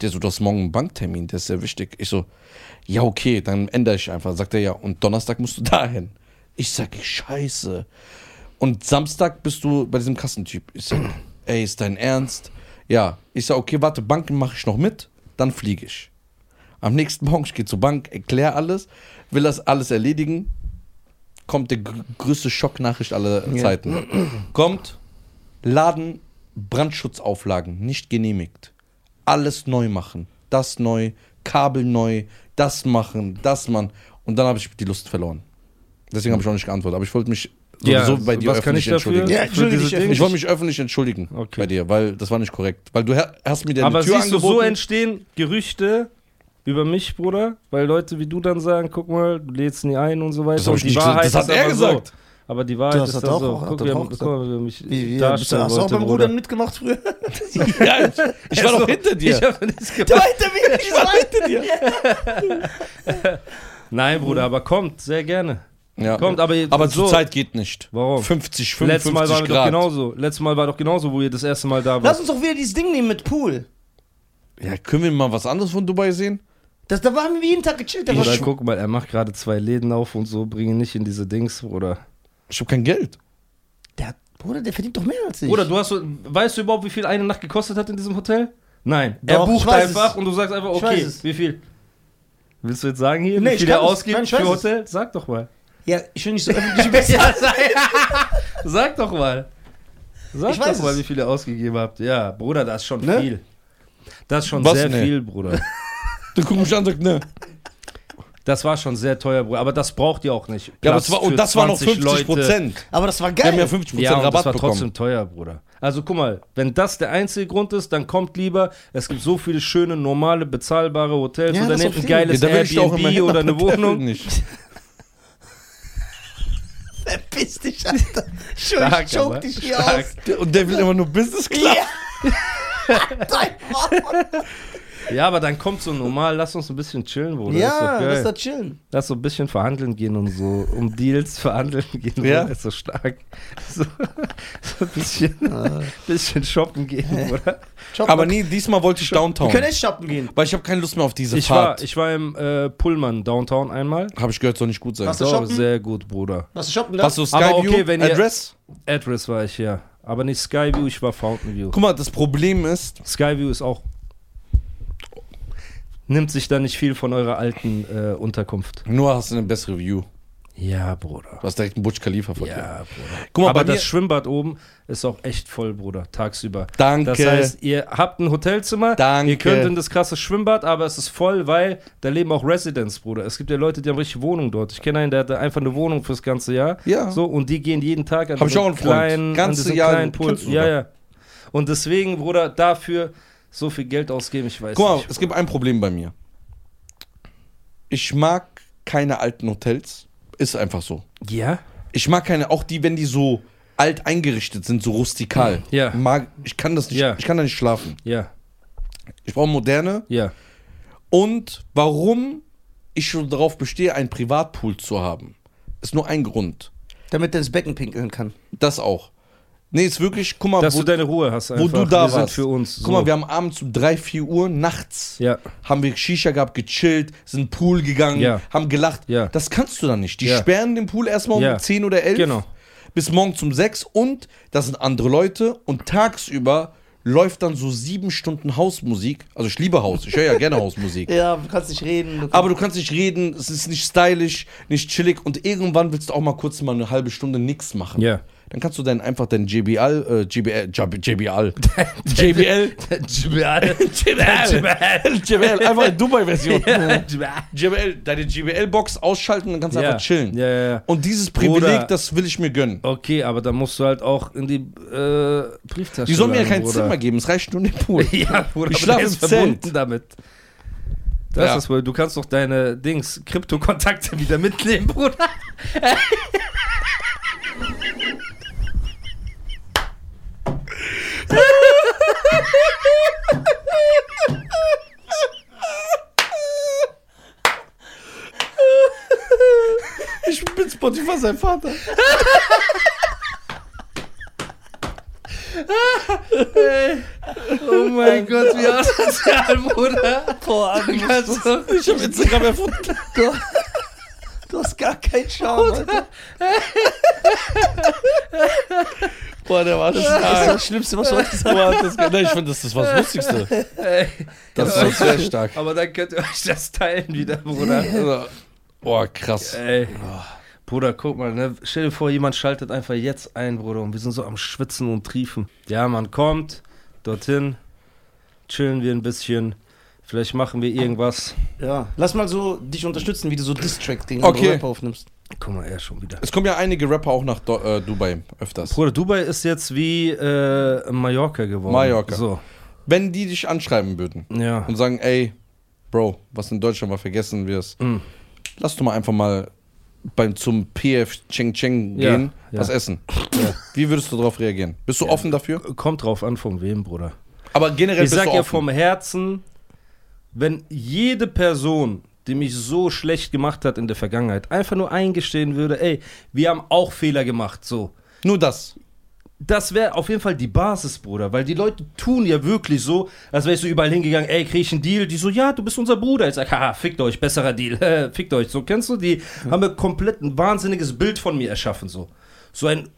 [SPEAKER 1] Der so, du hast morgen einen Banktermin, der ist sehr wichtig. Ich so, ja, okay, dann ändere ich einfach. Sagt er, ja, und Donnerstag musst du dahin. Ich sag, scheiße. Und Samstag bist du bei diesem Kassentyp. Ich sag, ey, ist dein Ernst? Ja. Ich sag, okay, warte, Banken mache ich noch mit, dann fliege ich. Am nächsten Morgen, ich gehe zur Bank, erkläre alles, will das alles erledigen. Kommt der gr- größte Schocknachricht aller Zeiten. Kommt, Laden, Brandschutzauflagen nicht genehmigt. Alles neu machen. Das neu, Kabel neu, das machen, das man. Und dann habe ich die Lust verloren. Deswegen habe ich auch nicht geantwortet. Aber ich wollte mich
[SPEAKER 3] Ja,
[SPEAKER 1] sowieso bei dir
[SPEAKER 3] was kann
[SPEAKER 1] öffentlich
[SPEAKER 3] ich dafür?
[SPEAKER 1] entschuldigen.
[SPEAKER 3] Ja,
[SPEAKER 2] Ja, entschuldige
[SPEAKER 3] Für
[SPEAKER 2] dich,
[SPEAKER 3] diese
[SPEAKER 2] öffentlich.
[SPEAKER 1] Ich wollte mich öffentlich entschuldigen
[SPEAKER 3] Okay.
[SPEAKER 1] bei dir, weil das war nicht korrekt. Weil du ha- hast mir deine
[SPEAKER 3] Aber
[SPEAKER 1] Tür
[SPEAKER 3] siehst du, so
[SPEAKER 1] angeboten.
[SPEAKER 3] entstehen Gerüchte über mich, Bruder, weil Leute wie du dann sagen, guck mal, du lädst nie ein und so weiter.
[SPEAKER 1] Das hab
[SPEAKER 3] und
[SPEAKER 1] ich nicht gesagt. Das hat
[SPEAKER 3] ist
[SPEAKER 1] er
[SPEAKER 3] aber
[SPEAKER 1] gesagt.
[SPEAKER 3] So. Aber die Wahrheit
[SPEAKER 2] Das
[SPEAKER 3] ist
[SPEAKER 2] hat
[SPEAKER 3] dann
[SPEAKER 2] auch-
[SPEAKER 3] so.
[SPEAKER 2] hat
[SPEAKER 3] Guck,
[SPEAKER 2] er
[SPEAKER 3] wir
[SPEAKER 2] auch
[SPEAKER 3] haben, guck
[SPEAKER 2] gesagt.
[SPEAKER 3] mal, wie er mich
[SPEAKER 2] Wie, wie, bist du,
[SPEAKER 3] darstellen
[SPEAKER 2] hast du auch
[SPEAKER 3] wollte,
[SPEAKER 2] beim
[SPEAKER 3] Bruder.
[SPEAKER 2] Rudern mitgemacht früher?
[SPEAKER 1] ja, ich, ich war
[SPEAKER 3] Also,
[SPEAKER 1] doch hinter dir.
[SPEAKER 3] Ich habe nichts
[SPEAKER 2] Der
[SPEAKER 3] gemacht.
[SPEAKER 2] war hinter mir, ich war hinter dir.
[SPEAKER 3] Nein, Bruder, aber kommt, sehr gerne.
[SPEAKER 1] ja.
[SPEAKER 3] Kommt, aber,
[SPEAKER 1] aber
[SPEAKER 3] so,
[SPEAKER 1] zur Zeit geht nicht.
[SPEAKER 3] Warum?
[SPEAKER 1] 50, 55
[SPEAKER 3] Letztes Mal waren wir doch
[SPEAKER 1] Grad.
[SPEAKER 3] genauso. Letztes Mal war doch genauso, wo ihr das erste Mal da
[SPEAKER 2] Lass
[SPEAKER 3] wart.
[SPEAKER 2] uns doch wieder dieses Ding nehmen mit Pool.
[SPEAKER 1] Ja, können wir mal was anderes von Dubai sehen?
[SPEAKER 2] Das, da waren wir jeden Tag gechillt. Da war
[SPEAKER 3] Bruder, guck mal, er macht gerade zwei Läden auf und so, bringe nicht in diese Dings, Bruder.
[SPEAKER 1] Ich habe kein Geld.
[SPEAKER 2] der, hat- Bruder, der verdient doch mehr als ich.
[SPEAKER 3] Bruder, du hast so, weißt du überhaupt, wie viel eine Nacht gekostet hat in diesem Hotel? Nein. er
[SPEAKER 2] Doch, ich
[SPEAKER 3] bucht
[SPEAKER 2] weiß
[SPEAKER 3] einfach
[SPEAKER 2] es.
[SPEAKER 3] und du sagst einfach,
[SPEAKER 2] Ich
[SPEAKER 3] okay,
[SPEAKER 2] weiß es.
[SPEAKER 3] wie viel? Willst du jetzt sagen hier,
[SPEAKER 2] Nee,
[SPEAKER 3] wie
[SPEAKER 2] ich
[SPEAKER 3] viel
[SPEAKER 2] kann
[SPEAKER 3] er
[SPEAKER 2] es.
[SPEAKER 3] ausgibt
[SPEAKER 2] Nein, ich
[SPEAKER 3] für
[SPEAKER 2] weiß es.
[SPEAKER 3] Hotel? Sag doch mal.
[SPEAKER 2] Ja, ich will nicht so öffentlich besser.
[SPEAKER 3] Sag doch mal. Sag
[SPEAKER 2] Ich
[SPEAKER 3] doch
[SPEAKER 2] weiß
[SPEAKER 3] mal,
[SPEAKER 2] es.
[SPEAKER 3] wie viel ihr ausgegeben habt. Ja, Bruder, das ist schon
[SPEAKER 2] Ne?
[SPEAKER 3] viel. Das ist schon
[SPEAKER 1] Was?
[SPEAKER 3] sehr
[SPEAKER 1] Nee.
[SPEAKER 3] viel, Bruder.
[SPEAKER 1] Dann guck mich an und sagt, ne.
[SPEAKER 3] Das war schon sehr teuer, Bruder. Aber das braucht ihr auch nicht.
[SPEAKER 1] Ja, aber
[SPEAKER 3] Platz
[SPEAKER 1] das war,
[SPEAKER 3] für
[SPEAKER 1] und das war noch
[SPEAKER 3] 20
[SPEAKER 1] 50
[SPEAKER 3] Leute.
[SPEAKER 1] Prozent.
[SPEAKER 2] Aber das war
[SPEAKER 1] Wir haben ja
[SPEAKER 2] geil.
[SPEAKER 1] 50 Prozent
[SPEAKER 3] Ja, und das
[SPEAKER 1] Rabatt
[SPEAKER 3] war
[SPEAKER 1] bekommen.
[SPEAKER 3] trotzdem teuer, Bruder. Also guck mal, wenn das der einzige Grund ist, dann kommt lieber, es gibt so viele schöne, normale, bezahlbare Hotels
[SPEAKER 2] Ja,
[SPEAKER 3] und dann
[SPEAKER 2] das
[SPEAKER 3] nehmt
[SPEAKER 2] auf
[SPEAKER 3] ein
[SPEAKER 2] jeden Fall.
[SPEAKER 1] Ja,
[SPEAKER 3] geiles
[SPEAKER 1] da will ich doch
[SPEAKER 3] Airbnb
[SPEAKER 1] immer
[SPEAKER 3] oder eine Wohnung.
[SPEAKER 1] Nicht.
[SPEAKER 2] Verpiss dich, Alter. Schön,
[SPEAKER 3] Stark,
[SPEAKER 2] ich choke
[SPEAKER 3] aber.
[SPEAKER 2] dich hier
[SPEAKER 3] Stark.
[SPEAKER 2] aus.
[SPEAKER 1] Der- Und der will immer nur Business Class.
[SPEAKER 2] Dein Mann.
[SPEAKER 3] Ja, aber dann kommt so normal, lass uns ein bisschen chillen, Bruder. ist doch
[SPEAKER 2] Ja,
[SPEAKER 3] geil.
[SPEAKER 2] lass da chillen.
[SPEAKER 3] Lass so ein bisschen verhandeln gehen und so, um Deals verhandeln gehen.
[SPEAKER 1] Ja.
[SPEAKER 3] Ja. Ist so stark. So, so ein
[SPEAKER 2] Ah.
[SPEAKER 3] bisschen, bisschen shoppen gehen, oder?
[SPEAKER 2] Shoppen.
[SPEAKER 1] Aber nee, diesmal wollte ich Downtown.
[SPEAKER 2] wir können echt shoppen gehen.
[SPEAKER 1] Weil ich habe keine Lust mehr auf diese
[SPEAKER 3] Ich war,
[SPEAKER 1] Fahrt.
[SPEAKER 3] ich war im äh, Pullman Downtown einmal.
[SPEAKER 1] Habe ich gehört, soll nicht gut sein.
[SPEAKER 2] Was- Warst du
[SPEAKER 3] So,
[SPEAKER 2] shoppen?
[SPEAKER 3] sehr gut, Bruder.
[SPEAKER 2] Was du shoppen
[SPEAKER 1] Hast
[SPEAKER 2] lassen?
[SPEAKER 1] du
[SPEAKER 3] Aber
[SPEAKER 1] Skyview
[SPEAKER 3] okay, wenn ihr-
[SPEAKER 1] Address?
[SPEAKER 3] Address war ich ja. Aber nicht Skyview, ich war Fountain View.
[SPEAKER 1] Guck mal, das Problem ist,
[SPEAKER 3] Skyview ist auch. Nimmt sich da nicht viel von eurer alten äh, Unterkunft.
[SPEAKER 1] nur hast du eine bessere View.
[SPEAKER 3] Ja, Bruder.
[SPEAKER 1] Du hast direkt einen Butch Khalifa vor dir.
[SPEAKER 3] Ja, Bruder.
[SPEAKER 1] Guck mal,
[SPEAKER 3] Aber
[SPEAKER 1] bei mir-
[SPEAKER 3] das Schwimmbad oben ist auch echt voll, Bruder, tagsüber.
[SPEAKER 1] Danke.
[SPEAKER 3] Das heißt, ihr habt ein Hotelzimmer,
[SPEAKER 1] Danke.
[SPEAKER 3] ihr könnt in das krasse Schwimmbad, aber es ist voll, weil da leben auch Residents, Bruder. Es gibt ja Leute, die haben richtig Wohnungen dort. Ich kenne einen, der hatte einfach eine Wohnung fürs ganze Jahr.
[SPEAKER 1] Ja.
[SPEAKER 3] So, und die gehen jeden Tag an
[SPEAKER 1] Hab ich
[SPEAKER 3] diesen
[SPEAKER 1] auch einen Freund.
[SPEAKER 3] kleinen, an
[SPEAKER 1] Ganze
[SPEAKER 3] diesen
[SPEAKER 1] Jahr
[SPEAKER 3] kleinen Pool.
[SPEAKER 1] kennst du
[SPEAKER 3] Ja,
[SPEAKER 1] da.
[SPEAKER 3] ja. Und deswegen, Bruder, dafür so viel Geld ausgeben, ich weiß
[SPEAKER 1] Guck mal,
[SPEAKER 3] nicht.
[SPEAKER 1] es gibt ein Problem bei mir. Ich mag keine alten Hotels. Ist einfach so.
[SPEAKER 3] ja?
[SPEAKER 1] Ich mag keine, auch die, wenn die so alt eingerichtet sind, so rustikal.
[SPEAKER 3] Ja.
[SPEAKER 1] Mag, ich kann das nicht,
[SPEAKER 3] Ja.
[SPEAKER 1] ich kann da nicht schlafen.
[SPEAKER 3] Ja,
[SPEAKER 1] Ich brauche moderne.
[SPEAKER 3] ja.
[SPEAKER 1] Und warum ich schon darauf bestehe, einen Privatpool zu haben, ist nur ein Grund.
[SPEAKER 2] Damit er ins Becken pinkeln kann.
[SPEAKER 1] Das auch. Nee, ist wirklich, guck mal,
[SPEAKER 3] Dass
[SPEAKER 1] wo,
[SPEAKER 3] du deine Ruhe hast einfach.
[SPEAKER 1] wo du da
[SPEAKER 3] wir sind
[SPEAKER 1] warst.
[SPEAKER 3] für uns.
[SPEAKER 1] Guck mal, wir haben abends um 3, 4 Uhr nachts
[SPEAKER 3] Ja.
[SPEAKER 1] haben wir Shisha gehabt, gechillt, sind in den Pool gegangen,
[SPEAKER 3] Ja.
[SPEAKER 1] haben gelacht.
[SPEAKER 3] Ja.
[SPEAKER 1] Das kannst du dann nicht. Die
[SPEAKER 3] Ja.
[SPEAKER 1] sperren den Pool erstmal um
[SPEAKER 3] Ja.
[SPEAKER 1] 10 oder 11
[SPEAKER 3] Genau.
[SPEAKER 1] bis morgens um 6 und das sind andere Leute und tagsüber läuft dann so sieben Stunden Hausmusik. Also ich liebe Haus, ich höre ja gerne Hausmusik.
[SPEAKER 2] Ja, du kannst nicht reden.
[SPEAKER 1] Aber du kannst nicht reden, es ist nicht stylisch, nicht chillig und irgendwann willst du auch mal kurz mal eine halbe Stunde nichts machen.
[SPEAKER 3] Ja.
[SPEAKER 1] Dann kannst du dann einfach dein JBL, äh, JBL, JBL, JBL, JBL, einfach in Dubai-Version. JBL, deine JBL-Box ausschalten, dann kannst du
[SPEAKER 3] Ja.
[SPEAKER 1] einfach chillen.
[SPEAKER 3] Ja, ja, ja.
[SPEAKER 1] Und dieses Privileg,
[SPEAKER 3] Bruder.
[SPEAKER 1] das will ich mir gönnen.
[SPEAKER 3] Okay, aber dann musst du halt auch in die äh, Brieftasche.
[SPEAKER 1] Die sollen mir ja kein
[SPEAKER 3] Bruder.
[SPEAKER 1] Zimmer geben, es reicht nur den Pool.
[SPEAKER 3] Ja, Bruder,
[SPEAKER 1] Ich
[SPEAKER 3] aber
[SPEAKER 1] schlaf
[SPEAKER 3] der ist
[SPEAKER 1] im Zelt.
[SPEAKER 3] verbunden damit. Das
[SPEAKER 1] Ja.
[SPEAKER 3] ist wohl, du kannst doch deine Dings, Kryptokontakte wieder mitnehmen, Bruder.
[SPEAKER 1] Ich bin Spotify sein Vater.
[SPEAKER 3] Oh mein Gott, wie asozial, Bruder.
[SPEAKER 2] Boah, Ami,
[SPEAKER 3] Du kannst doch-
[SPEAKER 1] Ich habe Instagram erfunden.
[SPEAKER 2] du, du hast gar keinen Charme. Alter.
[SPEAKER 1] Boah, der war
[SPEAKER 2] Das ist
[SPEAKER 1] stark.
[SPEAKER 2] das Schlimmste, was du heute gesagt
[SPEAKER 1] Boah, das, nein, ich finde, das, das war das Lustigste.
[SPEAKER 3] Ey,
[SPEAKER 1] Das war sehr stark.
[SPEAKER 3] aber dann könnt ihr euch das teilen wieder, Bruder.
[SPEAKER 1] Also, Boah, krass.
[SPEAKER 3] Ey. Bruder, guck mal, ne? stell dir vor, jemand schaltet einfach jetzt ein, Bruder, und wir sind so am Schwitzen und Triefen. Ja, man kommt dorthin, chillen wir ein bisschen, vielleicht machen wir irgendwas.
[SPEAKER 2] hast. Ja. Lass mal so dich unterstützen, wie du so Distrack gegen
[SPEAKER 1] Okay.
[SPEAKER 2] andere Rapper aufnimmst.
[SPEAKER 3] Guck mal, er schon wieder.
[SPEAKER 1] Es kommen ja einige Rapper auch nach Do äh, Dubai öfters.
[SPEAKER 3] Bruder, Dubai ist jetzt wie äh, Mallorca geworden.
[SPEAKER 1] Mallorca.
[SPEAKER 3] So,
[SPEAKER 1] Wenn die dich anschreiben würden
[SPEAKER 3] ja.
[SPEAKER 1] und sagen, ey, Bro, was in Deutschland war, vergessen wir es.
[SPEAKER 3] Mhm.
[SPEAKER 1] Lass doch mal einfach mal beim, zum PF Cheng Cheng
[SPEAKER 3] Ja,
[SPEAKER 1] gehen,
[SPEAKER 3] ja.
[SPEAKER 1] was essen. Wie würdest du darauf reagieren? Bist du offen dafür?
[SPEAKER 3] Kommt drauf an, von wem, Bruder.
[SPEAKER 1] Aber generell
[SPEAKER 3] Ich
[SPEAKER 1] bist
[SPEAKER 3] sag
[SPEAKER 1] du
[SPEAKER 3] ja
[SPEAKER 1] offen.
[SPEAKER 3] vom Herzen, wenn jede Person, die mich so schlecht gemacht hat in der Vergangenheit, einfach nur eingestehen würde, ey, wir haben auch Fehler gemacht, so.
[SPEAKER 1] Nur das.
[SPEAKER 3] Das wäre auf jeden Fall die Basis, Bruder, weil die Leute tun ja wirklich so, als wäre ich so überall hingegangen, ey, krieg ich einen Deal? Die so, ja, du bist unser Bruder. Ich sag, haha, fickt euch, besserer Deal, fickt euch. So, kennst du, die haben ja komplett ein wahnsinniges Bild von mir erschaffen, so. So ein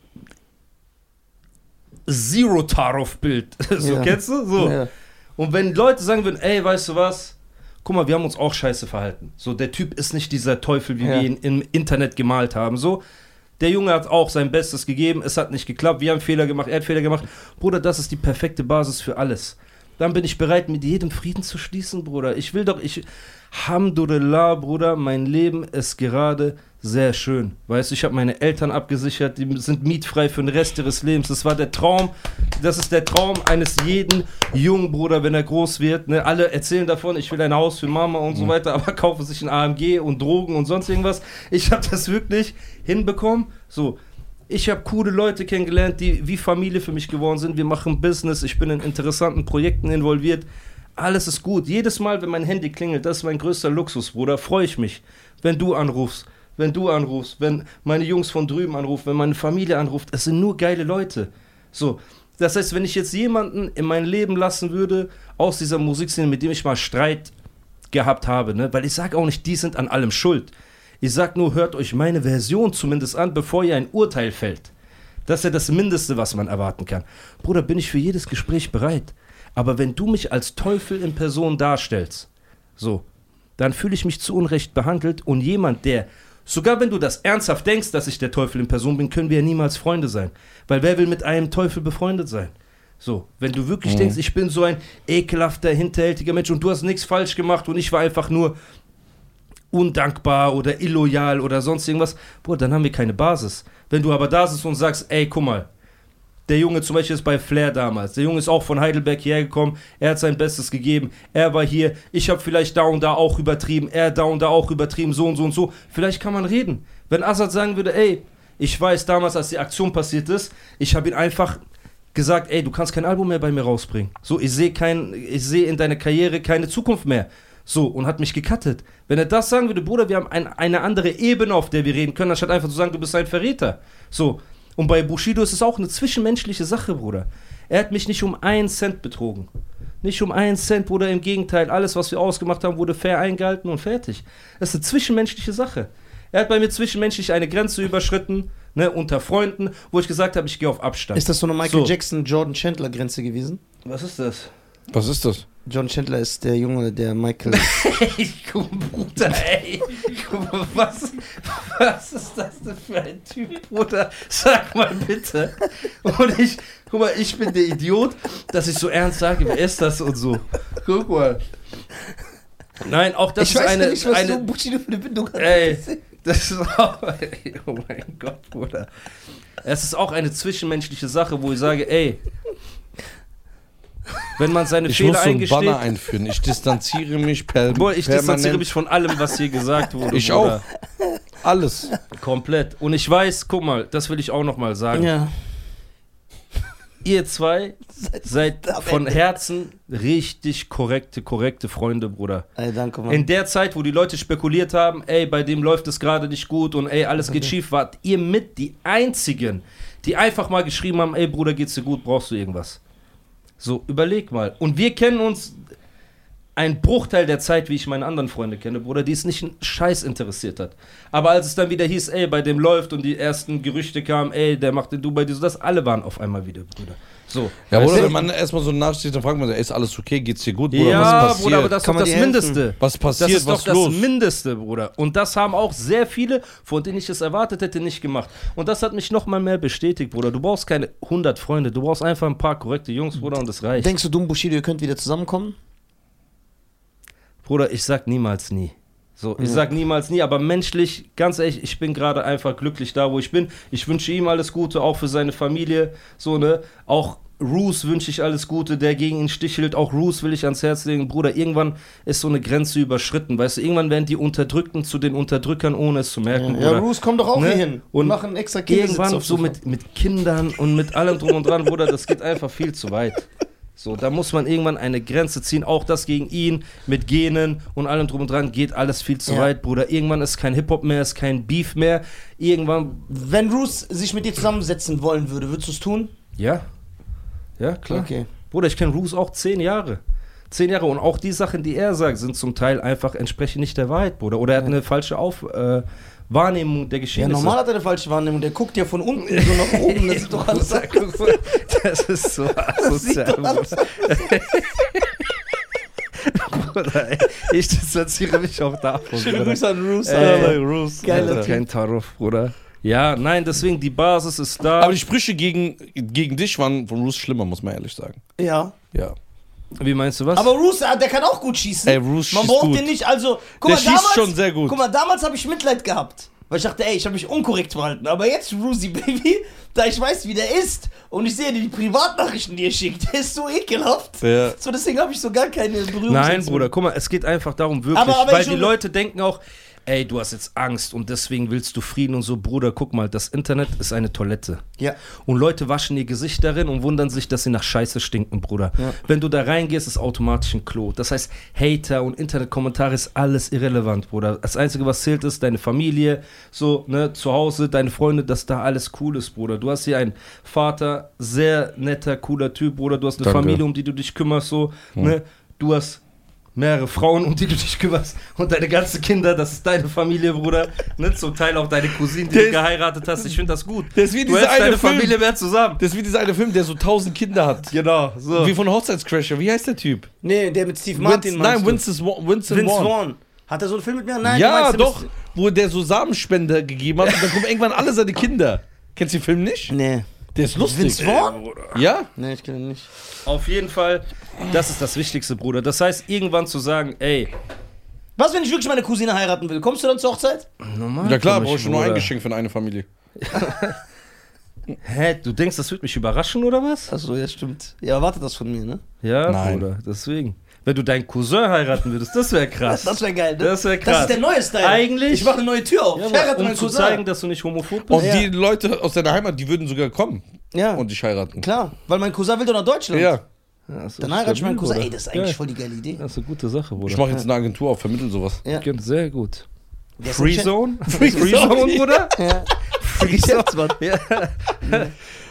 [SPEAKER 3] Zero-Tarov-Bild, so,
[SPEAKER 2] Ja.
[SPEAKER 3] kennst du? So.
[SPEAKER 2] Ja.
[SPEAKER 3] Und wenn Leute sagen würden, ey, weißt du was? Guck mal, wir haben uns auch scheiße verhalten. So, der Typ ist nicht dieser Teufel, wie
[SPEAKER 2] Ja.
[SPEAKER 3] wir ihn im Internet gemalt haben. So, der Junge hat auch sein Bestes gegeben, es hat nicht geklappt, wir haben Fehler gemacht, er hat Fehler gemacht. Bruder, das ist die perfekte Basis für alles. dann bin ich bereit, mit jedem Frieden zu schließen, Bruder. Ich will doch, ich, Hamdulillah, Bruder, mein Leben ist gerade sehr schön. Weißt du, ich habe meine Eltern abgesichert, die sind mietfrei für den Rest ihres Lebens. Das war der Traum, das ist der Traum eines jeden jungen Bruder, wenn er groß wird. Ne? Alle erzählen davon, ich will ein Haus für Mama und so weiter, aber kaufen sich ein AMG und Drogen und sonst irgendwas. Ich habe das wirklich hinbekommen. So, ich habe coole Leute kennengelernt, die wie Familie für mich geworden sind. Wir machen Business, ich bin in interessanten Projekten involviert. Alles ist gut. Jedes Mal, wenn mein Handy klingelt, das ist mein größter Luxus, Bruder, freue ich mich. Wenn du anrufst, wenn du anrufst, wenn meine Jungs von drüben anrufen, wenn meine Familie anruft, es sind nur geile Leute. So. Das heißt, wenn ich jetzt jemanden in mein Leben lassen würde, aus dieser Musikszene, mit dem ich mal Streit gehabt habe, ne? weil ich sage auch nicht, die sind an allem schuld. Ich sag nur, hört euch meine Version zumindest an, bevor ihr ein Urteil fällt. Das ist ja das Mindeste, was man erwarten kann. Bruder, bin ich für jedes Gespräch bereit. Aber wenn du mich als Teufel in Person darstellst, so, dann fühle ich mich zu Unrecht behandelt und jemand, der, sogar wenn du das ernsthaft denkst, dass ich der Teufel in Person bin, können wir ja niemals Freunde sein. Weil wer will mit einem Teufel befreundet sein? So, wenn du wirklich denkst, ich bin so ein ekelhafter, hinterhältiger Mensch und du hast nichts falsch gemacht und ich war einfach nur undankbar oder illoyal oder sonst irgendwas, boah, dann haben wir keine Basis. Wenn du aber da sitzt und sagst, ey, guck mal, der Junge zum Beispiel ist bei Flair damals, der Junge ist auch von Heidelberg hierher gekommen, er hat sein Bestes gegeben, er war hier, ich habe vielleicht da und da auch übertrieben, er da und da auch übertrieben, so und so und so. Vielleicht kann man reden. Wenn Assad sagen würde, ey, ich weiß damals, als die Aktion passiert ist, ich habe ihn einfach gesagt, ey, du kannst kein Album mehr bei mir rausbringen. So, ich sehe kein, ich sehe in deiner Karriere keine Zukunft mehr. So, und hat mich gecuttet. Wenn er das sagen würde, Bruder, wir haben ein, eine andere Ebene, auf der wir reden können, anstatt einfach zu sagen, du bist ein Verräter. So. Und bei Bushido ist es auch eine zwischenmenschliche Sache, Bruder. Er hat mich nicht um einen Cent betrogen. Nicht um einen Cent, Bruder, im Gegenteil. Alles, was wir ausgemacht haben, wurde fair eingehalten und fertig. Das ist eine zwischenmenschliche Sache. Er hat bei mir zwischenmenschlich eine Grenze überschritten, ne, unter Freunden, wo ich gesagt habe, ich gehe auf Abstand.
[SPEAKER 2] Ist das so eine Michael
[SPEAKER 3] So.
[SPEAKER 2] Jackson Jordan Chandler Grenze gewesen?
[SPEAKER 3] Was ist das?
[SPEAKER 1] Was ist das?
[SPEAKER 2] John Chandler ist der Junge, der Michael.
[SPEAKER 3] Ey, guck mal, Bruder, ey. Guck mal, was, was ist das denn für ein Typ, Bruder? Sag mal bitte. Und ich, guck mal, ich bin der Idiot, dass ich so ernst sage, wer ist das und so. Guck mal. Nein, auch das
[SPEAKER 2] ich
[SPEAKER 3] ist
[SPEAKER 2] weiß
[SPEAKER 3] eine.
[SPEAKER 2] nicht, was
[SPEAKER 3] eine
[SPEAKER 2] du Bushido für eine Bindung hast.
[SPEAKER 3] Ey, das ist auch. Ey, oh mein Gott, Bruder. Es ist auch eine zwischenmenschliche Sache, wo ich sage, ey. Wenn man seine
[SPEAKER 1] Ich
[SPEAKER 3] Fehler
[SPEAKER 1] muss so einen
[SPEAKER 3] eingesteht.
[SPEAKER 1] Banner einführen. Ich distanziere mich per
[SPEAKER 3] Boah, ich distanziere
[SPEAKER 1] permanent.
[SPEAKER 3] mich von allem, was hier gesagt wurde.
[SPEAKER 1] Ich
[SPEAKER 3] Bruder.
[SPEAKER 1] Alles.
[SPEAKER 3] Komplett. Und ich weiß, guck mal, das will ich auch nochmal sagen.
[SPEAKER 2] Ja.
[SPEAKER 3] Ihr zwei seid
[SPEAKER 2] am
[SPEAKER 3] von
[SPEAKER 2] Ende.
[SPEAKER 3] Herzen richtig korrekte, korrekte Freunde, Bruder.
[SPEAKER 2] Ey, danke, Mann.
[SPEAKER 3] In der Zeit, wo die Leute spekuliert haben, ey, bei dem läuft es gerade nicht gut und ey, alles geht schief, wart ihr mit die Einzigen, die einfach mal geschrieben haben, ey, Bruder, geht's dir gut, brauchst du irgendwas? So, überleg mal. Und wir kennen uns ein Bruchteil der Zeit, wie ich meine anderen Freunde kenne, Bruder, die es nicht einen Scheiß interessiert hat. Aber als es dann wieder hieß, ey, bei dem läuft und die ersten Gerüchte kamen, ey, der macht in Dubai dies und das, alle waren auf einmal wieder, Bruder. So.
[SPEAKER 1] Ja,
[SPEAKER 3] Weißt
[SPEAKER 1] Bruder,
[SPEAKER 3] du?
[SPEAKER 1] wenn man erstmal so eine Nachricht sieht, dann fragt man sich, ist alles okay, geht's dir gut, Bruder, was
[SPEAKER 3] ja,
[SPEAKER 1] passiert?
[SPEAKER 3] Bruder, aber das ist
[SPEAKER 2] Kann
[SPEAKER 3] doch
[SPEAKER 2] man
[SPEAKER 3] das
[SPEAKER 2] dir helfen?
[SPEAKER 3] Mindeste.
[SPEAKER 1] was passiert,
[SPEAKER 3] Das ist doch
[SPEAKER 1] was
[SPEAKER 3] das
[SPEAKER 1] los?
[SPEAKER 3] Mindeste, Bruder. Und das haben auch sehr viele, von denen ich es erwartet hätte, nicht gemacht. Und das hat mich nochmal mehr bestätigt, Bruder. Du brauchst keine 100 Freunde, du brauchst einfach ein paar korrekte Jungs, Bruder, und das reicht.
[SPEAKER 2] Denkst du, du und Bushido, ihr könnt wieder zusammenkommen?
[SPEAKER 3] Bruder, ich sag niemals nie. So, ich sag niemals nie, aber menschlich, ganz ehrlich, ich bin gerade einfach glücklich da, wo ich bin. Ich wünsche ihm alles Gute, auch für seine Familie, so, ne? Auch Roos wünsche ich alles Gute, der gegen ihn stichelt. Auch Roos will ich ans Herz legen. Bruder, irgendwann ist so eine Grenze überschritten, weißt du? Irgendwann werden die Unterdrückten zu den Unterdrückern, ohne es zu merken,
[SPEAKER 2] Ja,
[SPEAKER 3] Bruder.
[SPEAKER 2] Bruce, komm doch auch
[SPEAKER 3] Ne?
[SPEAKER 2] hier hin.
[SPEAKER 3] Und
[SPEAKER 2] machen extra
[SPEAKER 3] Irgendwann
[SPEAKER 2] auf
[SPEAKER 3] so
[SPEAKER 2] Sofa.
[SPEAKER 3] mit, mit Kindern und mit allem drum und dran, Bruder, das geht einfach viel zu weit. So, da muss man irgendwann eine Grenze ziehen. Auch das gegen ihn mit Genen und allem drum und dran geht alles viel zu
[SPEAKER 2] Ja.
[SPEAKER 3] weit, Bruder. Irgendwann ist kein Hip-Hop mehr, ist kein Beef mehr. Irgendwann,
[SPEAKER 2] Wenn Bruce sich mit dir zusammensetzen wollen würde, würdest du es tun?
[SPEAKER 3] ja. Ja, klar.
[SPEAKER 2] Okay.
[SPEAKER 3] Bruder, ich kenne Roos auch zehn Jahre. Zehn Jahre. Und auch die Sachen, die er sagt, sind zum Teil einfach entsprechend nicht der Wahrheit, Bruder. Oder er hat eine falsche Auf, äh, Wahrnehmung der
[SPEAKER 2] Ja,
[SPEAKER 3] Geschehnisse.
[SPEAKER 2] normal hat er eine falsche Wahrnehmung. Der guckt ja von unten so nach oben. Das ist doch alles.
[SPEAKER 3] Das ist so asozial, Bruder. Bruder, ey, ich distanziere mich auch davon.
[SPEAKER 2] Schöne
[SPEAKER 3] Bruder.
[SPEAKER 2] Grüße an Bruce.
[SPEAKER 3] Ey,
[SPEAKER 2] Alter. Geiler
[SPEAKER 3] Alter,
[SPEAKER 2] Typ.
[SPEAKER 3] Kein Taruf, Bruder. Ja, nein, deswegen, die Basis ist da.
[SPEAKER 1] Aber die Sprüche gegen, gegen dich waren von Roos schlimmer, muss man ehrlich sagen.
[SPEAKER 2] Ja.
[SPEAKER 1] Ja.
[SPEAKER 3] Wie meinst du was?
[SPEAKER 2] Aber Roos, ah, der kann auch gut schießen.
[SPEAKER 1] Ey, Roos
[SPEAKER 2] Man
[SPEAKER 1] schießt
[SPEAKER 2] braucht
[SPEAKER 1] gut.
[SPEAKER 2] den nicht, also.
[SPEAKER 1] Der
[SPEAKER 2] Guck mal,
[SPEAKER 1] schießt
[SPEAKER 2] damals,
[SPEAKER 1] schon sehr gut.
[SPEAKER 2] Guck mal, damals habe ich Mitleid gehabt. Weil ich dachte, ey, ich habe mich unkorrekt verhalten. Aber jetzt, Roosie Baby, da ich weiß, wie der ist und ich sehe die Privatnachrichten, die er schickt, der ist so ekelhaft.
[SPEAKER 1] Ja.
[SPEAKER 2] So, deswegen habe ich so gar keine Berührung.
[SPEAKER 3] Nein, Bruder, guck mal, es geht einfach darum, wirklich,
[SPEAKER 2] Aber- aber
[SPEAKER 3] weil
[SPEAKER 2] ich-
[SPEAKER 3] die Leute denken auch, ey, du hast jetzt Angst und deswegen willst du Frieden und so, Bruder, guck mal, das Internet ist eine Toilette.
[SPEAKER 2] Ja.
[SPEAKER 3] Und Leute waschen ihr Gesicht darin und wundern sich, dass sie nach Scheiße stinken, Bruder. Wenn du da reingehst, ist automatisch ein Klo. Das heißt, Hater und Internetkommentare ist alles irrelevant, Bruder. Das Einzige, was zählt, ist deine Familie, so, ne, zu Hause, deine Freunde, dass da alles cool ist, Bruder. Du hast hier einen Vater, sehr netter, cooler Typ, Bruder. Du hast eine
[SPEAKER 1] Danke.
[SPEAKER 3] Familie, um die du dich kümmerst, so, ne. Du hast mehrere Frauen, um die du dich kümmerst und deine ganzen Kinder, das ist deine Familie, Bruder. Ne, zum Teil auch deine Cousinen, die du geheiratet hast. Ich finde das gut.
[SPEAKER 1] Das ist wie
[SPEAKER 3] Du
[SPEAKER 1] dieser
[SPEAKER 3] hältst
[SPEAKER 1] eine
[SPEAKER 3] deine
[SPEAKER 1] Film.
[SPEAKER 3] Familie mehr zusammen.
[SPEAKER 1] Das ist wie dieser eine Film, der so tausend Kinder hat.
[SPEAKER 3] Genau, so.
[SPEAKER 1] Wie von Hochzeitscrasher. Wie heißt der Typ?
[SPEAKER 2] Nee, der mit Steve Martin
[SPEAKER 1] Win- Nein,
[SPEAKER 2] meinst
[SPEAKER 1] Winston Swan. Winston
[SPEAKER 2] du? Vince
[SPEAKER 1] Vaughn.
[SPEAKER 2] Vaughn. Hat er so einen Film mit mir? Nein, du
[SPEAKER 1] ja,
[SPEAKER 2] meinst, der
[SPEAKER 1] doch.
[SPEAKER 2] bist-
[SPEAKER 1] Wo der so Samenspender gegeben hat und dann kommen irgendwann alle seine Kinder. Kennst du den Film nicht?
[SPEAKER 2] Nee.
[SPEAKER 1] Der ist lustig.
[SPEAKER 2] Vince Vaughn? Ah,
[SPEAKER 1] Ja?
[SPEAKER 2] Nee, ich kenne ihn nicht.
[SPEAKER 3] Auf jeden Fall, das ist das Wichtigste, Bruder. Das heißt, irgendwann zu sagen, ey,
[SPEAKER 2] Was, wenn ich wirklich meine Cousine heiraten will? Kommst du dann zur Hochzeit?
[SPEAKER 3] normal.
[SPEAKER 1] Na klar,
[SPEAKER 3] komisch,
[SPEAKER 1] brauchst du nur ein
[SPEAKER 3] Bruder.
[SPEAKER 1] Geschenk für eine Familie.
[SPEAKER 3] Hä, du denkst, das wird mich überraschen oder was?
[SPEAKER 2] Achso, ja, stimmt. Ja, erwartet das von mir, ne?
[SPEAKER 3] Ja,
[SPEAKER 1] Nein.
[SPEAKER 3] Bruder, deswegen. Wenn du deinen Cousin heiraten würdest, das wäre krass.
[SPEAKER 2] Das wäre geil, ne?
[SPEAKER 3] Das wär krass.
[SPEAKER 2] Das ist der neue Style.
[SPEAKER 3] Eigentlich-
[SPEAKER 2] Ich mache eine neue Tür auf.
[SPEAKER 3] ja,
[SPEAKER 2] ich
[SPEAKER 3] aber,
[SPEAKER 2] heirate
[SPEAKER 3] um
[SPEAKER 2] meinen
[SPEAKER 3] zu
[SPEAKER 2] Cousin.
[SPEAKER 3] zeigen, dass du nicht homophob bist.
[SPEAKER 1] Und die Leute aus deiner Heimat, die würden sogar kommen
[SPEAKER 2] ja,
[SPEAKER 1] und dich heiraten.
[SPEAKER 2] klar. Weil mein Cousin will doch nach Deutschland.
[SPEAKER 1] Ja.
[SPEAKER 3] um Ja, so
[SPEAKER 2] Dann heirate ich meinen
[SPEAKER 3] stabil,
[SPEAKER 2] Cousin.
[SPEAKER 3] Bruder.
[SPEAKER 2] Ey, das ist eigentlich
[SPEAKER 3] Geil.
[SPEAKER 2] voll die geile Idee.
[SPEAKER 3] Das ist eine gute Sache, Bruder.
[SPEAKER 1] Ich mache jetzt eine Agentur auf, vermitteln sowas.
[SPEAKER 2] Ja.
[SPEAKER 3] Ja, Sehr gut.
[SPEAKER 2] Der ist
[SPEAKER 3] Free
[SPEAKER 2] ein Chef.
[SPEAKER 3] Zone? Free Zone, Bruder?
[SPEAKER 2] Ja.
[SPEAKER 3] Free Zone. Ja.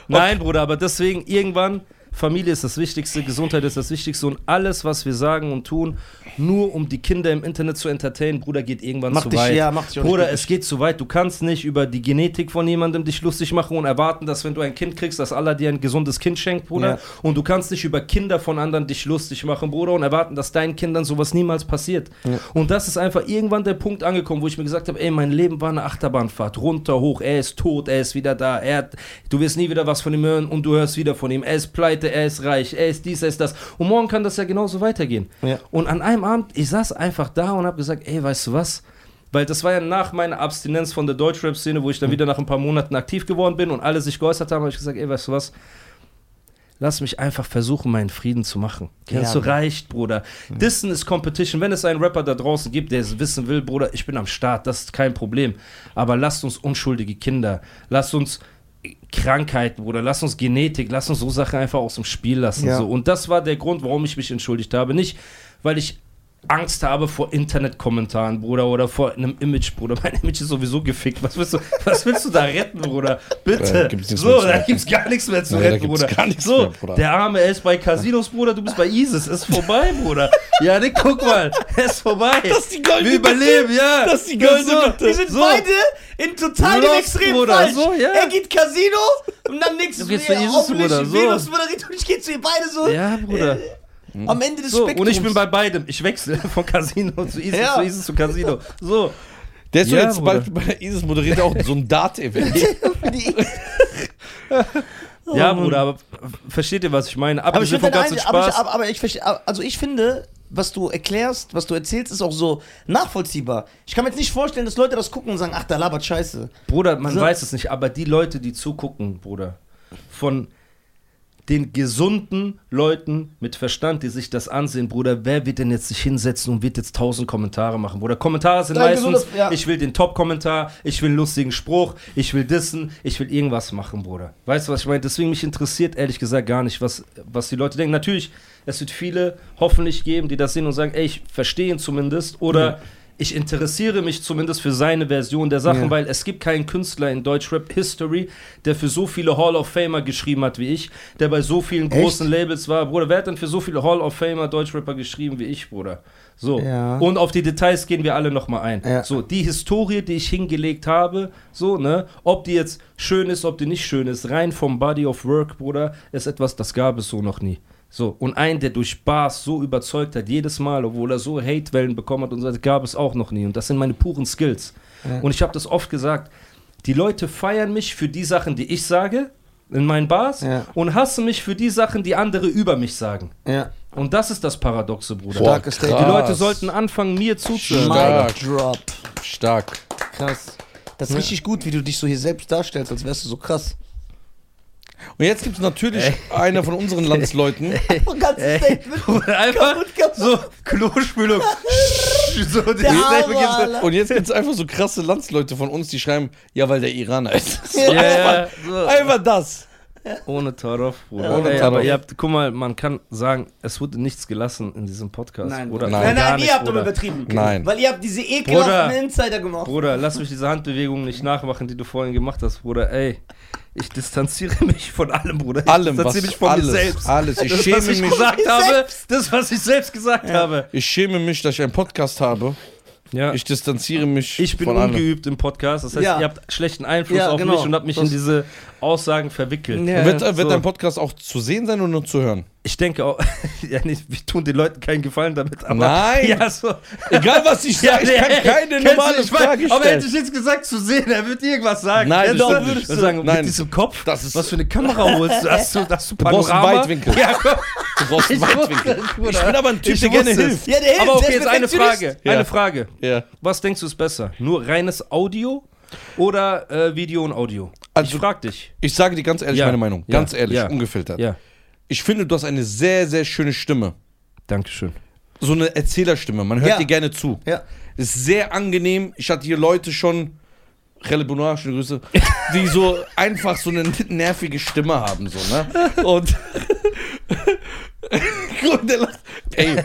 [SPEAKER 3] Nein, Bruder, aber deswegen irgendwann, Familie ist das Wichtigste, Gesundheit ist das Wichtigste und alles, was wir sagen und tun, nur um die Kinder im Internet zu entertainen, Bruder, geht irgendwann
[SPEAKER 2] Mach
[SPEAKER 3] zu
[SPEAKER 2] dich-
[SPEAKER 3] weit.
[SPEAKER 2] ja, mach dich auch nicht
[SPEAKER 3] Bruder,
[SPEAKER 2] glücklich.
[SPEAKER 3] es geht zu weit. Du kannst nicht über die Genetik von jemandem dich lustig machen und erwarten, dass wenn du ein Kind kriegst, dass Allah dir ein gesundes Kind schenkt, Bruder.
[SPEAKER 2] Ja.
[SPEAKER 3] Und du kannst nicht über Kinder von anderen dich lustig machen, Bruder, und erwarten, dass deinen Kindern sowas niemals passiert. Und das ist einfach irgendwann der Punkt angekommen, wo ich mir gesagt habe, ey, mein Leben war eine Achterbahnfahrt, runter, hoch, er ist tot, er ist wieder da, er hat, du wirst nie wieder was von ihm hören und du hörst wieder von ihm, er ist pleite, er ist reich, er ist dies, er ist das. Und morgen kann das ja genauso weitergehen.
[SPEAKER 2] Ja.
[SPEAKER 3] Und an einem Abend, ich saß einfach da und habe gesagt, ey, weißt du was? Weil das war ja nach meiner Abstinenz von der Deutschrap-Szene, wo ich dann wieder nach ein paar Monaten aktiv geworden bin und alle sich geäußert haben, habe ich gesagt, ey, weißt du was? Lass mich einfach versuchen, meinen Frieden zu machen. Kennst
[SPEAKER 2] Ja,
[SPEAKER 3] du,
[SPEAKER 2] Mann.
[SPEAKER 3] reicht, Bruder.
[SPEAKER 1] Mhm.
[SPEAKER 3] Dissen ist Competition. Wenn es einen Rapper da draußen gibt, der es wissen will, Bruder, ich bin am Start, das ist kein Problem. Aber lasst uns unschuldige Kinder, lasst uns Krankheiten, Bruder, lasst uns Genetik, lasst uns so Sachen einfach aus dem Spiel lassen.
[SPEAKER 2] Ja.
[SPEAKER 3] So. Und das war der Grund, warum ich mich entschuldigt habe. Nicht, weil ich Angst habe vor Internetkommentaren, Bruder, oder vor einem Image, Bruder. Mein Image ist sowieso gefickt. Was willst du, was willst du da retten, Bruder?
[SPEAKER 1] Da
[SPEAKER 3] Bitte.
[SPEAKER 1] gibt's nichts mehr
[SPEAKER 3] so,
[SPEAKER 1] zu
[SPEAKER 3] da
[SPEAKER 1] retten.
[SPEAKER 3] gibt's gar nichts mehr zu
[SPEAKER 1] Nee, da
[SPEAKER 3] retten,
[SPEAKER 1] gibt's
[SPEAKER 3] Bruder.
[SPEAKER 1] gar nichts
[SPEAKER 3] so,
[SPEAKER 1] mehr, Bruder.
[SPEAKER 3] der Arme, er ist bei Casinos, Bruder, du bist bei ISIS. Ist vorbei, Bruder. Ja, ne, guck mal. Er ist vorbei.
[SPEAKER 2] Das ist die goldene
[SPEAKER 3] Wir überleben, ja.
[SPEAKER 2] Das ist die goldene
[SPEAKER 3] So,
[SPEAKER 2] Mitte. Wir sind
[SPEAKER 3] so.
[SPEAKER 2] beide in total dem
[SPEAKER 3] Lost,
[SPEAKER 2] Extrem
[SPEAKER 3] Bruder.
[SPEAKER 2] falsch.
[SPEAKER 3] So, ja.
[SPEAKER 2] Er geht Casino und dann nächstes
[SPEAKER 3] Du gehst zu Jesus,
[SPEAKER 2] hoffentlich
[SPEAKER 3] Bruder, so.
[SPEAKER 2] Venus, Bruder, und ich gehe zu ihr beide so
[SPEAKER 3] Ja, Bruder.
[SPEAKER 2] Äh, am Ende des
[SPEAKER 3] So,
[SPEAKER 2] Spektrums.
[SPEAKER 3] und ich bin bei beidem. Ich wechsle von Casino zu ISIS,
[SPEAKER 2] Ja.
[SPEAKER 3] zu ISIS zu Casino. So.
[SPEAKER 1] Der ist
[SPEAKER 3] Ja,
[SPEAKER 1] so jetzt bald bei ISIS moderiert auch so ein Dart-Event.
[SPEAKER 3] Ja, Bruder, aber versteht ihr, was ich meine?
[SPEAKER 2] Oh, aber ich
[SPEAKER 3] Abgesehen
[SPEAKER 2] finde
[SPEAKER 3] vom
[SPEAKER 2] deine
[SPEAKER 3] ganzen
[SPEAKER 2] Einsicht- aber, ich,
[SPEAKER 3] Spaß.
[SPEAKER 2] aber, aber ich verstehe, also ich finde, was du erklärst, was du erzählst, ist auch so nachvollziehbar. Ich kann mir jetzt nicht vorstellen, dass Leute das gucken und sagen, ach, da labert Scheiße.
[SPEAKER 3] Bruder, man
[SPEAKER 2] So.
[SPEAKER 3] weiß es nicht, aber die Leute, die zugucken, Bruder, von den gesunden Leuten mit Verstand, die sich das ansehen, Bruder, wer wird denn jetzt sich hinsetzen und wird jetzt tausend Kommentare machen, Bruder? Kommentare sind
[SPEAKER 2] Dein
[SPEAKER 3] meistens,
[SPEAKER 2] gesunder- ja.
[SPEAKER 3] ich will den Top-Kommentar, ich will einen lustigen Spruch, ich will dissen, ich will irgendwas machen, Bruder. Weißt du, was ich meine? Deswegen mich interessiert ehrlich gesagt gar nicht, was, was die Leute denken. Natürlich, es wird viele hoffentlich geben, die das sehen und sagen, ey, ich verstehe ihn zumindest oder ich interessiere mich zumindest für seine Version der Sachen, weil es gibt keinen Künstler in Deutschrap History, der für so viele Hall of Famer geschrieben hat wie ich, der bei so vielen großen Labels war. Bruder, wer hat denn für so viele Hall of Famer Deutschrapper geschrieben wie ich, Bruder? So.
[SPEAKER 2] Ja.
[SPEAKER 3] Und auf die Details gehen wir alle nochmal ein.
[SPEAKER 2] Ja.
[SPEAKER 3] So, die Historie, die ich hingelegt habe, so, ne, ob die jetzt schön ist, ob die nicht schön ist, rein vom Body of Work, Bruder, ist etwas, das gab es so noch nie. So, und ein, der durch Bars so überzeugt hat, jedes Mal, obwohl er so Hatewellen bekommen hat und so, das gab es auch noch nie. Und das sind meine puren Skills. Und ich habe das oft gesagt, die Leute feiern mich für die Sachen, die ich sage, in meinen Bars
[SPEAKER 2] Ja.
[SPEAKER 3] und hasse mich für die Sachen, die andere über mich sagen.
[SPEAKER 2] Ja.
[SPEAKER 3] Und das ist das Paradoxe, Bruder.
[SPEAKER 1] Boah,
[SPEAKER 2] Starkes Statement.
[SPEAKER 3] Die
[SPEAKER 1] krass.
[SPEAKER 3] Leute sollten anfangen, mir zuzuhören.
[SPEAKER 1] Stark.
[SPEAKER 2] Mic Drop.
[SPEAKER 1] Stark.
[SPEAKER 2] Krass. Das ist richtig gut, wie du dich so hier selbst darstellst, als wärst du so krass.
[SPEAKER 1] Und jetzt gibt es natürlich einer von unseren Landsleuten.
[SPEAKER 2] Oh, ganzes Statement.
[SPEAKER 3] Bruder, Einfach
[SPEAKER 2] kaputt.
[SPEAKER 3] so Klospülung. so, die
[SPEAKER 2] Der
[SPEAKER 3] Steine
[SPEAKER 2] Arme,
[SPEAKER 3] gibt's-
[SPEAKER 2] Alter.
[SPEAKER 1] Und jetzt gibt es einfach so krasse Landsleute von uns, die schreiben, ja, weil der Iraner ist. So
[SPEAKER 3] ja,
[SPEAKER 1] einfach,
[SPEAKER 3] ja,
[SPEAKER 1] einfach das.
[SPEAKER 3] so. Ohne Tarov, Bruder.
[SPEAKER 1] Ohne
[SPEAKER 3] Ey,
[SPEAKER 1] Tarov.
[SPEAKER 3] aber ihr habt, guck mal, man kann sagen, es wurde nichts gelassen in diesem Podcast.
[SPEAKER 4] Nein,
[SPEAKER 3] oder
[SPEAKER 1] Nein.
[SPEAKER 2] Nein,
[SPEAKER 3] Gar
[SPEAKER 2] nein,
[SPEAKER 3] nicht,
[SPEAKER 2] ihr habt aber
[SPEAKER 3] Bruder.
[SPEAKER 2] übertrieben.
[SPEAKER 1] Nein.
[SPEAKER 2] Weil ihr habt diese ekelhaften
[SPEAKER 3] Bruder.
[SPEAKER 2] Insider gemacht.
[SPEAKER 3] Bruder, lass mich diese Handbewegung nicht nachmachen, die du vorhin gemacht hast, Bruder. Ey, ich distanziere mich von allem, Bruder. Ich
[SPEAKER 1] Allem, was,
[SPEAKER 3] distanziere mich von
[SPEAKER 1] alles,
[SPEAKER 3] mir selbst.
[SPEAKER 1] alles. Ich
[SPEAKER 3] das, was
[SPEAKER 1] schäme
[SPEAKER 3] ich
[SPEAKER 1] mich.
[SPEAKER 3] gesagt
[SPEAKER 2] Ich
[SPEAKER 3] habe, das, was ich selbst gesagt habe.
[SPEAKER 1] Ich schäme mich, dass ich einen Podcast habe.
[SPEAKER 3] Ja.
[SPEAKER 1] Ich
[SPEAKER 3] Ich,
[SPEAKER 1] distanziere mich
[SPEAKER 3] bin
[SPEAKER 1] von allem.
[SPEAKER 3] ungeübt im Podcast, das heißt,
[SPEAKER 2] Ja.
[SPEAKER 3] ihr habt schlechten Einfluss
[SPEAKER 2] Ja,
[SPEAKER 3] auf
[SPEAKER 2] genau.
[SPEAKER 3] mich und habt mich in
[SPEAKER 2] Das-
[SPEAKER 3] diese Aussagen verwickelt.
[SPEAKER 2] Ja.
[SPEAKER 1] Wird, äh, wird
[SPEAKER 3] so.
[SPEAKER 1] dein Podcast auch zu sehen sein oder nur zu hören?
[SPEAKER 3] Ich denke auch, ja, nicht, wir tun den Leuten keinen Gefallen damit, aber.
[SPEAKER 1] Nein.
[SPEAKER 3] Ja, so.
[SPEAKER 1] Egal was ich sage, ich
[SPEAKER 3] nee,
[SPEAKER 1] kann keine
[SPEAKER 3] kennst du,
[SPEAKER 1] normale
[SPEAKER 3] ich weiß,
[SPEAKER 1] Frage
[SPEAKER 3] Aber hätte
[SPEAKER 1] stellen.
[SPEAKER 3] ich jetzt gesagt, zu sehen, er wird irgendwas sagen.
[SPEAKER 1] Nein,
[SPEAKER 3] Hättest
[SPEAKER 1] das
[SPEAKER 3] du-
[SPEAKER 1] stimmt nicht.
[SPEAKER 3] würdest du sagen,
[SPEAKER 1] Nein.
[SPEAKER 3] mit diesem Kopf,
[SPEAKER 1] Das ist-
[SPEAKER 3] was für eine Kamera holst du? Hast du, hast du
[SPEAKER 1] Du brauchst einen
[SPEAKER 3] Panorama?
[SPEAKER 1] Weitwinkel.
[SPEAKER 3] Ja, komm.
[SPEAKER 1] Du brauchst einen Weitwinkel. Ich bin aber ein Typ,
[SPEAKER 3] Ich
[SPEAKER 1] der gerne
[SPEAKER 3] wusste es.
[SPEAKER 1] hilft.
[SPEAKER 2] Ja, der hilft.
[SPEAKER 3] Aber
[SPEAKER 2] der
[SPEAKER 3] okay,
[SPEAKER 2] ist
[SPEAKER 3] jetzt eine
[SPEAKER 2] Perfektionist.
[SPEAKER 3] Frage.
[SPEAKER 1] Ja.
[SPEAKER 3] Eine Frage.
[SPEAKER 1] Ja.
[SPEAKER 3] Was denkst du ist besser? Nur reines Audio oder äh, Video und Audio?
[SPEAKER 1] Also-
[SPEAKER 3] ich frag dich.
[SPEAKER 1] Ich sage dir ganz ehrlich
[SPEAKER 3] Ja.
[SPEAKER 1] meine Meinung. Ganz
[SPEAKER 3] Ja.
[SPEAKER 1] ehrlich,
[SPEAKER 3] Ja.
[SPEAKER 1] ungefiltert.
[SPEAKER 3] Ja,
[SPEAKER 1] Ich finde, du hast eine sehr, sehr schöne Stimme.
[SPEAKER 3] Dankeschön.
[SPEAKER 1] So eine Erzählerstimme. Man hört
[SPEAKER 2] Ja.
[SPEAKER 1] dir gerne zu.
[SPEAKER 2] Ja.
[SPEAKER 1] Ist sehr angenehm. Ich hatte hier Leute schon, Relle Bonar, schöne Grüße, die so einfach so eine nervige Stimme haben. So, ne? Und. Und der lacht. Ey,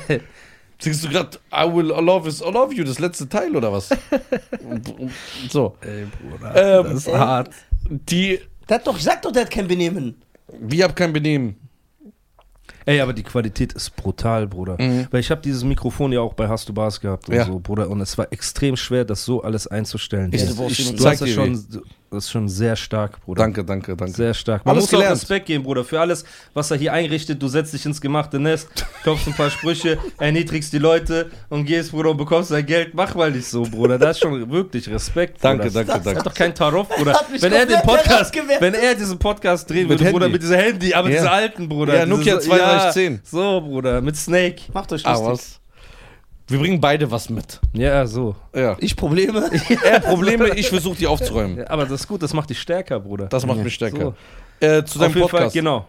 [SPEAKER 1] singst du gerade I will I love, is, I love you, das letzte Teil oder was? so.
[SPEAKER 3] Ey, Bruder.
[SPEAKER 1] Ähm,
[SPEAKER 3] das ist hart.
[SPEAKER 1] die.
[SPEAKER 2] Der hat doch, sag doch, der hat kein Benehmen.
[SPEAKER 1] Wir haben kein Benehmen.
[SPEAKER 3] Ey, aber die Qualität ist brutal, Bruder. Weil ich habe dieses Mikrofon ja auch bei Hast du Bars gehabt und
[SPEAKER 1] Mhm. Ja.
[SPEAKER 3] so, Bruder. Und es war extrem schwer, das so alles einzustellen.
[SPEAKER 1] Ich-
[SPEAKER 3] Ja.
[SPEAKER 1] du brauchst jemanden-
[SPEAKER 3] du hast
[SPEAKER 1] zeig
[SPEAKER 3] das
[SPEAKER 1] dir
[SPEAKER 3] schon, das ist schon sehr stark, Bruder.
[SPEAKER 1] Danke, danke, danke.
[SPEAKER 3] Sehr stark. Man
[SPEAKER 1] Alles
[SPEAKER 3] muss auch
[SPEAKER 1] gelernt.
[SPEAKER 3] Respekt geben, Bruder, für alles, was er hier einrichtet. Du setzt dich ins gemachte Nest, klopfst ein paar Sprüche, erniedrigst die Leute und gehst, Bruder, und bekommst dein Geld. Mach mal nicht so, Bruder. Da ist schon wirklich Respekt.
[SPEAKER 1] Danke,
[SPEAKER 3] Bruder.
[SPEAKER 1] danke,
[SPEAKER 3] Das
[SPEAKER 1] danke.
[SPEAKER 3] ist doch kein Tarot, Bruder.
[SPEAKER 2] hat mich
[SPEAKER 3] Wenn er, den
[SPEAKER 2] komplett
[SPEAKER 3] Podcast,
[SPEAKER 2] herausgewertet.
[SPEAKER 3] wenn er diesen Podcast drehen
[SPEAKER 1] Mit
[SPEAKER 3] würde, Bruder,
[SPEAKER 1] Handy.
[SPEAKER 3] mit diesem Handy, aber
[SPEAKER 1] Ja.
[SPEAKER 3] diesem alten, Bruder.
[SPEAKER 1] Ja, Nokia
[SPEAKER 3] dieses-
[SPEAKER 1] 3210.
[SPEAKER 3] so, Bruder, mit Snake.
[SPEAKER 2] Macht euch
[SPEAKER 1] Ah,
[SPEAKER 2] lustig.
[SPEAKER 1] was? Wir bringen beide was mit.
[SPEAKER 3] Ja, so.
[SPEAKER 1] Ja.
[SPEAKER 2] Ich Probleme.
[SPEAKER 1] Er Probleme, ich versuche die aufzuräumen.
[SPEAKER 3] Ja, aber das ist gut, das macht dich stärker, Bruder.
[SPEAKER 1] Das macht mich stärker. Äh, zu
[SPEAKER 3] Auf
[SPEAKER 1] deinem
[SPEAKER 3] jeden
[SPEAKER 1] Podcast.
[SPEAKER 3] Fall, genau.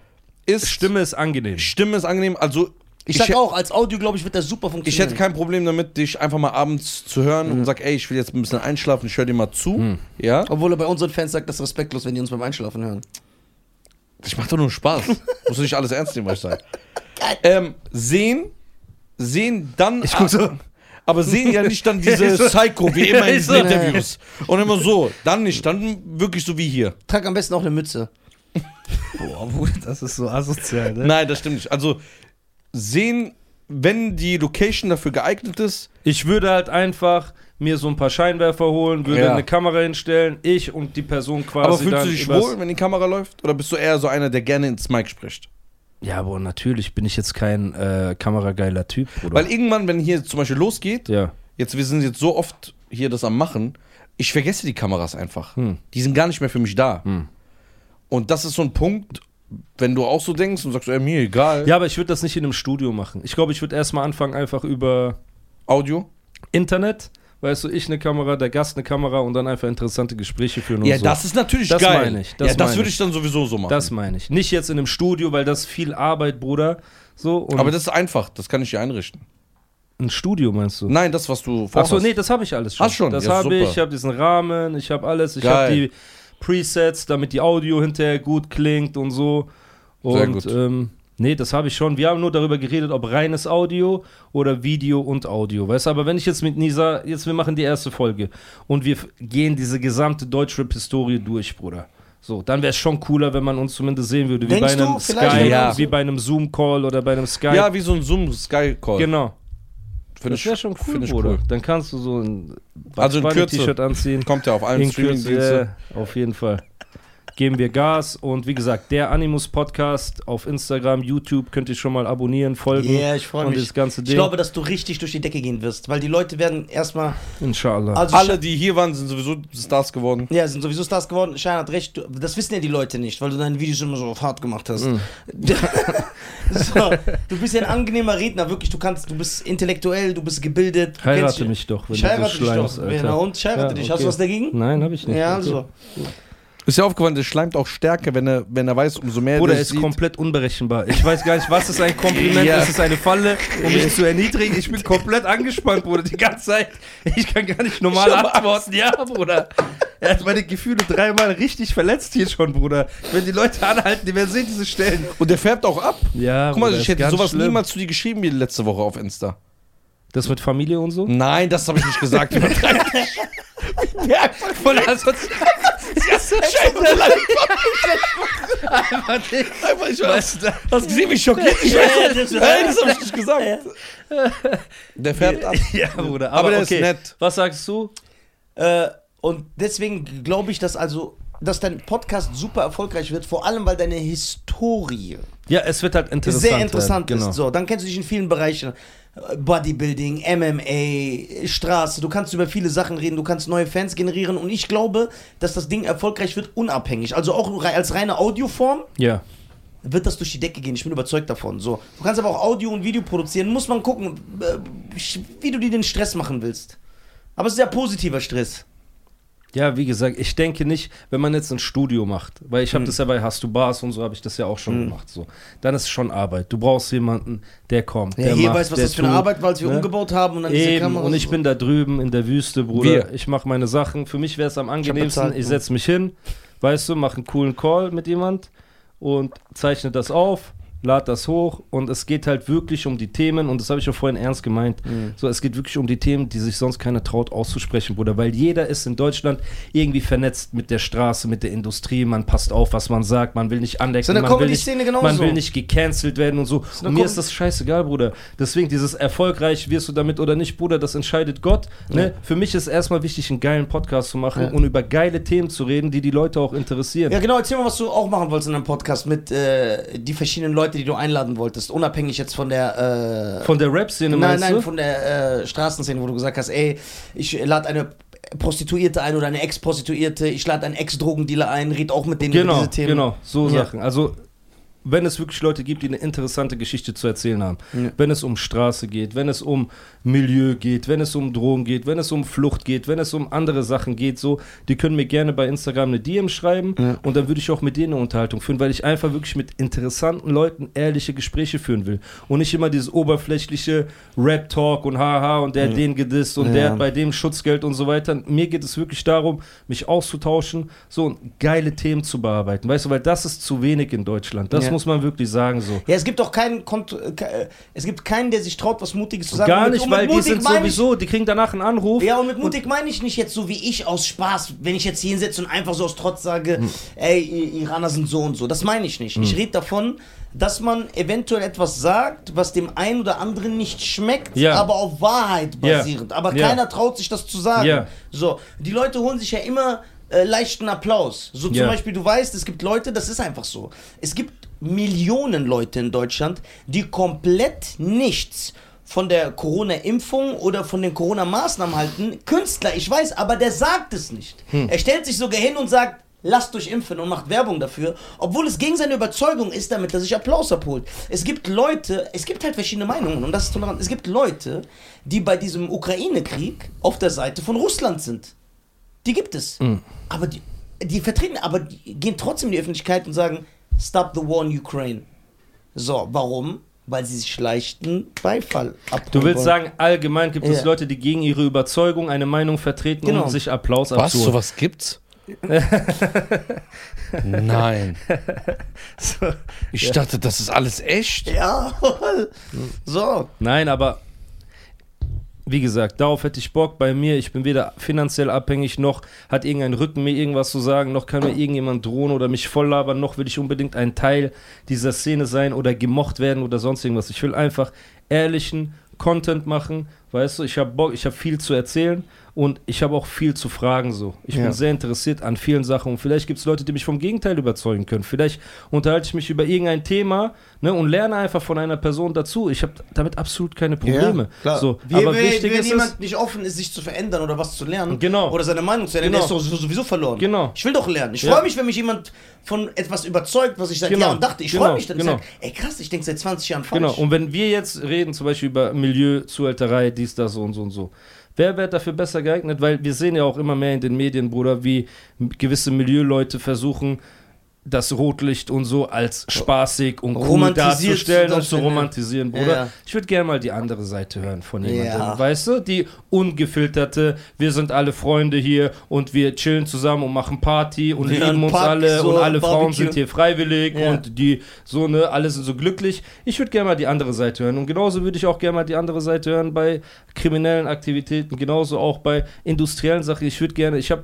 [SPEAKER 1] Ist Stimme,
[SPEAKER 3] Stimme ist angenehm.
[SPEAKER 1] Stimme ist angenehm. Also
[SPEAKER 2] Ich sag
[SPEAKER 1] hä-
[SPEAKER 2] auch, als Audio, glaube ich, wird das super
[SPEAKER 1] ich
[SPEAKER 2] funktionieren.
[SPEAKER 1] hätte kein Problem damit, dich einfach mal abends zu hören und sag, ey, ich will jetzt ein bisschen einschlafen, ich höre dir mal zu. Ja.
[SPEAKER 2] Obwohl er bei unseren Fans sagt, das ist respektlos, wenn die uns beim Einschlafen hören.
[SPEAKER 1] Ich mache doch nur Spaß. Musst du nicht alles ernst nehmen, was ich sage. Ähm, sehen, sehen dann. Ich guck so. Aber sehen ja nicht dann diese Psycho, wie immer in diesen Interviews. Und immer so, dann nicht, dann wirklich so wie hier.
[SPEAKER 2] Trag am besten auch eine Mütze.
[SPEAKER 3] Boah, Bruder, das ist so asozial, ne?
[SPEAKER 1] Nein, das stimmt nicht. Also sehen, wenn die Location dafür geeignet ist,
[SPEAKER 3] Ich würde halt einfach mir so ein paar Scheinwerfer holen, würde
[SPEAKER 1] Ja.
[SPEAKER 3] eine Kamera hinstellen, ich und die Person quasi
[SPEAKER 1] aber fühlst
[SPEAKER 3] dann
[SPEAKER 1] du dich
[SPEAKER 3] übers-
[SPEAKER 1] wohl, wenn die Kamera läuft? Oder bist du eher so einer, der gerne ins Mic spricht?
[SPEAKER 3] Ja, aber natürlich bin ich jetzt kein äh, kamerageiler Typ, Bruder.
[SPEAKER 1] Weil irgendwann, wenn hier zum Beispiel losgeht,
[SPEAKER 3] ja.
[SPEAKER 1] jetzt wir sind jetzt so oft hier das am Machen, ich vergesse die Kameras einfach. Die sind gar nicht mehr für mich da. Und das ist so ein Punkt, wenn du auch so denkst und sagst, ey, mir egal,
[SPEAKER 3] ja, aber ich würde das nicht in einem Studio machen. Ich glaube, ich würde erstmal anfangen einfach über
[SPEAKER 1] Audio.
[SPEAKER 3] Internet, weißt du, ich eine Kamera, der Gast eine Kamera und dann einfach interessante Gespräche führen und
[SPEAKER 1] Ja,
[SPEAKER 3] so.
[SPEAKER 1] das ist natürlich
[SPEAKER 3] Das
[SPEAKER 1] geil.
[SPEAKER 3] meine ich, das
[SPEAKER 1] ja, das
[SPEAKER 3] meine
[SPEAKER 1] würde
[SPEAKER 3] ich.
[SPEAKER 1] ich dann sowieso so machen.
[SPEAKER 3] Das meine ich. Nicht jetzt in einem Studio, weil das ist viel Arbeit, Bruder. So, und
[SPEAKER 1] aber das ist einfach, das kann ich dir einrichten.
[SPEAKER 3] ein Studio meinst du?
[SPEAKER 1] Nein, das, was du vorhast.
[SPEAKER 3] Achso, nee, das habe ich alles schon.
[SPEAKER 1] Hast schon?
[SPEAKER 3] Das
[SPEAKER 1] Ja,
[SPEAKER 3] habe ich,
[SPEAKER 1] super.
[SPEAKER 3] ich habe diesen Rahmen, ich habe alles, ich
[SPEAKER 1] Geil.
[SPEAKER 3] habe die Presets, damit die Audio hinterher gut klingt und so. Und
[SPEAKER 1] Sehr gut.
[SPEAKER 3] Ähm, nee, das habe ich schon. Wir haben nur darüber geredet, ob reines Audio oder Video und Audio. Weißt du, aber wenn ich jetzt mit Nisa, jetzt wir machen die erste Folge und wir f- gehen diese gesamte Deutschrap-Historie durch, Bruder. So, dann wäre es schon cooler, wenn man uns zumindest sehen würde, wie
[SPEAKER 2] Denkst
[SPEAKER 3] bei einem
[SPEAKER 2] du, vielleicht
[SPEAKER 3] Skype,
[SPEAKER 1] wenn man-
[SPEAKER 3] wie bei einem Zoom-Call oder bei einem Skype.
[SPEAKER 1] ja, wie so ein Zoom-Sky-Call.
[SPEAKER 3] genau.
[SPEAKER 1] Finde
[SPEAKER 3] Das
[SPEAKER 1] ich-
[SPEAKER 3] wäre schon cool,
[SPEAKER 1] finde ich
[SPEAKER 3] Bruder. Dann kannst du so ein
[SPEAKER 1] Also in Kürze.
[SPEAKER 3] T-Shirt anziehen.
[SPEAKER 1] Kommt ja auf allen
[SPEAKER 3] In Kürze,
[SPEAKER 1] Also Streaming-Diensten.
[SPEAKER 3] ja, auf jeden Fall. geben wir Gas. Und wie gesagt, der Animus-Podcast auf Instagram, YouTube könnt ihr schon mal abonnieren, folgen.
[SPEAKER 2] Ja, ich freue
[SPEAKER 3] Und
[SPEAKER 2] mich.
[SPEAKER 3] das ganze Ding.
[SPEAKER 2] Ich glaube, dass du richtig durch die Decke gehen wirst, weil die Leute werden erstmal.
[SPEAKER 3] Inshallah.
[SPEAKER 2] Also
[SPEAKER 1] Alle, die hier waren, sind sowieso Stars geworden.
[SPEAKER 2] Ja, sind sowieso Stars geworden. Schein hat recht. Du, das wissen ja die Leute nicht, weil du deine Videos immer so auf hart gemacht hast.
[SPEAKER 3] Mhm.
[SPEAKER 2] so, du bist ja ein angenehmer Redner, wirklich. Du kannst, du bist intellektuell, du bist gebildet. Du
[SPEAKER 3] Heirate
[SPEAKER 2] kennst-
[SPEAKER 3] mich doch, wenn
[SPEAKER 2] ich
[SPEAKER 3] du so
[SPEAKER 2] heirate dich
[SPEAKER 3] schleimst,
[SPEAKER 2] doch.
[SPEAKER 3] Alter.
[SPEAKER 2] Genau, und ich heirate
[SPEAKER 3] Ja,
[SPEAKER 2] dich. Hast
[SPEAKER 3] okay.
[SPEAKER 2] du was dagegen?
[SPEAKER 3] Nein, habe ich nicht.
[SPEAKER 2] Ja, also
[SPEAKER 3] Okay.
[SPEAKER 2] so.
[SPEAKER 1] Ist ja aufgefallen, der schleimt auch stärker, wenn er, wenn er weiß, umso mehr
[SPEAKER 3] Bruder,
[SPEAKER 1] der
[SPEAKER 3] ist
[SPEAKER 1] sieht.
[SPEAKER 3] komplett unberechenbar. Ich weiß gar nicht, was ist ein Kompliment,
[SPEAKER 1] Ja.
[SPEAKER 3] was ist eine Falle, um mich zu erniedrigen. Ich bin komplett angespannt, Bruder, die ganze Zeit. Ich kann gar nicht normal antworten. Ja, Bruder. Er hat meine Gefühle dreimal richtig verletzt hier schon, Bruder. Wenn die Leute anhalten, die werden sehen diese Stellen.
[SPEAKER 1] Und der färbt auch ab.
[SPEAKER 3] Ja,
[SPEAKER 1] Guck mal, ich hätte sowas
[SPEAKER 3] schlimm.
[SPEAKER 1] niemals zu dir geschrieben wie letzte Woche auf Insta.
[SPEAKER 3] Das mit Familie und so?
[SPEAKER 1] Nein, das habe ich nicht gesagt. Übertreib nicht. ja,
[SPEAKER 3] Voll, ansonsten.
[SPEAKER 1] einfach, ich weiß.
[SPEAKER 3] Weißt du,
[SPEAKER 1] Hast gesehen, wie schockiert ich war?
[SPEAKER 2] Ja, das-
[SPEAKER 1] Hey, das habe ich nicht gesagt. Der färbt ab.
[SPEAKER 3] ja, Bruder.
[SPEAKER 1] Aber der ist nett.
[SPEAKER 3] Was sagst du?
[SPEAKER 2] Äh, und deswegen glaube ich, dass also, dass dein Podcast super erfolgreich wird, vor allem weil deine Historie
[SPEAKER 3] Ja, es wird halt interessant.
[SPEAKER 2] sehr interessant
[SPEAKER 3] werden. genau.
[SPEAKER 2] ist. So, dann kennst du dich in vielen Bereichen. Äh, Bodybuilding, MMA, Straße, du kannst über viele Sachen reden, du kannst neue Fans generieren und ich glaube, dass das Ding erfolgreich wird, unabhängig. Also auch rei- als reine Audioform
[SPEAKER 3] Ja.
[SPEAKER 2] wird das durch die Decke gehen, ich bin überzeugt davon. So, du kannst aber auch Audio und Video produzieren, muss man gucken, äh, wie du dir den Stress machen willst. Aber es ist ja positiver Stress.
[SPEAKER 3] Ja, wie gesagt, ich denke nicht, wenn man jetzt ein Studio macht, weil
[SPEAKER 2] Hm.
[SPEAKER 3] ich habe das ja bei Hast du Bars und so habe ich das ja auch schon gemacht, so. Dann ist es schon Arbeit. Du brauchst jemanden, der kommt,
[SPEAKER 2] Ja,
[SPEAKER 3] der
[SPEAKER 2] hier
[SPEAKER 3] macht,
[SPEAKER 2] weiß, was
[SPEAKER 3] der
[SPEAKER 2] das für eine
[SPEAKER 3] tut.
[SPEAKER 2] Arbeit war, als wir
[SPEAKER 3] ne?
[SPEAKER 2] umgebaut haben und dann diese
[SPEAKER 3] Eben,
[SPEAKER 2] Kamera.
[SPEAKER 3] und ich bin da drüben in der Wüste, Bruder.
[SPEAKER 1] Wir.
[SPEAKER 3] Ich mache meine Sachen. Für mich wäre es am angenehmsten,
[SPEAKER 2] bezahlt,
[SPEAKER 3] ich,
[SPEAKER 2] du.
[SPEAKER 3] setz setze mich hin, weißt du, mache einen coolen Call mit jemand und zeichne das auf, lad das hoch und es geht halt wirklich um die Themen und das habe ich auch vorhin ernst gemeint.
[SPEAKER 2] Mhm.
[SPEAKER 3] So, es geht wirklich um die Themen, die sich sonst keiner traut auszusprechen, Bruder, weil jeder ist in Deutschland irgendwie vernetzt mit der Straße, mit der Industrie, man passt auf, was man sagt, man will nicht anlecken,
[SPEAKER 2] So eine
[SPEAKER 3] man will nicht,
[SPEAKER 2] Comedy-Szene
[SPEAKER 3] man
[SPEAKER 2] genauso.
[SPEAKER 3] will nicht gecancelt werden und so.
[SPEAKER 2] eine
[SPEAKER 3] Und mir
[SPEAKER 2] Com-
[SPEAKER 3] ist das scheißegal, Bruder. Deswegen dieses erfolgreich wirst du damit oder nicht, Bruder, das entscheidet Gott. Ne? Für mich ist erstmal wichtig, einen geilen Podcast zu machen und über geile Themen zu reden, die die Leute auch interessieren.
[SPEAKER 2] Ja, genau, erzähl mal, was du auch machen wolltest in deinem Podcast mit äh, die verschiedenen Leute, die du einladen wolltest. Unabhängig jetzt von der. Äh,
[SPEAKER 3] Von der Rap-Szene
[SPEAKER 2] nein,
[SPEAKER 3] meinst
[SPEAKER 2] nein,
[SPEAKER 3] du?
[SPEAKER 2] von der äh, Straßenszene, wo du gesagt hast, ey, ich lade eine Prostituierte ein oder eine Ex-Prostituierte, ich lade einen Ex-Drogendealer ein, red auch mit denen über
[SPEAKER 3] genau,
[SPEAKER 2] diese Themen.
[SPEAKER 3] genau, so
[SPEAKER 2] Ja.
[SPEAKER 3] Sachen. Also wenn es wirklich Leute gibt, die eine interessante Geschichte zu erzählen haben,
[SPEAKER 2] Ja.
[SPEAKER 3] wenn es um Straße geht, wenn es um Milieu geht, wenn es um Drogen geht, wenn es um Flucht geht, wenn es um andere Sachen geht, so, die können mir gerne bei Instagram eine DM schreiben und dann würde ich auch mit denen eine Unterhaltung führen, weil ich einfach wirklich mit interessanten Leuten ehrliche Gespräche führen will und nicht immer dieses oberflächliche Rap-Talk und haha und der hat den gedisst und der
[SPEAKER 2] Ja.
[SPEAKER 3] hat bei dem Schutzgeld und so weiter. Mir geht es wirklich darum, mich auszutauschen, so und geile Themen zu bearbeiten, weißt du, weil das ist zu wenig in Deutschland. Das
[SPEAKER 2] Ja.
[SPEAKER 3] muss man wirklich sagen so.
[SPEAKER 2] Ja, es gibt auch keinen, Kont äh, ke- äh, es gibt keinen, der sich traut, was Mutiges zu sagen.
[SPEAKER 3] Gar
[SPEAKER 2] Und mit-
[SPEAKER 3] nicht,
[SPEAKER 2] und mit
[SPEAKER 3] weil die
[SPEAKER 2] mutig
[SPEAKER 3] sind
[SPEAKER 2] meine ich-
[SPEAKER 3] sowieso, die kriegen danach einen Anruf.
[SPEAKER 2] Ja, und mit mutig meine ich nicht jetzt so wie ich aus Spaß, wenn ich jetzt hier hinsetze und einfach so aus Trotz sage,
[SPEAKER 3] Hm.
[SPEAKER 2] ey, I- Iraner sind so und so. Das meine ich nicht. Ich rede davon, dass man eventuell etwas sagt, was dem einen oder anderen nicht schmeckt,
[SPEAKER 3] Ja.
[SPEAKER 2] aber auf Wahrheit
[SPEAKER 3] Ja.
[SPEAKER 2] basierend. Aber
[SPEAKER 3] Ja.
[SPEAKER 2] keiner traut sich das zu sagen.
[SPEAKER 3] Ja.
[SPEAKER 2] So, die Leute holen sich ja immer äh, leichten Applaus. So zum
[SPEAKER 3] Ja.
[SPEAKER 2] Beispiel, du weißt, es gibt Leute, das ist einfach so. Es gibt Millionen Leute in Deutschland, die komplett nichts von der Corona-Impfung oder von den Corona-Maßnahmen halten. Künstler, ich weiß, aber der sagt es nicht. Er stellt sich sogar hin und sagt, lasst euch impfen und macht Werbung dafür, obwohl es gegen seine Überzeugung ist, damit er sich Applaus abholt. Es gibt Leute, es gibt halt verschiedene Meinungen und das ist tolerant. Es gibt Leute, die bei diesem Ukraine-Krieg auf der Seite von Russland sind. Die gibt es.
[SPEAKER 3] Mm.
[SPEAKER 2] Aber die, die vertreten, aber die gehen trotzdem in die Öffentlichkeit und sagen, stop the war in Ukraine. So, warum? Weil sie sich leichten Beifall abholen
[SPEAKER 3] Du willst
[SPEAKER 2] wollen.
[SPEAKER 3] sagen, allgemein gibt es
[SPEAKER 2] Ja.
[SPEAKER 3] Leute, die gegen ihre Überzeugung eine Meinung vertreten
[SPEAKER 2] Genau.
[SPEAKER 3] und sich Applaus
[SPEAKER 1] Was?
[SPEAKER 3] abholen.
[SPEAKER 1] Sowas gibt's? Nein. Ich dachte, das ist alles echt.
[SPEAKER 2] Ja, so.
[SPEAKER 3] Nein, aber wie gesagt, darauf hätte ich Bock bei mir. Ich bin weder finanziell abhängig, noch hat irgendein Rücken mir irgendwas zu sagen, noch kann mir irgendjemand drohen oder mich volllabern, noch will ich unbedingt ein Teil dieser Szene sein oder gemocht werden oder sonst irgendwas. Ich will einfach ehrlichen Content machen, weißt du, ich habe Bock, ich habe viel zu erzählen Und ich habe auch viel zu fragen so. Ich
[SPEAKER 2] Ja.
[SPEAKER 3] bin sehr interessiert an vielen Sachen. Und vielleicht gibt es Leute, die mich vom Gegenteil überzeugen können. Vielleicht unterhalte ich mich über irgendein Thema ne, und lerne einfach von einer Person dazu. Ich habe damit absolut keine Probleme. so,
[SPEAKER 2] Wie,
[SPEAKER 3] aber
[SPEAKER 2] wenn,
[SPEAKER 3] wichtig
[SPEAKER 2] wenn
[SPEAKER 3] ist
[SPEAKER 2] jemand
[SPEAKER 3] es,
[SPEAKER 2] nicht offen ist, sich zu verändern oder was zu lernen
[SPEAKER 3] Genau.
[SPEAKER 2] oder seine Meinung zu ändern,
[SPEAKER 3] Genau.
[SPEAKER 2] der ist doch sowieso verloren.
[SPEAKER 3] Genau.
[SPEAKER 2] Ich will doch lernen. Ich
[SPEAKER 3] Ja.
[SPEAKER 2] freue mich, wenn mich jemand von etwas überzeugt, was ich seit
[SPEAKER 3] Genau.
[SPEAKER 2] Jahren dachte. Ich
[SPEAKER 3] Genau.
[SPEAKER 2] freue mich dann.
[SPEAKER 3] Genau.
[SPEAKER 2] Ich sage, ey krass, ich denke seit 20 Jahren falsch.
[SPEAKER 3] Genau, und wenn wir jetzt reden, zum Beispiel über Milieu, Zuhälterei, dies, das, so und so und so. Wer wäre dafür besser geeignet? Weil wir sehen ja auch immer mehr in den Medien, Bruder, wie m- gewisse Milieuleute versuchen, das Rotlicht und so als spaßig und cool
[SPEAKER 2] Romantisiert
[SPEAKER 3] darzustellen
[SPEAKER 2] zu
[SPEAKER 3] und zu
[SPEAKER 2] darstellen, ja.
[SPEAKER 3] romantisieren, Bruder.
[SPEAKER 2] Ja.
[SPEAKER 3] Ich würde gerne mal die andere Seite hören von jemandem,
[SPEAKER 2] Ja.
[SPEAKER 3] weißt du? Die ungefilterte, wir sind alle Freunde hier und wir chillen zusammen und machen Party und
[SPEAKER 2] Wir
[SPEAKER 3] lieben
[SPEAKER 2] haben
[SPEAKER 3] uns
[SPEAKER 2] Party,
[SPEAKER 3] alle
[SPEAKER 2] so
[SPEAKER 3] und alle Frauen
[SPEAKER 2] Barbecue.
[SPEAKER 3] sind hier freiwillig
[SPEAKER 2] Ja.
[SPEAKER 3] und die so, ne, alle sind so glücklich. Ich würde gerne mal die andere Seite hören. Und genauso würde ich auch gerne mal die andere Seite hören bei kriminellen Aktivitäten, genauso auch bei industriellen Sachen. Ich würde gerne, ich habe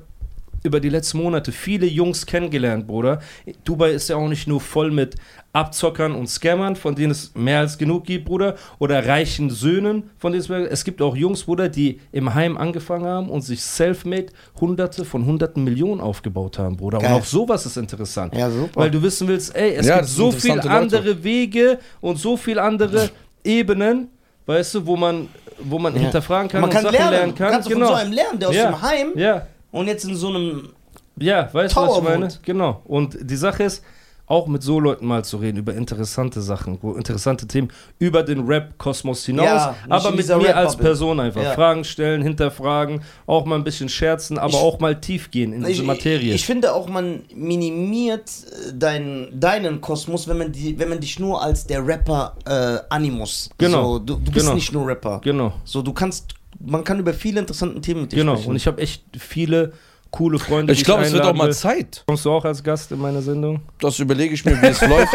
[SPEAKER 3] über die letzten Monate viele Jungs kennengelernt, Bruder. Dubai ist ja auch nicht nur voll mit Abzockern und Scammern, von denen es mehr als genug gibt, Bruder, oder reichen Söhnen, von denen es mehr Es gibt auch Jungs, Bruder, die im Heim angefangen haben und sich selfmade Hunderte von Hunderten Millionen aufgebaut haben, Bruder.
[SPEAKER 2] Geil.
[SPEAKER 3] Und auch sowas ist interessant.
[SPEAKER 2] Ja, super.
[SPEAKER 3] Weil du wissen willst, ey, es
[SPEAKER 1] Ja,
[SPEAKER 3] gibt
[SPEAKER 1] das sind
[SPEAKER 3] so viele
[SPEAKER 1] interessante Leute.
[SPEAKER 3] andere Wege und so viele andere Ebenen, weißt du, wo man, wo man hinterfragen kann
[SPEAKER 2] man
[SPEAKER 3] und
[SPEAKER 2] kann
[SPEAKER 3] Sachen
[SPEAKER 2] lernen.
[SPEAKER 3] lernen, kann.
[SPEAKER 2] Du kannst
[SPEAKER 3] genau.
[SPEAKER 2] von so einem lernen, der aus
[SPEAKER 3] ja.
[SPEAKER 2] dem Heim
[SPEAKER 3] Ja.
[SPEAKER 2] und jetzt in so einem
[SPEAKER 3] Ja, weißt du, was ich
[SPEAKER 2] Towerwood.
[SPEAKER 3] meine? Genau. Und die Sache ist, auch mit so Leuten mal zu reden über interessante Sachen, wo- interessante Themen über den Rap-Kosmos hinaus,
[SPEAKER 2] Ja, nicht
[SPEAKER 3] aber
[SPEAKER 2] in
[SPEAKER 3] mit
[SPEAKER 2] dieser
[SPEAKER 3] mir als
[SPEAKER 2] Rap-Bubble.
[SPEAKER 3] Person einfach.
[SPEAKER 2] Ja.
[SPEAKER 3] Fragen stellen, hinterfragen, auch mal ein bisschen scherzen, aber
[SPEAKER 2] Ich-
[SPEAKER 3] auch mal tief gehen in diese Materie.
[SPEAKER 2] Ich, ich finde auch, man minimiert äh, dein, deinen Kosmos, wenn man, die, wenn man dich nur als der Rapper äh, animus.
[SPEAKER 3] Genau.
[SPEAKER 2] So, du, du bist
[SPEAKER 3] Genau.
[SPEAKER 2] nicht nur Rapper.
[SPEAKER 3] genau.
[SPEAKER 2] So, du kannst, man kann über viele interessante Themen mit dir
[SPEAKER 3] Genau.
[SPEAKER 2] sprechen.
[SPEAKER 3] Und ich habe echt viele coole Freunde. die
[SPEAKER 1] Ich glaube, es wird auch
[SPEAKER 3] einladen
[SPEAKER 1] mal
[SPEAKER 3] will.
[SPEAKER 1] Zeit.
[SPEAKER 3] Kommst du auch als Gast in meiner Sendung?
[SPEAKER 1] Das überlege ich mir, wie es läuft.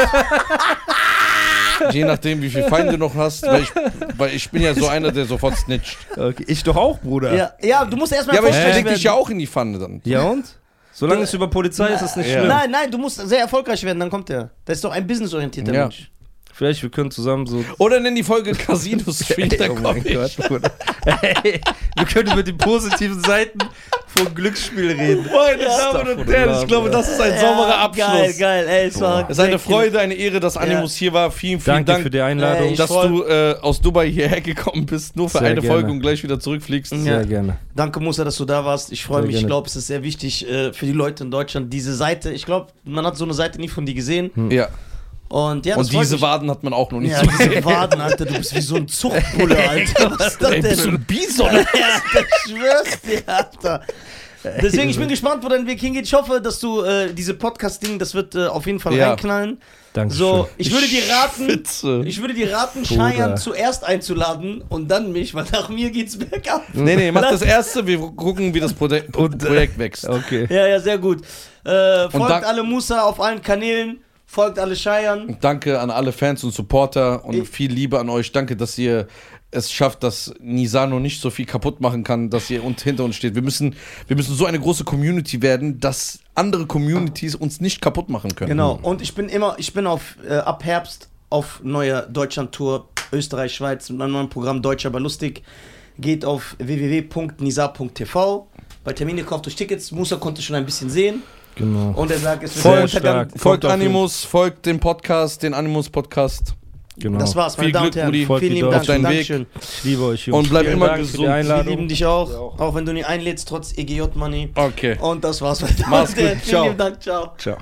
[SPEAKER 1] Je nachdem, wie viel Feinde du noch hast, weil ich, weil ich bin ja so einer, der sofort snitcht.
[SPEAKER 3] Okay, Ich doch auch, Bruder.
[SPEAKER 2] ja, ja, du musst erstmal
[SPEAKER 1] Ja, aber ich
[SPEAKER 2] erfolgreich
[SPEAKER 1] steck dich ja
[SPEAKER 2] werden.
[SPEAKER 1] auch in die Pfanne dann.
[SPEAKER 3] Ja, und? Solange es über Polizei ist, ist es nicht schlimm.
[SPEAKER 2] Nein, nein, du musst sehr erfolgreich werden, dann kommt er. Das ist doch ein businessorientierter
[SPEAKER 1] Ja.
[SPEAKER 2] Mensch.
[SPEAKER 3] Vielleicht wir können zusammen so Oh
[SPEAKER 1] Oder nenn die Folge Casino Street, da komm ich.
[SPEAKER 3] Bruder. Ey, wir können über die positiven Seiten von Glücksspiel reden.
[SPEAKER 1] Meine Damen und Herren, ich glaube, das ist ein sauberer Abschluss.
[SPEAKER 2] Geil, geil, ey, es war.
[SPEAKER 1] Es ist eine Freude, eine Ehre, dass Animus hier war. Vielen, vielen
[SPEAKER 3] Danke
[SPEAKER 1] Dank,
[SPEAKER 3] für die Einladung.
[SPEAKER 2] Ey, ich
[SPEAKER 1] dass
[SPEAKER 2] freu-
[SPEAKER 1] du äh, aus Dubai hierher gekommen bist, nur für
[SPEAKER 3] Sehr
[SPEAKER 1] eine
[SPEAKER 3] gerne.
[SPEAKER 1] Folge und gleich wieder zurückfliegst.
[SPEAKER 2] Ja.
[SPEAKER 3] gerne.
[SPEAKER 2] Danke, Musa, dass du da warst. Ich freue
[SPEAKER 3] Sehr
[SPEAKER 2] mich. Ich
[SPEAKER 3] gerne.
[SPEAKER 2] glaube, es ist sehr wichtig äh, für die Leute in Deutschland, diese Seite. Ich glaube, man hat so eine Seite nie von dir gesehen.
[SPEAKER 3] Hm.
[SPEAKER 1] Ja.
[SPEAKER 2] Und, ja, das
[SPEAKER 1] Und
[SPEAKER 2] freut
[SPEAKER 1] diese
[SPEAKER 2] mich.
[SPEAKER 1] Waden hat man auch noch nicht
[SPEAKER 2] Ja,
[SPEAKER 1] so
[SPEAKER 2] diese Waden, Alter, du bist wie so ein Zuchtbulle, Alter. Was ist das
[SPEAKER 1] Ey, bist du
[SPEAKER 2] denn?
[SPEAKER 1] ein Bison?
[SPEAKER 2] Alter, ich schwör's dir, Alter. Deswegen, ich bin gespannt, wo dein Weg hingeht. Ich hoffe, dass du äh, diese Podcast-Ding, das wird äh, auf jeden Fall
[SPEAKER 1] Ja.
[SPEAKER 2] reinknallen.
[SPEAKER 3] Danke.
[SPEAKER 2] So, ich würde dir raten,
[SPEAKER 1] Spitze.
[SPEAKER 2] ich würde dir raten,
[SPEAKER 3] Bruder.
[SPEAKER 2] Scheiern zuerst einzuladen und dann mich, weil nach mir geht's bergab.
[SPEAKER 1] Nee, nee, mach das erste. Wir gucken, wie das Prode Projekt wächst.
[SPEAKER 3] äh, Okay.
[SPEAKER 2] Ja, ja, sehr gut. Äh, folgt
[SPEAKER 1] dank-
[SPEAKER 2] alle Musa auf allen Kanälen, folgt alle Scheiern.
[SPEAKER 1] Und danke an alle Fans und Supporter und
[SPEAKER 2] Ich-
[SPEAKER 1] viel Liebe an euch. Danke, dass ihr es schafft, dass Nisano nicht so viel kaputt machen kann, dass ihr und hinter uns steht. Wir müssen, wir müssen so eine große Community werden, dass andere Communities uns nicht kaputt machen können.
[SPEAKER 2] Genau. Und ich bin immer, ich bin auf äh, ab Herbst auf neuer Deutschland-Tour, Österreich, Schweiz mit meinem neuen Programm Deutsch aber lustig. Geht auf www.nisa.tv. Bei Termine kauft euch Tickets. Musa konnte schon ein bisschen sehen.
[SPEAKER 3] Genau.
[SPEAKER 2] Und er sagt, es wird
[SPEAKER 1] Voll
[SPEAKER 2] ein Untergang.
[SPEAKER 3] stark.
[SPEAKER 1] Folgt
[SPEAKER 3] Kommt auf
[SPEAKER 1] Animus, folgt dem Podcast, den Animus-Podcast.
[SPEAKER 3] genau.
[SPEAKER 2] Das war's, meine
[SPEAKER 1] Viel
[SPEAKER 2] Damen und
[SPEAKER 1] Glück,
[SPEAKER 2] Herren.
[SPEAKER 1] Rudi.
[SPEAKER 3] Folgt
[SPEAKER 2] Vielen lieben
[SPEAKER 3] auf
[SPEAKER 2] Dank.
[SPEAKER 1] deinen Weg.
[SPEAKER 2] Dankeschön.
[SPEAKER 3] Ich liebe euch, Jungs.
[SPEAKER 1] Und bleib
[SPEAKER 3] Vielen
[SPEAKER 1] immer
[SPEAKER 3] Dank Für
[SPEAKER 1] gesund.
[SPEAKER 3] die
[SPEAKER 1] Wir
[SPEAKER 2] Wir
[SPEAKER 3] Einladung.
[SPEAKER 2] lieben dich auch, auch wenn du nie einlädst, trotz E EGJ-Money.
[SPEAKER 1] Okay.
[SPEAKER 2] Und das war's, meine Damen
[SPEAKER 1] Mach's
[SPEAKER 2] und Herren.
[SPEAKER 1] gut.
[SPEAKER 2] Vielen
[SPEAKER 1] Ciao.
[SPEAKER 2] lieben Dank. Ciao.